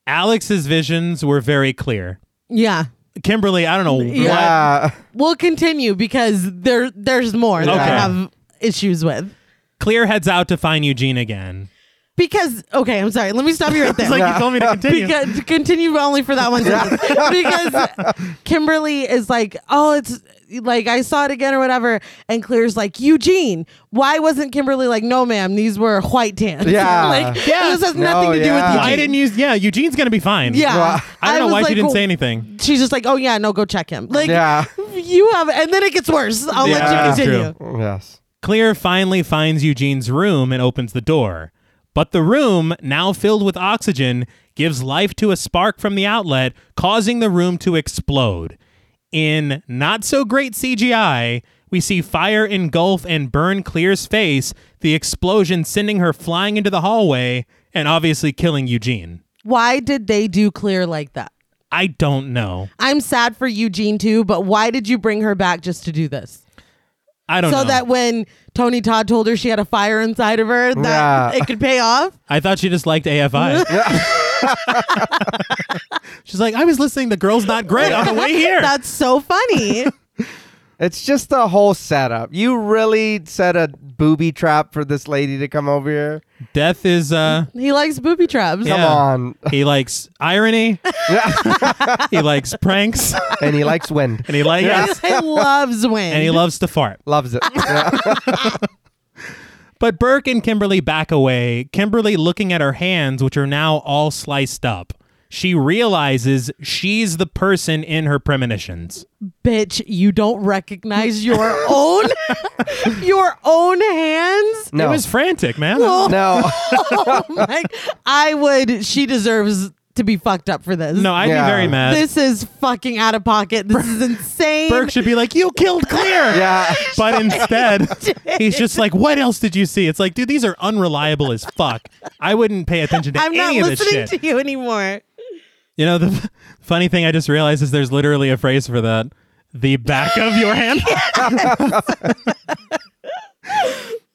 [SPEAKER 1] Alex's visions were very clear.
[SPEAKER 2] Yeah.
[SPEAKER 1] Kimberly, I don't know what.
[SPEAKER 3] Yeah,
[SPEAKER 2] We'll continue because there there's more that I
[SPEAKER 1] Okay.
[SPEAKER 2] have issues with.
[SPEAKER 1] Clear heads out to find Eugene again.
[SPEAKER 2] Because okay, I'm sorry. Let me stop you right there.
[SPEAKER 1] It's like you told me to continue.
[SPEAKER 2] Because to continue only for that one sentence. because Kimberly is like, oh, it's like I saw it again or whatever, and Clear's like Eugene. Why wasn't Kimberly like, no, ma'am, these were white tans.
[SPEAKER 3] Yeah.
[SPEAKER 2] like
[SPEAKER 1] Yeah.
[SPEAKER 2] this has
[SPEAKER 3] No,
[SPEAKER 2] nothing to do with
[SPEAKER 3] yeah.
[SPEAKER 2] Eugene.
[SPEAKER 1] Why didn't you? Yeah, Eugene's gonna be fine.
[SPEAKER 2] Yeah,
[SPEAKER 3] Well,
[SPEAKER 1] I don't know
[SPEAKER 2] was
[SPEAKER 1] why she
[SPEAKER 2] like, "Oh,
[SPEAKER 1] didn't
[SPEAKER 2] well-
[SPEAKER 1] say anything.
[SPEAKER 2] She's just like, oh yeah, no, go check him. Like,
[SPEAKER 3] yeah,
[SPEAKER 2] you have, and then it gets worse. I'll
[SPEAKER 1] Yeah.
[SPEAKER 2] let you
[SPEAKER 1] True.
[SPEAKER 2] continue.
[SPEAKER 3] yes.
[SPEAKER 1] Clear finally finds Eugene's room and opens the door. But the room, now filled with oxygen, gives life to a spark from the outlet, causing the room to explode. In not so great CGI, we see fire engulf and burn Clear's face, the explosion sending her flying into the hallway and obviously killing Eugene.
[SPEAKER 2] Why did they do Clear like that?
[SPEAKER 1] I don't know.
[SPEAKER 2] I'm sad for Eugene too, but why did you bring her back just to do this?
[SPEAKER 1] I don't
[SPEAKER 2] so
[SPEAKER 1] know.
[SPEAKER 2] that when Tony Todd told her she had a fire inside of her, that
[SPEAKER 3] Yeah.
[SPEAKER 2] it could pay off.
[SPEAKER 1] I thought she just liked AFI. She's like, I was listening to Girls Not Great on the way here.
[SPEAKER 2] That's so funny.
[SPEAKER 3] It's just the whole setup. You really set a booby trap for this lady to come over here.
[SPEAKER 1] Death is uh
[SPEAKER 2] he likes booby traps.
[SPEAKER 1] Yeah.
[SPEAKER 3] Come on.
[SPEAKER 1] he likes irony. he likes pranks
[SPEAKER 3] And he likes wind.
[SPEAKER 1] and he likes
[SPEAKER 2] He loves Wayne.
[SPEAKER 1] and he loves to fart.
[SPEAKER 3] Loves it. Yeah.
[SPEAKER 1] But Burke and Kimberly back away, Kimberly looking at her hands which are now all sliced up. She realizes she's the person in her premonitions.
[SPEAKER 2] Bitch, you don't recognize your own your own hands.
[SPEAKER 1] It
[SPEAKER 3] No.
[SPEAKER 1] was frantic, man.
[SPEAKER 3] no.
[SPEAKER 2] Oh my! I would. She deserves to be fucked up for this.
[SPEAKER 1] no, I'd
[SPEAKER 3] Yeah.
[SPEAKER 1] be very mad.
[SPEAKER 2] this is fucking out of pocket. This is insane.
[SPEAKER 1] Burke should be like, "You killed Clear."
[SPEAKER 3] Yeah.
[SPEAKER 1] But instead, he's just like, "What else did you see?" It's like, dude, these are unreliable as fuck. I wouldn't pay attention to
[SPEAKER 2] I'm not
[SPEAKER 1] any of this
[SPEAKER 2] listening
[SPEAKER 1] shit.
[SPEAKER 2] to you anymore.
[SPEAKER 1] you know, the f- funny thing I just realized is there's literally a phrase for that: the back of your hand.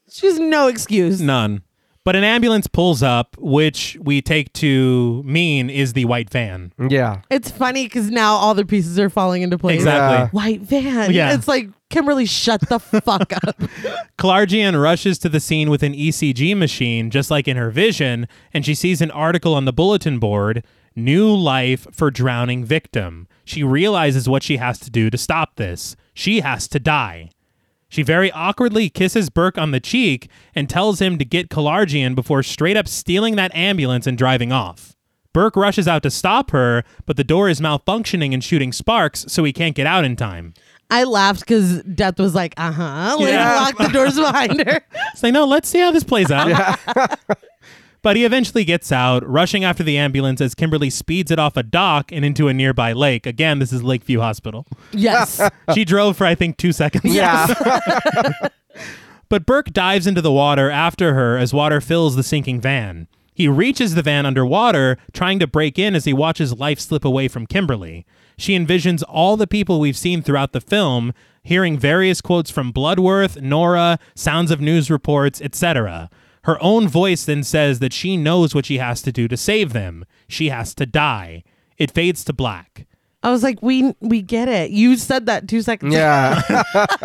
[SPEAKER 2] She's no excuse.
[SPEAKER 1] None. But an ambulance pulls up, which we take to mean is the white van.
[SPEAKER 3] Yeah.
[SPEAKER 2] It's funny because now all the pieces are falling into place.
[SPEAKER 1] Exactly.
[SPEAKER 2] White van.
[SPEAKER 1] Yeah.
[SPEAKER 2] It's like Kimberly, shut the fuck up.
[SPEAKER 1] Clargian rushes to the scene with an ECG machine, just like in her vision, and she sees an article on the bulletin board New Life for Drowning Victim. She realizes what she has to do to stop this. She has to die. She very awkwardly kisses Burke on the cheek and tells him to get Kalargian before straight up stealing that ambulance and driving off. Burke rushes out to stop her, but the door is malfunctioning and shooting sparks, so he can't get out in time.
[SPEAKER 2] I laughed because Death was like, uh huh. Like,
[SPEAKER 1] Yeah.
[SPEAKER 2] lock the doors behind her.
[SPEAKER 1] It's like, no, let's see how this plays out. but he eventually gets out, rushing after the ambulance as Kimberly speeds it off a dock and into a nearby lake. Again, this is Lakeview Hospital.
[SPEAKER 2] Yes.
[SPEAKER 1] She drove for, I think, two seconds.
[SPEAKER 2] Yes.
[SPEAKER 1] But Burke dives into the water after her as water fills the sinking van. He reaches the van underwater, trying to break in as he watches life slip away from Kimberly. She envisions all the people we've seen throughout the film, hearing various quotes from Bloodworth, Nora, sounds of news reports, etc. Her own voice then says that she knows what she has to do to save them. She has to die. It fades to black.
[SPEAKER 2] I was like, we we get it. You said that two seconds ago.
[SPEAKER 3] Yeah.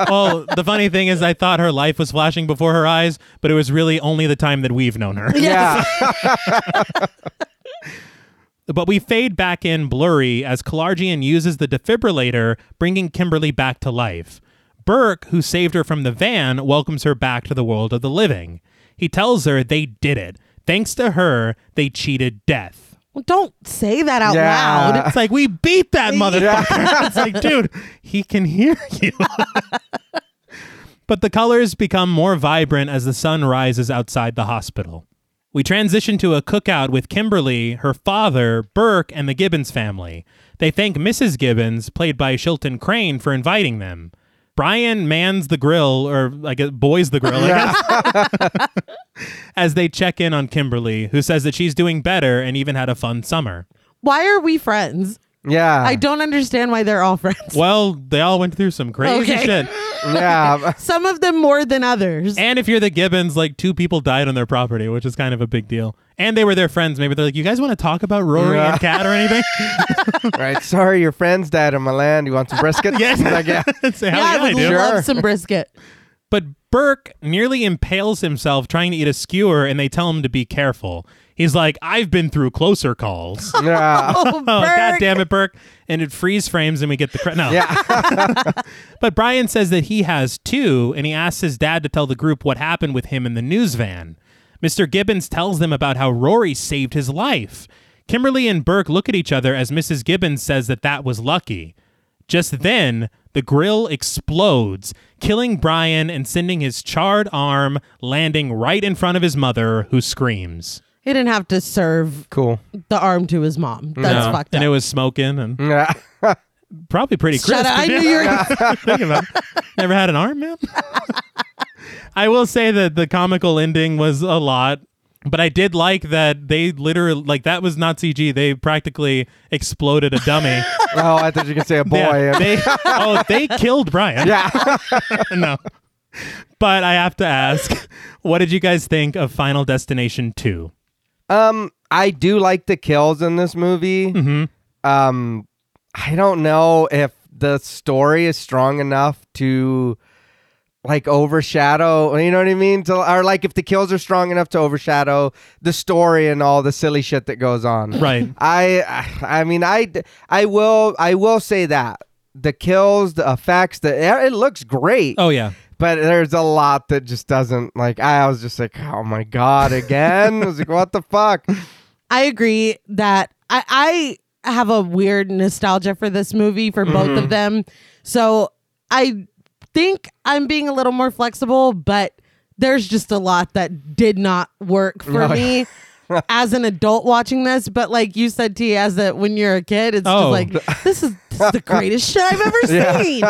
[SPEAKER 1] oh, the funny thing is, I thought her life was flashing before her eyes, but it was really only the time that we've known her.
[SPEAKER 3] Yeah.
[SPEAKER 1] But we fade back in blurry as Kalargian uses the defibrillator, bringing Kimberly back to life. Burke, who saved her from the van, welcomes her back to the world of the living. He tells her they did it. Thanks to her, they cheated death.
[SPEAKER 2] Well, don't say that out
[SPEAKER 3] Yeah.
[SPEAKER 2] loud.
[SPEAKER 1] It's like, we beat that motherfucker. it's like, dude, he can hear you. but the colors become more vibrant as the sun rises outside the hospital. We transition to a cookout with Kimberly, her father, Burke, and the Gibbons family. They thank Mrs. Gibbons, played by Shilton Crane, for inviting them. Brian mans the grill, or I guess boys the grill, I guess, as they check in on Kimberly, who says that she's doing better and even had a fun summer.
[SPEAKER 2] Why are we friends?
[SPEAKER 3] Yeah.
[SPEAKER 2] I don't understand why they're all friends.
[SPEAKER 1] Well, they all went through some crazy
[SPEAKER 2] Okay.
[SPEAKER 1] shit.
[SPEAKER 3] yeah.
[SPEAKER 2] Some of them more than others.
[SPEAKER 1] And if you're the Gibbons, like two people died on their property, which is kind of a big deal. And they were their friends. Maybe they're like, you guys want to talk about Rory
[SPEAKER 3] Yeah.
[SPEAKER 1] and Kat or anything?
[SPEAKER 3] right. Sorry, your friends died on my land. You want some brisket?
[SPEAKER 1] Yes.
[SPEAKER 3] Like, yeah.
[SPEAKER 1] Say, "Hell
[SPEAKER 2] yeah, I would
[SPEAKER 1] do."
[SPEAKER 3] Sure.
[SPEAKER 2] love some brisket.
[SPEAKER 1] But Burke nearly impales himself trying to eat a skewer, and they tell him to be careful. He's like, I've been through closer calls. oh,
[SPEAKER 3] Yeah.
[SPEAKER 2] Oh,
[SPEAKER 1] God
[SPEAKER 2] Burke.
[SPEAKER 1] damn it, Burke. And it freeze frames, and we get the credit. No.
[SPEAKER 3] Yeah.
[SPEAKER 1] But Brian says that he has two, and he asks his dad to tell the group what happened with him in the news van. Mr. Gibbons tells them about how Rory saved his life. Kimberly and Burke look at each other as Mrs. Gibbons says that that was lucky. Just then, the grill explodes, killing Brian and sending his charred arm landing right in front of his mother, who screams.
[SPEAKER 2] He didn't have to serve
[SPEAKER 3] Cool.
[SPEAKER 2] the arm to his mom. That's
[SPEAKER 1] No.
[SPEAKER 2] fucked up. Mm.
[SPEAKER 1] and it was smoking and
[SPEAKER 3] Yeah.
[SPEAKER 1] probably pretty crisp.
[SPEAKER 2] Shut up. I
[SPEAKER 1] if
[SPEAKER 2] knew you were
[SPEAKER 1] Think about it. Never had an arm, man. I will say that the comical ending was a lot, but I did like that they literally like that was not CG. They practically exploded a dummy.
[SPEAKER 3] Oh, I thought you could say a boy.
[SPEAKER 1] Yeah, they, oh, they killed Brian.
[SPEAKER 3] Yeah.
[SPEAKER 1] no. But I have to ask, what did you guys think of Final Destination 2?
[SPEAKER 3] Um, I do like the kills in this movie. Um, I don't know if the story is strong enough to like overshadow, you know what I mean? To, or like if the kills are strong enough to overshadow the story and all the silly shit that goes on.
[SPEAKER 1] Right.
[SPEAKER 3] I I mean I I will I will say that the kills, the effects, the it looks great
[SPEAKER 1] Oh yeah.
[SPEAKER 3] but there's a lot that just doesn't like i was just like oh my god again i was like what the fuck
[SPEAKER 2] I agree that I, I have a weird nostalgia for this movie for both of them. So I think I'm being a little more flexible, but there's just a lot that did not work for
[SPEAKER 3] No.
[SPEAKER 2] me as an adult watching this. But like you said, T, as that when you're a kid, it's
[SPEAKER 1] Oh.
[SPEAKER 2] just like this is, this is the greatest shit I've ever seen.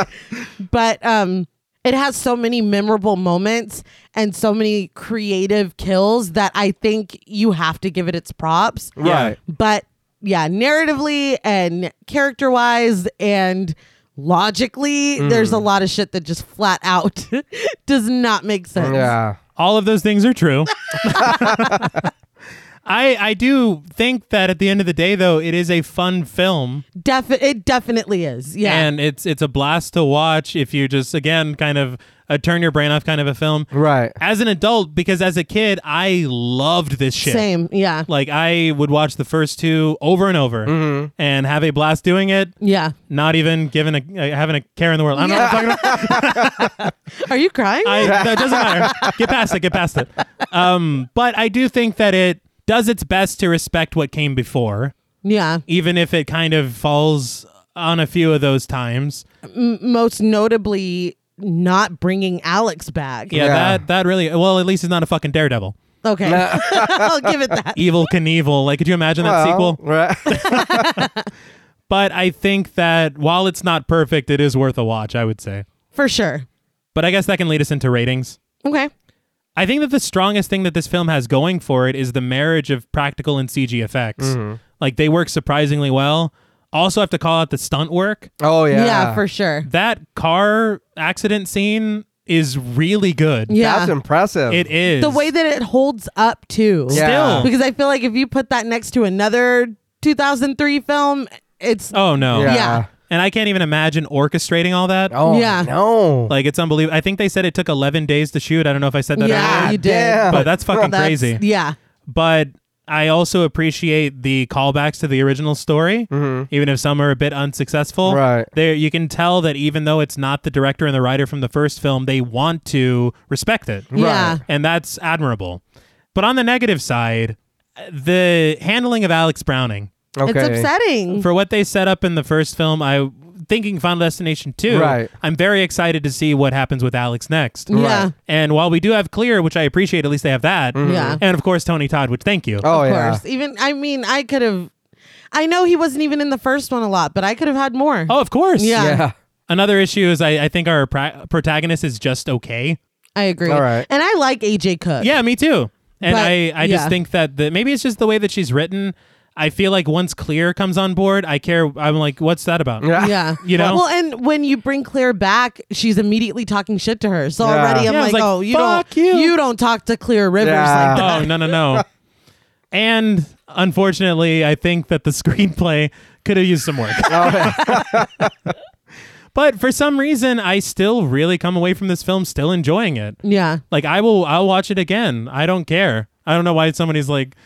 [SPEAKER 2] But um it has so many memorable moments and so many creative kills that I think you have to give it its props.
[SPEAKER 1] Right.
[SPEAKER 2] But yeah, narratively and character wise and logically,
[SPEAKER 1] Mm.
[SPEAKER 2] there's a lot of shit that just flat out does not make sense.
[SPEAKER 3] yeah
[SPEAKER 1] All of those things are true. I I do think that at the end of the day though, it is a fun film.
[SPEAKER 2] Defi- it definitely is. Yeah.
[SPEAKER 1] and it's it's a blast to watch if you just again kind of a turn your brain off kind of a film
[SPEAKER 3] right
[SPEAKER 1] as an adult because as a kid i loved this shit
[SPEAKER 2] Same. Yeah.
[SPEAKER 1] like i would watch the first two over and over
[SPEAKER 2] Mm-hmm.
[SPEAKER 1] and have a blast doing it
[SPEAKER 2] Yeah.
[SPEAKER 1] not even giving a uh, having a care in the world i don't know what i'm talking about
[SPEAKER 2] Are you crying?
[SPEAKER 1] I, that doesn't matter get past it get past it um but i do think that it does its best to respect what came before
[SPEAKER 2] yeah.
[SPEAKER 1] even if it kind of falls on a few of those times
[SPEAKER 2] Most notably, not bringing Alex back.
[SPEAKER 1] Yeah,
[SPEAKER 3] Yeah.
[SPEAKER 1] that that really. Well, at least he's not a fucking daredevil.
[SPEAKER 2] Okay. I'll give it that.
[SPEAKER 1] Evil Knievel. Like, could you imagine that
[SPEAKER 3] Well,
[SPEAKER 1] sequel?
[SPEAKER 3] right
[SPEAKER 1] But I think that while it's not perfect, it is worth a watch. I would say.
[SPEAKER 2] For sure.
[SPEAKER 1] But I guess that can lead us into ratings.
[SPEAKER 2] Okay.
[SPEAKER 1] I think that the strongest thing that this film has going for it is the marriage of practical and CG effects.
[SPEAKER 3] Mm-hmm.
[SPEAKER 1] Like they work surprisingly well. Also, have to call out the stunt work.
[SPEAKER 3] oh
[SPEAKER 2] Yeah,
[SPEAKER 3] yeah
[SPEAKER 2] for sure.
[SPEAKER 1] That car accident scene is really good.
[SPEAKER 2] Yeah.
[SPEAKER 3] that's impressive
[SPEAKER 1] it is
[SPEAKER 2] the way that it holds up too.
[SPEAKER 1] Yeah.
[SPEAKER 2] Because I feel like if you put that next to another 2003 film, it's
[SPEAKER 1] Oh no!
[SPEAKER 3] yeah,
[SPEAKER 2] yeah.
[SPEAKER 1] And I can't even imagine orchestrating all that.
[SPEAKER 3] oh
[SPEAKER 2] Yeah.
[SPEAKER 3] no
[SPEAKER 1] Like it's unbelievable. I think they said it took 11 days to shoot. I don't know if I said that.
[SPEAKER 2] Yeah,
[SPEAKER 1] earlier.
[SPEAKER 2] you did.
[SPEAKER 1] But
[SPEAKER 3] damn.
[SPEAKER 1] that's fucking
[SPEAKER 2] That's-
[SPEAKER 1] crazy.
[SPEAKER 2] Yeah.
[SPEAKER 1] But I also appreciate the callbacks to the original story, even if some are a bit unsuccessful.
[SPEAKER 3] Right.
[SPEAKER 1] There, you can tell that even though it's not the director and the writer from the first film, they want to respect it.
[SPEAKER 2] Yeah.
[SPEAKER 1] And that's admirable. But on the negative side, the handling of Alex Browning
[SPEAKER 3] Okay.
[SPEAKER 2] It's upsetting.
[SPEAKER 1] for what they set up in the first film, I thinking Final Destination 2,
[SPEAKER 3] Right.
[SPEAKER 1] I'm very excited to see what happens with Alex next.
[SPEAKER 2] Yeah.
[SPEAKER 3] Right. Mm-hmm.
[SPEAKER 1] And while we do have Clear, which I appreciate, at least they have that.
[SPEAKER 2] Yeah.
[SPEAKER 1] And of course, Tony Todd, which thank you.
[SPEAKER 3] Oh
[SPEAKER 2] of
[SPEAKER 3] yeah.
[SPEAKER 2] course. Even I mean, I could have. I know he wasn't even in the first one a lot, but I could have had more.
[SPEAKER 1] Oh, of course.
[SPEAKER 2] Yeah.
[SPEAKER 3] Yeah.
[SPEAKER 1] Another issue is I, I think our pra- protagonist is just okay.
[SPEAKER 2] I agree.
[SPEAKER 3] All right.
[SPEAKER 2] And I like AJ Cook.
[SPEAKER 1] Yeah, me too. And
[SPEAKER 2] But,
[SPEAKER 1] I, I just
[SPEAKER 2] yeah.
[SPEAKER 1] think that the, maybe it's just the way that she's written. I feel like once Clear comes on board, I care. I'm like, what's that about?
[SPEAKER 3] Yeah.
[SPEAKER 2] Yeah.
[SPEAKER 1] You know?
[SPEAKER 2] Well, and when you bring Claire back, she's immediately talking shit to her. So
[SPEAKER 3] Yeah.
[SPEAKER 2] already I'm
[SPEAKER 1] Yeah, I was
[SPEAKER 2] like,
[SPEAKER 1] like,
[SPEAKER 2] oh, you
[SPEAKER 1] fuck
[SPEAKER 2] don't,
[SPEAKER 1] you.
[SPEAKER 2] don't talk to Claire Rivers
[SPEAKER 3] Yeah.
[SPEAKER 2] like that.
[SPEAKER 1] Oh, no, no, no. and unfortunately, I think that the screenplay could have used some work. but for some reason, I still really come away from this film still enjoying it.
[SPEAKER 2] Yeah.
[SPEAKER 1] Like I will, I'll watch it again. I don't care. I don't know why somebody's like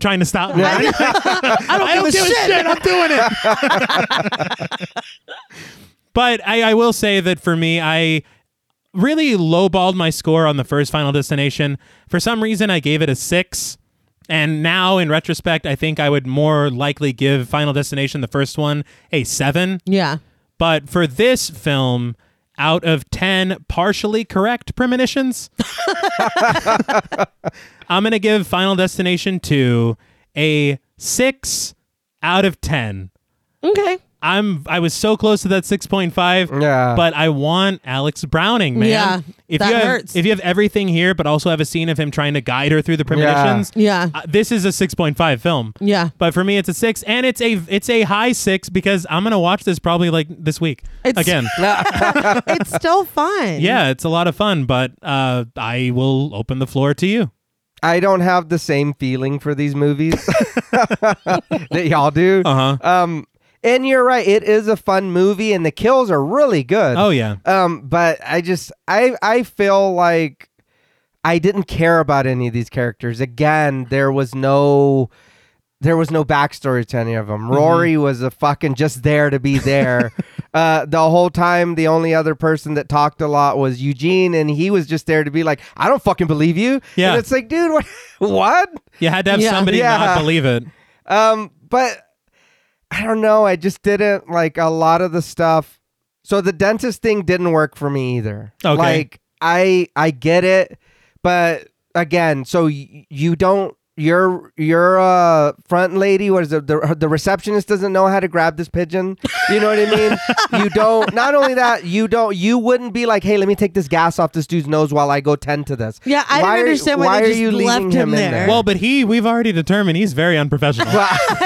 [SPEAKER 1] trying to stop me. I don't, give a shit. I'm doing it. but I, I will say that for me, I really lowballed my score on the first Final Destination. For some reason, I gave it a six. And now, in retrospect, I think I would more likely give Final Destination, the first one, a seven.
[SPEAKER 2] Yeah.
[SPEAKER 1] But for this film, out of 10 partially correct premonitions, I'm going to give Final Destination 2 a 6 out of 10.
[SPEAKER 2] Okay.
[SPEAKER 1] I'm I was so close to that 6.5.
[SPEAKER 3] Yeah.
[SPEAKER 1] But I want Alex Browning, man.
[SPEAKER 2] Yeah,
[SPEAKER 1] If
[SPEAKER 2] that
[SPEAKER 1] you have,
[SPEAKER 2] hurts.
[SPEAKER 1] If you have everything here, but also have a scene of him trying to guide her through the premonitions,
[SPEAKER 2] Yeah.
[SPEAKER 1] uh, this is a 6.5 film.
[SPEAKER 2] Yeah.
[SPEAKER 1] But for me, it's a six, and it's a it's a high six because I'm gonna watch this probably like this week
[SPEAKER 2] It's-
[SPEAKER 1] again.
[SPEAKER 2] it's still fun.
[SPEAKER 1] yeah, it's a lot of fun, but uh, I will open the floor to you.
[SPEAKER 3] I don't have the same feeling for these movies that y'all do.
[SPEAKER 1] Uh huh.
[SPEAKER 3] Um, and you're right. It is a fun movie, and the kills are really good.
[SPEAKER 1] Oh yeah.
[SPEAKER 3] Um, but I just I I feel like I didn't care about any of these characters. Again, there was no there was no backstory to any of them.
[SPEAKER 1] Mm-hmm.
[SPEAKER 3] Rory was a fucking just there to be there. uh, the whole time, the only other person that talked a lot was Eugene, and he was just there to be like, "I don't fucking believe you."
[SPEAKER 1] Yeah.
[SPEAKER 3] and it's like, dude, what? what?
[SPEAKER 1] You had to have
[SPEAKER 2] Yeah.
[SPEAKER 1] somebody
[SPEAKER 3] Yeah.
[SPEAKER 1] not believe it.
[SPEAKER 3] Um, but I don't know. I just didn't like a lot of the stuff. So the dentist thing didn't work for me either.
[SPEAKER 1] Okay.
[SPEAKER 3] Like I I get it, but again, so y- you don't your your uh front lady was the, the the receptionist doesn't know how to grab this pigeon. You know what I mean? you don't. Not only that, you don't. You wouldn't be like, hey, let me take this gas off this dude's nose while I go tend to this.
[SPEAKER 2] Yeah, I don't
[SPEAKER 3] Why are-
[SPEAKER 2] understand why,
[SPEAKER 3] why
[SPEAKER 2] they
[SPEAKER 3] are
[SPEAKER 2] just
[SPEAKER 3] you leaving
[SPEAKER 2] left him,
[SPEAKER 3] him in
[SPEAKER 2] there.
[SPEAKER 3] there?
[SPEAKER 1] Well, but he we've already determined he's very unprofessional.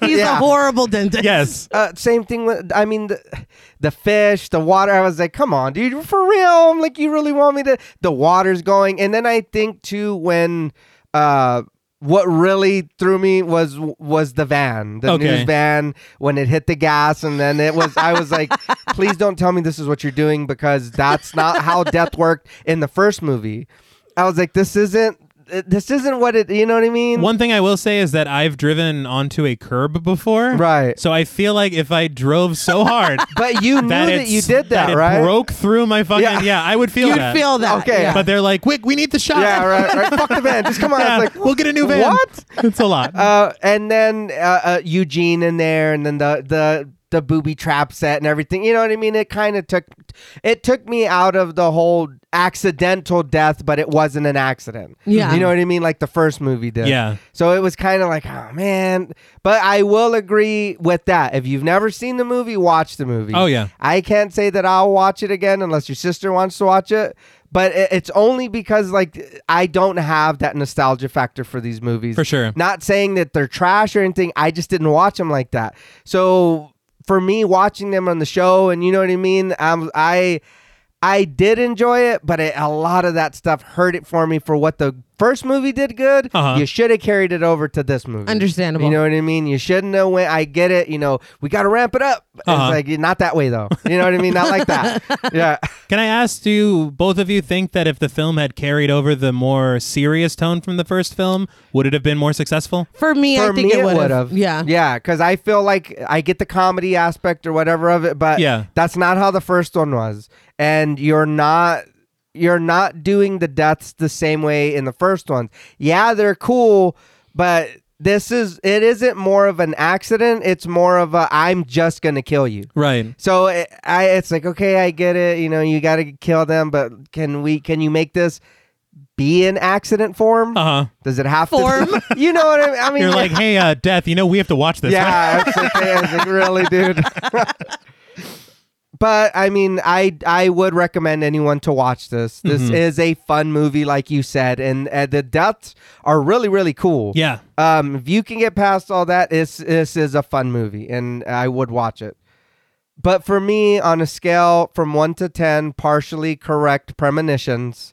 [SPEAKER 2] he's
[SPEAKER 3] yeah.
[SPEAKER 2] a horrible dentist.
[SPEAKER 1] yes.
[SPEAKER 3] uh, same thing with I mean the, the fish, the water. I was like, come on, dude, for real. I'm like, you really want me to? The water's going, and then I think too when uh. What really threw me was was the van, the
[SPEAKER 1] Okay.
[SPEAKER 3] news van, when it hit the gas, and then it was. I was like, "Please don't tell me this is what you're doing," because that's not how death worked in the first movie. I was like, "This isn't, this isn't what it." You know what I mean?
[SPEAKER 1] One thing I will say is that I've driven onto a curb before.
[SPEAKER 3] Right.
[SPEAKER 1] So I feel like if I drove so hard
[SPEAKER 3] but you knew
[SPEAKER 1] that,
[SPEAKER 3] that
[SPEAKER 1] it's-
[SPEAKER 3] you did that,
[SPEAKER 1] it
[SPEAKER 3] right?
[SPEAKER 1] broke through my fucking yeah,
[SPEAKER 3] Yeah.
[SPEAKER 1] I would feel
[SPEAKER 2] You'd
[SPEAKER 1] that.
[SPEAKER 2] feel that.
[SPEAKER 3] Okay.
[SPEAKER 2] yeah.
[SPEAKER 1] But they're like, "Quick, we need the shot."
[SPEAKER 3] yeah, right, right. Fuck the van. Just come on.
[SPEAKER 1] Yeah,
[SPEAKER 3] It's like,
[SPEAKER 1] we'll get a new van.
[SPEAKER 3] What?
[SPEAKER 1] It's a lot.
[SPEAKER 3] Uh, and then uh, uh, Eugene in there, and then the the the booby trap set and everything. You know what I mean? It kind of took it took me out of the whole accidental death, but it wasn't an accident.
[SPEAKER 2] Yeah.
[SPEAKER 3] you know what I mean? Like the first movie did.
[SPEAKER 1] Yeah.
[SPEAKER 3] So it was kind of like, oh man. But I will agree with that. If you've never seen the movie, watch the movie.
[SPEAKER 1] Oh, yeah.
[SPEAKER 3] I can't say that I'll watch it again unless your sister wants to watch it. But i- it's only because like I don't have that nostalgia factor for these movies.
[SPEAKER 1] For sure.
[SPEAKER 3] Not saying that they're trash or anything. I just didn't watch them like that. So for me, watching them on the show and you know what I mean, um, I I did enjoy it, but it, a lot of that stuff hurt it for me for what the first movie did good.
[SPEAKER 1] Uh-huh.
[SPEAKER 3] You should have carried it over to this movie.
[SPEAKER 2] Understandable.
[SPEAKER 3] You know what I mean? You shouldn't know when I get it. You know, we got to ramp it up.
[SPEAKER 1] Uh-huh.
[SPEAKER 3] It's like not that way though. You know what I mean? Not like that. Yeah.
[SPEAKER 1] Can I ask, do you, both of you think that if the film had carried over the more serious tone from the first film, would it have been more successful?
[SPEAKER 2] For me,
[SPEAKER 3] For
[SPEAKER 2] I think
[SPEAKER 3] me,
[SPEAKER 2] it would
[SPEAKER 3] would've.
[SPEAKER 2] have. Yeah.
[SPEAKER 3] Yeah. Because I feel like I get the comedy aspect or whatever of it, but
[SPEAKER 1] Yeah.
[SPEAKER 3] that's not how the first one was. And you're not. You're not doing the deaths the same way in the first one. Yeah, they're cool, but this is it isn't more of an accident. It's more of a I'm just gonna kill you.
[SPEAKER 1] Right.
[SPEAKER 3] So it, I, it's like, okay, I get it. You know, you got to kill them, but can we? Can you make this be an accident form?
[SPEAKER 1] Uh huh.
[SPEAKER 3] Does it have
[SPEAKER 2] Form?
[SPEAKER 3] to? you know what I mean? I mean
[SPEAKER 1] You're like, hey, uh, Death, you know, we have to watch this. right?
[SPEAKER 3] yeah, it's like, hey, it's like, really, dude. but I mean, I I would recommend anyone to watch this. This
[SPEAKER 1] Mm-hmm.
[SPEAKER 3] is a fun movie, like you said, and uh, the deaths are really really cool.
[SPEAKER 1] Yeah.
[SPEAKER 3] Um, if you can get past all that, this this is a fun movie, and I would watch it. But for me, on a scale from one to ten, partially correct premonitions,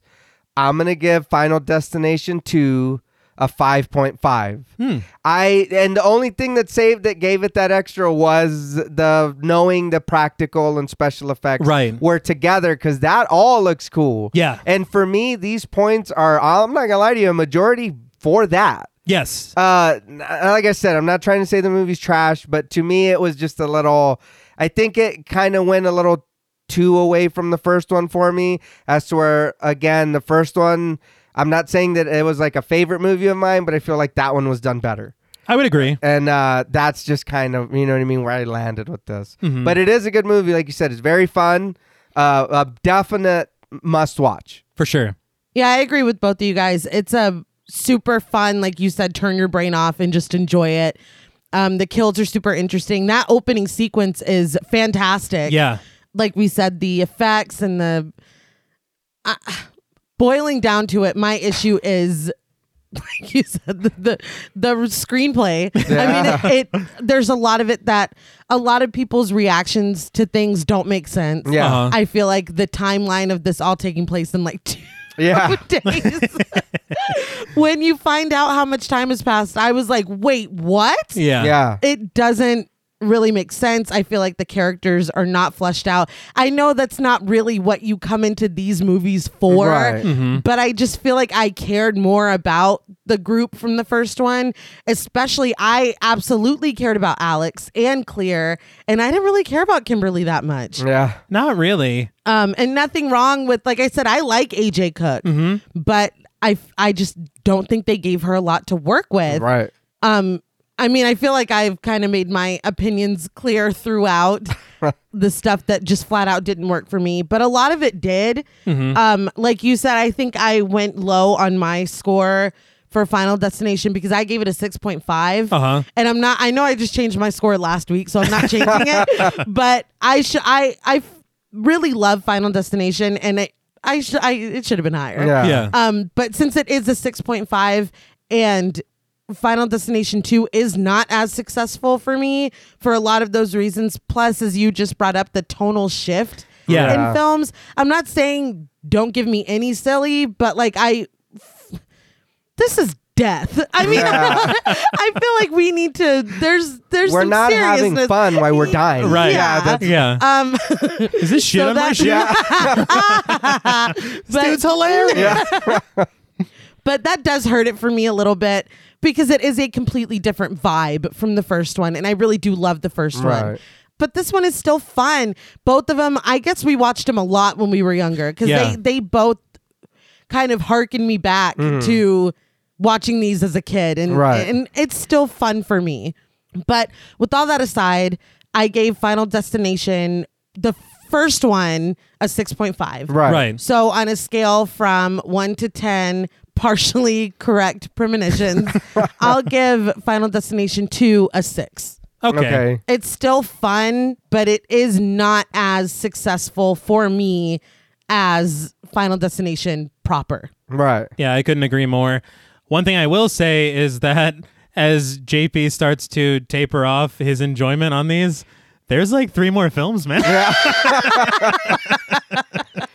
[SPEAKER 3] I'm gonna give Final Destination two a five point five.
[SPEAKER 1] Hmm.
[SPEAKER 3] I and the only thing that saved it, gave it that extra, was the knowing the practical and special effects
[SPEAKER 1] Right.
[SPEAKER 3] were together because that all looks cool.
[SPEAKER 1] Yeah.
[SPEAKER 3] And for me, these points are I'm not gonna lie to you, a majority for that.
[SPEAKER 1] Yes.
[SPEAKER 3] Uh, n- like I said, I'm not trying to say the movie's trash, but to me, it was just a little. I think it kind of went a little too away from the first one for me. As to where, again, the first one, I'm not saying that it was like a favorite movie of mine, but I feel like that one was done better.
[SPEAKER 1] I would agree.
[SPEAKER 3] And uh, that's just kind of, you know what I mean, where I landed with this.
[SPEAKER 1] Mm-hmm.
[SPEAKER 3] But it is a good movie. Like you said, it's very fun. Uh, a definite must watch.
[SPEAKER 1] For sure.
[SPEAKER 2] Yeah, I agree with both of you guys. It's a super fun, like you said, turn your brain off and just enjoy it. Um, the kills are super interesting. That opening sequence is fantastic.
[SPEAKER 1] Yeah.
[SPEAKER 2] Like we said, the effects and the. Uh, boiling down to it, my issue is. Like you said, the the, the screenplay. I mean, it, it there's a lot of it that a lot of people's reactions to things don't make sense.
[SPEAKER 3] Yeah.
[SPEAKER 1] Uh-huh.
[SPEAKER 2] I feel like the timeline of this all taking place in like two
[SPEAKER 3] Yeah.
[SPEAKER 2] days. when you find out how much time has passed, I was like, wait, what?
[SPEAKER 1] Yeah.
[SPEAKER 3] yeah.
[SPEAKER 2] It doesn't really make sense. I feel like the characters are not fleshed out. I know that's not really what you come into these movies for,
[SPEAKER 3] Right.
[SPEAKER 2] but I just feel like I cared more about the group from the first one. Especially, I absolutely cared about Alex and Clear, and I didn't really care about Kimberly that much.
[SPEAKER 3] Yeah.
[SPEAKER 1] Not really.
[SPEAKER 2] Um, and nothing wrong with, like I said, I like AJ Cook,
[SPEAKER 3] Mm-hmm.
[SPEAKER 2] but I, I just don't think they gave her a lot to work with.
[SPEAKER 3] Right.
[SPEAKER 2] Um, I mean, I feel like I've kind of made my opinions clear throughout the stuff that just flat out didn't work for me, but a lot of it did. Um, like you said, I think I went low on my score for Final Destination because I gave it a 6.5.
[SPEAKER 1] Uh-huh.
[SPEAKER 2] And I'm not I know I just changed my score last week, so I'm not changing it, but I should I I f- really love Final Destination and it I should I it should have been higher.
[SPEAKER 3] Yeah.
[SPEAKER 1] yeah.
[SPEAKER 2] Um, but since it is a 6.5 and Final Destination 2 is not as successful for me for a lot of those reasons. Plus, as you just brought up, the tonal shift
[SPEAKER 1] Yeah.
[SPEAKER 2] in films. I'm not saying don't give me any silly, but like, I. This is death. I mean,
[SPEAKER 3] Yeah.
[SPEAKER 2] I feel like we need to. There's, there's.
[SPEAKER 3] We're
[SPEAKER 2] some
[SPEAKER 3] not having
[SPEAKER 2] seriousness.
[SPEAKER 3] fun while we're dying.
[SPEAKER 1] Right.
[SPEAKER 2] Yeah,
[SPEAKER 1] Yeah.
[SPEAKER 2] that's- Um,
[SPEAKER 1] Is this shit
[SPEAKER 2] so
[SPEAKER 1] on my
[SPEAKER 2] that's-
[SPEAKER 1] shoe?
[SPEAKER 2] but,
[SPEAKER 1] Dude's hilarious.
[SPEAKER 2] but that does hurt it for me a little bit because it is a completely different vibe from the first one and i really do love the first one
[SPEAKER 3] Right.
[SPEAKER 2] but this one is still fun both of them i guess we watched them a lot when we were younger because
[SPEAKER 1] Yeah.
[SPEAKER 2] they, they both kind of harken me back to watching these as a kid and,
[SPEAKER 3] Mm-hmm. Right.
[SPEAKER 2] and it's still fun for me but with all that aside i gave final destination the first one a 6.5
[SPEAKER 3] Right.
[SPEAKER 1] Right.
[SPEAKER 2] so on a scale from one to 10, partially correct premonitions, I'll give Final Destination 2 a six.
[SPEAKER 1] Okay.
[SPEAKER 3] Okay.
[SPEAKER 2] It's still fun, but it is not as successful for me as Final Destination proper.
[SPEAKER 3] Right.
[SPEAKER 1] Yeah, I couldn't agree more. One thing I will say is that as JP starts to taper off his enjoyment on these, there's like three more films, man.
[SPEAKER 3] Man,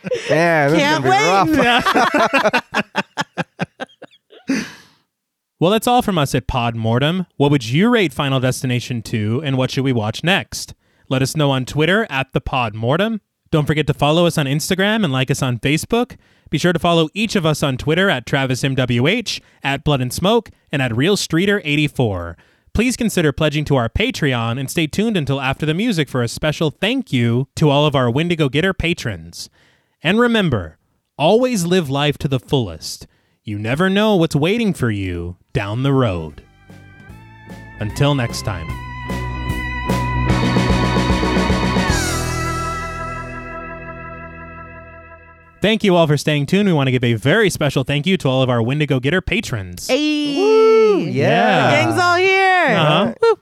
[SPEAKER 3] this is
[SPEAKER 2] Can't
[SPEAKER 3] gonna be rough.
[SPEAKER 2] wait.
[SPEAKER 1] Well, that's all from us at Podmortem. What would you rate Final Destination 2 and what should we watch next? Let us know on Twitter at the Podmortem. Don't forget to follow us on Instagram and like us on Facebook. Be sure to follow each of us on Twitter at TravisMWH, at Blood and Smoke, and at RealStreeter84. Please consider pledging to our Patreon and stay tuned until after the music for a special thank you to all of our Wendigo Getter patrons. And remember, always live life to the fullest. You never know what's waiting for you down the road. Until next time. Thank you all for staying tuned. We want to give a very special thank you to all of our Wendigo Getter patrons.
[SPEAKER 2] Hey.
[SPEAKER 3] Yeah.
[SPEAKER 1] The
[SPEAKER 2] Gang's all here.
[SPEAKER 1] Uh-huh.
[SPEAKER 2] Woo.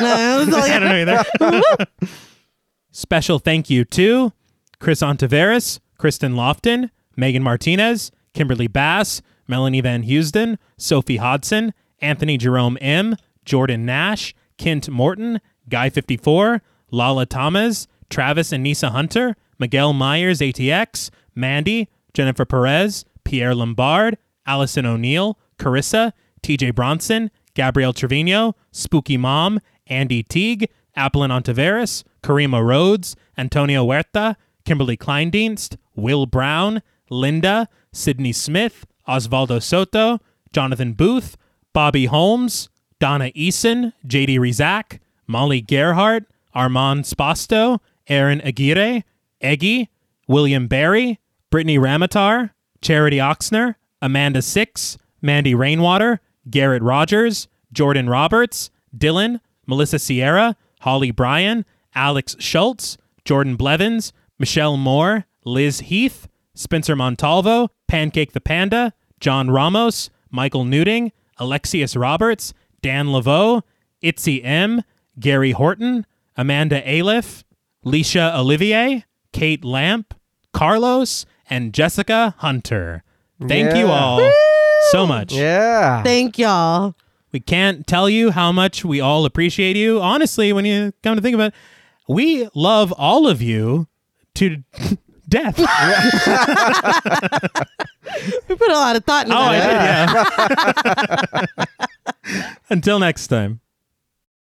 [SPEAKER 2] No, it's all
[SPEAKER 1] I don't know either. Special thank you to Chris Ontiveros, Kristen Lofton, Megan Martinez, Kimberly Bass, Melanie Van Housden, Sophie Hodson, Anthony Jerome M, Jordan Nash, Kent Morton, Guy54, Lala Thomas, Travis and Nisa Hunter, Miguel Myers ATX, Mandy, Jennifer Perez, Pierre Lombard, Allison O'Neill, Carissa, TJ Bronson, Gabrielle Trevino, Spooky Mom, Andy Teague, Applin Ontiveros, Karima Rhodes, Antonio Huerta, Kimberly Kleindienst, Will Brown, Linda, Sydney Smith, Osvaldo Soto, Jonathan Booth, Bobby Holmes, Donna Eason, JD Rizak, Molly Gerhart, Armand Spasto, Aaron Aguirre, Eggy, William Barry, Brittany Ramatar, Charity Oxner, Amanda Six, Mandy Rainwater, Garrett Rogers, Jordan Roberts, Dylan, Melissa Sierra, Holly Bryan, Alex Schultz, Jordan Blevins, Michelle Moore, Liz Heath, Spencer Montalvo, Pancake the Panda, John Ramos, Michael Newding, Alexius Roberts, Dan Laveau, Itzy M, Gary Horton, Amanda Aliff, Leisha Olivier, Kate Lamp, Carlos, and Jessica Hunter. Thank you
[SPEAKER 3] Yeah.
[SPEAKER 1] all so much.
[SPEAKER 3] Yeah.
[SPEAKER 2] Thank y'all.
[SPEAKER 1] We can't tell you how much we all appreciate you. Honestly, when you come to think about it, we love all of you to death. oh,
[SPEAKER 2] We
[SPEAKER 1] Oh,
[SPEAKER 2] put a lot of thought into
[SPEAKER 1] I
[SPEAKER 2] that.
[SPEAKER 1] did, yeah. Until next time.